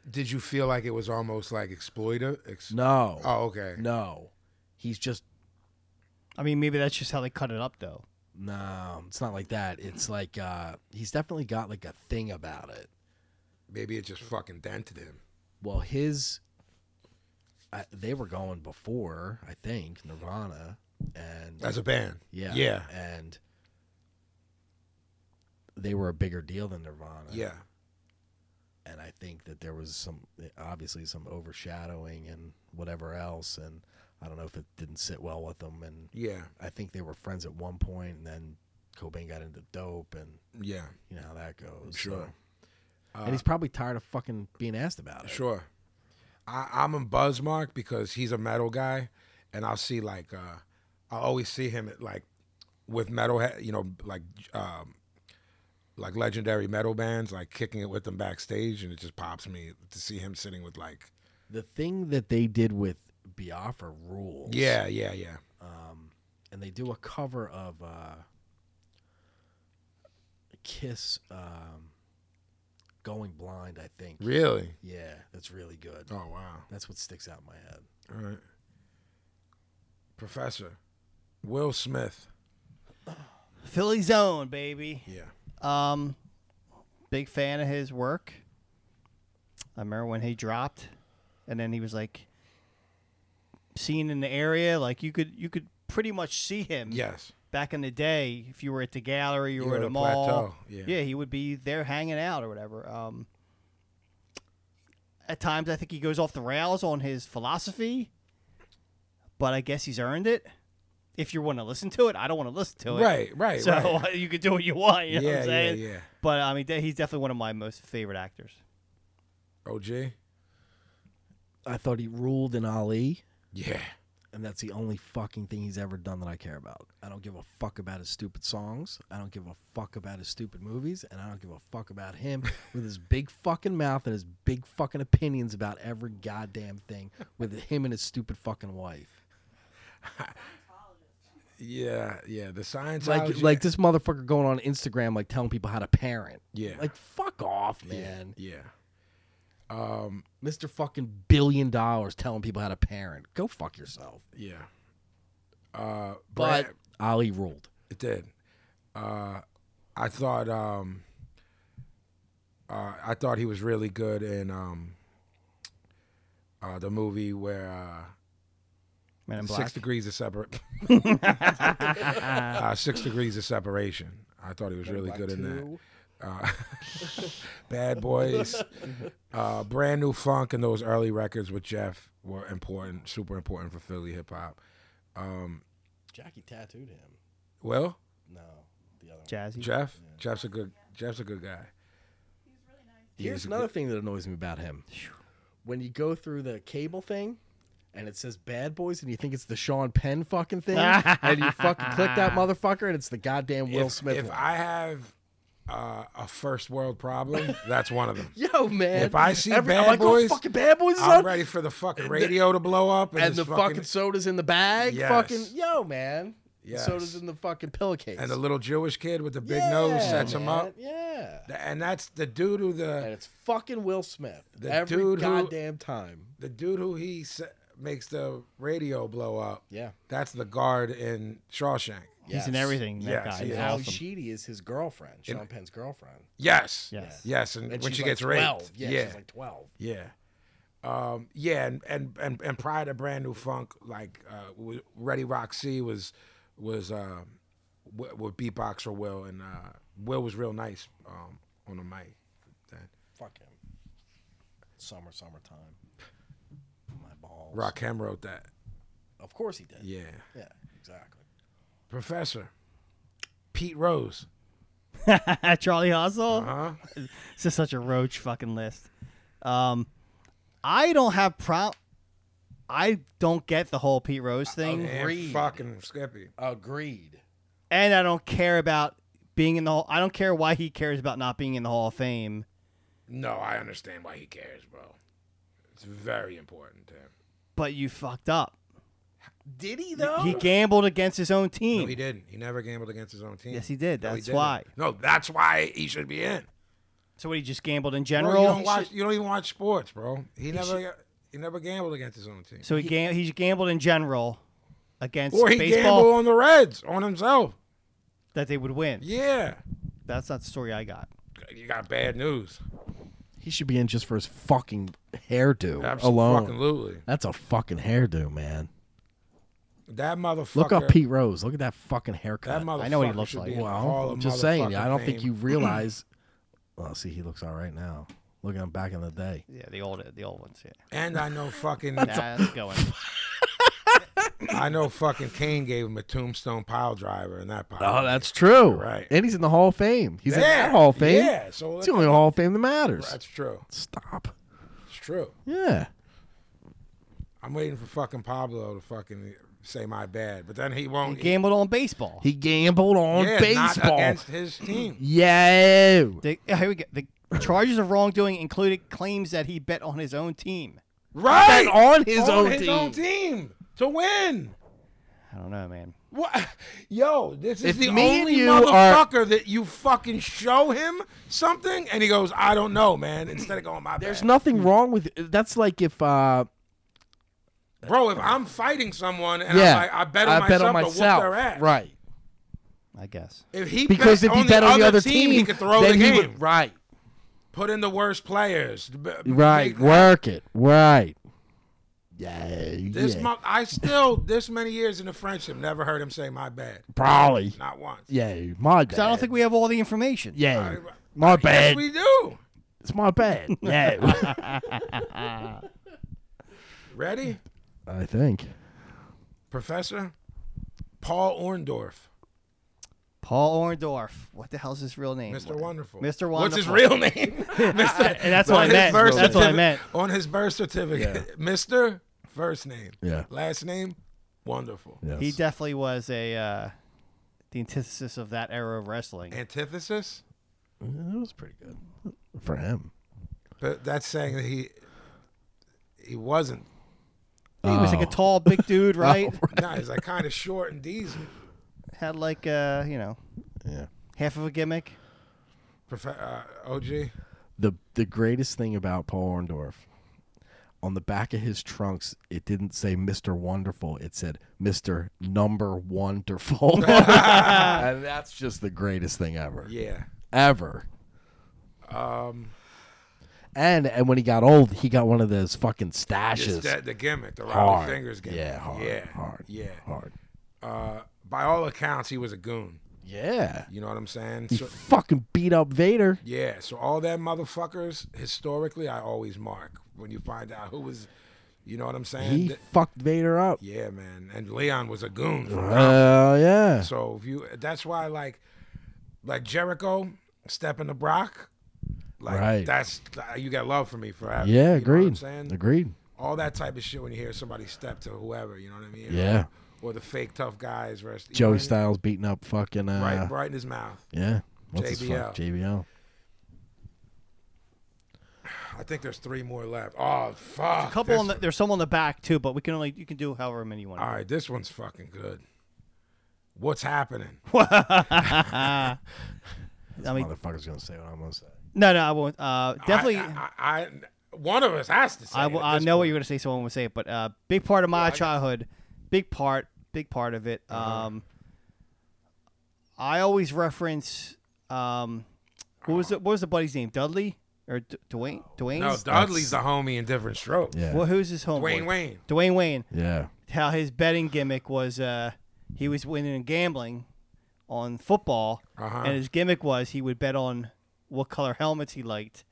Speaker 7: Did you feel like it was almost like exploitive? Ex-
Speaker 8: No,
Speaker 7: Oh, okay.
Speaker 8: no, he's just
Speaker 6: I mean, maybe that's just how they cut it up, though.
Speaker 8: no. It's not like that. It's like uh, he's definitely got like a thing about it.
Speaker 7: Maybe it just fucking dented him.
Speaker 8: Well, his I, they were going before I think Nirvana and
Speaker 7: As a band.
Speaker 8: Yeah.
Speaker 7: Yeah.
Speaker 8: And they were a bigger deal than Nirvana.
Speaker 7: Yeah.
Speaker 8: And I think that there was some, obviously, some overshadowing and whatever else. And I don't know if it didn't sit well with them. And
Speaker 7: Yeah.
Speaker 8: I think they were friends at one point, and then Cobain got into dope, and
Speaker 7: Yeah.
Speaker 8: you know how that goes.
Speaker 7: Sure.
Speaker 8: so. and he's probably tired of fucking being asked about it.
Speaker 7: Sure. I, I'm a Buzzmark because he's a metal guy, and I'll see like uh, I always see him at, like with metal, he- you know, like um, like legendary metal bands, like kicking it with them backstage, and it just pops me to see him sitting with like
Speaker 8: The thing that they did with Biafra rules.
Speaker 7: yeah, yeah, yeah.
Speaker 8: and they do a cover of uh, Kiss um, Going Blind, I think.
Speaker 7: Really?
Speaker 8: Yeah, that's really good.
Speaker 7: Oh wow!
Speaker 8: That's what sticks out in my head.
Speaker 7: All right, Professor Will Smith.
Speaker 6: Philly Zone, baby.
Speaker 7: Yeah.
Speaker 6: Um, big fan of his work. I remember when he dropped, and then he was like seen in the area. Like you could you could pretty much see him.
Speaker 7: Yes.
Speaker 6: Back in the day, if you were at the gallery, you
Speaker 7: You
Speaker 6: were
Speaker 7: were
Speaker 6: at
Speaker 7: at
Speaker 6: a
Speaker 7: a
Speaker 6: mall.
Speaker 7: plateau, yeah.
Speaker 6: he would be there hanging out or whatever. Um, at times, I think he goes off the rails on his philosophy, but I guess he's earned it. If you want to listen to it, I don't want to listen to it.
Speaker 7: Right. Right.
Speaker 6: So <laughs>
Speaker 7: right.
Speaker 6: you can do what you want. You know what
Speaker 7: Yeah.
Speaker 6: I'm
Speaker 7: Yeah.
Speaker 6: saying?
Speaker 7: Yeah.
Speaker 6: But I mean, de- he's definitely one of my most favorite actors.
Speaker 7: OG.
Speaker 8: I thought he ruled in Ali.
Speaker 7: Yeah.
Speaker 8: and that's the only fucking thing he's ever done that I care about. I don't give a fuck about his stupid songs. I don't give a fuck about his stupid movies, and I don't give a fuck about him <laughs> with his big fucking mouth and his big fucking opinions about every goddamn thing with <laughs> him and his stupid fucking wife.
Speaker 7: Yeah, yeah. The Scientology.
Speaker 8: Like like this motherfucker going on Instagram like telling people how to parent.
Speaker 7: Yeah.
Speaker 8: Like fuck off, man.
Speaker 7: Yeah.
Speaker 8: Mr. fucking billion dollars telling people how to parent. Go fuck yourself.
Speaker 7: Yeah. Uh,
Speaker 8: But
Speaker 7: Brad-
Speaker 8: Ali ruled.
Speaker 7: it did. Uh, I thought um, uh, I thought he was really good in um, uh, the movie where uh,
Speaker 6: Man in Black.
Speaker 7: Six Degrees of Separate. <laughs> uh, six Degrees of Separation. I thought he was really good in that. Uh, <laughs> Bad
Speaker 8: <laughs>
Speaker 7: Boys, uh, Brand New Funk, and those early records with Jeff were important, super important for Philly hip hop.
Speaker 8: Jackie tattooed him.
Speaker 7: Well,
Speaker 8: No, the other one.
Speaker 6: Jazzy.
Speaker 7: Jeff, Jeff's a good, Jeff's a good guy.
Speaker 8: Here's another thing that annoys me about him. When you go through the cable thing and it says Bad Boys and you think it's the Sean Penn fucking thing and you fucking click that motherfucker and it's the goddamn Will
Speaker 7: if,
Speaker 8: Smith
Speaker 7: If
Speaker 8: one.
Speaker 7: I have uh, a first world problem, that's one of
Speaker 8: <laughs>
Speaker 7: them.
Speaker 8: Yo, man.
Speaker 7: If I see
Speaker 8: Every- I'm
Speaker 7: Bad
Speaker 8: like, oh,
Speaker 7: Boys,
Speaker 8: fucking Bad Boys is
Speaker 7: I'm
Speaker 8: on?
Speaker 7: ready for the fucking radio to blow up and,
Speaker 8: and the
Speaker 7: this
Speaker 8: fucking, sodas in the bag.
Speaker 7: Yes.
Speaker 8: Fucking yo, man. The
Speaker 7: Yes.
Speaker 8: Sodas in the fucking pillowcase.
Speaker 7: and the little Jewish kid with the big nose sets him
Speaker 8: man.
Speaker 7: up.
Speaker 8: Yeah.
Speaker 7: Th- And that's the dude who
Speaker 8: And
Speaker 7: the
Speaker 8: it's fucking Will Smith
Speaker 7: The
Speaker 8: every
Speaker 7: dude who-
Speaker 8: goddamn time.
Speaker 7: the dude who he se- makes the radio blow up.
Speaker 8: Yeah.
Speaker 7: that's the guard in Shawshank.
Speaker 6: He's in
Speaker 8: Yes.
Speaker 6: everything. That
Speaker 7: Yes,
Speaker 6: guy.
Speaker 7: he
Speaker 6: He's
Speaker 7: is.
Speaker 8: Al
Speaker 6: awesome.
Speaker 8: Sheedy is his girlfriend, Sean Penn's girlfriend.
Speaker 7: Yes,
Speaker 6: Yes.
Speaker 7: yes. And, when
Speaker 8: she's
Speaker 7: she
Speaker 8: like
Speaker 7: gets
Speaker 8: 12.
Speaker 7: raped,
Speaker 8: Yeah,
Speaker 7: yeah,
Speaker 8: she's like 12.
Speaker 7: Yeah. Um, yeah, and, and and and prior to brand new funk, like uh, w- Ready Roxy was was uh, w- with beatbox for Will, and uh, Will was real nice um, on the mic. Then
Speaker 8: Fuck him. Summer, summertime. My balls.
Speaker 7: Rakim wrote that.
Speaker 8: Of course he did.
Speaker 7: Yeah,
Speaker 8: Yeah, exactly.
Speaker 7: Professor Pete Rose.
Speaker 6: Charlie Hustle. <laughs>
Speaker 7: Huh?
Speaker 6: It's just such a roach fucking list. Um, I don't have pro. I don't get the whole Pete Rose thing,
Speaker 7: And
Speaker 8: Reed.
Speaker 7: fucking Skippy.
Speaker 8: Agreed.
Speaker 6: and I don't care about being in the. Hall- I don't care why he cares about not being in the Hall of Fame.
Speaker 7: No, I understand why he cares, bro. It's very important to him.
Speaker 6: But you fucked up.
Speaker 8: Did he though?
Speaker 6: He gambled against his own team.
Speaker 7: No, he didn't. He never gambled against his own team.
Speaker 6: Yes, he did.
Speaker 7: No,
Speaker 6: That's
Speaker 7: didn't.
Speaker 6: why.
Speaker 7: No, that's why he should be in.
Speaker 6: so what? He just gambled in
Speaker 7: Bro,
Speaker 6: general.
Speaker 7: you don't watch. You don't even watch sports, bro. He, never. He never gambled against his own team.
Speaker 6: so he, gam- he gambled in general against
Speaker 7: Or he
Speaker 6: baseball
Speaker 7: gambled on the Reds on himself.
Speaker 6: that they would win.
Speaker 7: Yeah,
Speaker 6: That's not the story I got.
Speaker 7: you got bad news.
Speaker 8: He should be in just for his fucking hairdo alone.
Speaker 7: Absolutely,
Speaker 8: That's a fucking hairdo, man.
Speaker 7: that motherfucker.
Speaker 8: Look up Pete Rose. Look at that fucking haircut.
Speaker 7: That motherfucker.
Speaker 6: I know what he looks
Speaker 7: should
Speaker 6: like.
Speaker 7: be in the Hall
Speaker 8: Well,
Speaker 7: of
Speaker 8: I'm just saying. I don't
Speaker 7: motherfucking
Speaker 8: think you
Speaker 7: fame.
Speaker 8: realize. <clears throat> well, see, he looks all right now. Look at him back in the day.
Speaker 6: Yeah, the old the old ones. Yeah,
Speaker 7: And I
Speaker 8: <laughs>
Speaker 7: know fucking.
Speaker 6: nah, that's going.
Speaker 7: I know fucking Kane gave him a tombstone pile driver and that pile.
Speaker 8: Oh, that's true.
Speaker 7: Right.
Speaker 8: And he's in the Hall of Fame. He's in
Speaker 7: Yeah,
Speaker 8: that Hall of Fame.
Speaker 7: yeah, so
Speaker 8: it's
Speaker 7: that-
Speaker 8: the only Hall of Fame that matters.
Speaker 7: That's true.
Speaker 8: Stop.
Speaker 7: It's true.
Speaker 8: Yeah.
Speaker 7: I'm waiting for fucking Pablo to fucking say my bad, but then he won't.
Speaker 6: He gambled on baseball.
Speaker 8: He gambled on
Speaker 7: yeah, not
Speaker 8: baseball.
Speaker 7: against his team.
Speaker 8: yeah.
Speaker 6: The, here we go. The charges of wrongdoing included claims that he bet on his own team.
Speaker 7: Right
Speaker 8: on his
Speaker 7: on
Speaker 8: own
Speaker 7: his
Speaker 8: team.
Speaker 7: own team to win.
Speaker 6: I don't know, man.
Speaker 7: What? <laughs> Yo, this is
Speaker 8: If
Speaker 7: the
Speaker 8: me and
Speaker 7: only
Speaker 8: you are-
Speaker 7: motherfucker that you fucking show him something, and he goes, "I don't know, man." Instead of going, "My
Speaker 8: There's
Speaker 7: bad."
Speaker 8: nothing wrong with that's like if uh
Speaker 7: bro. If I'm fighting someone and
Speaker 8: yeah
Speaker 7: I'm like, "I bet on myself to
Speaker 8: myself."
Speaker 7: whoop their ass,"
Speaker 8: Right.
Speaker 6: I guess.
Speaker 7: If he
Speaker 8: Because if
Speaker 7: on
Speaker 8: he bet
Speaker 7: the
Speaker 8: on
Speaker 7: other
Speaker 8: the other
Speaker 7: team, he could throw
Speaker 8: then
Speaker 7: the
Speaker 8: he
Speaker 7: game.
Speaker 8: would- right.
Speaker 7: Put in the worst players. B-
Speaker 8: Right.
Speaker 7: make-
Speaker 8: Work it. Right. Yeah.
Speaker 7: This
Speaker 8: yeah.
Speaker 7: mo- I still this many years in the friendship never heard him say my bad.
Speaker 8: Probably.
Speaker 7: Not once.
Speaker 8: Yeah. My bad.
Speaker 6: So I don't think we have all the information.
Speaker 8: Yeah.
Speaker 7: I-
Speaker 8: My
Speaker 7: Yes,
Speaker 8: bad.
Speaker 7: we do.
Speaker 8: It's my bad.
Speaker 7: <laughs>
Speaker 8: Yeah.
Speaker 7: Ready,
Speaker 8: I think.
Speaker 7: Professor Paul Orndorff,
Speaker 6: Paul Orndorff. What the hell's his real name?
Speaker 7: Mr. Wonderful.
Speaker 6: Mr.
Speaker 7: What's his
Speaker 6: Wonderful.
Speaker 7: real <laughs> name? Mr.
Speaker 6: And that's what I
Speaker 7: his
Speaker 6: meant.
Speaker 7: birth
Speaker 6: That's what I
Speaker 7: certifi-
Speaker 6: meant.
Speaker 7: On his birth certificate, Mr. First name.
Speaker 8: Yeah.
Speaker 7: Last name Wonderful.
Speaker 6: He definitely was a uh, the antithesis of that era of wrestling.
Speaker 7: Antithesis?
Speaker 8: That was pretty good for him.
Speaker 7: But that's saying that he he wasn't.
Speaker 6: He was like a tall, big dude, right?
Speaker 7: No, he's like kind of short and diesel.
Speaker 6: Had like uh, you know,
Speaker 8: Yeah.
Speaker 6: half of a gimmick.
Speaker 7: Prof- uh, OG.
Speaker 8: The the greatest thing about Paul Orndorff, on the back of his trunks, it didn't say Mister Wonderful. It said Mister
Speaker 7: <laughs>
Speaker 8: Number Wonderful, and <laughs> that's just the greatest thing ever.
Speaker 7: Yeah.
Speaker 8: ever. Um,
Speaker 7: Um.
Speaker 8: and and when he got old, he got one of those fucking stashes.
Speaker 7: Just that, the gimmick, the
Speaker 8: hard.
Speaker 7: round fingers gimmick.
Speaker 8: Yeah, hard.
Speaker 7: Yeah.
Speaker 8: hard.
Speaker 7: Yeah.
Speaker 8: hard.
Speaker 7: Uh, by all accounts, he was a goon.
Speaker 8: Yeah,
Speaker 7: You know what I'm saying?
Speaker 8: he
Speaker 7: So,
Speaker 8: fucking beat up Vader.
Speaker 7: yeah. So all them motherfuckers, historically, I always mark when you find out who was. You know what I'm saying?
Speaker 8: He
Speaker 7: Th-
Speaker 8: fucked Vader up.
Speaker 7: yeah, man. And Leon was a goon. for
Speaker 8: Hell yeah.
Speaker 7: So if you, that's why like, like Jericho stepping to Brock, like
Speaker 8: Right.
Speaker 7: that's you got love for me forever. You know
Speaker 8: yeah,
Speaker 7: what I'm
Speaker 8: agreed.
Speaker 7: saying
Speaker 8: Agreed.
Speaker 7: all that type of shit when you hear somebody step to whoever, you know what I mean?
Speaker 8: Yeah.
Speaker 7: Or, the fake tough guys versus you know
Speaker 8: Joey
Speaker 7: what I mean?
Speaker 8: Styles beating up fucking uh
Speaker 7: right, right in his mouth.
Speaker 8: yeah. What's his
Speaker 7: JBL.
Speaker 8: fuck? JBL.
Speaker 7: I think there's three more left. Oh fuck!
Speaker 6: A couple
Speaker 7: this-
Speaker 6: on the, there's some on the back too, but we can only you can do however many you want.
Speaker 7: all right, this one's fucking good. What's happening?
Speaker 6: I mean,
Speaker 8: Motherfucker's gonna say what I'm gonna say.
Speaker 6: no, no, I won't. Uh, definitely,
Speaker 7: I,
Speaker 6: I,
Speaker 7: I- I- one of us has to say.
Speaker 6: will-
Speaker 7: it
Speaker 6: I
Speaker 7: at this
Speaker 6: know what
Speaker 7: point.
Speaker 6: you're gonna say. Someone would say it, but uh, big part of my childhood, big part, big part of it.
Speaker 7: Uh-huh.
Speaker 6: Um, I always reference um, what was it? What was the buddy's name? Dudley or D- Dwayne? Dwayne?
Speaker 7: No, Dudley's the homie in different strokes.
Speaker 8: Yeah.
Speaker 6: Well, who's his homeboy?
Speaker 7: Dwayne Wayne.
Speaker 6: Dwayne Wayne.
Speaker 8: Yeah.
Speaker 6: how his betting gimmick was uh, he was winning and gambling on football,
Speaker 7: Uh-huh.
Speaker 6: and his gimmick was he would bet on what color helmets he liked.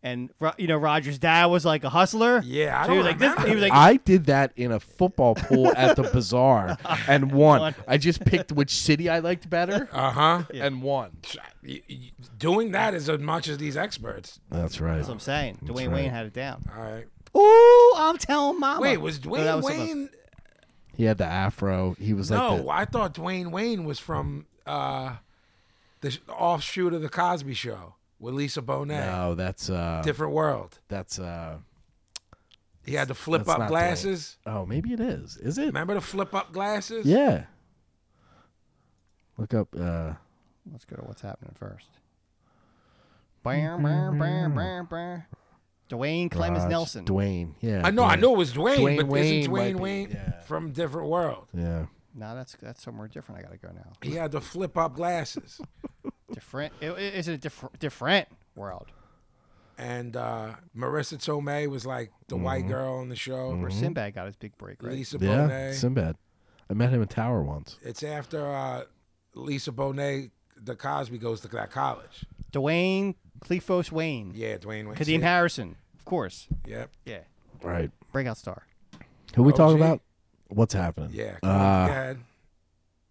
Speaker 6: And Ro- you know, Roger's dad was like a hustler.
Speaker 7: Yeah, I
Speaker 6: so he was like
Speaker 7: don't
Speaker 6: this. He
Speaker 7: remember
Speaker 6: was like,
Speaker 8: I did that in a football pool
Speaker 7: <laughs>
Speaker 8: at the bazaar and won. I just picked which city I
Speaker 7: <laughs>
Speaker 8: liked better
Speaker 7: Uh huh.
Speaker 8: and won.
Speaker 7: Doing that as much as these experts.
Speaker 8: That's right.
Speaker 6: that's what I'm saying. Dwayne
Speaker 8: right.
Speaker 6: Wayne had it down.
Speaker 7: All right.
Speaker 6: Ooh, I'm telling mama.
Speaker 7: Uh, Wait, was Dwayne
Speaker 6: that was someone else.
Speaker 7: Wayne?
Speaker 8: He had the afro. He was like
Speaker 7: No,
Speaker 8: the-
Speaker 7: I thought Dwayne Wayne was from uh, the sh- offshoot of the Cosby Show with Lisa Bonet.
Speaker 8: No, that's uh
Speaker 7: Different world.
Speaker 8: that's uh
Speaker 7: He had the flip
Speaker 8: That's
Speaker 7: up
Speaker 8: not
Speaker 7: glasses.
Speaker 8: oh maybe it is. Is it?
Speaker 7: Remember the flip up glasses?
Speaker 8: Yeah. Look up uh
Speaker 6: Let's go to what's happening first. Bam, bam,
Speaker 7: Mm-hmm.
Speaker 6: bam, bam, bam. Dwayne Clemens
Speaker 8: Raj,
Speaker 6: Nelson.
Speaker 8: Dwayne. Yeah.
Speaker 7: I know, I
Speaker 8: Dwayne.
Speaker 7: know it was Dwayne,
Speaker 8: Dwayne
Speaker 7: but
Speaker 8: Wayne
Speaker 7: isn't
Speaker 8: might
Speaker 7: Dwayne
Speaker 8: be-
Speaker 7: Wayne
Speaker 8: yeah.
Speaker 7: from different world?
Speaker 8: Yeah.
Speaker 6: No, that's that's somewhere different. I gotta go
Speaker 7: <laughs>
Speaker 6: now.
Speaker 7: He had the flip up glasses. <laughs>
Speaker 6: Different. It, it- it's a different different world.
Speaker 7: and uh, Marissa Tomei was like the white girl on the show.
Speaker 6: where Sinbad got his big break, right?
Speaker 7: Lisa
Speaker 8: Mm-hmm. Yeah.
Speaker 7: Bonet.
Speaker 8: Sinbad. I met him in Tower once.
Speaker 7: it's after uh, Lisa Bonet, the Cosby goes to that college.
Speaker 6: Dwayne Clefos Wayne,
Speaker 7: Yeah, Dwayne Wayne.
Speaker 6: Kadeem Harrison, of course.
Speaker 7: Yep.
Speaker 6: Yeah,
Speaker 8: Right.
Speaker 6: breakout star.
Speaker 8: Who we
Speaker 7: OG?
Speaker 8: talking about? What's happening?
Speaker 7: Yeah. come on, go
Speaker 8: Uh,
Speaker 7: ahead.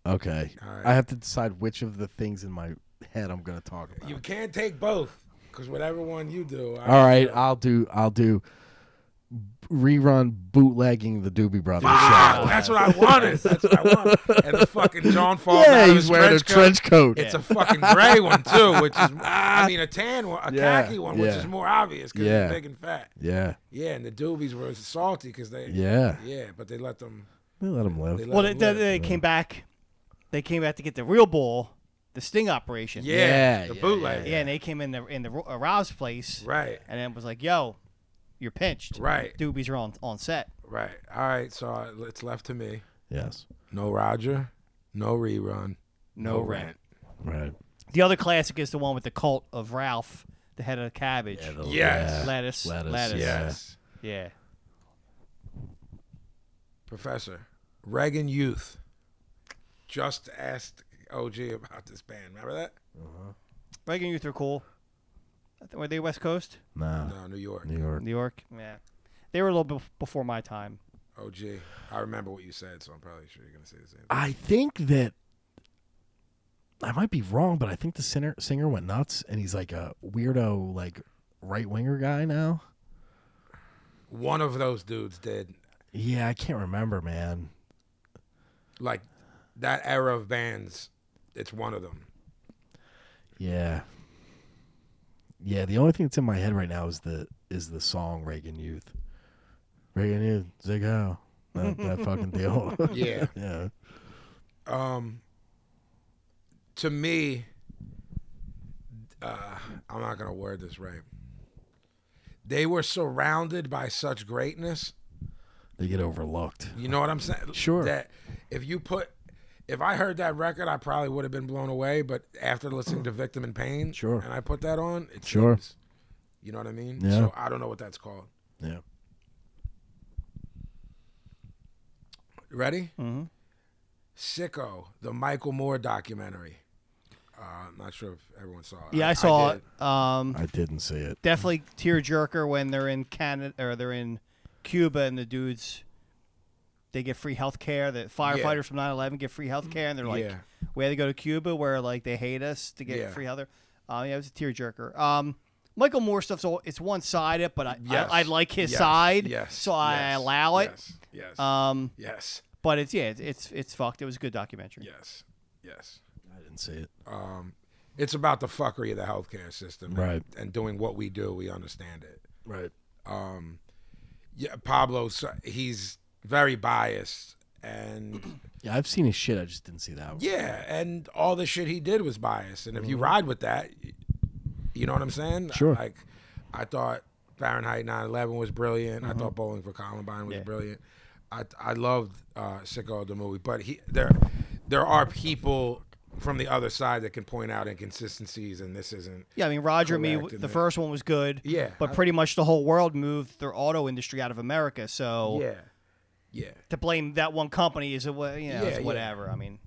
Speaker 8: okay.
Speaker 7: Alright.
Speaker 8: I have to decide which of the things in my head I'm going to talk about.
Speaker 7: You can't take both because whatever one you do. I-
Speaker 8: All right, I'll do. I'll do. Rerun bootlegging the Doobie Brothers
Speaker 7: Ah,
Speaker 8: show.
Speaker 7: that's what I
Speaker 8: <laughs>
Speaker 7: wanted. That's what I wanted. And the fucking John falls out
Speaker 8: Yeah,
Speaker 7: of
Speaker 8: he's
Speaker 7: his
Speaker 8: wearing
Speaker 7: trench
Speaker 8: a trench coat.
Speaker 7: It's a fucking gray one too, which
Speaker 8: <laughs>
Speaker 7: is I mean a tan one, a
Speaker 8: Yeah,
Speaker 7: khaki one, which
Speaker 8: yeah.
Speaker 7: is more obvious because
Speaker 8: Yeah.
Speaker 7: it's big and fat.
Speaker 8: Yeah,
Speaker 7: Yeah, and the doobies were salty because they.
Speaker 8: yeah.
Speaker 7: Yeah, but they let them.
Speaker 8: They let him live.
Speaker 7: They let
Speaker 6: Well, they,
Speaker 7: them
Speaker 6: they,
Speaker 7: live.
Speaker 6: they came back. They came back to get the real bull, the Sting operation.
Speaker 7: yeah,
Speaker 8: Yeah,
Speaker 7: the
Speaker 8: yeah,
Speaker 7: bootleg.
Speaker 6: yeah, and they came in the in the uh, Rob's place,
Speaker 7: Right,
Speaker 6: and then was like, "Yo, you're pinched.
Speaker 7: Right.
Speaker 6: Doobies are on on set.
Speaker 7: right. All right, so uh, it's left to me.
Speaker 8: Yes,
Speaker 7: No Roger, no rerun, no, rent.
Speaker 8: right.
Speaker 6: The other classic is the one with the cult of Ralph, the head of the cabbage.
Speaker 7: Yes.
Speaker 6: Lettuce,
Speaker 8: Lettuce,
Speaker 6: lettuce.
Speaker 8: Oh, yeah.
Speaker 7: Yes,
Speaker 6: yeah.
Speaker 7: Professor Reagan Youth. Just asked OG about this band. Remember that?
Speaker 6: Reagan Youth are cool. I think- Were they West Coast?
Speaker 8: Nah,
Speaker 7: No, New York.
Speaker 8: Uh, New York.
Speaker 6: New York? Yeah. They were a little bit before my time.
Speaker 7: OG. I remember what you said, so I'm probably sure you're gonna say the same.
Speaker 8: I think that I might be wrong, but I think the singer singer went nuts, and he's like a weirdo, like right winger guy now.
Speaker 7: One of those dudes did.
Speaker 8: Yeah, I can't remember, man.
Speaker 7: like that era of bands. It's one of them.
Speaker 8: Yeah. Yeah, the only thing that's in my head right now is the is the song Reagan Youth. Reagan Youth, Zig How. That, that fucking deal. <laughs>
Speaker 7: Yeah.
Speaker 8: yeah.
Speaker 7: <laughs> um to me uh i'm not gonna word this right they were surrounded by such greatness
Speaker 8: They get overlooked.
Speaker 7: you know what i'm saying
Speaker 8: Sure.
Speaker 7: that if you put if i heard that record i probably would have been blown away but after listening to victim in pain
Speaker 8: Sure.
Speaker 7: and i put that on it
Speaker 8: Sure.
Speaker 7: seems- you know what i mean
Speaker 8: Yeah.
Speaker 7: so i don't know what that's called
Speaker 8: Yeah.
Speaker 7: ready mm-hmm. sicko the michael moore documentary uh, i'm not sure if everyone saw it
Speaker 6: Yeah, I saw
Speaker 7: did.
Speaker 6: it. Um,
Speaker 7: <clears throat>
Speaker 8: I didn't see it.
Speaker 6: definitely tearjerker when they're in Canada or they're in Cuba and the dudes they get free health care. The firefighters from 9/11 get free health care, and they're like,
Speaker 7: Yeah.
Speaker 6: we had to go to Cuba where like they hate us to get
Speaker 7: Yeah.
Speaker 6: free health. Uh, yeah, it was a tearjerker. Um, Michael Moore stuff's all, it's one sided, but I,
Speaker 7: Yes.
Speaker 6: I I like his
Speaker 7: Yes.
Speaker 6: side,
Speaker 7: Yes.
Speaker 6: so I
Speaker 7: Yes.
Speaker 6: allow it.
Speaker 7: Yes. Yes.
Speaker 6: Um,
Speaker 7: yes.
Speaker 6: but it's yeah, it's, it's it's fucked. It was a good documentary.
Speaker 7: Yes. Yes.
Speaker 8: I didn't see it.
Speaker 7: It's about the fuckery of the healthcare system, and-
Speaker 8: Right.
Speaker 7: And doing what we do, we understand it.
Speaker 8: Right.
Speaker 7: Yeah, Pablo, so- he's very biased, and <clears throat>
Speaker 8: Yeah, I've seen his shit. I just didn't see that one.
Speaker 7: yeah, and all the shit he did was biased. And if you ride with that, y- you know what I'm saying?
Speaker 8: Sure.
Speaker 7: Like, I thought Fahrenheit 9/11 was brilliant. I thought Bowling for Columbine was
Speaker 6: Yeah.
Speaker 7: brilliant. I I loved uh, Sicko the movie, but he there there are people from the other side that can point out inconsistencies, and this isn't.
Speaker 6: Yeah, I mean Roger and me.
Speaker 7: Correct,
Speaker 6: w-
Speaker 7: and
Speaker 6: The
Speaker 7: that-
Speaker 6: first one was good.
Speaker 7: Yeah,
Speaker 6: but
Speaker 7: I-
Speaker 6: pretty much the whole world moved their auto industry out of America. So
Speaker 7: Yeah, yeah.
Speaker 6: to blame that one company is a wa- you know
Speaker 7: Yeah,
Speaker 6: it's
Speaker 7: yeah.
Speaker 6: whatever. I mean,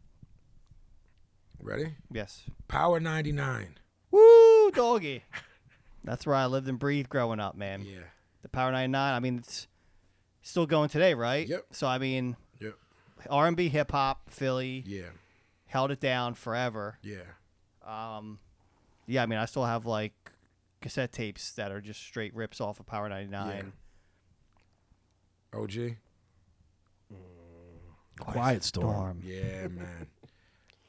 Speaker 7: Ready?
Speaker 6: yes.
Speaker 7: <laughs> Power 99.
Speaker 6: Woo, doggy. That's where I lived and breathed growing up, man.
Speaker 7: Yeah.
Speaker 6: The Power 99. I mean, it's still going today, right?
Speaker 7: Yep.
Speaker 6: So I mean,
Speaker 7: Yep.
Speaker 6: R and B, hip hop, Philly
Speaker 7: Yeah.
Speaker 6: held it down forever.
Speaker 7: Yeah.
Speaker 6: Yeah, I mean, I still have like cassette tapes that are just straight rips off of Power 99.
Speaker 7: OG.
Speaker 8: Quiet Storm.
Speaker 7: Yeah, man.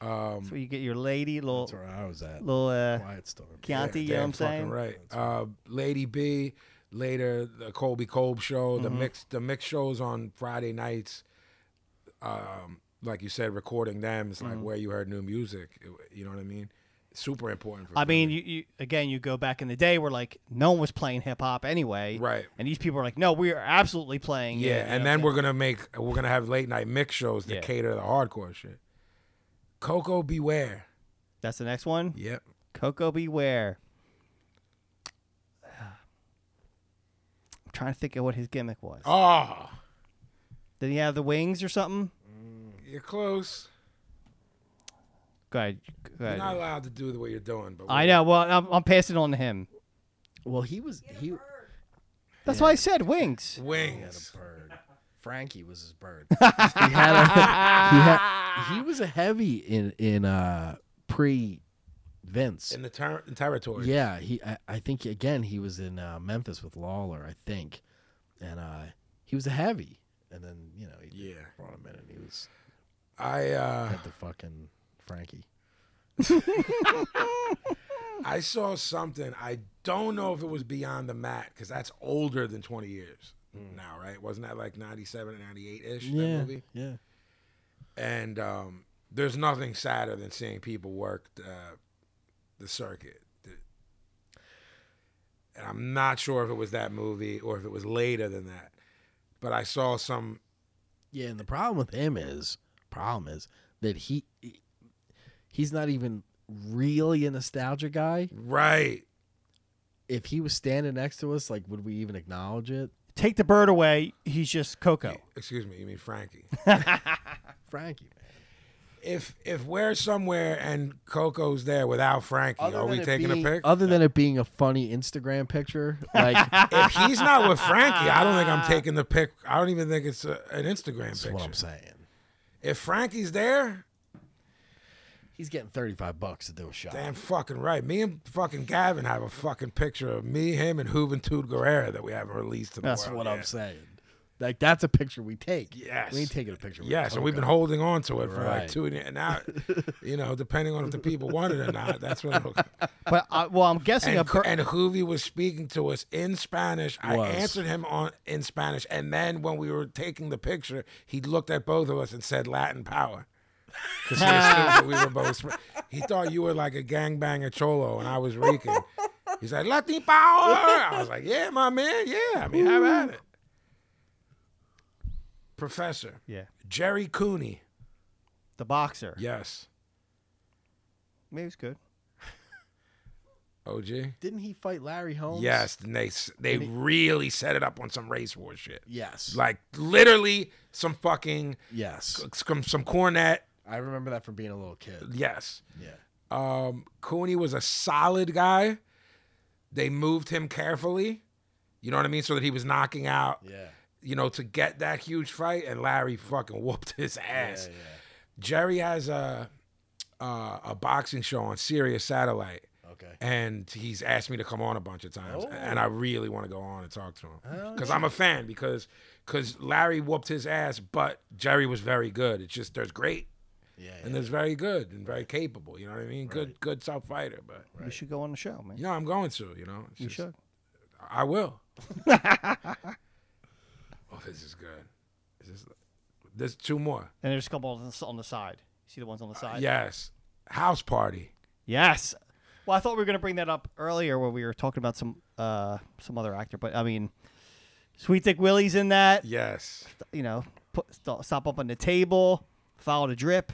Speaker 7: Um,
Speaker 6: That's where you get your lady, little,
Speaker 8: That's where I was at.
Speaker 6: little uh,
Speaker 8: Quiet Storm.
Speaker 6: Chianti, you know what
Speaker 7: Damn
Speaker 6: I'm
Speaker 7: fucking
Speaker 6: saying?
Speaker 7: Right. Uh, Lady B. Later, the Colby Kolb show.
Speaker 6: Mm-hmm.
Speaker 7: The mix. The mix shows on Friday nights. Um, like you said, recording them is
Speaker 6: Mm-hmm.
Speaker 7: like where you heard new music. It- you know what I mean? Super important. For
Speaker 6: I mean,
Speaker 7: Philly.
Speaker 6: you, you again, you go back in the day where like no one was playing hip hop anyway,
Speaker 7: Right.
Speaker 6: And these people are like, no, we are absolutely playing. it,"
Speaker 7: Yeah,
Speaker 6: you know
Speaker 7: and
Speaker 6: what I'm
Speaker 7: then we're gonna make we're gonna have late night mix shows that
Speaker 6: Yeah.
Speaker 7: cater to the hardcore shit. Coco Beware.
Speaker 6: That's the next one.
Speaker 7: Yep.
Speaker 6: Coco Beware. <sighs> I'm trying to think of what his gimmick was.
Speaker 7: Oh,
Speaker 6: Did he have the wings or something?
Speaker 7: you're close.
Speaker 6: Go ahead. Go
Speaker 7: You're
Speaker 6: ahead.
Speaker 7: not allowed to do what you're doing, but
Speaker 6: I know. Well, I'm, I'm passing it on to him.
Speaker 8: Well, he was he.
Speaker 6: That's why I said wings.
Speaker 7: wings.
Speaker 8: bird. Frankie was his bird. he had a, he, had, he was a heavy in in uh pre Vince.
Speaker 7: in the ter- territory.
Speaker 8: Yeah, he I, I think again he was in uh, Memphis with Lawler, I think. And uh he was a heavy. And then, you know, he
Speaker 7: Yeah.
Speaker 8: brought him in and he
Speaker 7: <sighs>
Speaker 8: was
Speaker 7: I uh,
Speaker 8: had the fucking Frankie.
Speaker 7: I saw something. I don't know if it was Beyond the Mat because that's older than 20 years now, right? Wasn't that like 97 and 98 ish? That
Speaker 8: Mm. Yeah.
Speaker 7: movie?
Speaker 8: Yeah.
Speaker 7: And um, there's nothing sadder than seeing people work uh, the circuit. And I'm not sure if it was that movie or if it was later than that. But I saw some.
Speaker 8: Yeah, and the problem with him is problem is that he he's not even really a nostalgia guy.
Speaker 7: Right.
Speaker 8: If he was standing next to us, like would we even acknowledge it?
Speaker 6: Take the bird away. He's just Coco.
Speaker 7: Excuse me. You mean
Speaker 8: <laughs>
Speaker 7: Frankie?
Speaker 8: Frankie, man.
Speaker 7: if if we're somewhere and Coco's there without Frankie, are we
Speaker 8: it
Speaker 7: taking
Speaker 8: being-
Speaker 7: a pic?
Speaker 8: Other than it being a funny
Speaker 7: <laughs>
Speaker 8: Instagram picture, like
Speaker 7: if he's not with Frankie, I don't think I'm taking the pic. I don't even think it's a, an Instagram
Speaker 8: that's
Speaker 7: picture.
Speaker 8: what I'm saying.
Speaker 7: If Frankie's there,
Speaker 8: He's getting 35 bucks to do a shot.
Speaker 7: damn fucking right. Me and fucking Gavin have a fucking picture of me, him, and Juventud Guerrera that we haven't released to the
Speaker 8: That's
Speaker 7: world
Speaker 8: what
Speaker 7: yet.
Speaker 8: I'm saying. Like that's a picture we take.
Speaker 7: Yes.
Speaker 8: we ain't taking a picture. with
Speaker 7: Yes, and we've been
Speaker 8: Coco.
Speaker 7: holding on to it for like
Speaker 8: Right.
Speaker 7: two and and now,
Speaker 8: <laughs>
Speaker 7: you know, depending on if the people want it or not, that's what. It'll,
Speaker 6: But I, well, I'm guessing a
Speaker 7: and,
Speaker 6: per-
Speaker 7: and Hoovy was speaking to us in Spanish. I
Speaker 8: Was.
Speaker 7: answered him on in Spanish, and then when we were taking the picture, he looked at both of us and said Latin power. 'Cause he assumed that we were both. Sp- He thought you were like a gangbanger cholo, and I was Rican. He's like Latin power. I was like, yeah, my man, yeah. I mean, how about it, Professor
Speaker 6: yeah,
Speaker 7: Jerry Cooney?
Speaker 6: the boxer.
Speaker 7: Yes,
Speaker 6: maybe it's good.
Speaker 7: OG.
Speaker 8: Didn't he fight Larry Holmes?
Speaker 7: Yes, and they s- they really set it up on some race war shit.
Speaker 8: Yes.
Speaker 7: Like literally some fucking
Speaker 8: yes.
Speaker 7: some some cornet.
Speaker 8: I remember that from being a little kid.
Speaker 7: Yes.
Speaker 8: Yeah.
Speaker 7: Um Cooney was a solid guy. They moved him carefully. You know what I mean? So that he was knocking out,
Speaker 8: Yeah.
Speaker 7: you know, to get that huge fight and Larry fucking <laughs> whooped his ass. Jerry has a uh, a boxing show on Sirius Satellite.
Speaker 8: Okay.
Speaker 7: and he's asked me to come on a bunch of times, and
Speaker 8: Oh.
Speaker 7: I really want to go on and talk to him because I'm a fan because because Larry whooped his ass, but Jerry was very good. It's just there's great
Speaker 8: Yeah.
Speaker 7: and there's very good and very capable. You know what I mean? Good good tough fighter, but
Speaker 6: You should go on the show, man.
Speaker 7: you know I'm going to. You know It's
Speaker 6: you
Speaker 7: just-
Speaker 6: should.
Speaker 7: I will.
Speaker 6: <laughs>
Speaker 7: oh, this is good. Is this, there's two more.
Speaker 6: And there's a couple on the, on the side. See the
Speaker 7: Uh,
Speaker 6: ones on the side.
Speaker 7: Yes, house party.
Speaker 6: Yes. Well, I thought we were going to bring that up earlier when we were talking about some uh, some other actor, but I mean, Sweet Dick Willie's in that.
Speaker 7: Yes,
Speaker 6: You know, put, st- stop up on the table, follow the drip.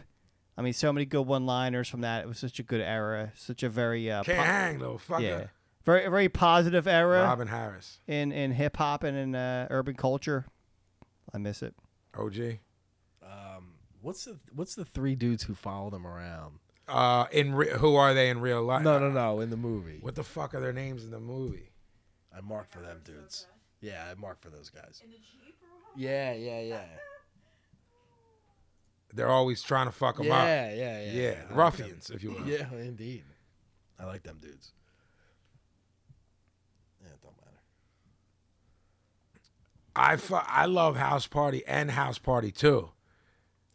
Speaker 6: I mean, so many good one-liners from that. It was such a good era, such a very uh,
Speaker 7: can't
Speaker 6: po-
Speaker 7: hang though. Fuck
Speaker 6: yeah,
Speaker 7: it.
Speaker 6: very very positive era
Speaker 7: Robin Harris,
Speaker 6: in in hip hop and in uh, urban culture. I miss it.
Speaker 7: OG.
Speaker 8: What's the What's the three dudes who follow them around?
Speaker 7: Uh, in re- who are they in real life?
Speaker 8: No, no, no. In the movie,
Speaker 7: What the fuck are their names in the movie?
Speaker 8: I marked for them dudes. Yeah, I marked for those guys. In the jeep or what? Yeah, yeah, yeah.
Speaker 7: They're always trying to fuck them
Speaker 8: Yeah, yeah, yeah.
Speaker 7: up. Yeah,
Speaker 8: I like them.
Speaker 7: ruffians, if you will.
Speaker 8: Yeah, indeed. I like them dudes. Yeah, it don't matter.
Speaker 7: I fu- I love House Party and House Party Two.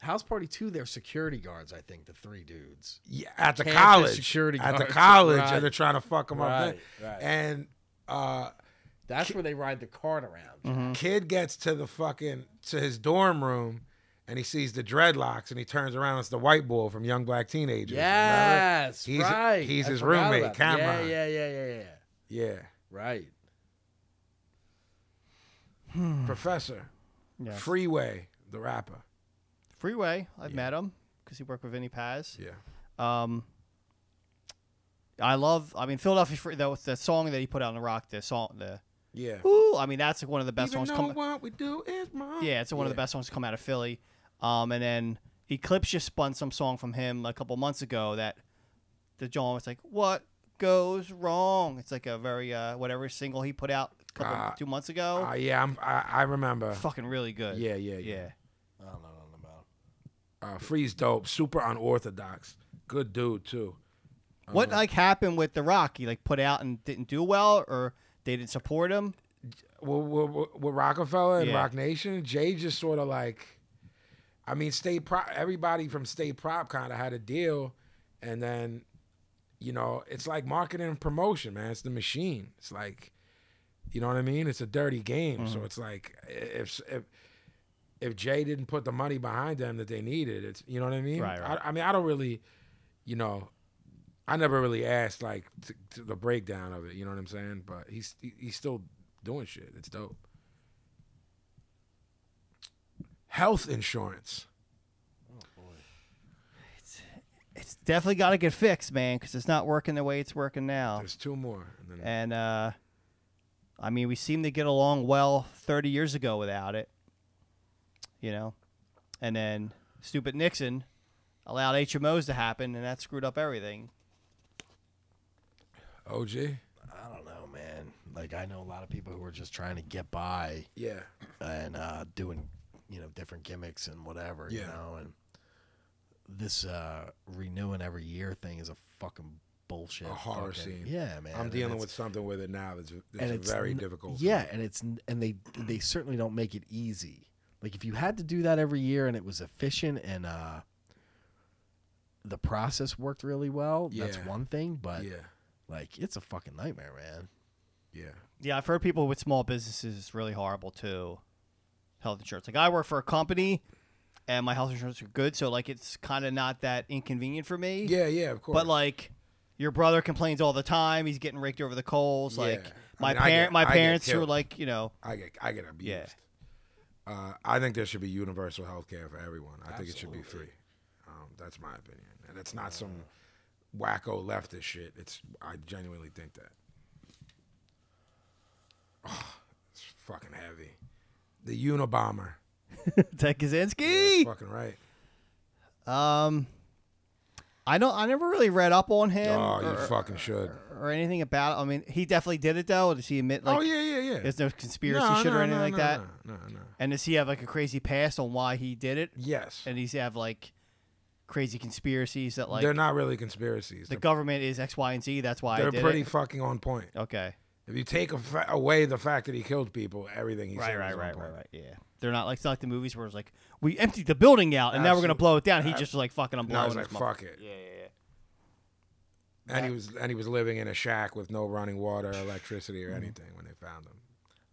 Speaker 8: House Party Two, they're security guards. I think the three dudes.
Speaker 7: Yeah, at the
Speaker 8: Campus
Speaker 7: college,
Speaker 8: security
Speaker 7: at the
Speaker 8: guards.
Speaker 7: college,
Speaker 8: Right.
Speaker 7: and they're trying to fuck them up.
Speaker 8: Right,
Speaker 7: There.
Speaker 8: right.
Speaker 7: And uh,
Speaker 8: That's where they ride the cart around.
Speaker 7: Mm-hmm. kid gets to the fucking to his dorm room, and he sees the dreadlocks, and he turns around. It's the white boy from Young Black Teenagers. remember?
Speaker 8: Yes,
Speaker 7: He's-
Speaker 8: right.
Speaker 7: he's
Speaker 8: I
Speaker 7: his
Speaker 8: forgot
Speaker 7: roommate,
Speaker 8: about that.
Speaker 7: Cameron.
Speaker 8: Yeah, yeah, yeah, yeah, yeah.
Speaker 7: Yeah,
Speaker 8: Right. Mm.
Speaker 7: Professor
Speaker 6: Yes.
Speaker 7: Freeway, the rapper.
Speaker 6: Freeway, I've met him because he worked with Vinny Paz.
Speaker 7: Yeah.
Speaker 6: Um, I love. I mean, Philadelphia Free. That was the song that he put out on the rock. The song. The
Speaker 7: Yeah.
Speaker 6: ooh. I mean, that's like one of the best songs. Come,
Speaker 7: what we do is mine.
Speaker 6: yeah, it's one of the best songs to come out of Philly. Um, and then Eclipse just spun some song from him a couple months ago that the John was like, "What goes wrong?" It's like a very uh whatever single he put out a couple,
Speaker 7: Ah,
Speaker 6: two months ago.
Speaker 7: Uh, yeah, I'm, I, I remember.
Speaker 6: Fucking really good.
Speaker 7: Yeah, yeah, yeah.
Speaker 6: yeah.
Speaker 8: I don't know nothing about.
Speaker 7: Uh, Freeze dope, super unorthodox, good dude too.
Speaker 6: What like happened with The Rock? He like put out and didn't do well, or they didn't support him.
Speaker 7: With, with, with Rockefeller and
Speaker 6: Yeah.
Speaker 7: Rock Nation, Jay just sort of like, I mean, state prop. Everybody from state prop kind of had a deal, and then, you know, it's like marketing and promotion, man. It's the machine. It's like, you know what I mean? It's a dirty game.
Speaker 8: Mm-hmm.
Speaker 7: So it's like if if if Jay didn't put the money behind them that they needed, it's you know what I mean?
Speaker 6: Right, right.
Speaker 7: I, I mean, I don't really, you know, I never really asked like t to the breakdown of it. You know what I'm saying? But he's he, he's still doing shit. It's dope. Health insurance.
Speaker 6: It's definitely got to get fixed, man, because it's not working the way it's working now.
Speaker 7: There's two more. And then,
Speaker 6: And uh, I mean, we seemed to get along well 30 years ago without it, you know. And then stupid Nixon allowed HMOs to happen, and that screwed up everything.
Speaker 7: OG.
Speaker 8: I don't know, man. Like I know a lot of people who are just trying to get by
Speaker 7: Yeah.
Speaker 8: and uh, doing, you know, different gimmicks and whatever. You
Speaker 7: Yeah.
Speaker 8: know, and this uh, renewing every year thing is a fucking bullshit.
Speaker 7: a horror scene.
Speaker 8: fucking- Yeah, man.
Speaker 7: I'm
Speaker 8: and
Speaker 7: dealing
Speaker 8: it's-
Speaker 7: with something with it now that's, that's
Speaker 8: and it's
Speaker 7: very
Speaker 8: n-
Speaker 7: difficult. for
Speaker 8: Yeah,
Speaker 7: me.
Speaker 8: and it's n- and they they certainly don't make it easy. Like if you had to do that every year and it was efficient and uh the process worked really well, that's
Speaker 7: Yeah.
Speaker 8: one thing, but
Speaker 7: yeah,
Speaker 8: like it's a fucking nightmare, man.
Speaker 7: yeah.
Speaker 6: Yeah, I've heard people with small businesses it's really horrible too. Health insurance. Like I work for a company, and my health insurance is good, so like it's kind of not that inconvenient for me.
Speaker 7: Yeah, yeah, of course.
Speaker 6: But like, your brother complains all the time. He's getting raked over the coals.
Speaker 7: Yeah.
Speaker 6: Like
Speaker 7: I
Speaker 6: my
Speaker 7: mean, I
Speaker 6: parent,
Speaker 7: get-
Speaker 6: my
Speaker 7: I get
Speaker 6: parents who are
Speaker 7: killed.
Speaker 6: like, you know, <laughs>
Speaker 7: I get I get abused.
Speaker 6: Yeah.
Speaker 7: Uh, I think there should be universal health care for everyone. I think it should be free. Um, that's my opinion, and it's not some wacko leftist shit. It's I genuinely think that. Oh, it's fucking heavy. The Unabomber.
Speaker 6: Ted
Speaker 7: That's
Speaker 6: Kaczynski.
Speaker 7: fucking right.
Speaker 6: um, I don't. I never really read up on him
Speaker 7: Oh, you
Speaker 6: or,
Speaker 7: fucking should.
Speaker 6: or anything about. it. I mean, he definitely did it though. Does he admit like
Speaker 7: oh yeah, yeah, yeah.
Speaker 6: there's no conspiracy
Speaker 7: No,
Speaker 6: shit
Speaker 7: no,
Speaker 6: or anything
Speaker 7: no,
Speaker 6: like
Speaker 7: no,
Speaker 6: that?
Speaker 7: No, no, no.
Speaker 6: And does he have like a crazy past on why he did it?
Speaker 7: Yes.
Speaker 6: And he's have like crazy conspiracies that like
Speaker 7: they're not really conspiracies.
Speaker 6: the
Speaker 7: They're-
Speaker 6: government is X, Y, and Z. That's why I
Speaker 7: they're
Speaker 6: did
Speaker 7: pretty
Speaker 6: it.
Speaker 7: fucking on point.
Speaker 6: Okay.
Speaker 7: If you take a fa- away the fact that he killed people, everything he
Speaker 6: Right,
Speaker 7: said
Speaker 6: right,
Speaker 7: was on
Speaker 6: right,
Speaker 7: point.
Speaker 6: right, right. Yeah. They're not like it's not like the movies where it's like we emptied the building out and now we're gonna
Speaker 7: Absolutely.
Speaker 6: blow it down. He just was like fucking I'm
Speaker 7: And I
Speaker 6: blowing
Speaker 7: was
Speaker 6: this
Speaker 7: like,
Speaker 6: mother-
Speaker 7: "Fuck it." Yeah, yeah, yeah. And he was and he was living in a shack with no running water, electricity, or
Speaker 6: Mm-hmm.
Speaker 7: anything when they found him.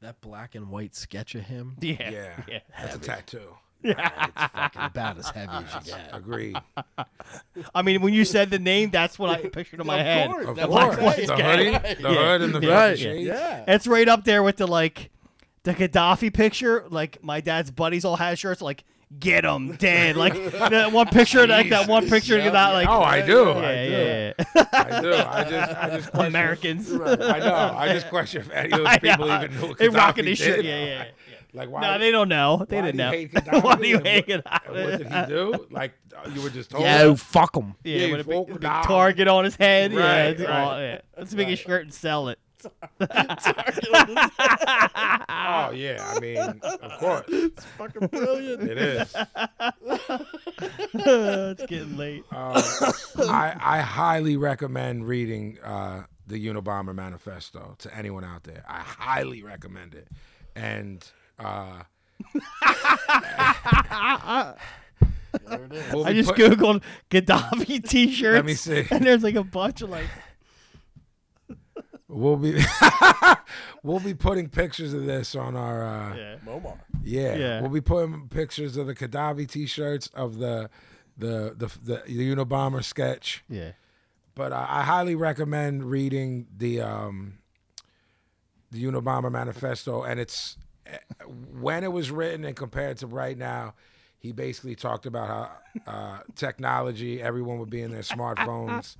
Speaker 8: That black and white sketch of him,
Speaker 6: Yeah.
Speaker 7: Yeah,
Speaker 6: <laughs> yeah.
Speaker 7: that's a
Speaker 6: <laughs>
Speaker 7: tattoo.
Speaker 8: it's fucking about as heavy
Speaker 7: <laughs>
Speaker 8: as you get.
Speaker 7: Agreed.
Speaker 6: I mean when you said the name, that's what I pictured in my head.
Speaker 7: Of
Speaker 8: That black
Speaker 7: course,
Speaker 8: and white
Speaker 7: the
Speaker 8: sketch.
Speaker 7: hoodie, the hood, and the
Speaker 8: Right,
Speaker 7: fucking shades.
Speaker 8: Yeah.
Speaker 6: It's right up there with the like the Gaddafi picture. Like my dad's buddies all had shirts like get him dead.
Speaker 7: <laughs>
Speaker 6: Like that one picture, like that one picture of that like
Speaker 7: Oh, I do.
Speaker 6: yeah,
Speaker 7: I do.
Speaker 6: yeah, yeah.
Speaker 7: I do. I just, I just
Speaker 6: <laughs>
Speaker 7: question.
Speaker 6: Americans. <laughs>
Speaker 7: I know. I just question if any of those
Speaker 6: I
Speaker 7: people
Speaker 6: know.
Speaker 7: even knew what
Speaker 6: They
Speaker 7: Gaddafi
Speaker 6: rocking his
Speaker 7: did.
Speaker 6: shit. Yeah, yeah, yeah.
Speaker 7: Like why?
Speaker 6: No, they don't know. They
Speaker 7: why
Speaker 6: didn't
Speaker 7: do you
Speaker 6: know.
Speaker 7: hate Gaddafi?
Speaker 6: <laughs> Why do you
Speaker 7: And
Speaker 6: hate it?
Speaker 7: what- and What did he do? Like uh, you were just told.
Speaker 8: Yo, fuck him.
Speaker 6: Yeah,
Speaker 7: Yeah,
Speaker 6: with a big,
Speaker 7: fuck
Speaker 6: big
Speaker 7: now.
Speaker 6: target on his head. yeah,
Speaker 7: Right,
Speaker 6: it's
Speaker 7: right.
Speaker 6: all- yeah. let's make his shirt and sell <laughs> it.
Speaker 7: Oh yeah, I mean, of
Speaker 6: <laughs>
Speaker 7: course. It's fucking brilliant. It is.
Speaker 6: Uh, it's getting late.
Speaker 7: I, I highly recommend reading uh, the Unabomber Manifesto to anyone out there. I highly recommend it, and. Uh, we'll be
Speaker 6: I just
Speaker 7: put-
Speaker 6: googled Gaddafi <laughs> t-shirts.
Speaker 7: Let me see.
Speaker 6: And there's like a bunch of like.
Speaker 7: We'll be <laughs> we'll be putting pictures of this on our uh,
Speaker 6: Yeah.
Speaker 7: Yeah.
Speaker 6: Yeah.
Speaker 7: We'll be putting pictures of the Kadavi t-shirts of the the the the, the Unabomber sketch.
Speaker 6: Yeah.
Speaker 7: But I, I highly recommend reading the um the Unabomber manifesto and it's eh, when it was written and compared to right now he basically talked about how uh, technology, everyone would be in
Speaker 6: <laughs>
Speaker 7: their smartphones,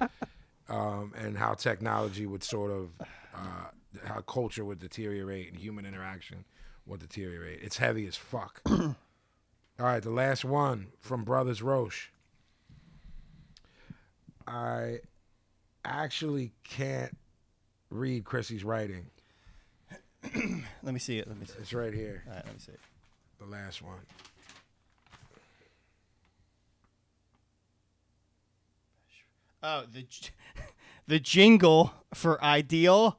Speaker 7: um, and how technology would sort of, uh, how culture would deteriorate and human interaction would deteriorate. It's heavy as
Speaker 8: <clears throat>
Speaker 7: fuck. All right, the last one from Brothers Roche. I actually can't read Chrissy's writing.
Speaker 6: Let me see it. Let me see. It.
Speaker 7: It's right here,
Speaker 6: All right. Let me see. It.
Speaker 7: the last one.
Speaker 6: Oh, the j- <laughs> the jingle for Ideal.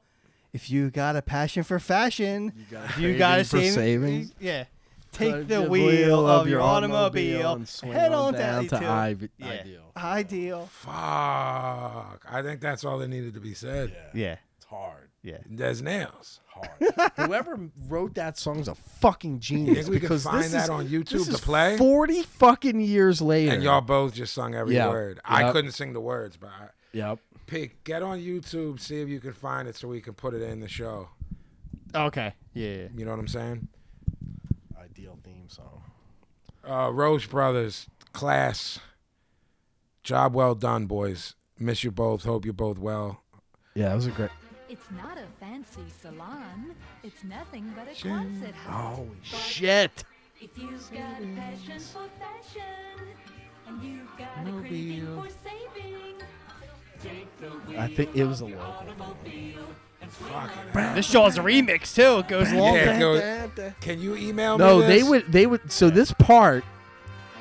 Speaker 6: If you got a passion for fashion, you got, you got a
Speaker 8: for
Speaker 6: saving.
Speaker 8: savings.
Speaker 6: Yeah. Take the wheel of your automobile,
Speaker 8: and swing
Speaker 6: head
Speaker 8: on
Speaker 6: on
Speaker 8: down to Iv-
Speaker 6: yeah.
Speaker 8: Ideal.
Speaker 6: Ideal.
Speaker 7: Fuck. I think that's all that needed to be said.
Speaker 6: Yeah.
Speaker 8: It's hard.
Speaker 6: Yeah.
Speaker 7: There's nails.
Speaker 8: Whoever wrote that song's a fucking genius.
Speaker 7: Think we could
Speaker 8: because
Speaker 7: find
Speaker 8: this
Speaker 7: that
Speaker 8: is-
Speaker 7: on YouTube
Speaker 8: this
Speaker 7: to
Speaker 8: is
Speaker 7: play?
Speaker 8: Forty fucking years later.
Speaker 7: And y'all both just sung every
Speaker 8: Yeah.
Speaker 7: word.
Speaker 8: Yeah.
Speaker 7: I couldn't sing the words, but I,
Speaker 8: Yep.
Speaker 7: pick. Get on YouTube, see if you can find it, so we can put it in the show.
Speaker 6: Okay. Yeah.
Speaker 7: You know what I'm saying?
Speaker 8: Ideal theme song.
Speaker 7: Uh, Roche Brothers, class, job well done, boys. Miss you both. Hope you're both well.
Speaker 8: Yeah, that was a great.
Speaker 11: It's not a fancy salon. It's nothing but a concert house.
Speaker 7: Oh.
Speaker 8: Holy shit!
Speaker 11: If you've got a passion for fashion, and you've got a craving for saving, take the wheel
Speaker 8: I think it was a local.
Speaker 11: automobile and swing on
Speaker 6: This show is a remix too. It goes long.
Speaker 7: Yeah, go- can you email me?
Speaker 8: No, they
Speaker 7: this?
Speaker 8: would. They would. So this
Speaker 7: <laughs>
Speaker 8: part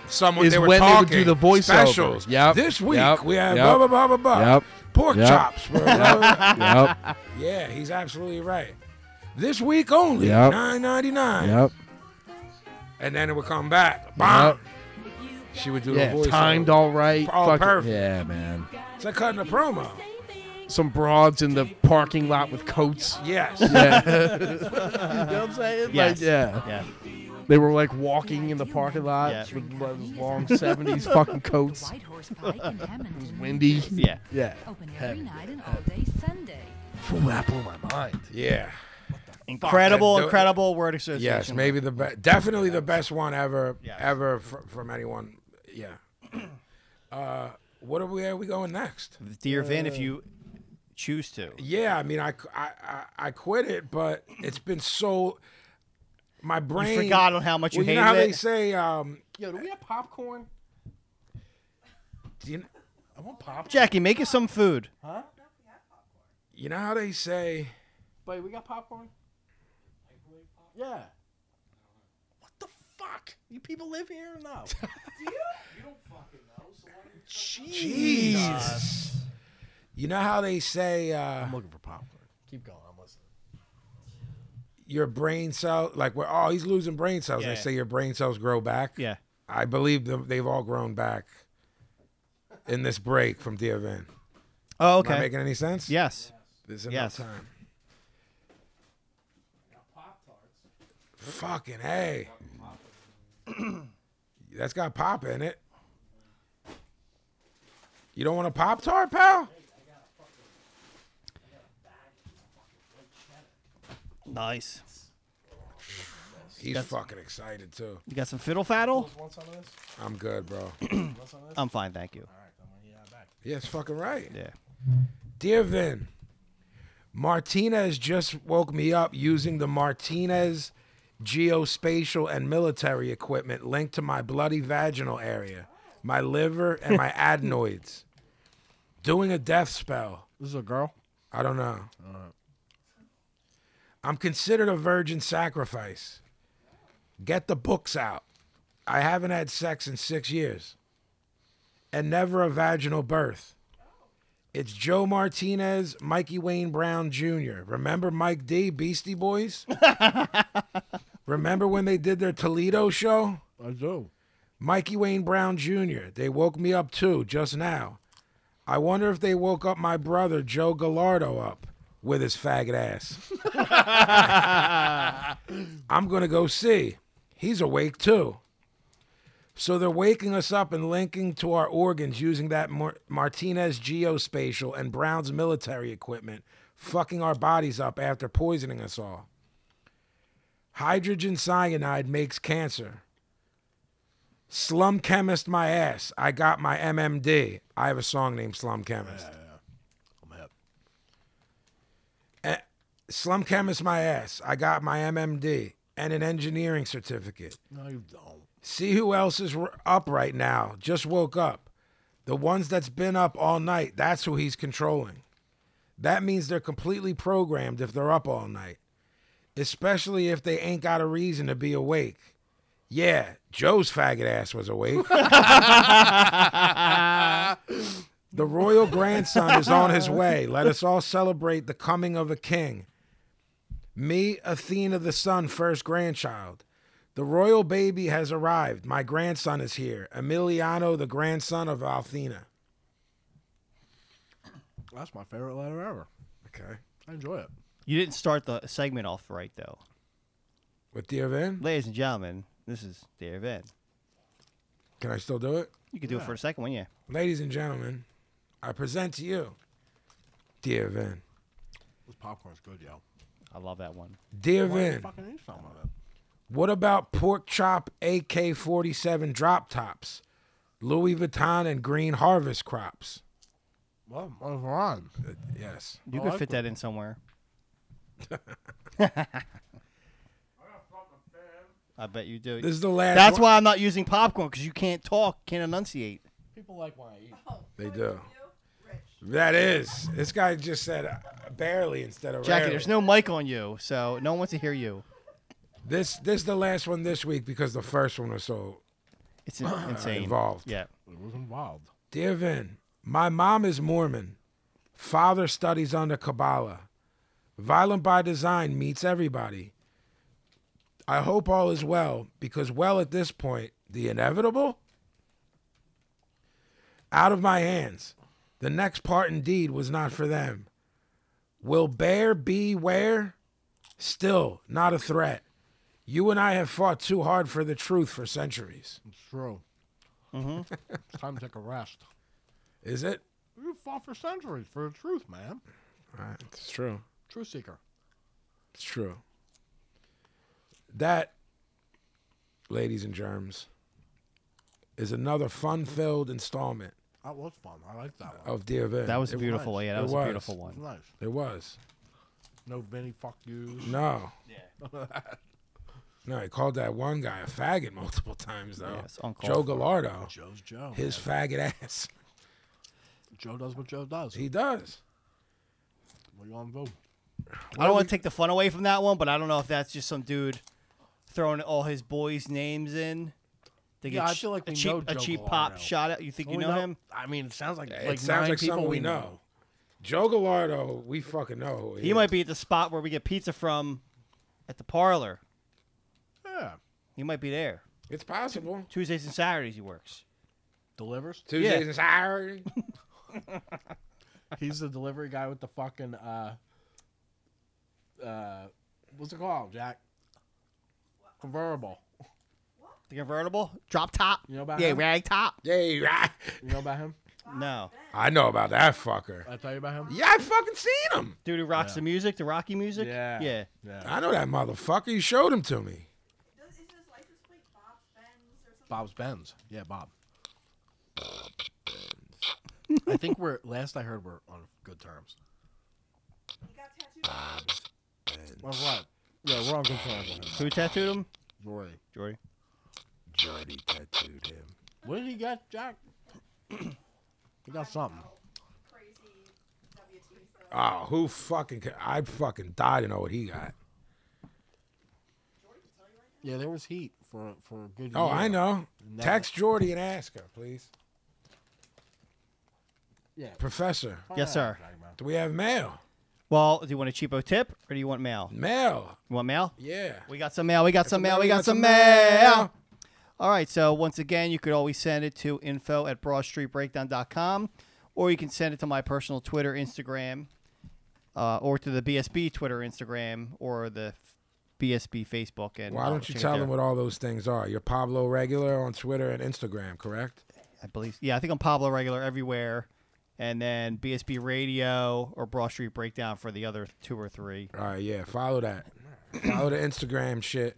Speaker 7: Someone
Speaker 8: is
Speaker 7: they were
Speaker 8: when they would
Speaker 7: talking,
Speaker 8: do the voiceover.
Speaker 7: Specials.
Speaker 8: Yep.
Speaker 7: This week
Speaker 8: Yep.
Speaker 7: we have
Speaker 8: Yep.
Speaker 7: blah blah blah blah blah.
Speaker 8: Yep.
Speaker 7: pork
Speaker 8: Yep.
Speaker 7: chops, bro.
Speaker 8: Yep. Yep.
Speaker 7: Yeah, he's absolutely right. This week only,
Speaker 8: Yep.
Speaker 7: nine ninety nine.
Speaker 8: <laughs> Yep.
Speaker 7: And then it would come back. Bam. She would do
Speaker 8: Yeah,
Speaker 7: the voice.
Speaker 8: timed all right.
Speaker 7: All
Speaker 8: fucking-
Speaker 7: perfect.
Speaker 8: Yeah, man.
Speaker 7: It's like cutting a promo.
Speaker 12: Some broads in the parking lot with coats.
Speaker 7: <laughs> Yes.
Speaker 12: Yeah.
Speaker 8: <laughs>
Speaker 12: you know what I'm saying?
Speaker 7: Yes.
Speaker 12: Like, yeah.
Speaker 7: Yeah.
Speaker 12: They were like walking in the parking lot with like, those long
Speaker 11: <laughs>
Speaker 12: 70s fucking coats. <laughs> It was windy.
Speaker 6: Yeah.
Speaker 12: Yeah.
Speaker 11: Open every
Speaker 12: Heavy.
Speaker 11: night and all day Sunday.
Speaker 12: Fool, that blew my mind.
Speaker 7: Yeah.
Speaker 6: Incredible,
Speaker 7: Fucking do-
Speaker 6: incredible word association.
Speaker 7: Yes, maybe the best, definitely the best one ever, ever fr- from anyone. Yeah. <clears throat> Uh, what are we? Are we going next?
Speaker 6: Dear Vin, if you choose to.
Speaker 7: Yeah, I mean, I, c- I, I- I quit it, but it's been so. My brain
Speaker 6: forgot on how much you
Speaker 7: well, know
Speaker 6: hated
Speaker 7: how they
Speaker 6: it?
Speaker 7: say. Um,
Speaker 12: Yo, do we have popcorn?
Speaker 7: do you,
Speaker 12: I want popcorn.
Speaker 6: Jackie, make us some food.
Speaker 12: Huh?
Speaker 7: you know how they say.
Speaker 12: Buddy, we got popcorn? Yeah. What the fuck? You people live here or <laughs> no? Do you? You don't fucking know. So
Speaker 7: Jesus. You know how they say. Uh, I'm
Speaker 12: looking for popcorn. Keep going. I'm listening.
Speaker 7: Your brain cell, like where oh he's losing brain cells.
Speaker 12: Yeah.
Speaker 7: They say your brain cells grow back.
Speaker 6: Yeah.
Speaker 7: I believe them, they've all grown back in this break from Dear Van.
Speaker 6: Oh, okay.
Speaker 7: Am I making any sense?
Speaker 6: Yes.
Speaker 7: There's enough
Speaker 6: Yes.
Speaker 7: time. Fucking A. <clears throat> That's got pop in it. You don't want a Pop Tart, pal?
Speaker 6: Nice.
Speaker 7: He's
Speaker 6: That's-
Speaker 7: fucking excited too.
Speaker 6: You got some fiddle faddle?
Speaker 12: Want some of this?
Speaker 7: I'm good, bro.
Speaker 12: Want some of this?
Speaker 6: I'm fine, thank you.
Speaker 7: Yeah, it's fucking right.
Speaker 6: Yeah.
Speaker 7: Dear Vin, Martinez just woke me up using the Martinez geospatial and military equipment linked to my bloody vaginal area, my liver, and my adenoids. Doing a death spell.
Speaker 12: This is a girl?
Speaker 7: I don't know. I'm considered a virgin sacrifice. Get the books out. I haven't had sex in six years and never a vaginal birth. It's Joe Martinez, Mikey Wayne Brown Jr. Remember Mike D, Beastie Boys? Remember when they did their Toledo show?
Speaker 12: I do.
Speaker 7: Mikey Wayne Brown Jr. They woke me up too just now. I wonder if they woke up my brother Joe Gallardo up with his faggot ass. I'm gonna go see. He's awake too. So they're waking us up and linking to our organs using that Mar- Martinez geospatial and Brown's military equipment, fucking our bodies up after poisoning us all. Hydrogen cyanide makes cancer. Slum Chemist my ass. I got my MMD. I have a song named Slum Chemist. Eh, Slum Chemist my ass. I got my MMD and an engineering certificate.
Speaker 12: No, you don't.
Speaker 7: See who else is r- up right now. Just woke up. The ones that's been up all night, that's who he's controlling. That means they're completely programmed if they're up all night, especially if they ain't got a reason to be awake. Yeah, Joe's faggot ass was awake. <laughs> the royal grandson is on his way. Let us all celebrate the coming of a king. Me, Athena the son, first grandchild. The royal baby has arrived. My grandson is here. Emiliano, the grandson of Athena.
Speaker 12: That's my favorite letter ever.
Speaker 7: Okay.
Speaker 12: I enjoy it.
Speaker 6: You didn't start the segment off right, though.
Speaker 7: With Dear Vin?
Speaker 6: Ladies and gentlemen, this is Dear Vin.
Speaker 7: Can I still do it?
Speaker 6: You can do it
Speaker 7: Yeah.
Speaker 6: for the second one, yeah.
Speaker 7: Ladies and gentlemen, I present to you, Dear Vin.
Speaker 12: This popcorn's good, yo.
Speaker 6: I love that one.
Speaker 7: Dear
Speaker 12: Why don't you
Speaker 7: Vin.
Speaker 12: fucking eat some of it?
Speaker 7: What about pork chop AK 47 drop tops, Louis Vuitton and green harvest crops? Uh,
Speaker 12: Well, I was wrong.
Speaker 7: Yes.
Speaker 12: I
Speaker 6: You Oh, could
Speaker 12: like
Speaker 6: fit
Speaker 12: that.
Speaker 6: that in
Speaker 7: <laughs>
Speaker 6: somewhere. <laughs> I bet you do.
Speaker 7: This is the last
Speaker 6: That's
Speaker 7: one.
Speaker 6: why I'm not using popcorn because you can't talk, can't enunciate.
Speaker 12: People like when I eat.
Speaker 7: They do. That is. This guy just said uh, barely instead of
Speaker 6: Jackie,
Speaker 7: rarely.
Speaker 6: there's no mic on you, so no one wants to hear you.
Speaker 7: This this is the last one this week because the first one was so
Speaker 6: It's in-
Speaker 7: uh,
Speaker 6: insane.
Speaker 7: involved.
Speaker 6: Yeah.
Speaker 12: It was involved.
Speaker 7: Dear Vin, my mom is Mormon. Father studies under Kabbalah. Violent by design meets everybody. I hope all is well, because well at this point, the inevitable? Out of my hands. The next part indeed was not for them. Will bear be where? Still, not a threat. You and I have fought too hard for the truth for centuries.
Speaker 13: It's true.
Speaker 7: Mm-hmm.
Speaker 13: <laughs> It's time to take a rest.
Speaker 7: Is it?
Speaker 13: You fought for centuries for the truth, man.
Speaker 7: Right, it's true.
Speaker 13: Truth seeker.
Speaker 7: It's true. That, ladies and germs, is another fun filled installment
Speaker 13: That was fun. I like that one.
Speaker 7: of Dear Vin.
Speaker 6: That was a
Speaker 7: It
Speaker 6: beautiful one. Yeah, that
Speaker 7: It
Speaker 6: was a beautiful
Speaker 13: It's
Speaker 6: one.
Speaker 13: nice.
Speaker 7: It was.
Speaker 13: No Vinny fuck you.
Speaker 7: No.
Speaker 13: Yeah.
Speaker 7: <laughs> No, he called that one guy a faggot multiple times, though.
Speaker 13: Yes, uncalled
Speaker 7: Joe
Speaker 13: for.
Speaker 7: Gallardo.
Speaker 13: Joe's Joe,
Speaker 7: His
Speaker 13: man.
Speaker 7: faggot ass.
Speaker 13: Joe does what Joe does.
Speaker 7: He does.
Speaker 13: What you on vote?
Speaker 6: I don't want to take the fun away from that one, but I don't know if that's just some dude throwing all his boys' names in. to
Speaker 13: Yeah,
Speaker 6: get
Speaker 13: I
Speaker 6: sh-
Speaker 13: feel like
Speaker 6: a
Speaker 13: we
Speaker 6: cheap,
Speaker 13: know
Speaker 6: a
Speaker 13: Joe
Speaker 6: cheap pop
Speaker 13: Gallardo.
Speaker 6: shot at. You think
Speaker 13: Don't
Speaker 6: you
Speaker 13: we
Speaker 6: know,
Speaker 13: know-
Speaker 6: him?
Speaker 13: I mean, it sounds like
Speaker 7: it sounds like someone we know. Joe Gallardo, we fucking know who he,
Speaker 6: He
Speaker 7: is.
Speaker 6: might be at the spot where we get pizza from, at the parlor.
Speaker 13: Yeah.
Speaker 6: He might be there.
Speaker 7: It's possible.
Speaker 6: Tuesdays and Saturdays he works.
Speaker 13: Delivers.
Speaker 7: Tuesdays and Saturdays.
Speaker 13: He's the delivery guy with the fucking uh uh what's it called, Jack? Convertible.
Speaker 6: The convertible, drop top.
Speaker 13: You know about
Speaker 6: yeah,
Speaker 13: him?
Speaker 6: rag top.
Speaker 7: Yeah, right.
Speaker 13: You know about him?
Speaker 6: No.
Speaker 7: I know about that fucker.
Speaker 13: I tell you about him.
Speaker 7: Yeah, I fucking seen him.
Speaker 6: Dude who rocks the music, the Rocky music.
Speaker 13: Yeah.
Speaker 6: Yeah.
Speaker 7: I know that motherfucker. You showed him to me.
Speaker 13: Bob's Benz. Yeah, Bob. I think we're last I heard we're on good terms. Well, what? Yeah, we're on good terms with him.
Speaker 6: Who tattooed him?
Speaker 13: Jordy.
Speaker 6: Jordy.
Speaker 13: Jordy tattooed him. What did he get, <clears throat> Jack? he got something.
Speaker 7: Oh, who fucking? Ca- I fucking died to know what he got.
Speaker 13: Yeah, there was heat for for a good.
Speaker 7: Oh,
Speaker 13: year.
Speaker 7: I know.
Speaker 13: And then-
Speaker 7: Text Jordy and ask her, please.
Speaker 13: Yeah.
Speaker 7: Professor.
Speaker 6: Yes, sir.
Speaker 7: Do we have mail?
Speaker 6: Well, do you want a cheapo tip or do you want mail?
Speaker 7: Mail.
Speaker 6: You want mail?
Speaker 7: Yeah.
Speaker 6: We got some mail. We got
Speaker 7: Got
Speaker 6: some mail. We got some
Speaker 7: mail.
Speaker 6: mail. All right. So once again, you could always send it to info at broadstreetbreakdown.com or you can send it to my personal Twitter, Instagram, uh, or to the BSB Twitter, Instagram, or the f- BSB Facebook. And
Speaker 7: Why
Speaker 6: I'll
Speaker 7: don't you
Speaker 6: check it
Speaker 7: tell
Speaker 6: there.
Speaker 7: them what all those things are? You're Pablo Regular on Twitter and Instagram, correct?
Speaker 6: I believe. Yeah, I think I'm Pablo Regular everywhere, and then BSB Radio or Broad Street Breakdown for the other two or three.
Speaker 7: All right, yeah. Follow that. follow the Instagram shit.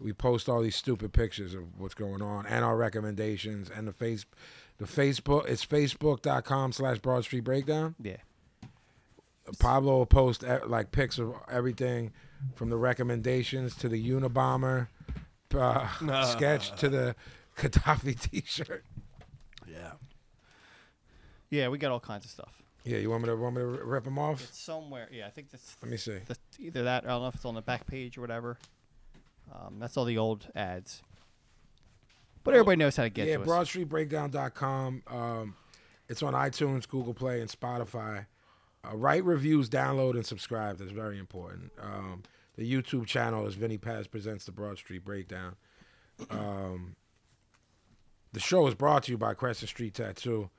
Speaker 7: We post all these stupid pictures of what's going on and our recommendations and the face, the Facebook. It's facebook.com slash Broad Street Breakdown.
Speaker 6: Yeah.
Speaker 7: Pablo will post eh, like pics of everything from the recommendations to the Unabomber uh, sketch to the Gaddafi <laughs> T-shirt.
Speaker 13: Yeah.
Speaker 6: Yeah, we got all kinds of stuff.
Speaker 7: Yeah, you want me to want me to rip them off?
Speaker 6: It's somewhere. Yeah, I think that's.
Speaker 7: Let me see.
Speaker 6: that's either that, or I don't know if it's on the back page or whatever. Um, that's all the old ads. But everybody knows how to get
Speaker 7: yeah,
Speaker 6: to us.
Speaker 7: BroadStreetBreakdown.com. Um, it's on iTunes, Google Play, and Spotify. Uh, write reviews, download, and subscribe. That's very important. Um, the YouTube channel is Vinny Paz Presents the Broad Street Breakdown. Um, the show is brought to you by Crescent Street Tattoo,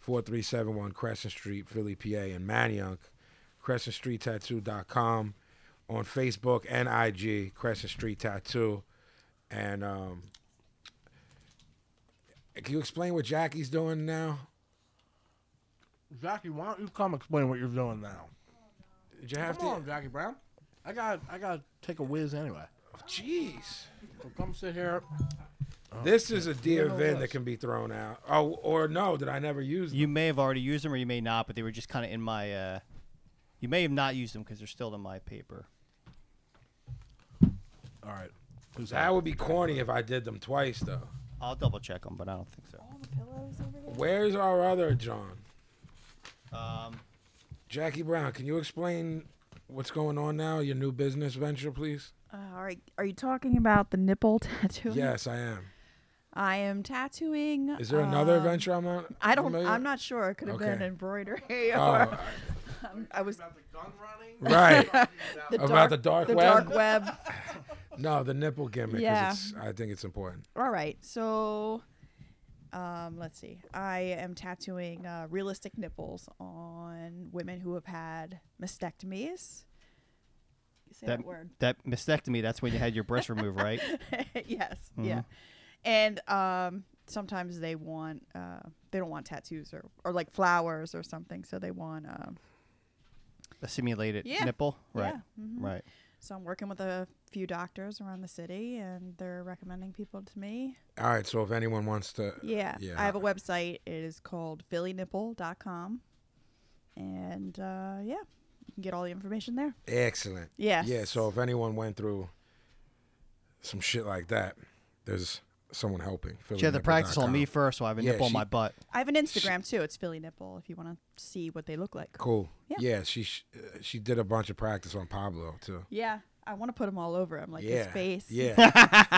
Speaker 7: 4371 Crescent Street, Philly, PA, and Manayunk. CrescentStreetTattoo.com. On Facebook and IG, Crescent Street Tattoo. And um, can you explain what Jackie's doing now?
Speaker 13: Jackie, why don't you come explain what you're doing now?
Speaker 7: Did you have
Speaker 13: come
Speaker 7: to-
Speaker 13: on, Jackie Brown. I got I got to take a whiz anyway.
Speaker 7: Jeez.
Speaker 13: So come sit here.
Speaker 7: this is a dear
Speaker 13: Little
Speaker 7: Vin that
Speaker 13: list.
Speaker 7: can be thrown out. Oh, or no, did I never use them?
Speaker 6: You may have already used them, or you may not. But they were just kind of in my. Uh, you may have not used them because they're still in my paper.
Speaker 13: All right.
Speaker 7: that would be corny if I did them twice, though.
Speaker 6: I'll double check them, but I don't think so.
Speaker 7: Where's our other John?
Speaker 6: Um,
Speaker 7: Jackie Brown, can you explain what's going on now? Your new
Speaker 8: Uh,
Speaker 7: business venture, please?
Speaker 8: <laughs>
Speaker 3: all right. Are you talking about the nipple tattoo?
Speaker 7: Yes, I am.
Speaker 8: I am tattooing.
Speaker 7: Is there another
Speaker 8: um,
Speaker 7: adventure I'm not?
Speaker 8: I don't.
Speaker 7: familiar
Speaker 8: I'm
Speaker 7: with?
Speaker 8: not sure. It could have been
Speaker 7: Okay.
Speaker 8: embroidery or. <laughs>
Speaker 7: Oh.
Speaker 8: um, I was. <laughs>
Speaker 7: Right.
Speaker 8: the
Speaker 7: About
Speaker 8: dark,
Speaker 7: the dark
Speaker 8: the
Speaker 7: web?
Speaker 8: dark web. <laughs>
Speaker 7: No, the nipple gimmick. 'cause
Speaker 8: Yeah.
Speaker 7: It's, I think it's important.
Speaker 8: All right. So, um, let's see. I am tattooing uh, realistic nipples on women who have had mastectomies. Say that, word.
Speaker 6: That mastectomy. That's when you had your breast removed, right?
Speaker 8: <laughs> yes.
Speaker 7: Mm-hmm.
Speaker 8: Yeah.
Speaker 6: Mhm.
Speaker 8: And um, sometimes they want uh, they don't want tattoos or, or like flowers or something, so they want um,
Speaker 6: A simulated
Speaker 8: yeah.
Speaker 6: nipple, right?
Speaker 8: Yeah.
Speaker 7: Mm-hmm.
Speaker 8: mhm.
Speaker 6: Right.
Speaker 8: So I'm working with a few doctors around the city, and they're recommending people to me.
Speaker 7: All right. So if anyone wants to,
Speaker 8: Yeah.
Speaker 7: yeah,
Speaker 8: I have a website. It is called phillynipple.com. And uh, yeah, you can get all the information there.
Speaker 7: excellent.
Speaker 8: Yes.
Speaker 7: Yeah. So if anyone went through some shit like that, there's someone helping.
Speaker 6: She had to practice on me
Speaker 7: phillynipple.com.
Speaker 6: first, so I have a
Speaker 7: Yeah,
Speaker 6: nipple on
Speaker 7: she-
Speaker 6: my
Speaker 7: <laughs>
Speaker 6: butt.
Speaker 8: I have an Instagram too. It's Philly Nipple if you want to see what they look like.
Speaker 7: Cool.
Speaker 8: Yeah.
Speaker 7: Yeah. she sh- uh, she did a bunch of practice on Pablo too.
Speaker 8: Yeah. I want to put them all over him, like his
Speaker 7: Yeah,
Speaker 8: face.
Speaker 7: yeah.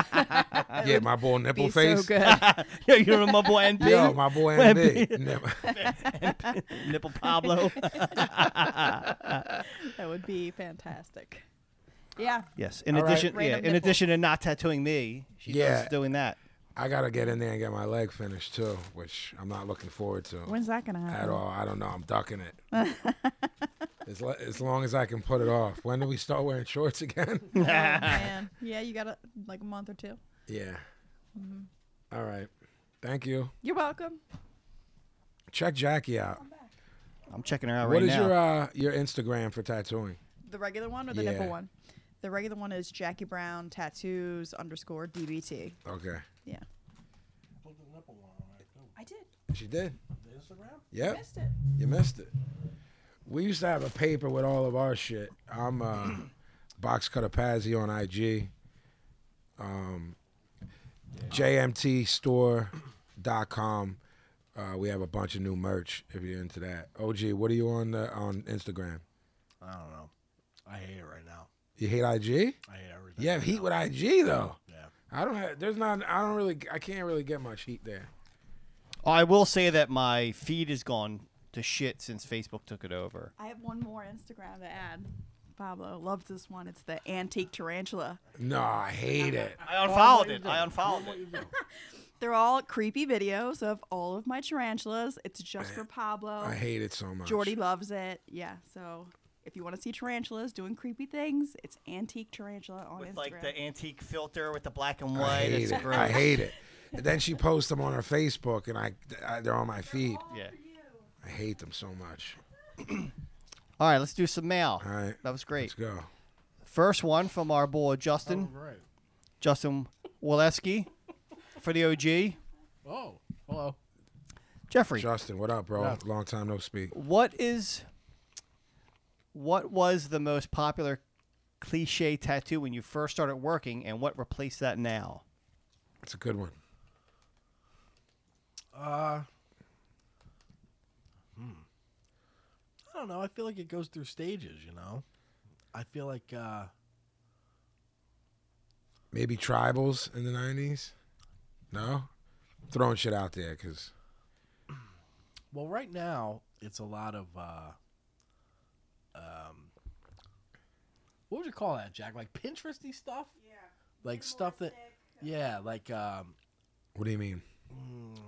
Speaker 8: <laughs> It
Speaker 7: Yeah,
Speaker 8: would
Speaker 7: my boy Nipple
Speaker 8: be So
Speaker 7: Face.
Speaker 8: good.
Speaker 6: Yo, you know my
Speaker 7: <laughs>
Speaker 6: boy NB?
Speaker 7: Yo, my boy NB.
Speaker 6: Nip- Nipple Pablo.
Speaker 8: that would be fantastic. Yeah.
Speaker 6: <laughs> Yes. In
Speaker 7: All right.
Speaker 6: addition, yeah.
Speaker 7: Random
Speaker 6: In
Speaker 7: nipple.
Speaker 6: addition to not tattooing me, she yeah.
Speaker 7: Yeah.
Speaker 6: doing that.
Speaker 7: I gotta get in there and get my leg finished too, which I'm not looking forward to.
Speaker 8: When's that gonna
Speaker 7: At
Speaker 8: happen? Oh,
Speaker 7: all, I don't know. I'm ducking
Speaker 8: <laughs>
Speaker 7: it. as, lo- as long as I can put it off. When do we start wearing shorts again?
Speaker 8: Oh, man. <laughs> Yeah, you got a, like a month or 2
Speaker 7: Yeah.
Speaker 8: Mm-hmm.
Speaker 7: All right. Thank you.
Speaker 8: You're welcome.
Speaker 7: Check Jackie out.
Speaker 6: I'm checking her out
Speaker 7: What
Speaker 6: right
Speaker 7: is
Speaker 6: now.
Speaker 7: your uh, your Instagram for tattooing?
Speaker 8: The regular one or the nipple
Speaker 7: Yeah.
Speaker 8: one? The regular one is Jackie Brown tattoos underscore DBT.
Speaker 7: Okay.
Speaker 8: Yeah.
Speaker 14: Put the nipple on it too.
Speaker 8: I did.
Speaker 7: She did.
Speaker 14: The Instagram?
Speaker 7: Yep.
Speaker 14: Missed it.
Speaker 7: You missed it. We used to have a paper with all of our shit. I'm uh, Box Cutter Pazzi on IG. Um, JMTstore.com. Uh, we have a bunch of new merch if you're into that. OG, what are you on the, on Instagram?
Speaker 9: I don't know. I hate it right now.
Speaker 7: You hate IG?
Speaker 9: I hate everything.
Speaker 7: You have heat with IG though.
Speaker 9: Yeah.
Speaker 7: I don't have. There's not. I don't really. I can't really get much heat there.
Speaker 6: Oh, I will say that my feed has gone to shit since Facebook took it over.
Speaker 8: I have one more Instagram to add. Pablo loves this one. It's the antique tarantula.
Speaker 7: No, I hate Oh, it.
Speaker 6: I unfollowed it. I unfollowed it.
Speaker 8: They're all creepy videos of all of my tarantulas. It's just for Pablo.
Speaker 7: I hate it so much.
Speaker 8: Jordy loves it. Yeah. So if you want to see tarantulas doing creepy things, it's antique tarantula on Instagram.
Speaker 6: Like the antique filter with the black and white.
Speaker 7: I hate
Speaker 6: it's
Speaker 7: it.
Speaker 6: gross.
Speaker 7: I hate it. And then she posts them on her Facebook, and I, I they're on my feed.
Speaker 6: Yeah.
Speaker 7: I hate them so much.
Speaker 6: All right, let's do some mail.
Speaker 7: All right.
Speaker 6: That was great.
Speaker 7: Let's go.
Speaker 6: First one from our boy Justin.
Speaker 14: Oh, great.
Speaker 6: Justin Waleski for the OG.
Speaker 14: Oh, hello.
Speaker 6: Jeffrey.
Speaker 7: Justin, what up, bro?
Speaker 6: Yeah.
Speaker 7: Long time no speak.
Speaker 6: What is what was the most popular cliche tattoo when you first started working and what replaced that now?
Speaker 7: It's a good one.
Speaker 9: Uh, hmm. I don't know. I feel like it goes through stages, you know? I feel like, uh,
Speaker 7: Maybe tribals in the '90s. No, throwing shit out there because
Speaker 9: well, right now, it's a lot of, uh, um, what would you call that, Jack? Like Pinteresty stuff? Yeah. Like stuff that, yeah, like, um,
Speaker 7: what do you mean?
Speaker 9: mm,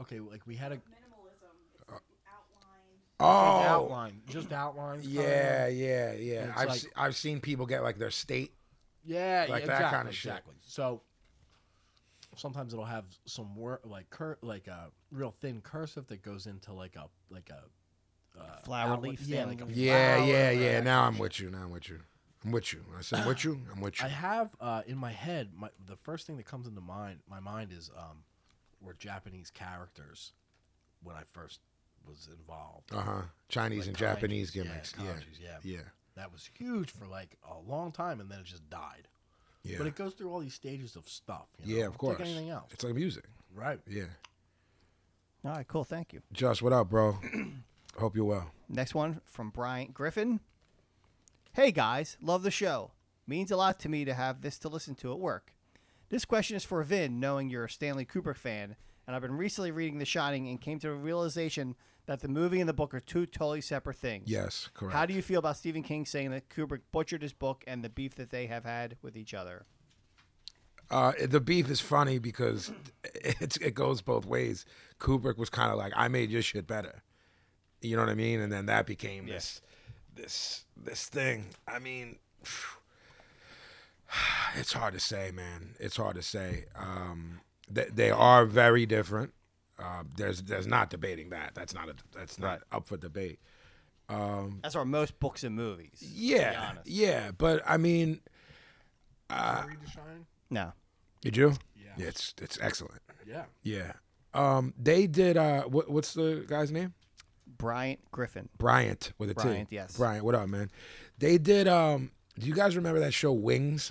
Speaker 9: okay, like we had a.
Speaker 7: Oh,
Speaker 9: Just outline, just
Speaker 8: <clears throat>
Speaker 9: outline. kinda.
Speaker 7: Yeah, yeah,
Speaker 9: And
Speaker 7: yeah.
Speaker 9: it's
Speaker 7: I've
Speaker 9: like-
Speaker 7: se- I've seen people get like their state.
Speaker 9: Yeah, yeah,
Speaker 7: like that
Speaker 9: exactly,
Speaker 7: kind of shit.
Speaker 9: Exactly. So sometimes it'll have some word like cur- like a real thin cursive that goes into like a like a uh,
Speaker 6: Flower
Speaker 9: outline-
Speaker 6: leaf
Speaker 9: Yeah,
Speaker 6: thing.
Speaker 9: like a
Speaker 7: Yeah,
Speaker 9: flower
Speaker 7: yeah,
Speaker 9: or
Speaker 7: yeah.
Speaker 9: that
Speaker 7: Now
Speaker 9: kind
Speaker 7: I'm
Speaker 9: of
Speaker 7: with you. Now I'm with you. I'm with you. When I said I'm with you. I'm with
Speaker 9: I
Speaker 7: you.
Speaker 9: have uh, in my head my, the first thing that comes into mind. My mind is um, were Japanese characters when I first was involved.
Speaker 7: Uh huh. Chinese
Speaker 9: Like
Speaker 7: and
Speaker 9: kanjis,
Speaker 7: Japanese
Speaker 9: yeah,
Speaker 7: gimmicks. Yeah,
Speaker 9: kanjis, yeah,
Speaker 7: yeah.
Speaker 9: That was huge for like a long time, and then it just died.
Speaker 7: Yeah.
Speaker 9: But it goes through all these stages of stuff. you
Speaker 7: yeah,
Speaker 9: know?
Speaker 7: of course.
Speaker 9: Like anything else,
Speaker 7: It's like music.
Speaker 9: right?
Speaker 7: Yeah.
Speaker 6: All right, cool. Thank you.
Speaker 7: Josh, what
Speaker 9: <clears throat>
Speaker 7: up, bro? Hope you're well.
Speaker 6: Next one from Bryant Griffin. Hey guys, love the show. Means a lot to me to have this to listen to at work. This question is for Vin, knowing you're a Stanley Kubrick fan, and I've been recently reading The Shining and came to the realization that the movie and the book are two totally separate things.
Speaker 7: Yes, correct.
Speaker 6: How do you feel about Stephen King saying that Kubrick butchered his book and the beef that they have had with each other?
Speaker 7: Uh, the beef is funny because it's, it goes both ways. Kubrick was kind of like, I made your shit better. You know what I mean? And then that became this, this, this thing. I mean, <sighs> it's hard to say, man. It's hard to say. Um, they, they are very different. Uh, there's, there's not debating that. That's not a, that's not up for debate. Um,
Speaker 6: That's our most books and movies. to be
Speaker 7: yeah,
Speaker 6: honest.
Speaker 7: yeah. But I mean, uh,
Speaker 13: Read the Shining?
Speaker 6: No.
Speaker 7: Did you? Yeah. It's it's excellent.
Speaker 13: Yeah.
Speaker 7: Yeah. Um, they did. Uh, what, what's the guy's name?
Speaker 6: Bryant Griffin.
Speaker 7: Bryant with a T.
Speaker 6: Bryant, yes.
Speaker 7: Bryant, what up, man? They did. Um, do you guys remember that show Wings?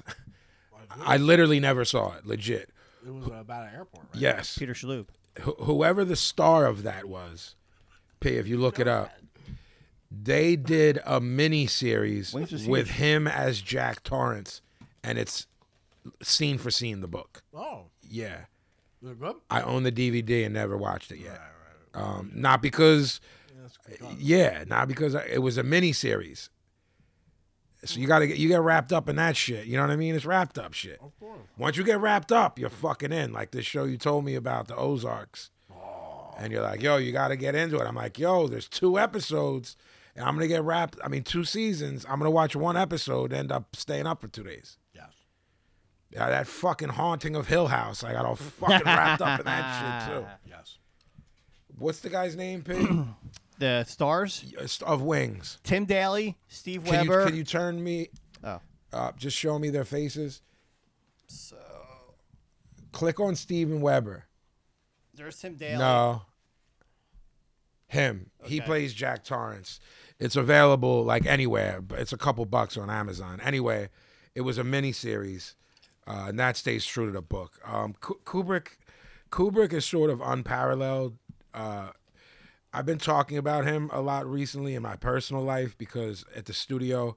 Speaker 7: I literally never saw it. Legit.
Speaker 13: It was about an airport.
Speaker 7: Yes.
Speaker 6: Peter Shalhoub.
Speaker 7: Wh- whoever the star of that was, P. If you look it up, they did a mini series
Speaker 6: Wings was
Speaker 7: with
Speaker 6: huge.
Speaker 7: him as Jack Torrance, and it's scene for scene the book.
Speaker 13: Oh,
Speaker 7: Yeah.
Speaker 13: was it good?
Speaker 7: I own the DVD and never watched it yet. Um, not because, Uh, yeah, not because I, it was a mini series. So you gotta get you get wrapped up in that shit. You know what I mean? It's wrapped up shit. Of course. Once you get wrapped up, you're fucking in. Like this show you told me about the Ozarks, and you're like, yo, you gotta get into it. I'm like, yo, there's two episodes, and I'm gonna get wrapped. I mean, two seasons. I'm gonna watch one episode, end up staying up for two days.
Speaker 13: Yes.
Speaker 7: Yeah, that fucking haunting of Hill House. I got all fucking wrapped up in that shit too.
Speaker 13: Yes.
Speaker 7: What's the guy's name, Pete?
Speaker 6: The stars
Speaker 7: of Wings.
Speaker 6: Tim Daly, Steve
Speaker 7: can, you,
Speaker 6: Weber.
Speaker 7: can you turn me?
Speaker 6: Oh.
Speaker 7: Uh, just show me their faces. So. Click on Steven Weber.
Speaker 6: There's Tim Daly.
Speaker 7: No. Him. He
Speaker 6: Okay.
Speaker 7: plays Jack Torrance. It's available like anywhere, but it's a couple bucks on Amazon. Anyway, it was a mini series, uh, and that stays true to the book. Um, Ku- Kubrick, Kubrick is sort of unparalleled. Uh, I've been talking about him a lot recently in my personal life because at the studio,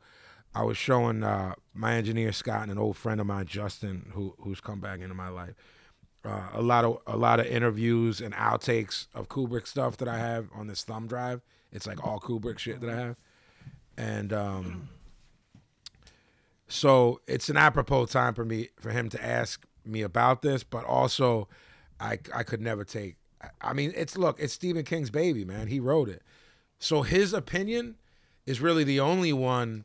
Speaker 7: I was showing uh, my engineer Scott and an old friend of mine, Justin, who who's come back into my life. Uh, a lot of a lot of interviews and outtakes of Kubrick stuff that I have on this thumb drive. It's like all Kubrick shit that I have, and um, so it's an apropos time for me for him to ask me about this, but also I I could never take. I- I mean, it's look, it's Stephen King's baby, man. He wrote it, so his opinion is really the only one.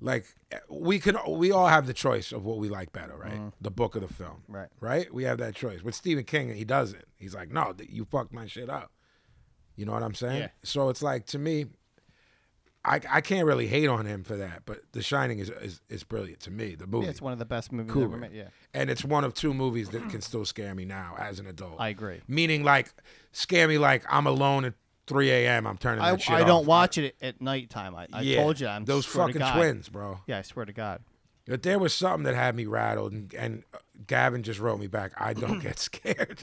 Speaker 7: Like we can, we all have the choice of what we like better, right? The book or the film,
Speaker 6: Right.
Speaker 7: Right? We have that choice. With Stephen King, he doesn't. He's like, no, th- you fucked my shit up. You know what I'm saying?
Speaker 6: Yeah.
Speaker 7: So it's like to me, I, I can't really hate on him for that, but The Shining is is, is brilliant to me. The movie,
Speaker 6: it's one of the best movies
Speaker 7: Kubrick.
Speaker 6: ever made. Yeah.
Speaker 7: and it's one of two movies that can still scare me now as an adult.
Speaker 6: I agree.
Speaker 7: Meaning like scare me like I'm alone at 3 a.m. I'm turning
Speaker 6: I,
Speaker 7: that shit
Speaker 6: I don't
Speaker 7: off.
Speaker 6: watch it at nighttime. I, I
Speaker 7: Yeah,
Speaker 6: told you. I'm
Speaker 7: those
Speaker 6: swear to
Speaker 7: fucking
Speaker 6: God.
Speaker 7: twins, bro.
Speaker 6: Yeah, I swear to God.
Speaker 7: But there was something that had me rattled, and, and uh, Gavin just wrote me back.
Speaker 13: <clears throat>
Speaker 7: I don't
Speaker 13: <laughs>
Speaker 7: get scared. <laughs>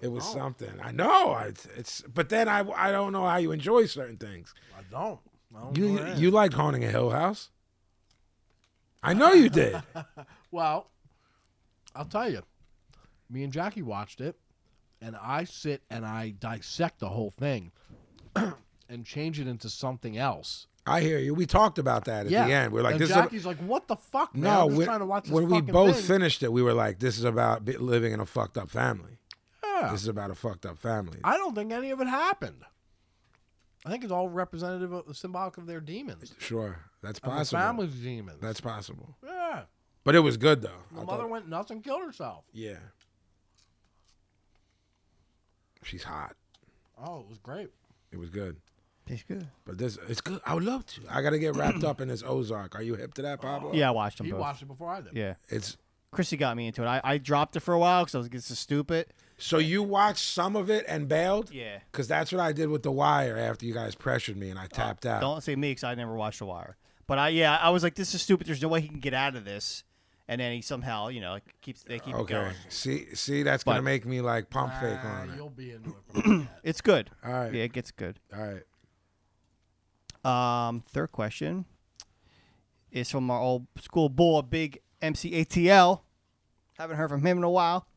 Speaker 7: it was
Speaker 13: Oh.
Speaker 7: something. I know. I, it's but then I, I don't know how you enjoy certain things.
Speaker 13: I don't. I don't
Speaker 7: You
Speaker 13: know that.
Speaker 7: you liked haunting a Hill House. I know
Speaker 13: <laughs>
Speaker 7: you did.
Speaker 13: well, I'll tell you. Me and Jackie watched it, and I sit and I dissect the whole thing, <clears throat> and change it into something else.
Speaker 7: I hear you. We talked about that at
Speaker 13: yeah.
Speaker 7: the end. We're like,
Speaker 13: and
Speaker 7: this is.
Speaker 13: Jackie's like, "What the fuck,
Speaker 7: A,
Speaker 13: man? I'm
Speaker 7: no,
Speaker 13: just
Speaker 7: when,
Speaker 13: trying to watch this
Speaker 7: when we
Speaker 13: fucking
Speaker 7: both
Speaker 13: thing."
Speaker 7: finished it, we were like, this is about bi- living in a fucked up family.
Speaker 13: Yeah.
Speaker 7: This is about a fucked up family.
Speaker 13: I don't think any of it happened. I think it's all representative, of, symbolic of their demons.
Speaker 7: Sure, that's
Speaker 13: Of the
Speaker 7: possible.
Speaker 13: family's demons.
Speaker 7: That's possible.
Speaker 13: Yeah.
Speaker 7: But it was good though.
Speaker 13: The
Speaker 7: I
Speaker 13: mother
Speaker 7: thought-
Speaker 13: went nuts and killed herself.
Speaker 7: yeah. She's hot.
Speaker 13: Oh, it was great.
Speaker 7: It was good.
Speaker 6: It's good.
Speaker 7: But this, it's good. I would love to. I gotta get wrapped up in this Ozark. Are you hip to that, Pablo?
Speaker 6: Yeah, I watched them
Speaker 13: He
Speaker 6: both.
Speaker 13: watched it before I did.
Speaker 6: Yeah.
Speaker 7: It's
Speaker 6: Chrissy got me into it. I, I dropped it for a while because I was getting so stupid.
Speaker 7: So you watched some of it and bailed?
Speaker 6: Yeah.
Speaker 7: Because that's what I did with The Wire after you guys pressured me and I tapped out.
Speaker 6: Uh, Don't say me because I never watched The Wire. But I yeah, I was like, this is stupid. There's no way he can get out of this. And then he somehow, you know, keeps they keep
Speaker 7: okay.
Speaker 6: going.
Speaker 7: See, see, that's gonna
Speaker 6: But-
Speaker 7: make me like pump fake on it.
Speaker 13: You'll be into it.
Speaker 6: it's good.
Speaker 7: All right.
Speaker 6: Yeah, it gets good.
Speaker 7: All right.
Speaker 6: Um, third question is from our old school boy, Big MCATL. Haven't heard from him in a while.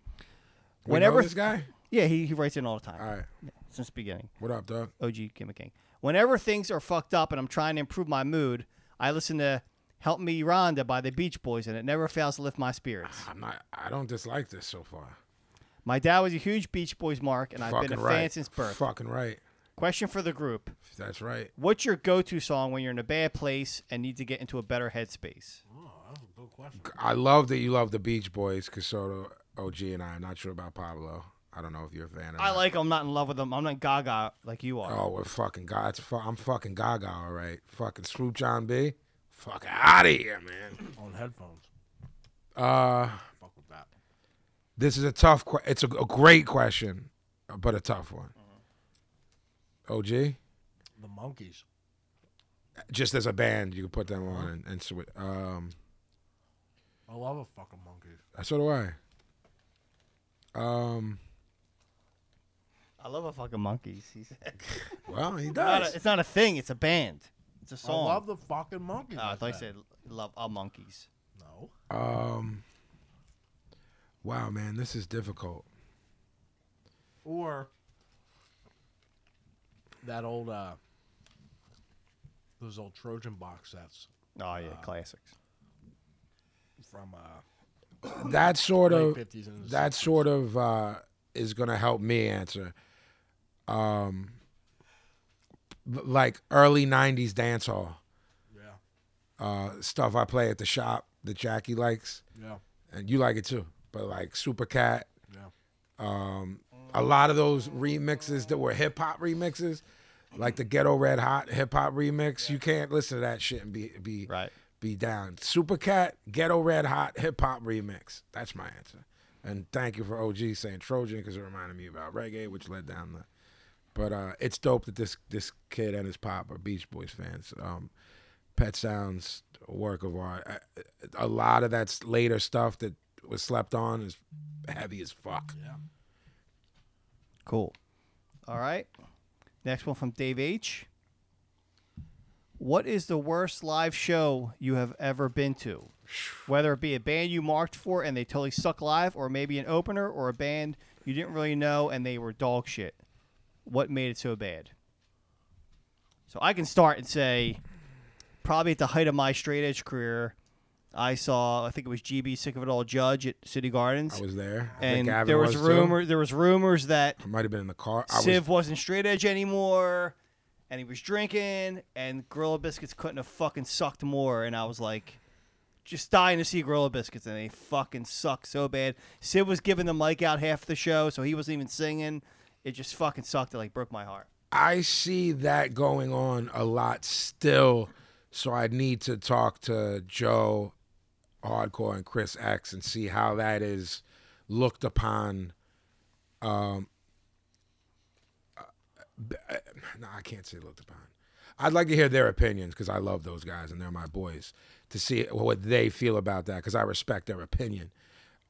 Speaker 7: We know this guy?
Speaker 6: Yeah, he, he writes in all the time.
Speaker 7: All right.
Speaker 6: since the beginning.
Speaker 7: What up, Doug?
Speaker 6: OG Kim and King. Whenever things are fucked up and I'm trying to improve my mood, I listen to Help Me Rhonda by the Beach Boys, and it never fails to lift my spirits.
Speaker 7: I'm not. I don't dislike this so far.
Speaker 6: My dad was a huge Beach Boys mark, and I've been
Speaker 7: Fucking
Speaker 6: a fan
Speaker 7: right.
Speaker 6: since birth.
Speaker 7: Fucking right.
Speaker 6: Question for the group.
Speaker 7: That's right.
Speaker 6: What's your go-to song when you're in a bad place and need to get into a better headspace?
Speaker 7: I love that you love the Beach Boys, Casoto, OG, and I. I'm not sure about Pablo. I don't know if you're a fan. Or
Speaker 6: I like. I'm not in love with them. I'm not Gaga like you are.
Speaker 7: Oh, we're fucking God. It's fu- I'm fucking Gaga, all right. Fucking screw John B. Fuck out of here, man.
Speaker 13: On headphones.
Speaker 7: Uh, This is a tough. Que- it's a, a great question, but a tough one.
Speaker 6: Uh-huh.
Speaker 7: OG,
Speaker 13: The monkeys.
Speaker 7: just as a band, you can put them on and, and swi- um.
Speaker 13: I
Speaker 7: uh,
Speaker 13: love a fucking monkey.
Speaker 7: So do I. Um.
Speaker 6: I love a fucking monkeys. He said.
Speaker 7: Well, he
Speaker 6: It's not a-
Speaker 7: does.
Speaker 6: it's not a thing. It's a band. It's a song.
Speaker 13: I love the fucking monkeys.
Speaker 6: Oh, I
Speaker 13: like
Speaker 6: thought you
Speaker 13: that.
Speaker 6: said love a monkeys.
Speaker 13: No.
Speaker 7: Um. Wow, man, this is difficult.
Speaker 13: Or that old uh those old Trojan box sets.
Speaker 6: Oh
Speaker 13: Uh,
Speaker 6: yeah, classics.
Speaker 13: From uh
Speaker 7: That sort
Speaker 13: late
Speaker 7: of
Speaker 13: 50s and
Speaker 7: that sort of uh, is gonna help me answer. Um. l- Like early '90s dance hall.
Speaker 13: Yeah.
Speaker 7: Uh, stuff I play at the shop that Jackie likes.
Speaker 13: Yeah.
Speaker 7: And you like it too, but like Super Cat.
Speaker 13: Yeah.
Speaker 7: Um, a lot of those remixes that were hip hop remixes, like the Ghetto Red Hot hip hop remix, you can't listen to that shit and be be
Speaker 6: right.
Speaker 7: be down. Super Cat Ghetto Red Hot hip hop remix. That's my answer. And thank you for OG saying Trojan because it reminded me about reggae, which led down the. But uh, it's dope that this this kid and his pop are Beach Boys fans. Um, Pet Sounds a work of art. I- A lot of that later stuff that was slept on is heavy as fuck.
Speaker 13: Yeah.
Speaker 6: Cool. All right. Next one from Dave H. What is the worst live show you have ever been to? Whether it be a band you marked for and they totally suck live, or maybe an opener or a band you didn't really know and they were dog shit. What made it so bad? So I can start and say, probably at the height of my straight edge career, I saw I think it was GB Sick of It All Judge at City Gardens.
Speaker 7: I was there. I think
Speaker 6: and
Speaker 7: Gavin
Speaker 6: there was,
Speaker 7: was too.
Speaker 6: rumor there was rumors that
Speaker 7: I might have been in the car. I
Speaker 6: Siv was, not straight edge anymore, and he was drinking, and Gorilla Biscuits couldn't have fucking sucked more. And I was like, just dying to see Gorilla Biscuits, and they fucking suck so bad. Siv was giving the mic out half the show, so he wasn't even singing. It just fucking sucked. It like broke my heart.
Speaker 7: I see that going on a lot still. So I need to talk to Joe Hardcore and Chris X and see how that is looked upon. Um, uh, b- uh, no, I can't say looked upon. I'd like to hear their opinions because I love those guys and they're my boys to see what they feel about that because I respect their opinion.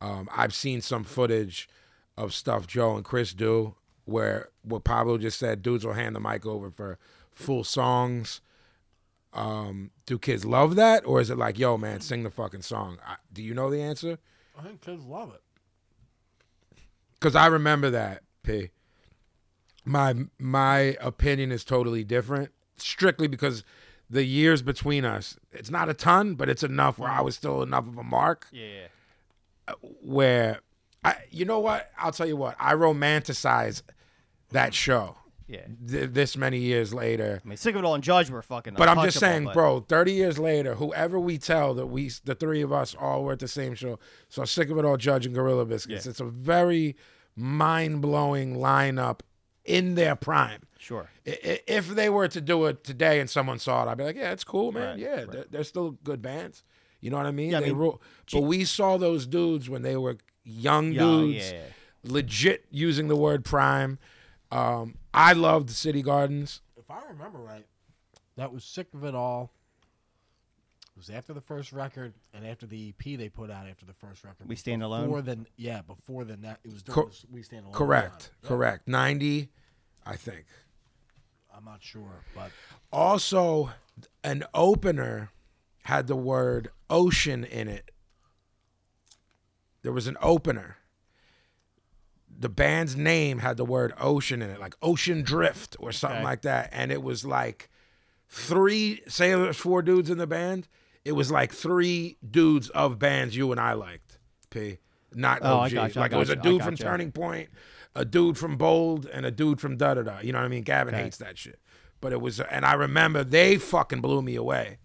Speaker 7: Um, I've seen some footage of stuff Joe and Chris do where what Pablo just said, dudes will hand the mic over for full songs. Um, do kids love that, or is it like, yo, man, sing the fucking song? I, do you know the answer?
Speaker 13: I think kids love it.
Speaker 7: Because I remember that. P. My my opinion is totally different, strictly because the years between us, it's not a ton, but it's enough where I was still enough of a mark.
Speaker 6: Yeah.
Speaker 7: where I, you know what? I'll tell you what. I romanticize that show.
Speaker 6: Yeah.
Speaker 7: Th- this many years later.
Speaker 6: I mean, sick of it all. And Judge were fucking.
Speaker 7: But I'm just
Speaker 6: untouchable,
Speaker 7: saying,
Speaker 6: but-
Speaker 7: bro. Thirty years later, whoever we tell that we, the three of us, all were at the same show. So sick of it all. Judge and Gorilla Biscuits.
Speaker 6: Yeah.
Speaker 7: It's a very mind blowing lineup in their prime.
Speaker 6: Sure.
Speaker 7: I- i- If they were to do it today and someone saw it, I'd be like, yeah, it's cool, man.
Speaker 6: Right,
Speaker 7: yeah, They're, they're still good bands. You know what I mean?
Speaker 6: Yeah, I
Speaker 7: they
Speaker 6: mean,
Speaker 7: rule. But we saw those dudes when they were young
Speaker 6: Yeah,
Speaker 7: dudes,
Speaker 6: yeah.
Speaker 7: legit using the word prime. Um, I loved City Gardens.
Speaker 13: If I remember right, that was sick of it all. It was after the first record and after the EP they put out after the first record.
Speaker 6: We Stand Alone?
Speaker 13: Before then, yeah, before then that it was during
Speaker 7: Co-
Speaker 13: this We Stand Alone.
Speaker 7: correct,
Speaker 13: time. Yeah.
Speaker 7: correct. 90, I think.
Speaker 13: I'm not sure, but
Speaker 7: Also, an opener had the word ocean in it there was an opener. The band's name had the word ocean in it, like Ocean Drift or something
Speaker 15: Okay.
Speaker 7: like that. And it was like three, say there was four dudes in the band. It was like three dudes of bands you and I liked, P. Not
Speaker 15: Oh, I
Speaker 7: OG.
Speaker 15: gotcha, I
Speaker 7: like it was a
Speaker 15: gotcha, I
Speaker 7: dude from
Speaker 15: gotcha.
Speaker 7: Turning Point, a dude from Bold, and a dude from Da Da Da. You know what I mean? Gavin
Speaker 15: Okay.
Speaker 7: hates that shit. But it was, and I remember they fucking blew me away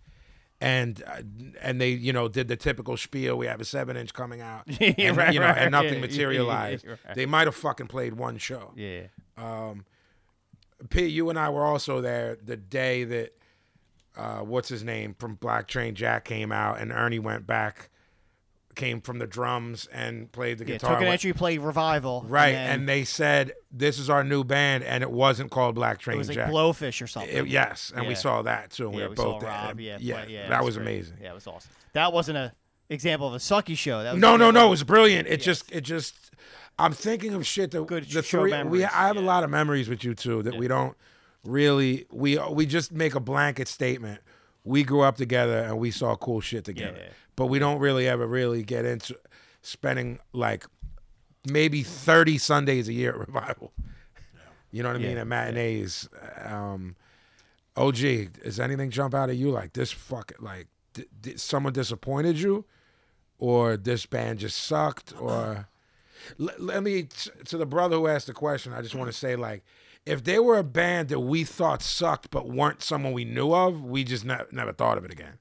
Speaker 7: and uh, and they you know did the typical spiel we have a seven inch
Speaker 6: <laughs>
Speaker 7: coming out
Speaker 15: Yeah,
Speaker 7: and,
Speaker 15: right,
Speaker 7: you know
Speaker 15: right,
Speaker 7: and nothing
Speaker 15: yeah,
Speaker 7: materialized
Speaker 15: yeah, right.
Speaker 7: they might have fucking played one show
Speaker 6: yeah
Speaker 7: um p you and i were also there the day that uh what's his name from black train jack came out and ernie went back came from the drums and played the
Speaker 6: Yeah,
Speaker 7: guitar
Speaker 6: took an
Speaker 7: with-
Speaker 6: entry play revival.
Speaker 7: Right,
Speaker 6: and,
Speaker 7: and,
Speaker 6: then
Speaker 7: they said this is our new band, and it wasn't called Black Train
Speaker 6: it was like
Speaker 7: Jack.
Speaker 6: Blowfish or something.
Speaker 7: It- yes, and we
Speaker 6: Yeah.
Speaker 7: saw that too. And we
Speaker 6: Yeah,
Speaker 7: were both
Speaker 6: saw
Speaker 7: there.
Speaker 6: Rob, yeah,
Speaker 7: yeah,
Speaker 6: play- yeah, it
Speaker 7: that was
Speaker 6: great.
Speaker 7: amazing.
Speaker 6: Yeah, it was awesome. That wasn't a example of a sucky show. That was
Speaker 7: No,
Speaker 6: an
Speaker 7: no, no. It
Speaker 6: example-
Speaker 7: was brilliant. It just, it just. I'm thinking of shit that Good the
Speaker 6: show
Speaker 7: three.
Speaker 6: memories,
Speaker 7: We, I have a lot of memories with you too that we don't really. We we just make a blanket statement. We grew up together and we saw cool shit together, but we don't really ever really get into spending like maybe 30 Sundays a year at revival. You know what I mean?
Speaker 15: Yeah,
Speaker 7: At matinees. Um, OG, does anything jump out at you like this? Fuck it, like d- d- someone disappointed you, or this band just sucked, or L- let me t- to the brother who asked the question. I just want to say like. If they were a band that we thought sucked but weren't someone we knew of, we just ne- never thought of it again.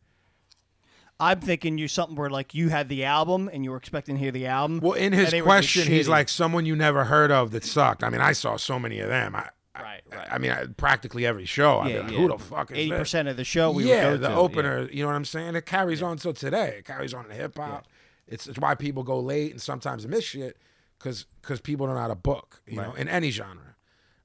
Speaker 6: I'm thinking you something where like you had the album and you were expecting to hear the album.
Speaker 7: Well, in his question, he's like someone you never heard of that sucked. I mean, I saw so many of them. I,
Speaker 6: right, right.
Speaker 7: I mean, I, practically every show. I'd be
Speaker 6: Yeah,
Speaker 7: like,
Speaker 6: yeah.
Speaker 7: who the fuck is
Speaker 6: 80%
Speaker 7: this?
Speaker 6: of the show we would
Speaker 7: yeah,
Speaker 6: go
Speaker 7: the
Speaker 6: to,
Speaker 7: opener. You know what I'm saying? It carries on till today. It carries on in hip hop. It's, it's why people go late and sometimes miss shit because people don't know how to book. You know,
Speaker 15: Right.
Speaker 7: in any genre.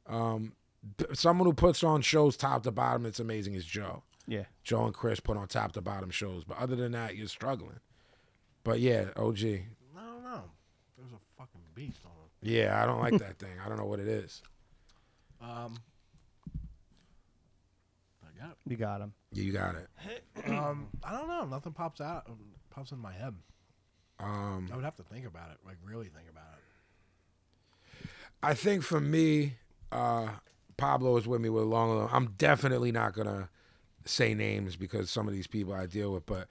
Speaker 7: Um, b- someone who puts on shows top to bottom that's amazing is Joe.
Speaker 6: Yeah.
Speaker 7: Joe and Chris put on top to bottom shows, but other than that, you're struggling. But yeah, OG,
Speaker 13: I don't know. There's a fucking beast on him.
Speaker 7: yeah, I
Speaker 6: <laughs>
Speaker 7: don't like that thing. I don't know what it is.
Speaker 13: Um, I got
Speaker 6: you got him.
Speaker 7: Yeah, you got it.
Speaker 13: it. um, I don't know. Nothing pops out. um, Pops in my head.
Speaker 7: Um,
Speaker 13: I would have to think about it. Like really think about it.
Speaker 7: I think for me, uh, Pablo is with me with long. Alone. I'm definitely not gonna say names because some of these people I deal with, but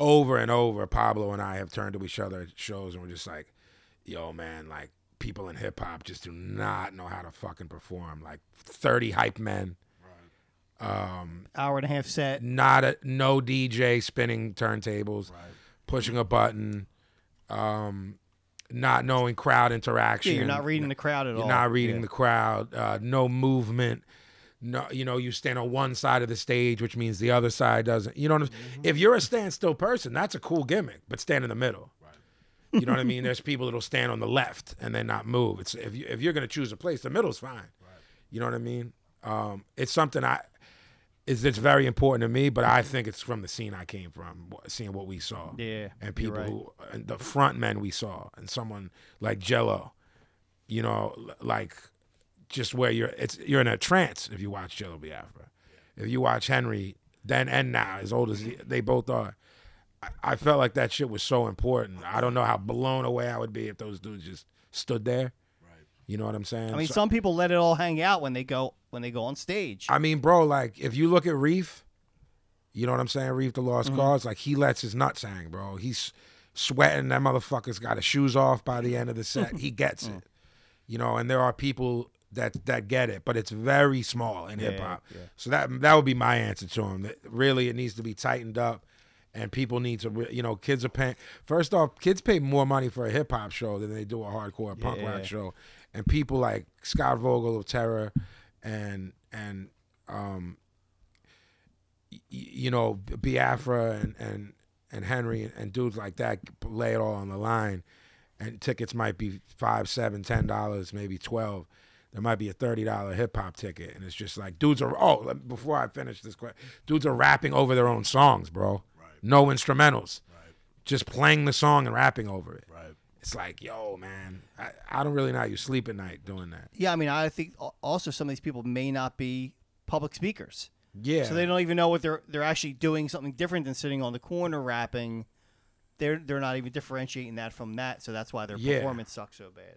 Speaker 7: over and over, Pablo and I have turned to each other at shows and we're just like, "Yo, man, like people in hip hop just do not know how to fucking perform. Like 30 hype men, um,
Speaker 6: hour and a half set,
Speaker 7: not a no DJ spinning turntables, pushing a button, um, not knowing crowd interaction.
Speaker 6: Yeah, you're not reading the crowd at
Speaker 7: You're
Speaker 6: all.
Speaker 7: not reading
Speaker 6: Yeah.
Speaker 7: the crowd. Uh, no movement. No, you know, you stand on one side of the stage, which means the other side doesn't. You know, what I'm,
Speaker 6: Mm-hmm.
Speaker 7: if you're a standstill person, that's a cool gimmick, but stand in the middle. You know what I mean? There's people that'll stand on the left and then not move. It's if you if you're gonna choose a place, the middle's fine. You know what I mean? Um, it's something I is that's very important to me, but I think it's from the scene I came from, wh- seeing what we saw.
Speaker 6: Yeah,
Speaker 7: and
Speaker 6: you're
Speaker 7: people
Speaker 6: right.
Speaker 7: who and the front men we saw, and someone like Jello, you know, l- like just where you're it's you're in a trance if you watch Jello Biafra. If you watch Henry then and now, as old as he- they both are, I, I felt like that shit was so important. I don't know how blown away I would be if those dudes just stood there. Right. You know what I'm saying?
Speaker 6: I mean,
Speaker 7: So-
Speaker 6: some people let it all hang out when they go when they go on stage.
Speaker 7: I mean, bro, like if you look at Reef, you know what I'm saying? Reef the Lost
Speaker 15: Mm-hmm.
Speaker 7: because like he lets his nuts hang, bro. He's sweating. That motherfucker's got his shoes off by the end of the set.
Speaker 15: <laughs>
Speaker 7: He gets
Speaker 15: Mm.
Speaker 7: it. You know, and there are people that that get it, but it's very small in
Speaker 15: Yeah,
Speaker 7: hip hop.
Speaker 15: yeah.
Speaker 7: So that that would be my answer to him. That really it needs to be tightened up. And people need to, re- you know, kids are paying. First off, kids pay more money for a hip hop show than they do a hardcore punk
Speaker 15: Yeah.
Speaker 7: rock show. And people like Scott Vogel of Terror, and and um, y- you know Biafra and and and Henry and, and dudes like that lay it all on the line, and tickets might be five, seven, ten dollars, maybe twelve. There might be a thirty dollar hip hop ticket, and it's just like dudes are. Oh, let- before I finish this question, dudes are rapping over their own songs, bro. No instrumentals, just playing the song and rapping over it. Right. It's like, yo, man, I, I don't really know how you sleep at night doing that.
Speaker 6: Yeah, I mean, I think al- also some of these people may not be public speakers.
Speaker 7: Yeah.
Speaker 6: So they don't even know what they're they're actually doing something different than sitting on the corner rapping they're they're not even differentiating that from that, so that's why their
Speaker 7: Yeah.
Speaker 6: performance sucks so bad.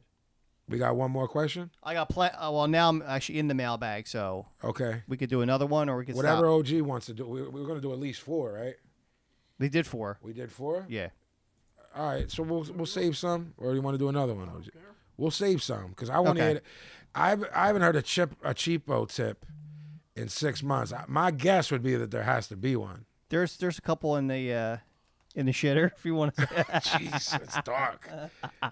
Speaker 7: We got one more question.
Speaker 6: I got pla Uh, well, now I'm actually in the mailbag, so
Speaker 7: okay,
Speaker 6: we could do another one, or we could
Speaker 7: Whatever
Speaker 6: Stop.
Speaker 7: OG wants to do, we, we're going to do at least four, right?
Speaker 6: They did four.
Speaker 7: We did four.
Speaker 6: Yeah.
Speaker 7: All right, so we'll we'll save some, or you want to do another one? OG? We'll save some because I want to
Speaker 6: Okay.
Speaker 7: hear. I've I haven't heard a chip a cheapo tip in six months. I- My guess would be that there has to
Speaker 6: <laughs>
Speaker 7: be one.
Speaker 6: There's there's a couple in the uh, in the shitter <laughs> if you want to.
Speaker 7: Jeez, it's
Speaker 6: <laughs>
Speaker 7: dark.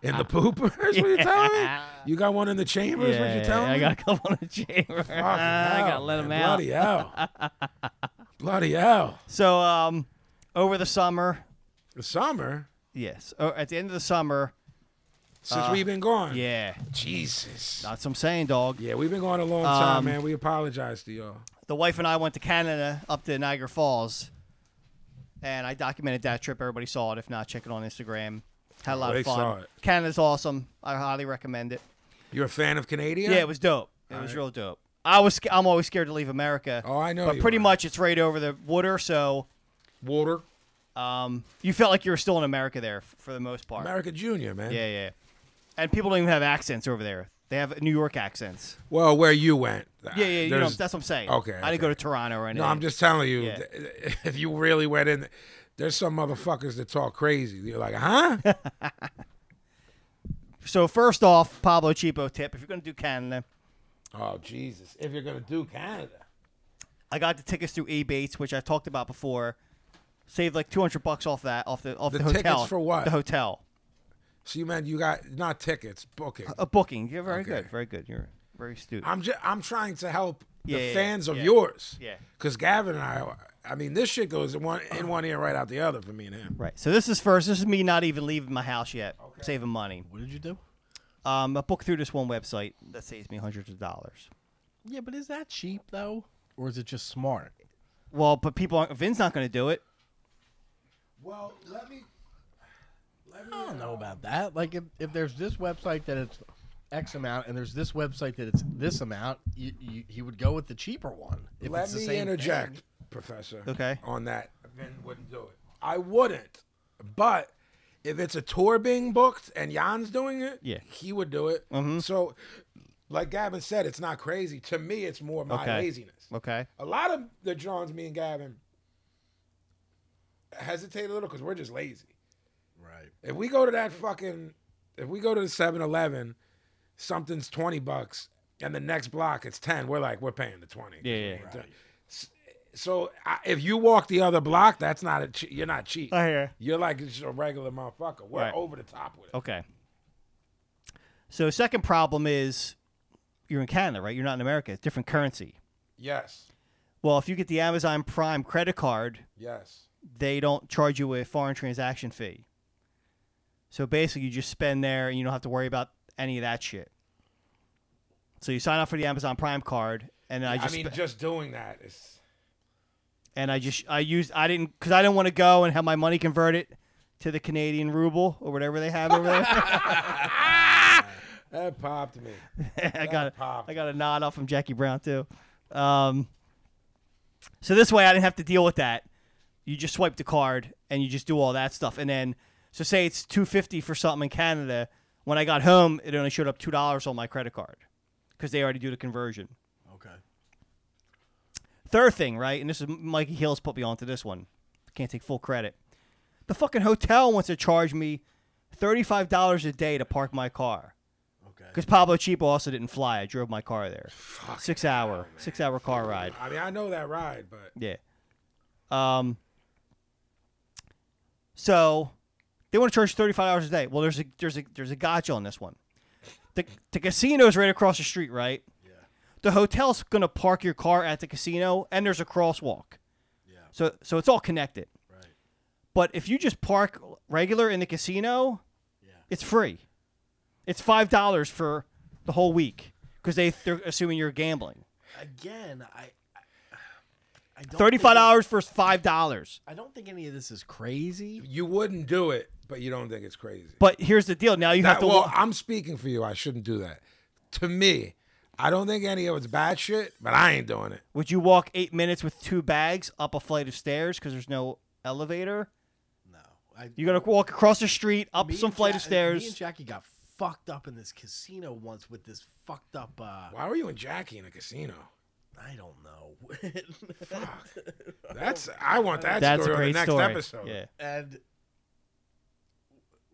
Speaker 7: In the poopers, what you telling me? You got one in the chambers? what you
Speaker 6: Yeah,
Speaker 7: telling
Speaker 6: I
Speaker 7: me?
Speaker 6: got a couple in the chamber.
Speaker 7: Fucking
Speaker 6: I gotta
Speaker 7: hell,
Speaker 6: let 'em
Speaker 7: man.
Speaker 6: out.
Speaker 7: Bloody hell! Bloody hell!
Speaker 6: <laughs> So um, over the summer.
Speaker 7: The summer.
Speaker 6: Yes. Oh, at the end of the summer.
Speaker 7: Since we've been gone.
Speaker 6: Uh, Yeah.
Speaker 7: Jesus.
Speaker 6: That's what I'm saying, dog.
Speaker 7: Yeah, we've been gone a long time,
Speaker 6: Um,
Speaker 7: man. We apologize to y'all.
Speaker 6: the wife and I went to Canada up to Niagara Falls, and I documented that trip. Everybody saw it. If not, check it on Instagram. Had a lot
Speaker 7: They
Speaker 6: of fun.
Speaker 7: saw it.
Speaker 6: Canada's awesome. I highly recommend it.
Speaker 7: You're a fan of Canadian?
Speaker 6: Yeah, it was dope. It
Speaker 7: All
Speaker 6: was
Speaker 7: right.
Speaker 6: real dope. I was. sca- I'm always scared to leave America. Oh, I
Speaker 7: know
Speaker 6: But
Speaker 7: you
Speaker 6: pretty much, it's right over the water, so.
Speaker 7: Water.
Speaker 6: Um, you felt like you were still in America there f- for the most part.
Speaker 7: America Junior, man.
Speaker 6: Yeah, yeah. And people don't even have accents over there. They have New York accents.
Speaker 7: Well, where you went?
Speaker 6: Yeah, yeah. You know,
Speaker 7: There's-
Speaker 6: that's what I'm saying.
Speaker 7: Okay.
Speaker 6: I didn't go to Toronto or anything.
Speaker 7: No, I'm just telling you,
Speaker 6: Yeah.
Speaker 7: th- <laughs> if you really went in, there's some motherfuckers that talk crazy. You're like, huh?
Speaker 6: <laughs> So first off, Pablo Chipo tip: if you're gonna do Canada,
Speaker 7: oh Jesus! If you're gonna do Canada,
Speaker 6: I got the tickets through Ebates, which I talked about before. Saved like 200 bucks off that, off the off the,
Speaker 7: The tickets
Speaker 6: hotel.
Speaker 7: for what?
Speaker 6: The hotel.
Speaker 7: So you meant you got not tickets, booking.
Speaker 6: A booking. You're very
Speaker 7: Okay.
Speaker 6: good. Very good. You're very astute.
Speaker 7: I'm just I'm trying to help
Speaker 6: Yeah,
Speaker 7: the
Speaker 6: yeah,
Speaker 7: fans of
Speaker 6: yeah.
Speaker 7: yours.
Speaker 6: Yeah.
Speaker 7: Because Gavin and I, I mean, this shit goes in one in one ear right out the other for me and him.
Speaker 6: Right. So this is first. This is me not even leaving my house yet, saving money.
Speaker 13: What did you do?
Speaker 6: Um, I booked through this one website that saves me hundreds of dollars.
Speaker 13: Yeah, but is that cheap though, or is it just smart?
Speaker 6: Well, but people, aren't, Vin's not going to do it.
Speaker 7: Well, let me. Let me
Speaker 13: I don't know about that. Like, if, if there's this website that it's X amount, and there's this website that it's this amount, you, you, he would go with the cheaper one. If
Speaker 7: Let
Speaker 13: it's the
Speaker 7: me
Speaker 13: same
Speaker 7: interject,
Speaker 13: thing.
Speaker 7: Professor.
Speaker 13: Okay.
Speaker 7: On that, Vin wouldn't do it. I wouldn't, but if it's a tour being booked and Jan's doing it,
Speaker 6: Yeah.
Speaker 7: he would do it.
Speaker 13: Mm-hmm.
Speaker 7: So, like Gavin said, it's not crazy. To me, it's more my
Speaker 6: okay.
Speaker 7: laziness.
Speaker 6: Okay.
Speaker 7: A lot of the drawings, me and Gavin hesitate a little because we're just lazy.
Speaker 13: Right.
Speaker 7: If we go to that fucking, if we go to the 7 Eleven, something's 20 bucks, and the next block it's 10, we're like, we're paying the 20.
Speaker 6: Yeah, yeah.
Speaker 7: S- So I, if you walk the other block, that's not a che- you're not cheap.
Speaker 6: I hear.
Speaker 7: You're like just a regular motherfucker. We're
Speaker 6: Right.
Speaker 7: over the top with it.
Speaker 6: Okay. So second problem is you're in Canada, right? You're not in America. It's different currency.
Speaker 7: Yes,
Speaker 6: Well, if you get the Amazon Prime credit card,
Speaker 7: yes.
Speaker 6: they don't charge you a foreign transaction fee. So basically, you just spend there and you don't have to worry about any of that shit. So you sign up for the Amazon Prime card, and I
Speaker 7: I,
Speaker 6: just
Speaker 7: mean,
Speaker 6: spe-
Speaker 7: just doing that is
Speaker 6: and I just I used I didn't because I didn't want to go and have my money converted to the Canadian ruble or whatever they have over
Speaker 7: <laughs>
Speaker 6: there. <laughs>
Speaker 7: that popped me.
Speaker 6: I got
Speaker 7: That popped.
Speaker 6: I got a nod off from Jackie Brown too. Um, so this way, I didn't have to deal with that. You just swipe the card and you just do all that stuff, and then so say it's two fifty for something in Canada. When I got home, it only showed up two dollars on my credit card because they already do the conversion.
Speaker 13: Okay.
Speaker 6: Third thing, right? And this is Mikey Hills put me onto this one. Can't take full credit. The fucking hotel wants to charge me thirty-five dollars a day to park my car. Okay. Because Pablo Chipo also didn't fly. I drove my car there. six hour, six hour car ride.
Speaker 7: I mean, I know that ride, but
Speaker 6: Yeah. Um. So, they want to charge thirty five dollars a day. Well, there's a there's a there's a gotcha on this one. The the casino's right across the street, right? Yeah. The hotel's gonna park your car at the casino, and there's a crosswalk. Yeah. So so it's all connected. Right. But if you just park regular in the casino, yeah. it's free. It's five dollars for the whole week because they they're assuming you're gambling.
Speaker 13: Again, I. I- I don't think
Speaker 6: Thirty five
Speaker 13: it-
Speaker 6: dollars for five dollars.
Speaker 13: I don't think any of this is crazy.
Speaker 7: You wouldn't do it, but you don't think it's crazy.
Speaker 6: But here's the deal. Now you
Speaker 7: That-
Speaker 6: have to.
Speaker 7: Well,
Speaker 6: wa-
Speaker 7: I'm speaking for you. I shouldn't do that. To me, I don't think any of it's bad shit, but I ain't doing it.
Speaker 6: Would you walk eight minutes with two bags up a flight of stairs because there's no elevator?
Speaker 8: I,
Speaker 6: You're gonna walk across the street, up
Speaker 8: me
Speaker 6: some
Speaker 8: and
Speaker 6: flight
Speaker 8: Ja-
Speaker 6: of stairs.
Speaker 8: Me and Jackie got fucked up in this casino once with this fucked up. Uh,
Speaker 7: Why were you and Jackie in a casino?
Speaker 8: I don't know. <laughs> Fuck.
Speaker 7: That's- I want that That's a story on the great next story. episode. Yeah.
Speaker 8: And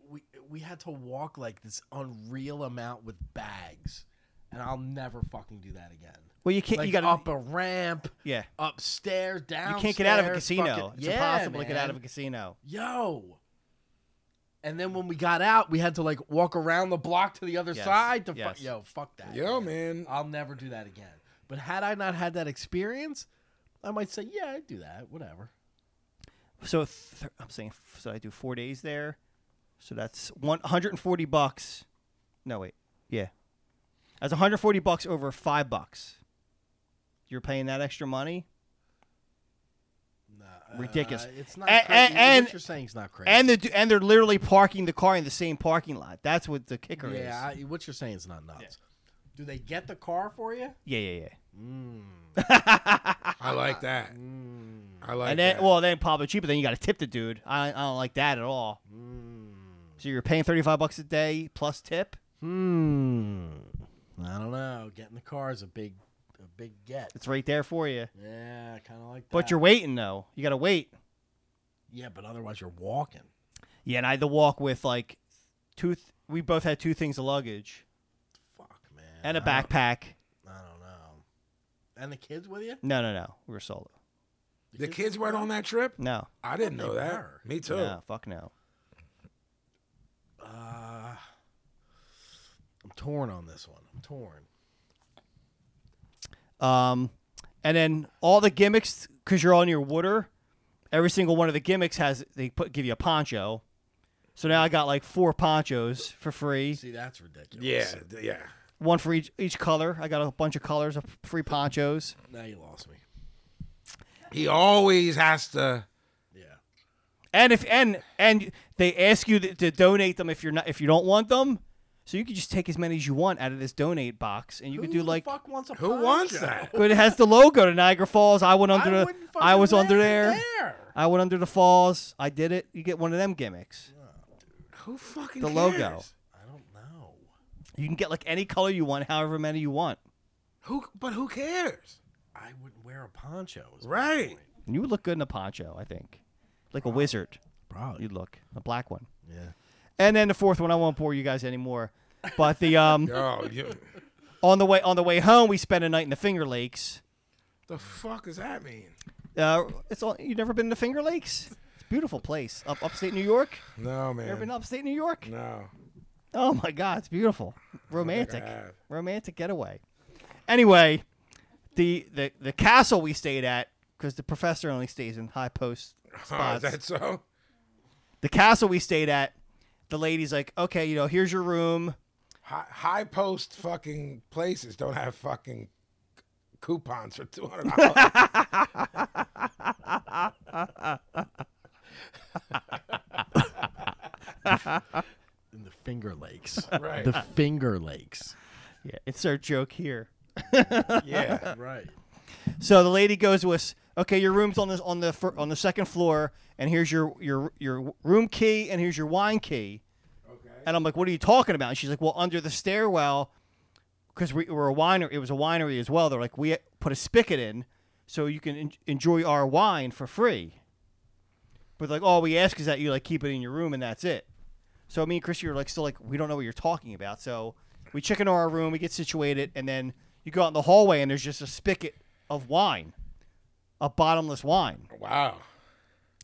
Speaker 8: we we had to walk like this unreal amount with bags, and I'll never fucking do that again.
Speaker 6: Well, you can't- you
Speaker 8: Like,
Speaker 6: gotta-
Speaker 8: up a ramp.
Speaker 6: Yeah.
Speaker 8: Upstairs,
Speaker 6: you
Speaker 8: downstairs.
Speaker 6: can't get out of a
Speaker 8: fucking-
Speaker 6: casino. it's
Speaker 8: Yeah,
Speaker 6: impossible to get out
Speaker 8: man.
Speaker 6: of a casino.
Speaker 8: Yo. And then when we got out, we had to like walk around the block to the other
Speaker 6: Yes,
Speaker 8: side to fu-
Speaker 6: yes.
Speaker 8: yo, fuck that.
Speaker 7: Yo, man.
Speaker 8: I'll never do that again. But had I not had that experience, I might say, yeah, I'd do that. Whatever.
Speaker 6: So th- I'm saying, f- so I do four days there. So that's one- 140 bucks. No, wait. Yeah. That's 140 bucks over five bucks. You're paying that extra money? Ridiculous.
Speaker 8: Uh, it's not
Speaker 6: And,
Speaker 8: cra-
Speaker 6: and,
Speaker 8: what
Speaker 6: and
Speaker 8: you're saying is not crazy.
Speaker 6: And, the, and they're literally parking the car in the same parking lot. That's what the kicker is.
Speaker 8: yeah, I, what you're saying is not nuts. Do they get the car for you?
Speaker 6: Yeah, yeah, yeah.
Speaker 7: I like that. I like
Speaker 6: and then,
Speaker 7: that.
Speaker 6: well, then probably cheaper. Then you got to tip the dude. I, I don't like that at all.
Speaker 8: Mm.
Speaker 6: So you're paying thirty five bucks a day plus tip.
Speaker 8: Hmm. I don't know. Getting the car is a big, a big get.
Speaker 6: It's right there for you.
Speaker 8: Yeah, kind of like that.
Speaker 6: But you're waiting though. You got to wait.
Speaker 8: Yeah, but otherwise you're walking.
Speaker 6: Yeah, and I had to walk with like two. Th- we both had two things of luggage. Fuck man. And a
Speaker 8: I don't-
Speaker 6: backpack.
Speaker 8: I don't know. And the kids with you?
Speaker 6: No, no, no. We were solo.
Speaker 7: the kids went on that trip.
Speaker 6: No.
Speaker 7: I didn't
Speaker 8: They
Speaker 7: know that.
Speaker 8: were.
Speaker 7: Me too.
Speaker 6: No, fuck no.
Speaker 8: Uh, I'm torn on this one. I'm torn.
Speaker 6: Um, and then all the gimmicks, because you're on your water, every single one of the gimmicks has they put give you a poncho. So now I got like four ponchos for free.
Speaker 8: See, that's ridiculous.
Speaker 7: Yeah, th- yeah.
Speaker 6: One for each each color. I got a bunch of colors of free ponchos.
Speaker 8: Now you lost me.
Speaker 7: He always has to.
Speaker 6: And if and and they ask you to, to donate them if you're not if you don't want them, so you could just take as many as you want out of this donate box, and you could do like
Speaker 8: Who
Speaker 6: <laughs>
Speaker 8: the fuck wants a
Speaker 7: Who wants that?
Speaker 6: But it has the logo to Niagara Falls. I went under the.
Speaker 8: wouldn't
Speaker 6: I was
Speaker 8: fucking
Speaker 6: under
Speaker 8: wear
Speaker 6: there.
Speaker 8: it there.
Speaker 6: I went under the falls. I did it. You get one of them gimmicks.
Speaker 7: Who fucking
Speaker 6: the
Speaker 7: cares?
Speaker 6: logo.
Speaker 8: I don't know.
Speaker 6: You can get like any color you want, however many you want.
Speaker 7: Who? But who cares?
Speaker 8: I wouldn't wear a poncho. is my
Speaker 7: Right.
Speaker 8: point.
Speaker 6: And you would look good in a poncho, I think, like a wizard.
Speaker 8: Probably.
Speaker 6: You'd look a black one.
Speaker 8: Yeah.
Speaker 6: And then the fourth one, I won't bore you guys anymore. But the
Speaker 7: <laughs>
Speaker 6: um,
Speaker 7: Yo, Oh, you,
Speaker 6: on the way on the way home, we spent a night in the Finger Lakes.
Speaker 7: the fuck does that mean?
Speaker 6: Uh, it's all you never been to Finger Lakes? It's a beautiful place up upstate New York.
Speaker 7: No,
Speaker 6: You
Speaker 7: man.
Speaker 6: ever been to upstate New York?
Speaker 7: No.
Speaker 6: Oh my God, it's beautiful, romantic,
Speaker 7: have.
Speaker 6: romantic getaway. Anyway, the the the castle we stayed at because the professor only stays in high post
Speaker 7: <laughs> Oh,
Speaker 6: spots.
Speaker 7: is that so?
Speaker 6: The castle we stayed at, the lady's like, okay, you know, here's your room.
Speaker 7: High, high post fucking places don't have fucking coupons for two hundred
Speaker 8: <laughs>
Speaker 7: dollars.
Speaker 8: In the Finger Lakes.
Speaker 7: Right.
Speaker 8: The Finger Lakes.
Speaker 6: Yeah, it's our joke here.
Speaker 8: Yeah, right.
Speaker 6: So the lady goes to us. Okay, your room's on this on the fir- on the second floor, and here's your your your room key, and here's your wine key. Okay. And I'm like, what are you talking about? And she's like, well, under the stairwell, because we were a winery. It was a winery as well. They're like, we put a spigot in, so you can en- enjoy our wine for free. But like, all we ask is that you like keep it in your room, and that's it. So me and Chrissy are like, still like, we don't know what you're talking about. So we check into our room, we get situated, and then you go out in the hallway, and there's just a spigot of wine, a bottomless wine.
Speaker 7: Wow.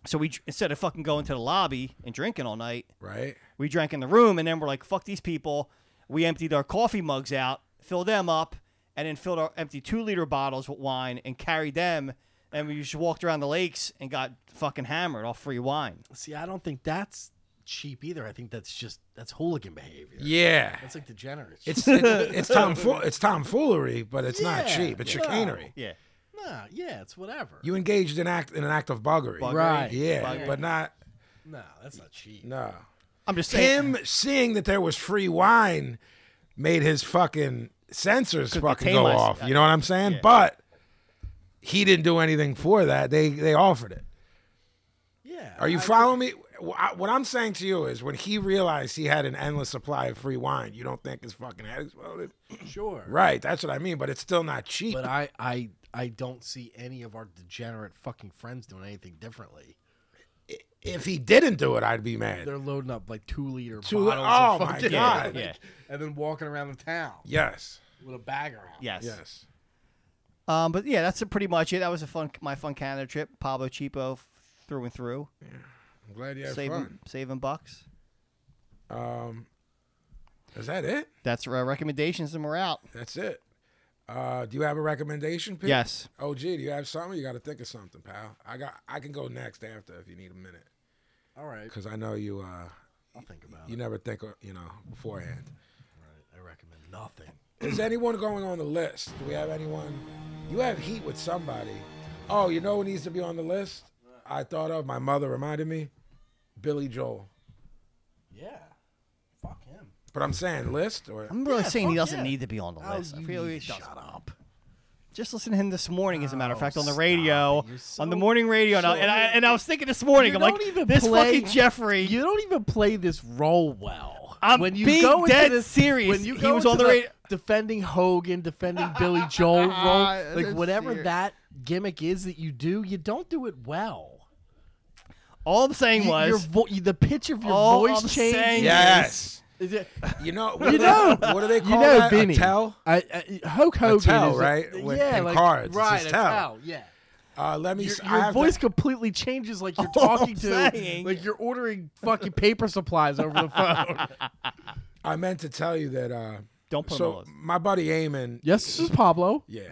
Speaker 6: So we dr- instead of fucking going to the lobby and drinking all night,
Speaker 7: Right.
Speaker 6: we drank in the room, and then we're like, fuck these people. We emptied our coffee mugs out, filled them up, and then filled our empty two liter bottles with wine and carried them. And we just walked around the lakes and got fucking hammered off free wine.
Speaker 8: See, I don't think that's cheap either. I think that's just that's hooligan behavior.
Speaker 7: Yeah.
Speaker 8: That's like degenerate.
Speaker 7: It's
Speaker 8: shit. <laughs>
Speaker 7: it, it's tomfool it's tomfoolery, but it's not
Speaker 8: Yeah,
Speaker 7: cheap. It's
Speaker 8: yeah.
Speaker 7: chicanery.
Speaker 6: Yeah.
Speaker 8: Nah, yeah, it's whatever.
Speaker 7: You engaged in act in an act of buggery.
Speaker 8: Buggery. Right.
Speaker 7: Yeah,
Speaker 8: Buggery.
Speaker 7: but not
Speaker 8: Nah, that's not cheap.
Speaker 7: no.
Speaker 6: I'm just saying-
Speaker 7: him seeing that there was free wine made his fucking sensors fucking
Speaker 6: contain
Speaker 7: go
Speaker 6: my-
Speaker 7: off. You know what I'm saying? But he didn't do anything for that. They they offered it.
Speaker 8: Yeah.
Speaker 7: Are you following me? wh- I- what I'm saying to you is when he realized he had an endless supply of free wine, you don't think his fucking head exploded?
Speaker 8: Sure.
Speaker 7: Right, that's what I mean, but it's still not cheap.
Speaker 8: But I, I, I don't see any of our degenerate fucking friends doing anything differently.
Speaker 7: If he didn't do it, I'd be mad.
Speaker 8: They're loading up like two liter
Speaker 7: Two-
Speaker 8: bottles.
Speaker 7: oh,
Speaker 8: of
Speaker 7: my
Speaker 8: fucking-
Speaker 7: God.
Speaker 8: like,
Speaker 7: Yeah.
Speaker 8: And then walking around the town.
Speaker 7: Yes.
Speaker 8: With a bag around.
Speaker 6: Yes.
Speaker 7: Yes.
Speaker 6: Um, but yeah, that's pretty much it. That was a fun, my fun Canada trip. Pablo Cheapo f- through and through. Yeah.
Speaker 7: I'm glad you had
Speaker 6: saving,
Speaker 7: fun.
Speaker 6: Saving bucks.
Speaker 7: Um, is that it?
Speaker 6: That's our recommendations, and we're out.
Speaker 7: That's it. Uh, do you have a recommendation, Pete?
Speaker 6: Yes.
Speaker 7: OG, do you have something? You got to think of something, pal. I got. I can go next after if you need a minute.
Speaker 8: All right.
Speaker 7: Because I know you. Uh,
Speaker 8: I'll think about
Speaker 7: you never think, of, you know, beforehand.
Speaker 8: I recommend nothing.
Speaker 7: Is anyone going on the list? Do we have anyone? You have heat with somebody. Oh, you know who needs to be on the list? I thought of. My mother reminded me. Billy Joel.
Speaker 8: Yeah. Fuck him.
Speaker 7: But I'm saying list or.
Speaker 6: I'm really saying he
Speaker 7: fuck
Speaker 6: doesn't
Speaker 7: yeah.
Speaker 6: need to be on the
Speaker 8: Oh,
Speaker 6: list. I
Speaker 8: you
Speaker 6: feel
Speaker 8: need
Speaker 6: he
Speaker 8: to
Speaker 6: doesn't.
Speaker 8: shut up.
Speaker 6: Just listen to him this morning, as a matter of fact, on the
Speaker 8: stop
Speaker 6: radio,
Speaker 8: it. You're
Speaker 6: on the
Speaker 8: so-
Speaker 6: morning radio, and, I,
Speaker 8: so-
Speaker 6: and I and I was thinking this morning,
Speaker 8: You
Speaker 6: I'm like,
Speaker 8: don't even
Speaker 6: this
Speaker 8: play-
Speaker 6: fucking Jeffrey.
Speaker 8: You don't even play this role well.
Speaker 6: I'm
Speaker 8: when you
Speaker 6: being
Speaker 8: go into
Speaker 6: dead
Speaker 8: this,
Speaker 6: serious.
Speaker 8: When you
Speaker 6: He
Speaker 8: go
Speaker 6: was
Speaker 8: into
Speaker 6: on the radio-
Speaker 8: defending Hogan, defending
Speaker 6: <laughs>
Speaker 8: Billy Joel, role, like
Speaker 6: Ah, That's
Speaker 8: whatever
Speaker 6: serious.
Speaker 8: that gimmick is that you do, you don't do it well.
Speaker 6: All I'm saying
Speaker 8: You-
Speaker 6: was
Speaker 8: your vo- you- the pitch of your
Speaker 6: All
Speaker 8: voice
Speaker 6: I'm
Speaker 8: changes.
Speaker 6: saying
Speaker 7: Yes.
Speaker 8: Is it,
Speaker 7: you know. What
Speaker 8: <laughs>
Speaker 7: do
Speaker 8: you
Speaker 7: they-
Speaker 8: know
Speaker 7: What do they call
Speaker 8: you know,
Speaker 7: that? A
Speaker 8: Vinny.
Speaker 7: tell?
Speaker 8: I, I, Hulk Hogan
Speaker 7: tell,
Speaker 8: is a-
Speaker 7: right? With-
Speaker 8: yeah,
Speaker 7: in
Speaker 8: like,
Speaker 7: cards, it's
Speaker 8: Right,
Speaker 7: his
Speaker 8: a
Speaker 7: tell.
Speaker 8: Yeah.
Speaker 7: Uh, let me.
Speaker 8: Your,
Speaker 7: s- I
Speaker 8: your
Speaker 7: have
Speaker 8: voice
Speaker 7: To,
Speaker 8: completely changes
Speaker 7: <laughs>
Speaker 8: like you're
Speaker 7: All I'm
Speaker 8: talking to,
Speaker 7: saying-
Speaker 8: like you're ordering fucking paper supplies over the phone.
Speaker 7: <laughs> I meant to tell you that. Uh,
Speaker 6: Don't
Speaker 8: put him
Speaker 7: so
Speaker 8: on the
Speaker 7: my buddy Eamon.
Speaker 8: Yes, this is Pablo.
Speaker 7: Yeah.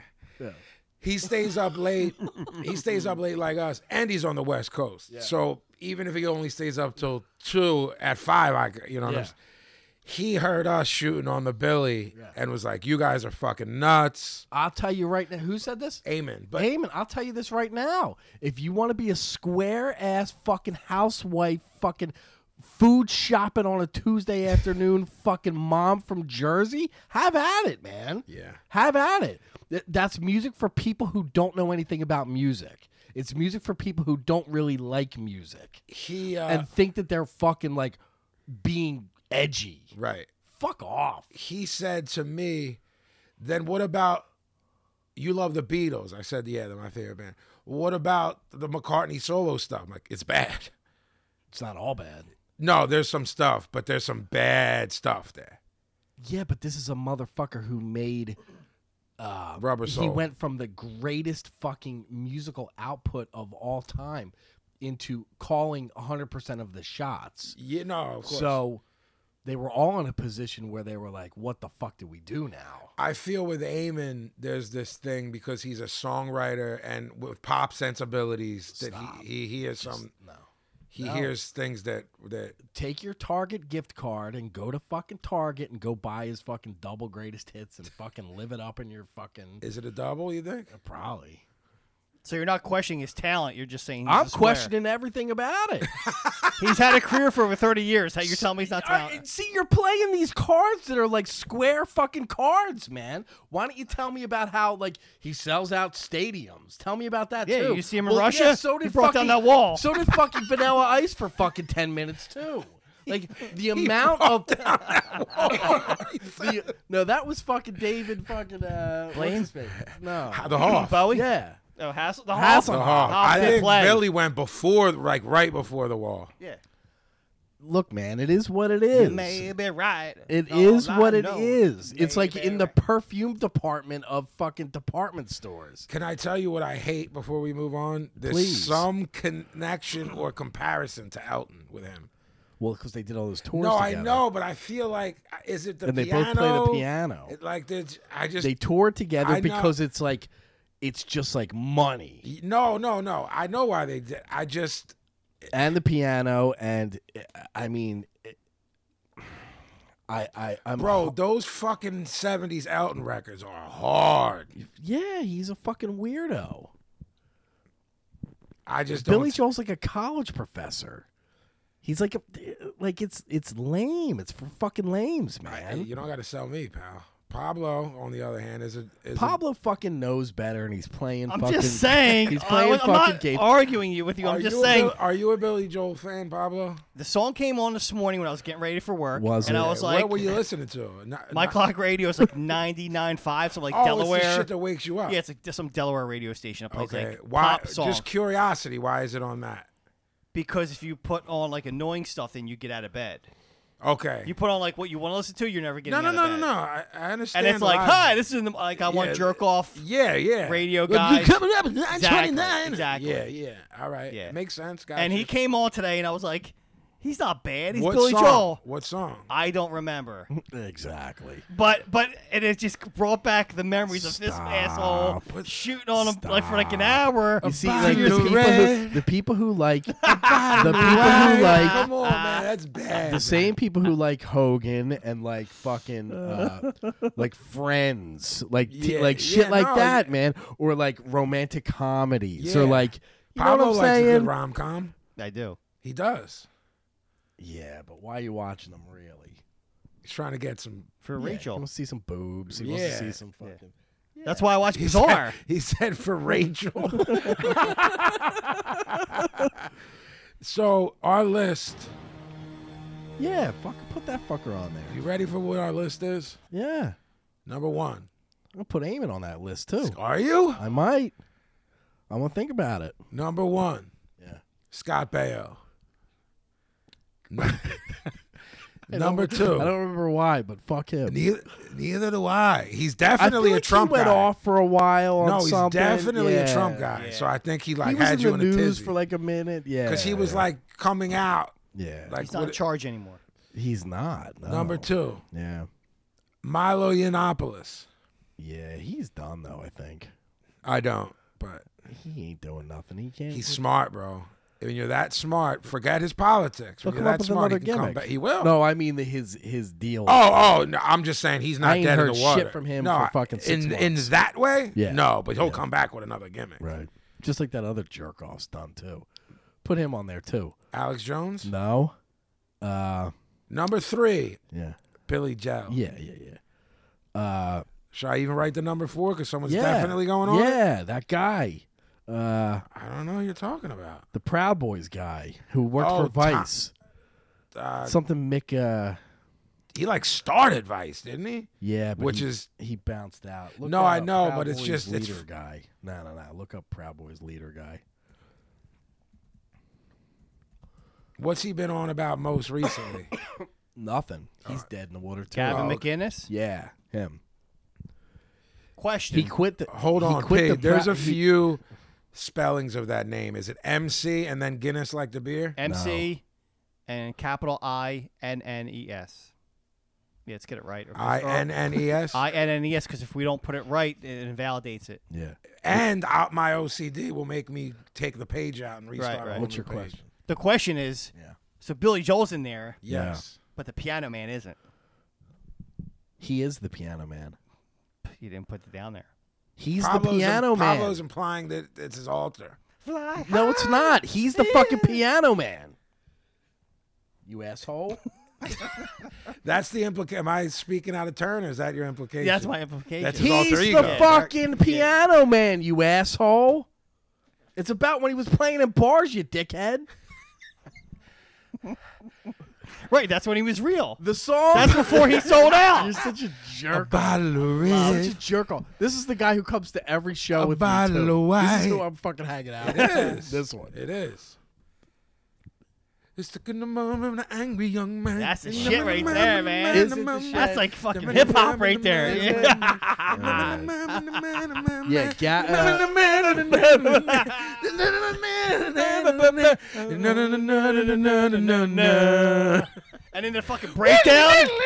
Speaker 7: He stays up late. he stays up late like us, and he's on the West Coast. So even if he only stays up till two at five, I c- you know. what I'm
Speaker 8: Yeah.
Speaker 7: s- he heard us shooting on the Billy and was like, "You guys are fucking nuts."
Speaker 8: I'll tell you right now. Who said this?
Speaker 7: Amen. But
Speaker 8: Amen. I'll tell you this right now. If you want to be a square ass fucking housewife, fucking food shopping on a Tuesday afternoon, fucking mom from Jersey, have at it, man.
Speaker 7: Yeah.
Speaker 8: Have at it. Th- That's music for people who don't know anything about music. It's music for people who don't really like music
Speaker 7: He uh,
Speaker 8: and think that they're fucking like being edgy.
Speaker 7: Right.
Speaker 8: Fuck off.
Speaker 7: He said to me, then what about you love the Beatles? I said, yeah, they're my favorite band. What about the McCartney solo stuff? I'm like, it's bad. <laughs>
Speaker 8: It's not all bad.
Speaker 7: No, there's some stuff, but there's some bad stuff there.
Speaker 8: Yeah, but this is a motherfucker who made uh,
Speaker 7: Rubber
Speaker 8: He
Speaker 7: Soul.
Speaker 8: went from the greatest fucking musical output of all time into calling 100% of the shots.
Speaker 7: Yeah, no, of course.
Speaker 8: So they were all in a position where they were like, what the fuck do we do now?
Speaker 7: I feel with Eamon, there's this thing because he's a songwriter and with pop sensibilities that he, he hears some.
Speaker 8: No.
Speaker 7: He
Speaker 8: No.
Speaker 7: hears things that that
Speaker 8: Take your Target gift card and go to fucking Target and go buy his fucking double greatest hits and fucking live it up in your fucking.
Speaker 7: is it a double? You think?
Speaker 8: Probably.
Speaker 6: So you're not questioning his talent. You're just saying he's
Speaker 8: I'm
Speaker 6: a square.
Speaker 8: questioning everything about it.
Speaker 6: He's had a career for over 30 years.
Speaker 8: <laughs>
Speaker 6: How you're telling me he's not
Speaker 8: All
Speaker 6: talented?
Speaker 8: right, see, you're playing these cards that are like square fucking cards, man. Why don't you tell me about how like he sells out stadiums? Tell me about that
Speaker 6: Yeah,
Speaker 8: too.
Speaker 6: you see him in Russia?
Speaker 8: Yeah, so
Speaker 6: He
Speaker 8: did
Speaker 6: broke down that
Speaker 8: fucking,
Speaker 6: wall.
Speaker 8: So did fucking Vanilla Ice for fucking ten minutes
Speaker 6: <laughs>
Speaker 8: too. Like the amount of <laughs> The- no, that was fucking David fucking uh, what's his face? No,
Speaker 7: The Hoff.
Speaker 6: Bowie.
Speaker 8: Yeah.
Speaker 6: Oh, Hassel. The Hoff.
Speaker 8: Hasselhoff.
Speaker 7: The Hoff.
Speaker 6: Hoff
Speaker 7: Uh-huh. I
Speaker 6: did
Speaker 7: think
Speaker 6: play.
Speaker 7: Billy went before, like right before the wall.
Speaker 6: Yeah.
Speaker 8: Look, man, it is what it is.
Speaker 6: Maybe right.
Speaker 8: It is
Speaker 6: No, I
Speaker 8: what it
Speaker 6: know.
Speaker 8: is. It's like
Speaker 6: Maybe
Speaker 8: in the <laughs> perfume department of fucking department stores.
Speaker 7: Can I tell you what I hate before we move on? There's
Speaker 8: Please.
Speaker 7: some connection or comparison to Elton with him.
Speaker 8: Well, because they did all those tours.
Speaker 7: no, I
Speaker 8: together.
Speaker 7: know, but I feel like is it the
Speaker 8: And they both
Speaker 7: piano?
Speaker 8: play the piano.
Speaker 7: It, like they're j- I just
Speaker 8: they toured together
Speaker 7: I know-
Speaker 8: because it's like, it's just like money
Speaker 7: No, no, no. I know why they did. I just
Speaker 8: and the piano and uh, I mean, it- I I I'm
Speaker 7: bro, those fucking '70s Elton records are hard.
Speaker 8: Yeah, he's a fucking weirdo.
Speaker 7: I just
Speaker 8: Billy
Speaker 7: don't.
Speaker 8: Joel's like a college professor. He's like a like it's it's lame. It's for fucking lames, man.
Speaker 7: Hey, you don't got to sell me, pal. Pablo, on the other hand, is a is a
Speaker 8: Pablo fucking knows better, and he's playing.
Speaker 7: I'm
Speaker 8: fucking,
Speaker 7: just saying,
Speaker 8: He's
Speaker 7: I-
Speaker 8: playing
Speaker 7: I'm
Speaker 8: fucking
Speaker 7: not
Speaker 8: games.
Speaker 6: uh, arguing you with you.
Speaker 7: Are
Speaker 6: I'm just
Speaker 7: you a
Speaker 6: saying.
Speaker 7: Bill- are you a Billy Joel fan, Pablo?
Speaker 6: The song came on this morning when I was getting ready for work,
Speaker 7: Was
Speaker 6: and
Speaker 7: it?
Speaker 6: I was
Speaker 7: What
Speaker 6: like,
Speaker 7: were you listening to? Not-
Speaker 6: my
Speaker 7: <laughs> not-
Speaker 6: clock radio is like 99.5, so like
Speaker 7: Oh, it's the
Speaker 6: Delaware.
Speaker 7: shit that wakes you up.
Speaker 6: Yeah, it's like just some Delaware radio station. It plays
Speaker 7: Okay,
Speaker 6: like
Speaker 7: why?
Speaker 6: pop songs.
Speaker 7: Just curiosity. Why is it on that?
Speaker 6: because if you put on like annoying stuff, then you get out of bed.
Speaker 7: Okay.
Speaker 6: You put on like what you want to listen to, you're never getting
Speaker 7: No, no,
Speaker 6: out
Speaker 7: no,
Speaker 6: of
Speaker 7: no,
Speaker 6: bed.
Speaker 7: no. I, I understand.
Speaker 6: And it's
Speaker 7: the
Speaker 6: like,
Speaker 7: logic.
Speaker 6: hi, this is the, like I want
Speaker 7: Yeah,
Speaker 6: jerk off.
Speaker 7: Yeah, yeah.
Speaker 6: Radio
Speaker 7: Well,
Speaker 6: guys.
Speaker 7: you coming up at 9:29.
Speaker 6: Exactly.
Speaker 7: Yeah, yeah. All right.
Speaker 6: Yeah.
Speaker 7: Makes sense. Gotcha.
Speaker 6: And he came on today, and I was like, he's not bad. He's
Speaker 7: What
Speaker 6: Billy
Speaker 7: song?
Speaker 6: Joel.
Speaker 7: What song?
Speaker 6: I don't remember.
Speaker 8: exactly.
Speaker 6: But but and it just brought back the memories of this asshole shooting on him like for like an hour.
Speaker 8: You see,
Speaker 6: two
Speaker 8: like, the
Speaker 6: years
Speaker 8: people,
Speaker 6: ago.
Speaker 8: who, the people
Speaker 7: <laughs>
Speaker 8: who like the people
Speaker 7: Right?
Speaker 8: who like
Speaker 7: Come on, man. That's bad.
Speaker 8: the same people who like Hogan and like fucking uh, like Friends, like t-
Speaker 7: Yeah,
Speaker 8: like shit
Speaker 7: yeah,
Speaker 8: like
Speaker 7: no,
Speaker 8: that, man, or like romantic comedies, or
Speaker 7: Yeah.
Speaker 8: like you
Speaker 7: Pablo
Speaker 8: know what I'm
Speaker 7: likes a
Speaker 8: saying?
Speaker 7: good rom com.
Speaker 6: I do.
Speaker 7: He does.
Speaker 8: Yeah, but why are you watching them really?
Speaker 7: He's trying to get some
Speaker 6: for
Speaker 8: Rachel. He wants to see some boobs. He wants to see some fucking.
Speaker 6: That's why I watch
Speaker 7: He said-
Speaker 8: <laughs>
Speaker 6: Bizarre.
Speaker 7: <laughs> He
Speaker 6: <laughs>
Speaker 7: said for Rachel. <laughs> so our list.
Speaker 8: Yeah, fuck, put that fucker on there.
Speaker 7: You ready for what our list is?
Speaker 8: Yeah.
Speaker 7: Number one.
Speaker 8: I'm gonna put Eamon on that list too.
Speaker 7: Are you?
Speaker 8: I might. I'm gonna think about it.
Speaker 7: Number one.
Speaker 8: Yeah.
Speaker 7: Scott <laughs> Baio. Number two.
Speaker 8: I don't remember why, but fuck him.
Speaker 7: Neither, neither do I. He's
Speaker 8: I
Speaker 7: definitely
Speaker 8: feel
Speaker 7: a
Speaker 8: like
Speaker 7: Trump
Speaker 8: he went
Speaker 7: guy.
Speaker 8: off for a while. On
Speaker 7: no, he's
Speaker 8: something.
Speaker 7: definitely
Speaker 8: Yeah.
Speaker 7: a Trump guy. So I think he like
Speaker 8: he was
Speaker 7: had
Speaker 8: in
Speaker 7: you
Speaker 8: the
Speaker 7: in
Speaker 8: news
Speaker 7: a tizzy
Speaker 8: for like a minute. Yeah,
Speaker 7: because he was
Speaker 8: yeah.
Speaker 7: like coming out.
Speaker 8: Yeah,
Speaker 7: like
Speaker 6: He's not in
Speaker 7: what-
Speaker 6: charge anymore.
Speaker 8: he's not no.
Speaker 7: number two,
Speaker 8: Yeah,
Speaker 7: Milo Yiannopoulos.
Speaker 8: yeah, he's done though. I think
Speaker 7: I don't, but
Speaker 8: he ain't doing nothing. He can't.
Speaker 7: he's smart, bro. When you're that smart, forget his politics.
Speaker 8: He'll
Speaker 7: When
Speaker 8: come
Speaker 7: you're that
Speaker 8: up with
Speaker 7: smart, he
Speaker 8: another
Speaker 7: can
Speaker 8: gimmick.
Speaker 7: come back. He will.
Speaker 8: No, I mean the, his his deal.
Speaker 7: Oh, oh! No, I'm just saying he's not
Speaker 8: I ain't
Speaker 7: dead
Speaker 8: heard
Speaker 7: in the
Speaker 8: shit
Speaker 7: water.
Speaker 8: from him
Speaker 7: no,
Speaker 8: for fucking six
Speaker 7: in
Speaker 8: months.
Speaker 7: in that way.
Speaker 8: Yeah.
Speaker 7: No, but he'll
Speaker 8: Yeah.
Speaker 7: come back with another gimmick.
Speaker 8: right. Just like that other jerk off's done too. Put him on there too.
Speaker 7: Alex Jones.
Speaker 8: No. Uh,
Speaker 7: Number three.
Speaker 8: Yeah.
Speaker 7: Billy Joe.
Speaker 8: Yeah, yeah, yeah. Uh,
Speaker 7: Should I even write the number four? Because someone's
Speaker 8: yeah,
Speaker 7: definitely going on. it?
Speaker 8: Yeah, that guy. Uh,
Speaker 7: I don't know who you're talking about.
Speaker 8: the Proud Boys guy who worked
Speaker 7: Oh,
Speaker 8: for
Speaker 7: Tom-
Speaker 8: Vice.
Speaker 7: Uh,
Speaker 8: Something Mick. Uh,
Speaker 7: He like started Vice, didn't he?
Speaker 8: yeah, but
Speaker 7: Which
Speaker 8: he-
Speaker 7: is
Speaker 8: he bounced out. Look
Speaker 7: No, I
Speaker 8: up
Speaker 7: know,
Speaker 8: Proud
Speaker 7: but it's
Speaker 8: Boys
Speaker 7: just-
Speaker 8: leader
Speaker 7: it's-
Speaker 8: guy. No, no, no. Look up Proud Boys leader guy.
Speaker 7: what's he been on about most
Speaker 8: <coughs>
Speaker 7: recently?
Speaker 8: Nothing. He's dead in the water too.
Speaker 6: Gavin McInnes.
Speaker 8: Yeah, him.
Speaker 6: Question.
Speaker 8: He quit the.
Speaker 7: Hold
Speaker 8: he
Speaker 7: on,
Speaker 8: quit the
Speaker 7: Pete. There's
Speaker 8: Prou-
Speaker 7: a
Speaker 8: he-
Speaker 7: few spellings of that name. Is it MC and then Guinness like the beer?
Speaker 6: MC and capital I N N E S. Yeah, let's get it right. Or- or-
Speaker 7: I-N-N-E-S?
Speaker 6: I N N E S, because if we don't put it right, it invalidates it.
Speaker 8: Yeah.
Speaker 7: And out my OCD will make me take the page out and restart.
Speaker 6: Right,
Speaker 7: a
Speaker 6: right.
Speaker 7: whole
Speaker 6: What's
Speaker 7: new
Speaker 6: your
Speaker 7: page.
Speaker 6: question? The question is
Speaker 8: yeah.
Speaker 6: so Billy Joel's in there.
Speaker 7: Yes.
Speaker 6: But the piano man isn't.
Speaker 8: He is the piano man.
Speaker 6: You didn't put it down there.
Speaker 8: He's
Speaker 7: Pablo's
Speaker 8: the piano man.
Speaker 7: Pablo's implying that it's his altar.
Speaker 6: Fly
Speaker 8: No, it's not. He's the fucking piano man. You asshole.
Speaker 7: That's the implication. Am I speaking out of turn? Or is that your implication?
Speaker 6: That's my implication.
Speaker 7: That's his
Speaker 8: He's
Speaker 7: alter ego.
Speaker 8: the fucking piano man, you asshole. It's about when he was playing in bars, you dickhead.
Speaker 6: Right, that's when he was real.
Speaker 8: The song.
Speaker 6: That's before he sold out.
Speaker 8: <laughs> You're such a jerk. Oh,
Speaker 7: Ballerina.
Speaker 8: Such a jerk off. This is the guy who comes to every show
Speaker 7: A
Speaker 8: with
Speaker 7: bottle
Speaker 8: me too.
Speaker 7: of
Speaker 8: This is who
Speaker 7: wine.
Speaker 8: I'm fucking hanging out
Speaker 7: It
Speaker 8: with.
Speaker 7: is.
Speaker 8: This one.
Speaker 7: It is. It's the good moment of an angry young man.
Speaker 6: That's the
Speaker 7: In
Speaker 6: shit right
Speaker 7: moment,
Speaker 6: there, man.
Speaker 7: moment,
Speaker 6: Is it the shit?
Speaker 7: moment.
Speaker 6: That's like fucking hip hop right there.
Speaker 8: Yeah, Ga- uh,
Speaker 6: And then the fucking breakdown.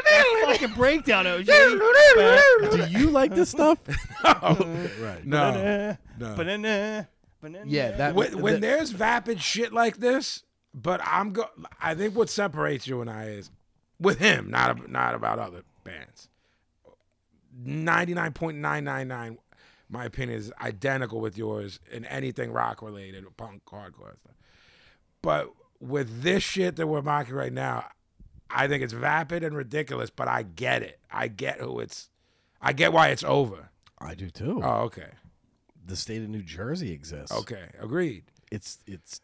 Speaker 6: that fucking breakdown, OG.
Speaker 8: do you like this stuff?
Speaker 7: No.
Speaker 8: Right.
Speaker 7: No. No.
Speaker 6: Banana. Banana.
Speaker 8: Yeah, that
Speaker 7: when, when
Speaker 8: the-
Speaker 7: there's vapid shit like this, but I'm go. I think what separates you and I is with him, not ab- not about other bands. Ninety nine point nine nine nine, my opinion is identical with yours in anything rock related, punk, hardcore stuff. But with this shit that we're mocking right now, I think it's vapid and ridiculous. But I get it. I get who it's. I get why it's over.
Speaker 13: I do too.
Speaker 7: Oh, okay.
Speaker 13: The state of New Jersey exists.
Speaker 7: Okay, agreed.
Speaker 13: It's it's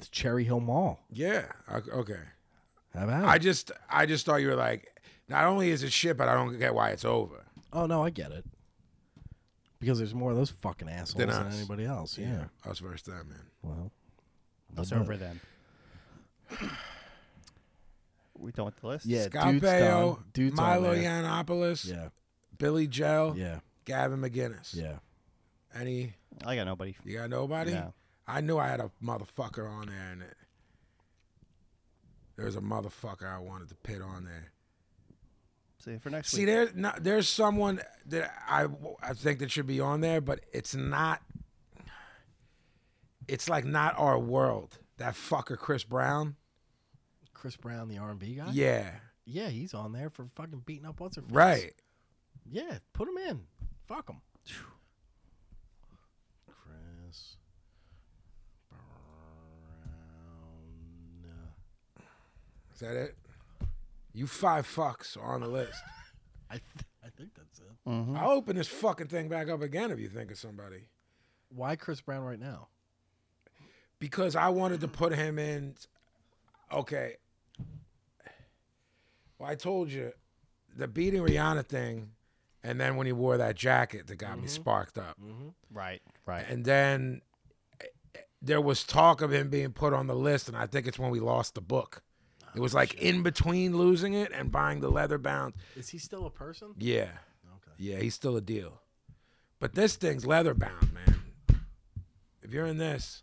Speaker 13: the Cherry Hill Mall.
Speaker 7: Yeah. o- Okay.
Speaker 13: How about?
Speaker 7: I
Speaker 13: it?
Speaker 7: just I just thought you were like, not only is it shit, but I don't get why it's over.
Speaker 13: oh no, I get it. Because there's more of those fucking assholes than,
Speaker 7: Than us.
Speaker 13: anybody else. Yeah.
Speaker 7: Us versus them, man.
Speaker 13: Well,
Speaker 6: That's
Speaker 13: what
Speaker 6: over
Speaker 13: about-
Speaker 6: then. we done with the list?
Speaker 13: Yeah,
Speaker 7: Scott
Speaker 13: dude's
Speaker 7: Baio,
Speaker 13: done. Dude's on
Speaker 7: Milo
Speaker 13: there.
Speaker 7: Yiannopoulos,
Speaker 13: Yeah.
Speaker 7: Billy Joe,
Speaker 13: Yeah.
Speaker 7: Gavin McGinnis.
Speaker 13: Yeah.
Speaker 7: Any?
Speaker 6: I got nobody.
Speaker 7: You got nobody?
Speaker 6: No.
Speaker 7: I knew I had a motherfucker on there, and it, there was a motherfucker I wanted to pit on there.
Speaker 6: See for next
Speaker 7: See,
Speaker 6: week.
Speaker 7: there's no, there's someone that I I think that should be on there, but it's not. It's like not our world. That fucker Chris Brown.
Speaker 13: Chris Brown, the R&B guy.
Speaker 7: Yeah.
Speaker 13: Yeah, he's on there for fucking beating up what's her face.
Speaker 7: Right.
Speaker 13: Yeah, put him in. Fuck him. Chris Brown.
Speaker 7: Is that it? You five fucks are on the list.
Speaker 13: I th- I think that's it.
Speaker 7: I'll open this fucking thing back up again if you think of somebody.
Speaker 13: Why Chris Brown right now?
Speaker 7: Because I wanted to put him in. Okay. Well, I told you the beating Rihanna thing, and then when he wore that jacket that got me sparked up.
Speaker 6: Right, right.
Speaker 7: And then eh, eh, there was talk of him being put on the list, and I think it's when we lost the book. It was like in between losing it and buying the leather bound.
Speaker 13: Is he still a person?
Speaker 7: Yeah. Okay. Yeah, he's still a deal. But this thing's leather bound, man. If you're in this,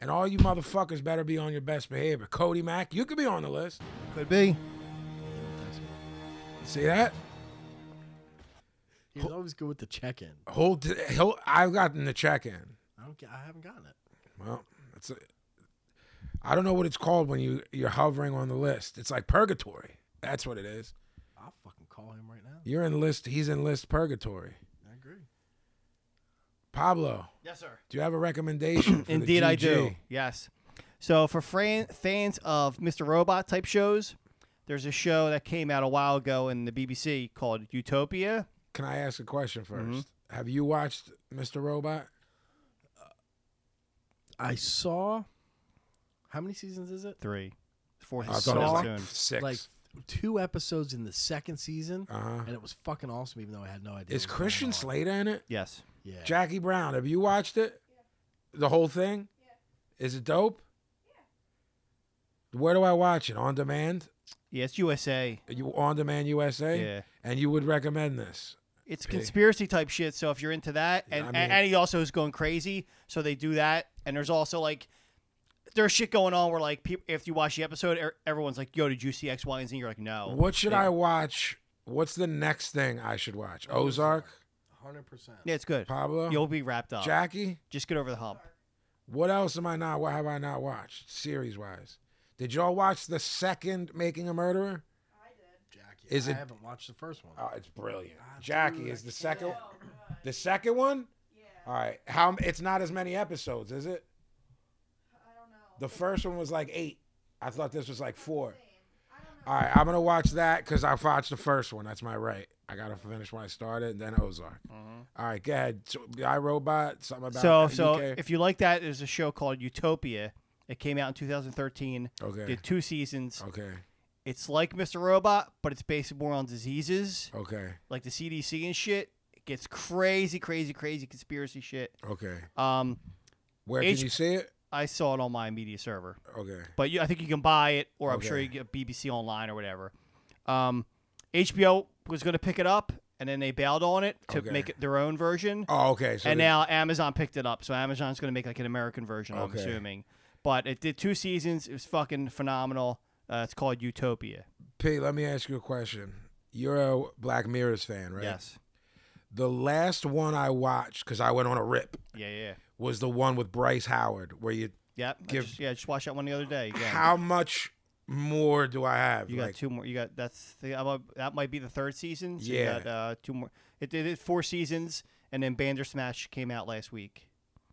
Speaker 7: and all you motherfuckers better be on your best behavior. Cody Mack, you could be on the list.
Speaker 6: Could be.
Speaker 7: See that?
Speaker 13: He's always good with the check-in.
Speaker 7: Hold. He'll, I've gotten the check in.
Speaker 13: I don't. Get, I haven't gotten it.
Speaker 7: Well, that's a. I don't know what it's called when you you're hovering on the list. It's like purgatory. That's what it is.
Speaker 13: I'll fucking call him right now.
Speaker 7: You're in list. He's in list purgatory.
Speaker 13: I agree.
Speaker 7: Pablo.
Speaker 6: Yes, sir.
Speaker 7: Do you have a recommendation? for the
Speaker 6: Indeed, I
Speaker 7: GG?
Speaker 6: do. Yes. So for fran- fans of Mr. Robot type shows, there's a show that came out a while ago in the BBC called Utopia.
Speaker 7: Can I ask a question 1st Have you watched Mr. Robot?
Speaker 13: I saw. How many seasons is it?
Speaker 6: Three. Fourth
Speaker 7: I
Speaker 6: is
Speaker 7: thought it was
Speaker 6: coming
Speaker 7: like
Speaker 6: soon.
Speaker 7: six.
Speaker 13: Like two episodes in the second season,
Speaker 7: Uh-huh.
Speaker 13: and it was fucking awesome. Even though I had no idea.
Speaker 7: Is
Speaker 13: what was
Speaker 7: Christian
Speaker 13: going on.
Speaker 7: Slater in it?
Speaker 6: Yes.
Speaker 13: Yeah.
Speaker 7: Jackie Brown. Have you watched it? The whole thing? Is it dope? Where do I watch it? On demand?
Speaker 6: Yes, USA.
Speaker 7: Are You on demand USA?
Speaker 6: Yeah.
Speaker 7: And you would recommend this?
Speaker 6: It's
Speaker 7: Okay.
Speaker 6: conspiracy type shit. So if you're into that, and,
Speaker 7: I
Speaker 6: and,
Speaker 7: mean-
Speaker 6: and he also is going crazy, so they do that. And there's also like, there's shit going on where like people, if you watch the episode, er- everyone's like, "Yo, did you see X, Y, and Z?" You're like, "No."
Speaker 7: What should
Speaker 6: They-
Speaker 7: I watch? What's the next thing I should watch? Ozark?
Speaker 13: Hundred percent.
Speaker 6: Yeah, it's good.
Speaker 7: Pablo?
Speaker 6: You'll be wrapped up.
Speaker 7: Jackie?
Speaker 6: Just get over the hump.
Speaker 7: What else am I not? What have I not watched series wise? Did y'all watch the second Making a Murderer?
Speaker 13: Jackie.
Speaker 7: Is
Speaker 13: I
Speaker 7: it-
Speaker 13: haven't watched the first one.
Speaker 7: Oh, it's brilliant. Jackie is the second. The second one. Oh, Yeah. All right. How? It's not as many episodes, is it? I don't know. The first one was like eight. I thought this was like four. All right, I'm gonna watch that because I watched the first one. That's my right. I gotta finish when I started, and then Ozark. All right, go ahead. So, I Robot. Something about E
Speaker 6: so
Speaker 7: UK.
Speaker 6: so if you like that, there's a show called Utopia. It came out in 2013.
Speaker 7: Okay. Um,
Speaker 6: Did two seasons.
Speaker 7: okay,
Speaker 6: It's like Mr. Robot, but it's based more on diseases,
Speaker 7: okay,
Speaker 6: like the CDC and shit. It gets crazy, crazy, crazy conspiracy shit.
Speaker 7: okay.
Speaker 6: Um,
Speaker 7: Where
Speaker 6: H-
Speaker 7: can you see it?
Speaker 6: I saw it on my media server,
Speaker 7: Okay.
Speaker 6: but you, I think you can buy it, or I'm sure
Speaker 7: Okay.
Speaker 6: you get BBC Online or whatever. Um, HBO was going to pick it up, and then they bailed on it to
Speaker 7: Okay.
Speaker 6: make it their own version.
Speaker 7: Oh, okay. So
Speaker 6: and
Speaker 7: the-
Speaker 6: now Amazon picked it up, so Amazon's going to make like an American version. I'm
Speaker 7: Okay.
Speaker 6: assuming, but it did two seasons. It was fucking phenomenal. Uh, it's called Utopia.
Speaker 7: Pete, let me ask you a question. You're a Black Mirrors fan, right?
Speaker 6: Yes.
Speaker 7: The last one I watched, because I went on a rip,
Speaker 6: Yeah, yeah.
Speaker 7: was the one with Bryce Howard, where you.
Speaker 6: Yep. I
Speaker 7: Give-
Speaker 6: just, yeah, I just watched that one the other day. Again.
Speaker 7: How much more do I have?
Speaker 6: you got two more. You got that's the, I'm a- that might be the third season. So
Speaker 7: Yeah.
Speaker 6: You got, uh, two more. It did it four seasons, and then Bandersmash came out last week.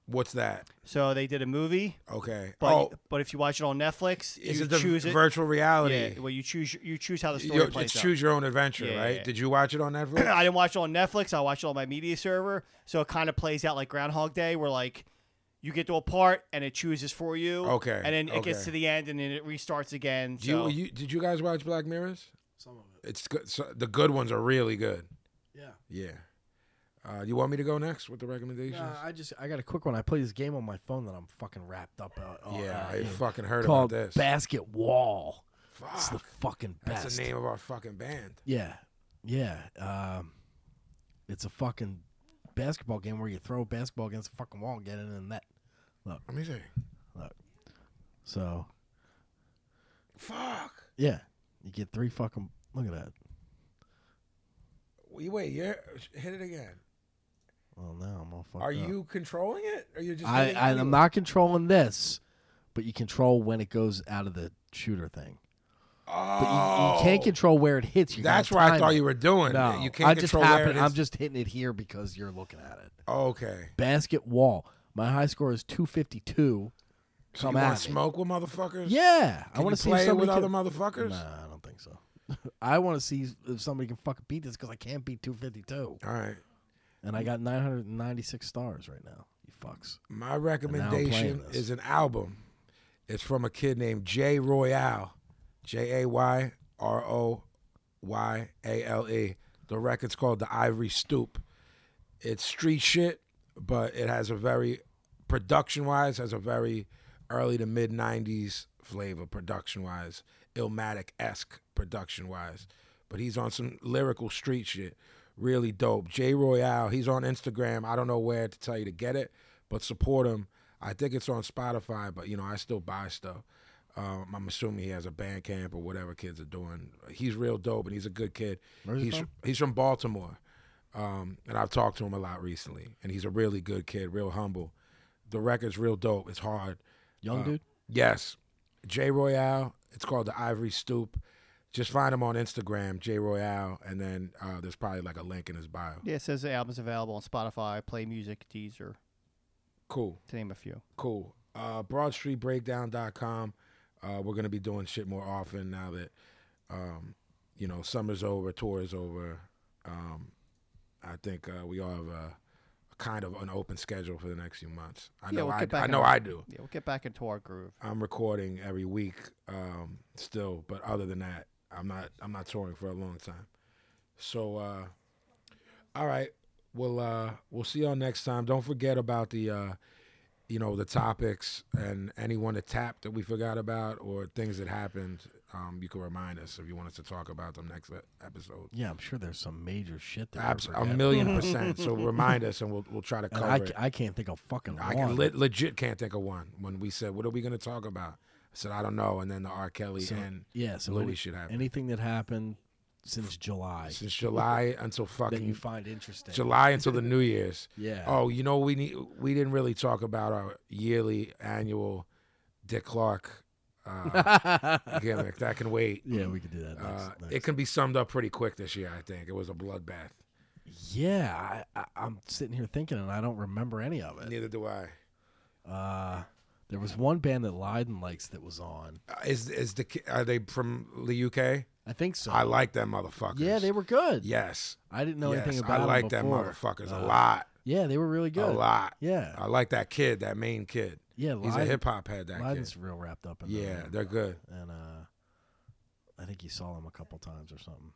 Speaker 7: What's that?
Speaker 6: So they did a movie.
Speaker 7: Okay.
Speaker 6: But
Speaker 7: Oh.
Speaker 6: but if you watch it on Netflix,
Speaker 7: Is
Speaker 6: you
Speaker 7: it the
Speaker 6: choose it.
Speaker 7: virtual reality?
Speaker 6: Yeah, well, you choose you choose how the
Speaker 7: You-
Speaker 6: story
Speaker 7: it's
Speaker 6: plays out.
Speaker 7: choose your own adventure,
Speaker 6: Yeah,
Speaker 7: right?
Speaker 6: yeah,
Speaker 7: Did you watch
Speaker 6: <clears throat>
Speaker 7: it on Netflix?
Speaker 6: yeah. I didn't watch it on Netflix. I watched it on my media server, so it kind of plays out like Groundhog Day, where like you get to a part and it chooses for you.
Speaker 7: Okay,
Speaker 6: And then it gets
Speaker 7: okay.
Speaker 6: to the end and then it restarts again.
Speaker 7: Do you-
Speaker 6: so-
Speaker 7: you, did you guys watch Black Mirrors? Some of it. It's good. So, the good ones are really good.
Speaker 8: Yeah.
Speaker 7: Yeah. Uh, you want me to go next with the recommendations?
Speaker 8: Nah, Uh, I just I got a quick one. I play this game on my phone that I'm fucking wrapped up. Uh, uh,
Speaker 6: Oh,
Speaker 7: Yeah, I
Speaker 8: in
Speaker 7: fucking heard about
Speaker 8: called
Speaker 7: this.
Speaker 8: Basket Wall. It's the fucking best.
Speaker 7: That's the name of our fucking band.
Speaker 8: Yeah, yeah. Um, it's a fucking basketball game where you throw a basketball against the fucking wall and get it in the net. Look,
Speaker 7: let me see.
Speaker 8: Look, so
Speaker 7: Fuck.
Speaker 8: yeah, you get three fucking. Look at that.
Speaker 7: Wait, wait, you're, hit it again.
Speaker 8: Well, now I'm all fucked
Speaker 7: are
Speaker 8: up.
Speaker 7: you controlling it? Or you just?
Speaker 8: I,
Speaker 7: hitting
Speaker 8: I
Speaker 7: anyway?
Speaker 8: I'm not controlling this, but you control when it goes out of the shooter thing. But you, you can't
Speaker 7: Oh.
Speaker 8: control where it hits you. gotta
Speaker 7: That's what I
Speaker 8: time
Speaker 7: thought
Speaker 8: it.
Speaker 7: you were doing.
Speaker 8: No,
Speaker 7: You can't
Speaker 8: I just
Speaker 7: control where it
Speaker 8: I'm
Speaker 7: hits.
Speaker 8: just hitting it here because you're looking at it.
Speaker 7: Okay.
Speaker 8: Basket wall. My high score is 252.
Speaker 7: So
Speaker 8: Come
Speaker 7: you want
Speaker 8: at
Speaker 7: to
Speaker 8: me.
Speaker 7: smoke with motherfuckers?
Speaker 8: Yeah, I
Speaker 7: Can
Speaker 8: want
Speaker 7: you
Speaker 8: to see if
Speaker 7: play it with
Speaker 8: somebody
Speaker 7: other
Speaker 8: can-
Speaker 7: motherfuckers.
Speaker 8: <laughs> Nah, I don't think so. <laughs> I want to see if somebody can fucking beat this because I can't beat 252.
Speaker 7: All right.
Speaker 8: And I got 996 stars right now. You fucks.
Speaker 7: My
Speaker 8: And now I'm playing
Speaker 7: recommendation
Speaker 8: this.
Speaker 7: is an album. It's from a kid named Jay Royale, J A Y R O Y A L E. The record's called The Ivory Stoop. It's street shit, but it has a very production wise has a very early to mid '90s flavor production wise, Illmatic esque production wise. But he's on some lyrical street shit, really dope. Jay Royale, he's on Instagram. I don't know where to tell you to get it, but support him. I think it's on Spotify, but you know I still buy stuff. Um, I'm assuming he has a band camp or whatever kids are doing. He's real dope and he's a good kid.
Speaker 8: Where's he
Speaker 7: he's
Speaker 8: from?
Speaker 7: he's from Baltimore, um, and I've talked to him a lot recently. And he's a really good kid, real humble. The record's real dope. It's hard.
Speaker 8: Young dude?
Speaker 7: Yes, J Royale. It's called the Ivory Stoop. Just find him on Instagram, J Royale, and then uh, there's probably like a link in his bio.
Speaker 6: Yeah, it says the album's available on Spotify, Play Music, Deezer,
Speaker 7: Cool.
Speaker 6: to name a few.
Speaker 7: Cool. Uh, BroadStreetBreakdown.com. Uh, we're gonna be doing shit more often now that um, you know summer's over, tour is over. Um, I think uh, we all have a, a kind of an open schedule for the next few months. I
Speaker 6: yeah,
Speaker 7: know
Speaker 6: we'll
Speaker 7: I,
Speaker 6: get back
Speaker 7: I
Speaker 6: in
Speaker 7: know
Speaker 6: our-
Speaker 7: I do.
Speaker 6: Yeah, we'll get back into our groove.
Speaker 7: I'm recording every week um, still, but other than that, I'm not I'm not touring for a long time. So uh, all right, we'll uh, we'll see y'all next time. Don't forget about the uh, you know the topics and anyone that tapped that we forgot about or things that happened. Um, you can remind us if you want us to talk about them next e- episode.
Speaker 8: Yeah, I'm sure there's some major shit there.
Speaker 7: Abs- a million percent. so remind us, and we'll we'll try to
Speaker 8: And
Speaker 7: cover
Speaker 8: I,
Speaker 7: it.
Speaker 8: ca- I can't think of fucking
Speaker 7: I
Speaker 8: one.
Speaker 7: can le- legit can't think of one. When we said, "What are we going to talk about?" I said, "I don't know," and then the R. Kelly
Speaker 8: So,
Speaker 7: and
Speaker 8: yeah, so
Speaker 7: Louis
Speaker 8: any-
Speaker 7: should happen.
Speaker 8: Anything that happened since July.
Speaker 7: Since July
Speaker 8: <laughs>
Speaker 7: until fucking
Speaker 8: That you find
Speaker 7: <laughs>
Speaker 8: interesting.
Speaker 7: July until
Speaker 8: <laughs>
Speaker 7: the New Year's.
Speaker 8: Yeah.
Speaker 7: Oh, you know we need we didn't really talk about our yearly annual Dick Clark
Speaker 8: <laughs>
Speaker 7: uh, gimmick. That can wait.
Speaker 8: Yeah, we could do that next-
Speaker 7: uh, It
Speaker 8: next.
Speaker 7: can be summed up pretty quick this year. I think it was a bloodbath.
Speaker 8: Yeah, I, I, I'm sitting here thinking, and I don't remember any of it.
Speaker 7: Neither do I.
Speaker 8: Uh, there was one band that Leiden likes that was on.
Speaker 7: Is is the ki- are they from the UK?
Speaker 8: I think so.
Speaker 7: I like them motherfuckers.
Speaker 8: Yeah, they were good.
Speaker 7: Yes.
Speaker 8: I didn't know anything
Speaker 7: Yes,
Speaker 8: about
Speaker 7: I
Speaker 8: 'em
Speaker 7: like them
Speaker 8: before.
Speaker 7: motherfuckers a
Speaker 8: Uh,
Speaker 7: lot.
Speaker 8: Yeah, they were really good.
Speaker 7: A lot.
Speaker 8: Yeah.
Speaker 7: I like that kid, that main kid.
Speaker 8: Yeah,
Speaker 7: He's a
Speaker 8: Leiden-
Speaker 7: hip hop head. That
Speaker 8: Leiden's uh,
Speaker 7: kid.
Speaker 8: real wrapped up in
Speaker 7: Yeah,
Speaker 8: them.
Speaker 7: they're good.
Speaker 8: And uh, I think you saw him a couple times or something.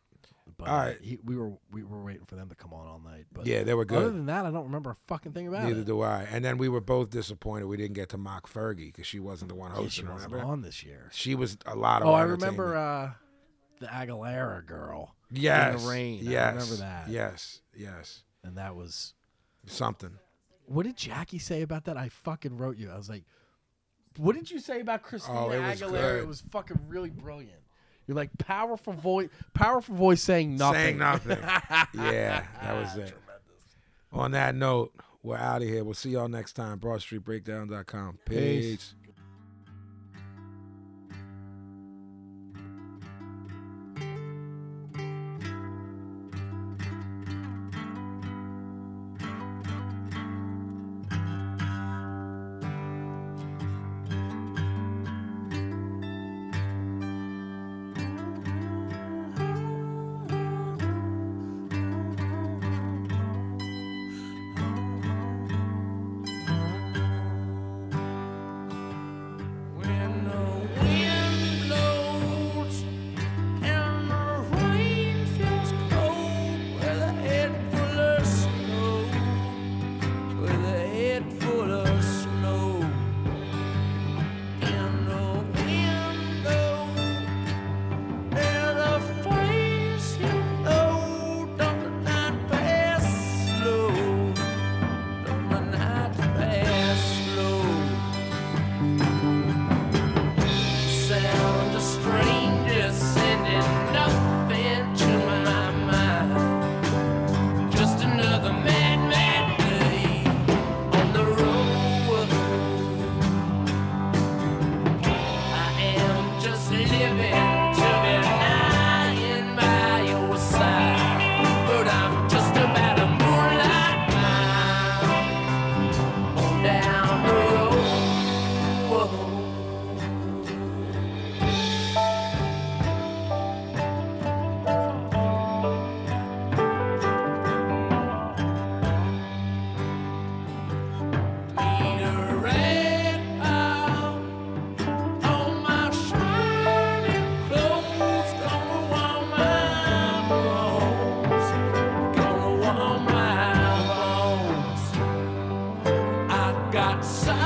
Speaker 8: But
Speaker 7: All
Speaker 8: uh,
Speaker 7: right.
Speaker 8: he, we were we were waiting for them to come on all night. But
Speaker 7: Yeah, they were
Speaker 8: Other
Speaker 7: good.
Speaker 8: than that, I don't remember a fucking thing about
Speaker 7: Neither
Speaker 8: it.
Speaker 7: do I. And then we were both disappointed we didn't get to mock Fergie because she wasn't the one
Speaker 8: Yeah,
Speaker 7: hosting.
Speaker 8: she wasn't
Speaker 7: remember?
Speaker 8: on this year.
Speaker 7: She was a lot of.
Speaker 8: Oh, I
Speaker 7: entertainment.
Speaker 8: remember uh, the Aguilera girl.
Speaker 7: Yes,
Speaker 8: In the rain.
Speaker 7: Yes.
Speaker 8: I remember that.
Speaker 7: Yes. Yes.
Speaker 8: And that was
Speaker 7: something.
Speaker 8: What did Jackie say about that? I fucking wrote you. I was like, what did you say about Christina
Speaker 7: Oh, it was
Speaker 8: Aguilera?
Speaker 7: good.
Speaker 8: It was fucking really brilliant. You're like powerful voice, powerful voice saying nothing.
Speaker 7: Saying
Speaker 8: <laughs>
Speaker 7: nothing. yeah, that was it. On that note, we're out of here. We'll see y'all next time. BroadStreetBreakdown.com. Peace.
Speaker 8: Peace. So